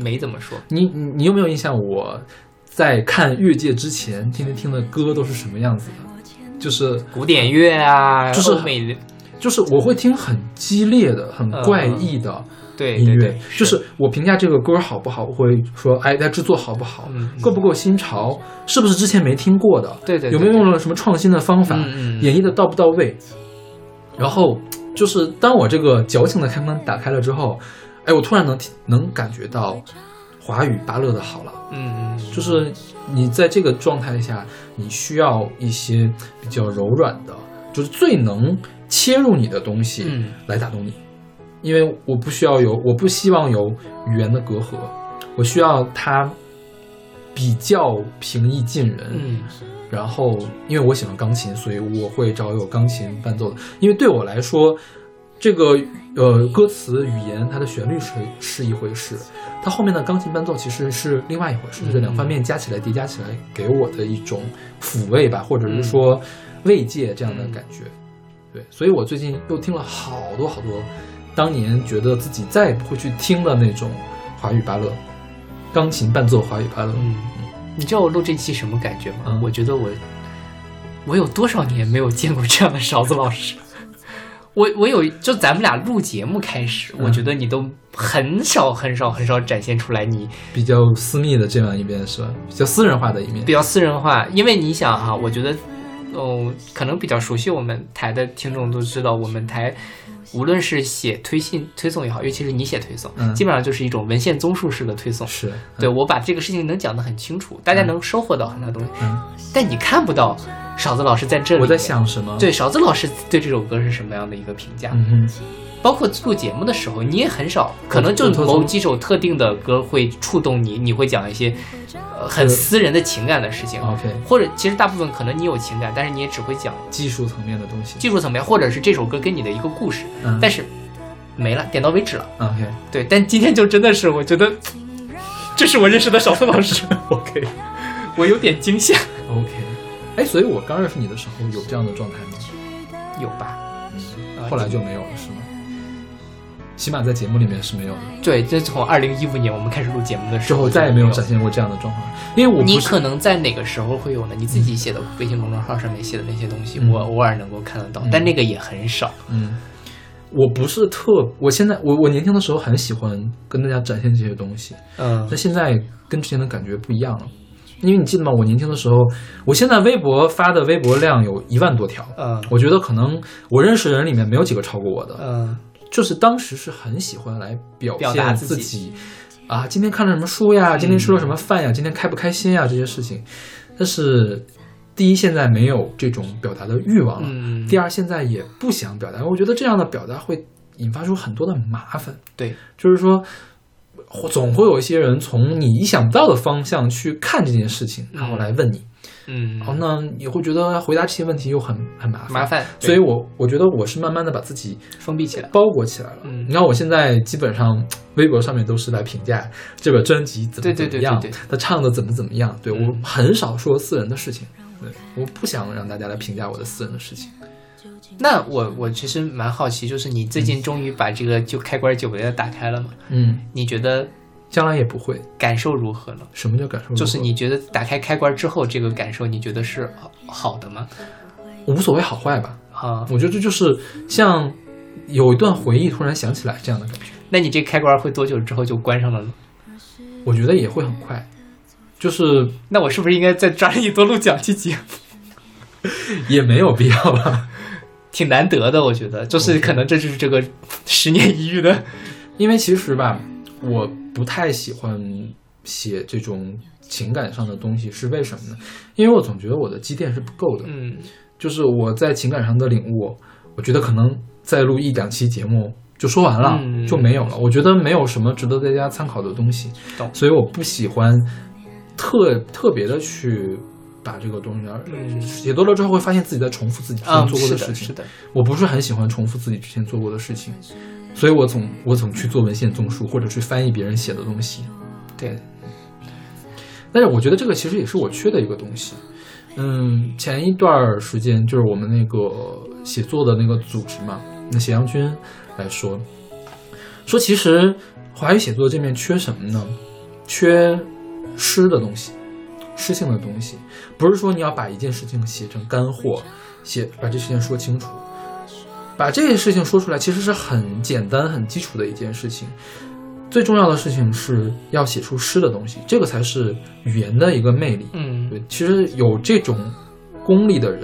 [SPEAKER 1] 没怎么说，
[SPEAKER 2] 你你你有没有印象？我在看越界之前，天天听的歌都是什么样子的？就是
[SPEAKER 1] [LAUGHS] 古典乐啊，
[SPEAKER 2] 就是
[SPEAKER 1] 欧美
[SPEAKER 2] 就是我会听很激烈的、很怪异的
[SPEAKER 1] 嗯对
[SPEAKER 2] 音
[SPEAKER 1] 对
[SPEAKER 2] 乐，
[SPEAKER 1] 对，
[SPEAKER 2] 就是我评价这个歌好不好，我会说哎，它制作好不好，
[SPEAKER 1] 嗯嗯
[SPEAKER 2] 够不够新潮，是不是之前没听过的，
[SPEAKER 1] 对对对
[SPEAKER 2] 有没有
[SPEAKER 1] 对
[SPEAKER 2] 用了什么创新的方法，
[SPEAKER 1] 嗯嗯
[SPEAKER 2] 演绎的到不到位？然后就是当我这个矫情的开关打开了之后，哎，我突然能听能感觉到华语芭乐的好了。
[SPEAKER 1] 嗯嗯
[SPEAKER 2] 就是你在这个状态下，你需要一些比较柔软的，就是最能切入你的东西
[SPEAKER 1] 嗯
[SPEAKER 2] 来打动你。因为我不需要有，我不希望有语言的隔阂，我需要它比较平易近人。
[SPEAKER 1] 嗯
[SPEAKER 2] 然后，因为我喜欢钢琴，所以我会找有钢琴伴奏的。因为对我来说，这个呃歌词语言它的旋律是是一回事，它后面的钢琴伴奏其实是另外一回事，就是两方面加起来叠加起来给我的一种抚慰吧，或者是说慰藉这样的感觉。对，所以我最近又听了好多好多，当年觉得自己再也不会去听的那种华语芭乐，钢琴伴奏华语芭乐。
[SPEAKER 1] 嗯，你知道我录这期什么感觉吗？
[SPEAKER 2] 嗯
[SPEAKER 1] 我觉得我我有多少年没有见过这样的勺子老师。 [LAUGHS] 我我有，就咱们俩录节目开始，我
[SPEAKER 2] 嗯
[SPEAKER 1] 觉得你都很少很少很少展现出来你
[SPEAKER 2] 比较私密的这样一面是吧？比较私人化的一面
[SPEAKER 1] 比。较私人化，因为你想哈、我觉得，哦，可能比较熟悉我们台的听众都知道，我们台无论是写推信推送也好，尤其是你写推送，
[SPEAKER 2] 嗯
[SPEAKER 1] 基本上就是一种文献综述式的推送。
[SPEAKER 2] 是，
[SPEAKER 1] 对我把这个事情能讲得很清楚，大家能收获到很多东西，
[SPEAKER 2] 嗯，
[SPEAKER 1] 但你看不到勺子老师在这里。
[SPEAKER 2] 我在，想什么？
[SPEAKER 1] 对，勺子老师对这首歌是什么样的一个评价？
[SPEAKER 2] 嗯
[SPEAKER 1] 包括录节目的时候，你也很少，可能就
[SPEAKER 2] 我偷偷
[SPEAKER 1] 某几首特定的歌会触动你，你会讲一些、呃很私人的情感的事情。
[SPEAKER 2] 哼，OK，
[SPEAKER 1] 或者其实大部分可能你有情感，但是你也只会讲
[SPEAKER 2] 技术层面的东西。
[SPEAKER 1] 技术层面，或者是这首歌跟你的一个故事，
[SPEAKER 2] 嗯
[SPEAKER 1] 但是没了，点到为止了。
[SPEAKER 2] OK
[SPEAKER 1] 对，但今天就真的是，我觉得 [LAUGHS] 这是我认识的少峰老 [LAUGHS] 师，
[SPEAKER 2] OK
[SPEAKER 1] 我有点惊吓。
[SPEAKER 2] OK，哎，所以我刚认识你的时候有这样的状态吗？
[SPEAKER 1] 有吧？啊
[SPEAKER 2] 后来就没有了，是吗？起码在节目里面是没有的，
[SPEAKER 1] 对，这从二零一五年我们开始录节目的时
[SPEAKER 2] 之
[SPEAKER 1] 候
[SPEAKER 2] 后
[SPEAKER 1] 就
[SPEAKER 2] 再也没有展现过这样的状况，因为我
[SPEAKER 1] 你
[SPEAKER 2] 不是
[SPEAKER 1] 可能在哪个时候会有呢？你自己写的微信公众号上面写的那些东西，
[SPEAKER 2] 嗯
[SPEAKER 1] 我偶尔能够看得到，
[SPEAKER 2] 嗯
[SPEAKER 1] 但那个也很少。
[SPEAKER 2] 嗯，我不是特，我现在我我年轻的时候很喜欢跟大家展现这些东西，
[SPEAKER 1] 嗯
[SPEAKER 2] 那现在跟之前的感觉不一样了，因为你记得吗？我年轻的时候，我现在微博发的微博量有一万多条，
[SPEAKER 1] 嗯
[SPEAKER 2] 我觉得可能我认识人里面没有几个超过我的，
[SPEAKER 1] 嗯
[SPEAKER 2] 就是当时是很喜欢来表
[SPEAKER 1] 表达
[SPEAKER 2] 现
[SPEAKER 1] 自
[SPEAKER 2] 自
[SPEAKER 1] 己
[SPEAKER 2] 己啊，今天看了什么书呀，今天吃了什么饭呀，今天开不开心呀这些事情，但是。第一，现在没有这种表达的欲望了；
[SPEAKER 1] 嗯
[SPEAKER 2] 第二，现在也不想表达。我觉得这样的表达会引发出很多的麻烦。
[SPEAKER 1] 对，
[SPEAKER 2] 就是说，或总会有一些人从你意想不到的方向去看这件事情，然后来问你，
[SPEAKER 1] 嗯，
[SPEAKER 2] 然后呢，你会觉得回答这些问题又很很麻烦。
[SPEAKER 1] 麻烦，对
[SPEAKER 2] 所以我我觉得我是慢慢的把自己
[SPEAKER 1] 封闭起来。
[SPEAKER 2] 包裹起来了。
[SPEAKER 1] 嗯
[SPEAKER 2] 你看我现在基本上微博上面都是来评价这本专辑怎
[SPEAKER 1] 对
[SPEAKER 2] 么
[SPEAKER 1] 对
[SPEAKER 2] 怎
[SPEAKER 1] 对
[SPEAKER 2] 么样
[SPEAKER 1] 对对，
[SPEAKER 2] 他唱的怎么怎么样。对
[SPEAKER 1] 嗯
[SPEAKER 2] 我很少说私人的事情，对，我不想让大家来评价我的私人的事情。
[SPEAKER 1] 那我我其实蛮好奇，就是你最近终于把这个就开关久违的打开了嘛？
[SPEAKER 2] 嗯，
[SPEAKER 1] 你觉得
[SPEAKER 2] 将来也不会。
[SPEAKER 1] 感受如何呢？
[SPEAKER 2] 什么叫感受如何？
[SPEAKER 1] 就是你觉得打开开关之后，这个感受你觉得是好好的吗？
[SPEAKER 2] 无所谓好坏吧，
[SPEAKER 1] 啊，
[SPEAKER 2] 我觉得这就是像有一段回忆突然想起来这样的感觉，
[SPEAKER 1] 那你这开关会多久之后就关上了呢？
[SPEAKER 2] 我觉得也会很快，就是
[SPEAKER 1] 那我是不是应该再抓着你多录两期节目？
[SPEAKER 2] 也没有必要吧，
[SPEAKER 1] [LAUGHS] 挺难得的，我觉得，就是可能这就是这个十年一遇的，
[SPEAKER 2] [LAUGHS] 因为其实吧，我不太喜欢写这种情感上的东西，是为什么呢？因为我总觉得我的积淀是不够的，
[SPEAKER 1] 嗯
[SPEAKER 2] 就是我在情感上的领悟，我觉得可能再录一两期节目就说完了，
[SPEAKER 1] 嗯
[SPEAKER 2] 就没有了。我觉得没有什么值得大家参考的东西
[SPEAKER 1] 懂，
[SPEAKER 2] 所以我不喜欢特特别的去把这个东西啊。
[SPEAKER 1] 嗯
[SPEAKER 2] 写多了之后，会发现自己在重复自己之前
[SPEAKER 1] 嗯，
[SPEAKER 2] 做过
[SPEAKER 1] 是
[SPEAKER 2] 事
[SPEAKER 1] 的，
[SPEAKER 2] 情。
[SPEAKER 1] 是的，
[SPEAKER 2] 我不是很喜欢重复自己之前做过的事情，所以我总我总去做文献综述，或者去翻译别人写的东西。
[SPEAKER 1] 对，
[SPEAKER 2] 但是我觉得这个其实也是我缺的一个东西。嗯，前一段儿时间就是我们那个写作的那个组织嘛，那斜阳君来说，说其实华语写作这面缺什么呢？缺诗的东西，诗性的东西。不是说你要把一件事情写成干货，写把这事情说清楚，把这件事情说出来，其实是很简单、很基础的一件事情。最重要的事情是要写出诗的东西，这个才是语言的一个魅力。
[SPEAKER 1] 嗯，
[SPEAKER 2] 对，其实有这种功力的人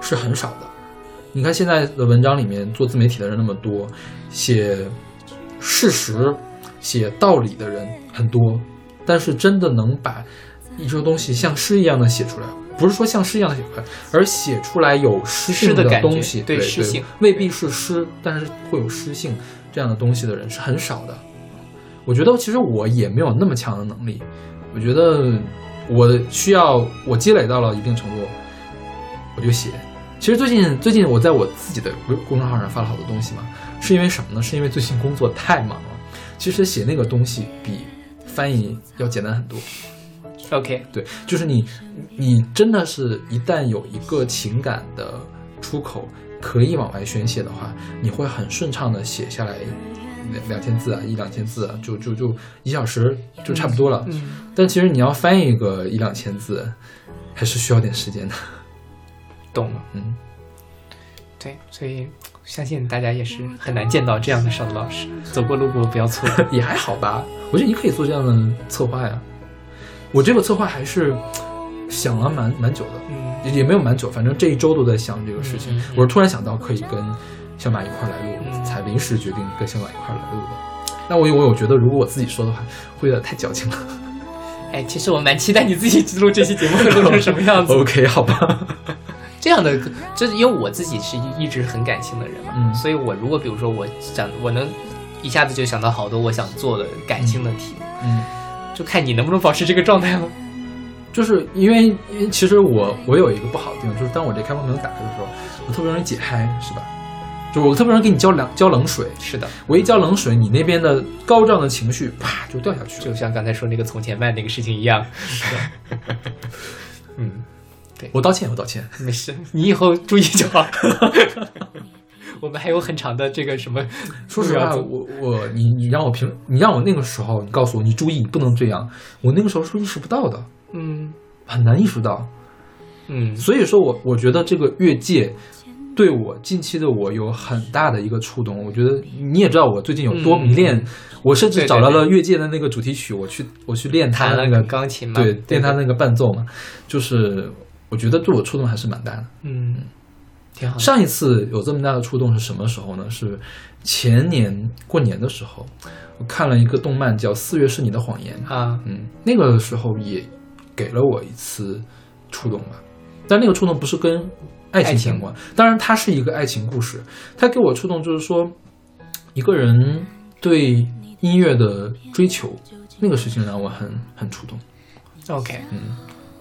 [SPEAKER 2] 是很少的。你看现在的文章里面做自媒体的人那么多，写事实、写道理的人很多，但是真的能把一些东西像诗一样的写出来，不是说像诗一样的写出来，而写出来有诗性
[SPEAKER 1] 诗的感觉
[SPEAKER 2] 东西，
[SPEAKER 1] 对
[SPEAKER 2] 对对
[SPEAKER 1] 诗性
[SPEAKER 2] 未必是诗，但是会有诗性这样的东西的人是很少的。我觉得其实我也没有那么强的能力，我觉得我需要我积累到了一定程度，我就写。其实最近最近我在我自己的微公众号上发了好多东西嘛，是因为什么呢？是因为最近工作太忙了。其实写那个东西比翻译要简单很多。
[SPEAKER 1] ，OK，
[SPEAKER 2] 对，就是你，你真的是一旦有一个情感的出口可以往外宣泄的话，你会很顺畅的写下来两两千字啊，一两千字啊，就就就一小时就差不多了。
[SPEAKER 1] 嗯，
[SPEAKER 2] 但其实你要翻译个一两千字，还是需要点时间的。
[SPEAKER 1] 懂了。
[SPEAKER 2] 嗯，
[SPEAKER 1] 对，所以相信大家也是很难见到这样的少的老师，走过路过不要错过。
[SPEAKER 2] 也还好吧。我觉得你可以做这样的策划呀。我这个策划还是想了蛮蛮久的，
[SPEAKER 1] 嗯
[SPEAKER 2] 也也没有蛮久，反正这一周都在想这个事情。
[SPEAKER 1] 嗯嗯嗯
[SPEAKER 2] 我是突然想到可以跟小马一块儿来录，
[SPEAKER 1] 嗯
[SPEAKER 2] 才临时决定跟小马一块儿来录的。那我有我有觉得，如果我自己说的话，会有点太矫情
[SPEAKER 1] [LAUGHS]
[SPEAKER 2] 了。
[SPEAKER 1] 哎，其实我蛮期待你自己录这期节目会录成什么样子。
[SPEAKER 2] [LAUGHS] OK，好吧。
[SPEAKER 1] 这样的，就是因为我自己是一一直很感性的人嘛，
[SPEAKER 2] 嗯
[SPEAKER 1] 所以我如果比如说我想，我能一下子就想到好多我想做的感性的题，
[SPEAKER 2] 嗯，
[SPEAKER 1] 就看你能不能保持这个状态了。哦
[SPEAKER 2] 就是因为因为其实我我有一个不好的地方，就是当我这开关没有打开的时候，我特别容易解嗨，是吧？就我特别容易给你浇凉浇冷水，
[SPEAKER 1] 是的，
[SPEAKER 2] 我一浇冷水，你那边的高涨的情绪啪就掉下去了。
[SPEAKER 1] 就像刚才说那个从前慢那个事情一样。 [LAUGHS] 嗯，
[SPEAKER 2] 我道歉，我道歉。
[SPEAKER 1] 没事，你以后注意就好。 [LAUGHS] 我们还有很长的这个什么，
[SPEAKER 2] 说实话，
[SPEAKER 1] 不要
[SPEAKER 2] 我我你你让我评，你让我那个时候，你告诉我，你注意，你不能这样。我那个时候是意识不到的，
[SPEAKER 1] 嗯
[SPEAKER 2] 很难意识到。
[SPEAKER 1] 嗯
[SPEAKER 2] 所以说我我觉得这个越界对我近期的我有很大的一个触动。我觉得你也知道我最近有
[SPEAKER 1] 嗯
[SPEAKER 2] 多迷恋，我甚至找到了越界的那个主题曲，我去我去练它
[SPEAKER 1] 弹了
[SPEAKER 2] 那个
[SPEAKER 1] 个钢琴嘛，
[SPEAKER 2] 对，练它那个伴奏嘛，就是我觉得对我触动还是蛮大的。
[SPEAKER 1] 嗯，挺好的。
[SPEAKER 2] 上一次有这么大的触动是什么时候呢？是前年过年的时候，我看了一个动漫叫《四月是你的谎言》，
[SPEAKER 1] 啊，
[SPEAKER 2] 嗯，那个时候也给了我一次触动吧，但那个触动不是跟爱
[SPEAKER 1] 爱
[SPEAKER 2] 情
[SPEAKER 1] 情
[SPEAKER 2] 相关，当然它是一个爱情故事，它给我触动就是说，一个人对音乐的追求，那个事情让我很很触动。
[SPEAKER 1] OK，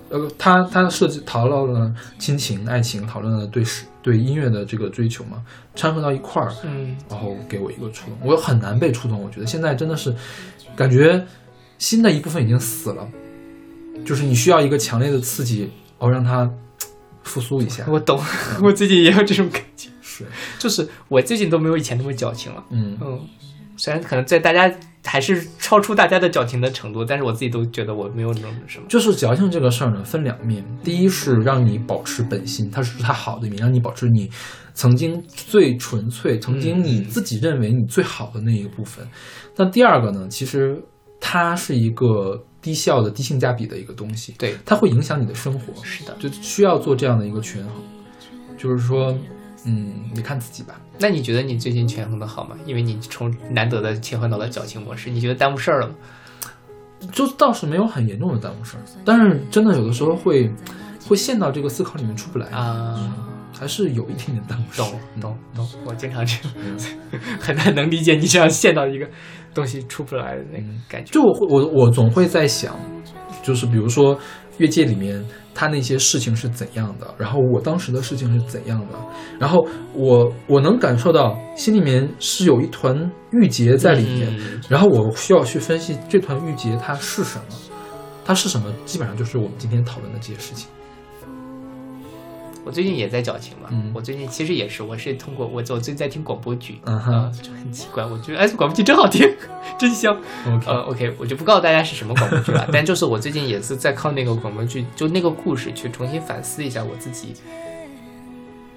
[SPEAKER 2] 呃，他他涉及讨论了亲情、爱情，讨论了对是对音乐的这个追求嘛，掺和到一块儿，
[SPEAKER 1] 嗯
[SPEAKER 2] 然后给我一个触动，我很难被触动。我觉得现在真的是，感觉新的一部分已经死了，就是你需要一个强烈的刺激，哦，让它嘖复苏一下。
[SPEAKER 1] 我懂， [LAUGHS] 我自己也有这种 [LAUGHS] 感觉，
[SPEAKER 2] 是，
[SPEAKER 1] 就是我最近都没有以前那么矫情了。
[SPEAKER 2] 嗯，
[SPEAKER 1] 嗯，虽然可能在大家还是超出大家的矫情的程度，但是我自己都觉得我没有那种什么。
[SPEAKER 2] 就是矫情这个事儿呢，分两面。第一是让你保持本心，它是它好的一面，让你保持你曾经最纯粹、曾经你自己认为你最好的那一个部分。那第二个呢，其实它是一个低效的、低性价比的一个东西，
[SPEAKER 1] 对，
[SPEAKER 2] 它会影响你的生活，
[SPEAKER 1] 是的。
[SPEAKER 2] 就需要做这样的一个权衡。就是说，嗯，你看自己吧。
[SPEAKER 1] 那你觉得你最近权衡的好吗？因为你从难得的切换到了矫情模式，你觉得耽误事儿了吗？
[SPEAKER 2] 就倒是没有很严重的耽误事儿，但是真的有的时候会会陷到这个思考里面出不来，
[SPEAKER 1] 啊，
[SPEAKER 2] 还是有一点点耽误事儿。
[SPEAKER 1] 懂
[SPEAKER 2] 嗯
[SPEAKER 1] 懂懂，我经常这样， [LAUGHS] 很难能理解你这样陷到一个东西出不来的那个感觉。
[SPEAKER 2] 就我会我我总会在想，就是比如说越界里面他那些事情是怎样的，然后我当时的事情是怎样的，然后我我能感受到心里面是有一团郁结在里面，
[SPEAKER 1] 嗯
[SPEAKER 2] 然后我需要去分析这团郁结它是什么，它是什么，基本上就是我们今天讨论的这些事情。
[SPEAKER 1] 我最近也在矫情嘛，
[SPEAKER 2] 嗯
[SPEAKER 1] 我最近其实也是，我是通过我我最近在听广播剧，
[SPEAKER 2] 嗯哼
[SPEAKER 1] 啊就很奇怪，我觉得哎，广播剧真好听， [LAUGHS] 真香。
[SPEAKER 2] OK，
[SPEAKER 1] 呃，OK，我就不告诉大家是什么广播剧了，但就是我最近也是在靠那个广播剧，就那个故事去重新反思一下我自己，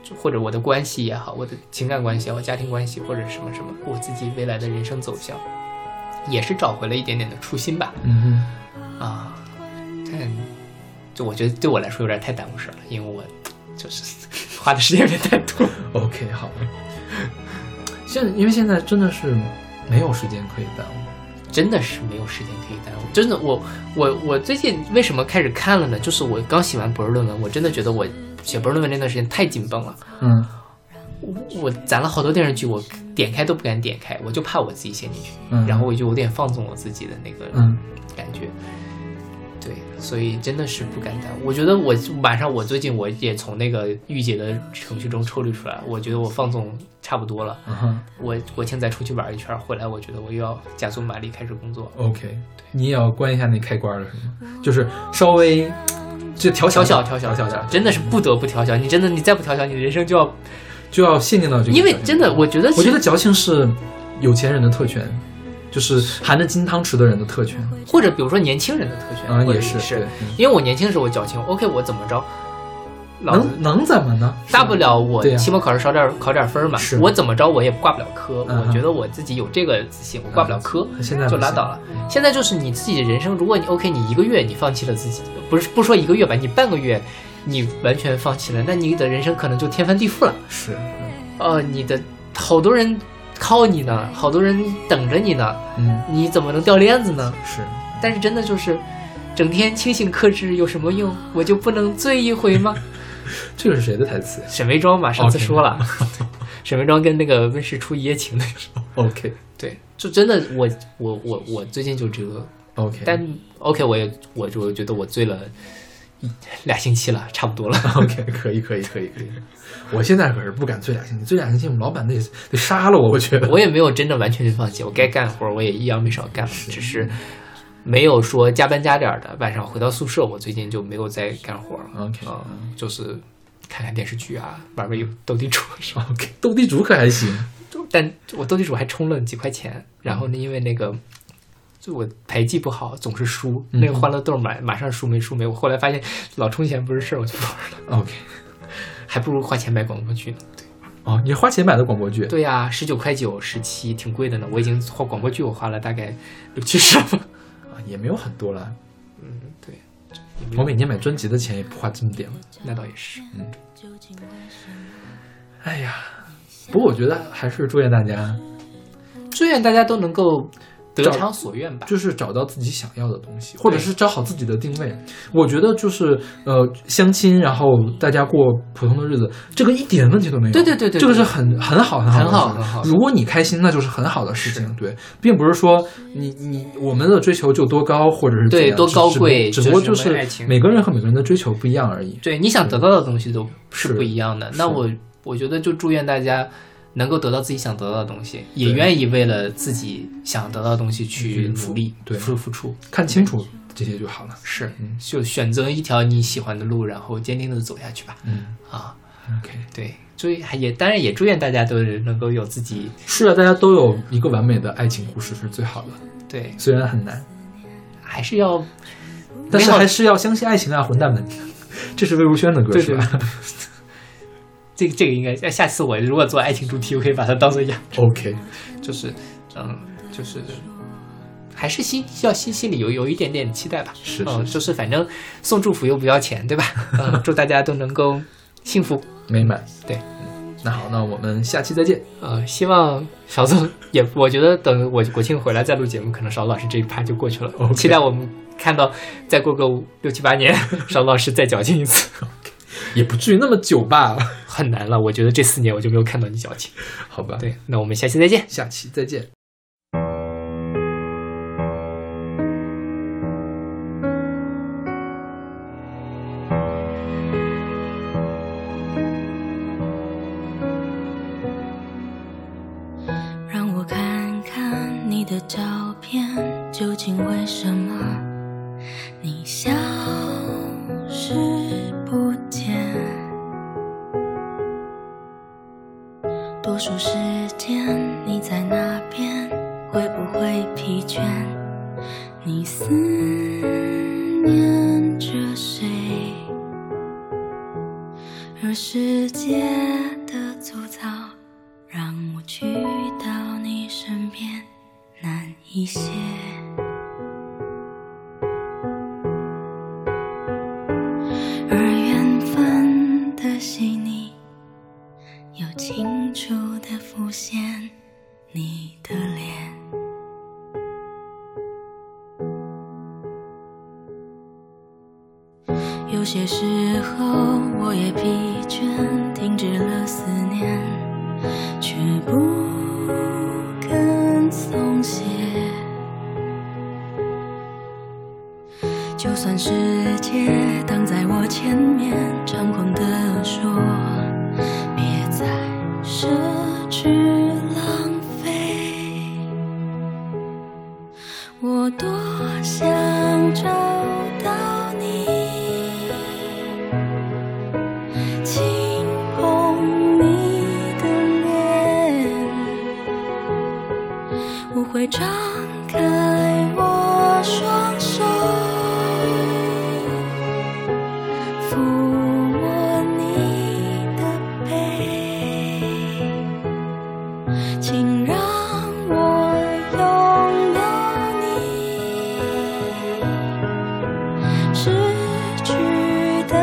[SPEAKER 1] 就或者我的关系也好，我的情感关系也好，家庭关系或者什么什么，我自己未来的人生走向，也是找回了一点点的初心吧。
[SPEAKER 2] 嗯哼。
[SPEAKER 1] 啊，但就我觉得对我来说有点太耽误事儿了，因为我就是花的时间有点太多。
[SPEAKER 2] OK，好了。现因为现在真的是没有时间可以耽误。
[SPEAKER 1] 真的是没有时间可以耽误。真的，我我我最近为什么开始看了呢？就是我刚写完博士论文，我真的觉得我写博士论文那段时间太紧绷了。
[SPEAKER 2] 嗯
[SPEAKER 1] 我我攒了好多电视剧，我点开都不敢点开，我就怕我自己陷进去。
[SPEAKER 2] 嗯，
[SPEAKER 1] 然后我就有点放纵我自己的那个
[SPEAKER 2] 嗯
[SPEAKER 1] 感觉。对，所以真的是不敢当。我觉得我马上，我最近我也从那个御姐的程序中抽离出来，我觉得我放纵差不多了。
[SPEAKER 2] 嗯哼
[SPEAKER 1] 我国庆再出去玩一圈，回来我觉得我又要加速马力开始工作。
[SPEAKER 2] ，OK，你也要关一下那开关了，是吗？就是稍微就调
[SPEAKER 1] 调小
[SPEAKER 2] 哦小
[SPEAKER 1] 调小
[SPEAKER 2] 小
[SPEAKER 1] 调
[SPEAKER 2] 小，，
[SPEAKER 1] 小真的是不得不调小。你真的你再不调小，你的人生就要，
[SPEAKER 2] 就要限定到这个。
[SPEAKER 1] 因为真的，我觉得
[SPEAKER 2] 我觉
[SPEAKER 1] 是
[SPEAKER 2] 得矫情是有钱人的特权，就是含着金汤匙的人的特权。
[SPEAKER 1] 或者比如说年轻人的特权，
[SPEAKER 2] 啊，
[SPEAKER 1] 或者
[SPEAKER 2] 也是，对
[SPEAKER 1] 是，
[SPEAKER 2] 嗯
[SPEAKER 1] 因为我年轻的时候我矫情，OK，我怎么着，老子
[SPEAKER 2] 能能怎么呢？
[SPEAKER 1] 大不了我
[SPEAKER 2] 对呀
[SPEAKER 1] 期末考试少点考点分嘛
[SPEAKER 2] 是，
[SPEAKER 1] 我怎么着我也挂不了科，
[SPEAKER 2] 嗯啊
[SPEAKER 1] 我觉得我自己有这个自信，我挂不了科，
[SPEAKER 2] 现在不
[SPEAKER 1] 就拉
[SPEAKER 2] 行嗯
[SPEAKER 1] 倒了。现在就是你自己的人生，如果你 OK，你一个月你放弃了自己，不是不说一个月吧，你半个月你完全放弃了，那你的人生可能就天翻地覆了。
[SPEAKER 2] 是，
[SPEAKER 1] 呃，你的好多人靠你呢，好多人等着你呢，
[SPEAKER 2] 嗯，
[SPEAKER 1] 你怎么能掉链子呢？
[SPEAKER 2] 是，
[SPEAKER 1] 但是真的就是，整天清醒克制有什么用？我就不能醉一回吗？
[SPEAKER 2] 这个是谁的台词呀
[SPEAKER 1] [LAUGHS] 沈眉庄嘛，上次说了， [LAUGHS] 沈眉庄跟那个温室出一夜情的时候，
[SPEAKER 2] ？OK
[SPEAKER 1] 对，就真的我我我我最近就这个，
[SPEAKER 2] OK，
[SPEAKER 1] 但 OK，我也我就觉得我醉了一俩星期了，差不多了。
[SPEAKER 2] [LAUGHS] OK，可以，可以，可以，可以。我现在可是不敢醉俩星期，醉俩星期，我们老板得得杀了我，我觉得。
[SPEAKER 1] 我也没有真的完全去放弃，我该干活我也一样没少干，只是没有说加班加点儿的。晚上回到宿舍，我最近就没有再干活了。
[SPEAKER 2] OK
[SPEAKER 1] 啊、就是看看电视剧啊，玩玩游斗地主啊什么。
[SPEAKER 2] OK，斗地主可还行。
[SPEAKER 1] 但我斗地主还充了几块钱，然后呢，因为那个。就我牌技不好，总是输。那个
[SPEAKER 2] 嗯
[SPEAKER 1] 欢乐豆买马上输没输没，我后来发现老充钱不是事儿，我就不 [LAUGHS] 玩了，
[SPEAKER 2] OK，
[SPEAKER 1] 还不如花钱买广播剧呢。
[SPEAKER 2] 哦，你花钱买的广播剧，
[SPEAKER 1] 对呀、十九块九、十七，挺贵的呢。我已经花广播剧我花了大概六七十了。
[SPEAKER 2] 啊，也没有很多了。
[SPEAKER 1] 嗯，对，
[SPEAKER 2] 我每年买专辑的钱也不花这么点了。
[SPEAKER 1] 那倒也是。
[SPEAKER 2] 哎呀，不过我觉得还是祝愿大家，
[SPEAKER 1] 祝愿大家都能够得
[SPEAKER 2] 找
[SPEAKER 1] 偿所愿吧。
[SPEAKER 2] 就是找到自己想要的东西，或者是找好自己的定位。我觉得就是呃，相亲，然后大家过普通的日子，这个一点问题都没有。
[SPEAKER 1] 对对对对
[SPEAKER 2] 这个是很很好很好的
[SPEAKER 1] 很好
[SPEAKER 2] 事
[SPEAKER 1] 很好
[SPEAKER 2] 如果你开心，那就是很好的事情。对，并不是说你你我们的追求就多高，或者是怎
[SPEAKER 1] 对
[SPEAKER 2] 样
[SPEAKER 1] 多
[SPEAKER 2] 只
[SPEAKER 1] 高
[SPEAKER 2] 只不
[SPEAKER 1] 贵
[SPEAKER 2] 只不过
[SPEAKER 1] 就
[SPEAKER 2] 就是
[SPEAKER 1] 为
[SPEAKER 2] 是
[SPEAKER 1] 爱情
[SPEAKER 2] 每个人和每个人的追求不一样而已。
[SPEAKER 1] 对，你想得到的东西都是
[SPEAKER 2] 是
[SPEAKER 1] 不一样的。
[SPEAKER 2] 嗯是
[SPEAKER 1] 那我我觉得就祝愿大家能够得到自己想得到的东西，也
[SPEAKER 2] 对
[SPEAKER 1] 愿意为了自己想得到的东西去
[SPEAKER 2] 去付
[SPEAKER 1] 努力，
[SPEAKER 2] 对
[SPEAKER 1] 付付出。
[SPEAKER 2] 看清楚这些就好了。
[SPEAKER 1] 是
[SPEAKER 2] 嗯，
[SPEAKER 1] 就选择一条你喜欢的路，然后坚定的走下去吧。
[SPEAKER 2] 嗯
[SPEAKER 1] 啊，
[SPEAKER 2] ，OK，
[SPEAKER 1] 对，祝还也当然也祝愿大家都是能够有自己
[SPEAKER 2] 是啊，大家都有一个完美的爱情故事是最好的，
[SPEAKER 1] 对，
[SPEAKER 2] 虽然很难，
[SPEAKER 1] 还是要
[SPEAKER 2] 但是
[SPEAKER 1] 美好
[SPEAKER 2] 还是要相信爱情啊，混蛋们！这是魏如萱的歌
[SPEAKER 1] 对
[SPEAKER 2] 是吧
[SPEAKER 1] 这个这个应该呃下次我如果做爱情主题，我可以把它当做样。
[SPEAKER 2] [LAUGHS] ？OK，
[SPEAKER 1] 就是，嗯，就是，还是心要心心里有有一点点期待吧。
[SPEAKER 2] 是
[SPEAKER 1] 嗯，
[SPEAKER 2] 是是
[SPEAKER 1] 就是反正送祝福又不要钱，
[SPEAKER 2] [LAUGHS]
[SPEAKER 1] 对吧？嗯，祝大家都能够幸福。
[SPEAKER 2] 美满。
[SPEAKER 1] 对
[SPEAKER 2] 嗯，那好，那我们下期再见。
[SPEAKER 1] 呃，希望小宋也，我觉得等我国庆回来再录节目，可能邵老师这一趴就过去了。
[SPEAKER 2] OK
[SPEAKER 1] 期待我们看到再过个五六七八年，邵老师再矫情
[SPEAKER 2] [LAUGHS]
[SPEAKER 1] 一次，
[SPEAKER 2] 也不至于那么久吧？
[SPEAKER 1] 很难了。我觉得这四年我就没有看到你矫情。
[SPEAKER 2] 好吧，，
[SPEAKER 1] 对，那我们下期再见。
[SPEAKER 2] 下期再见。
[SPEAKER 9] 让我看看你的照片，究竟为什么你消失不见？
[SPEAKER 6] 世界的粗糙，让我去到你身边难一些。而缘分的细腻，又清楚的浮现你的脸。有些时候，我也疲倦，停止了思念，却不肯松懈。就算世界挡在我前面，猖狂地说，别再奢侈浪费。我多想找到你，轻捧你的脸，我会张开我双手，抚摸你的背。请让我拥有你，失去的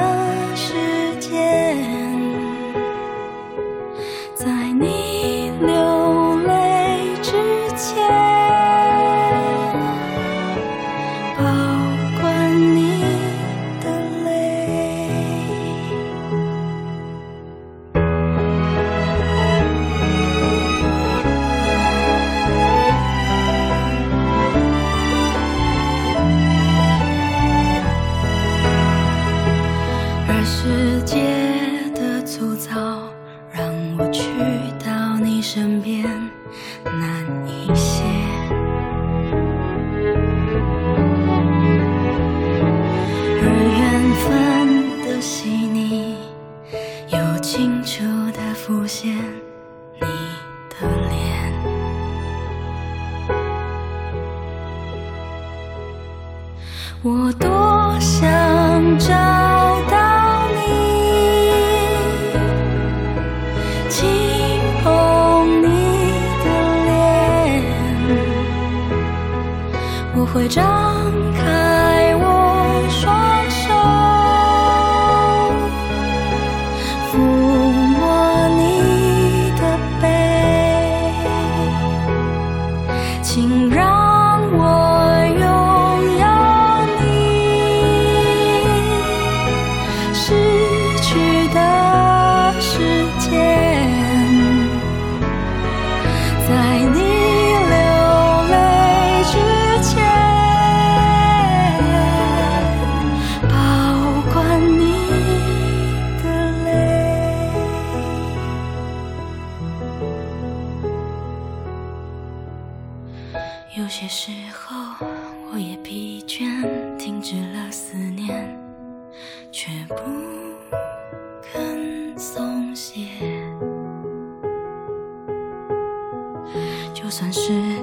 [SPEAKER 6] 时间，在你流泪之前，保管你的泪。而世界的粗糙，让我去到你身边难一些。而缘分的细腻，又清楚的浮现你的脸。我多想找到你，轻捧你的脸，我会张开我双手，抚摸你的背。请让我拥有你失去的时间，在你流泪之前，保管你的泪。有些时候，我也疲倦，停止了思念，却不肯松懈。就算世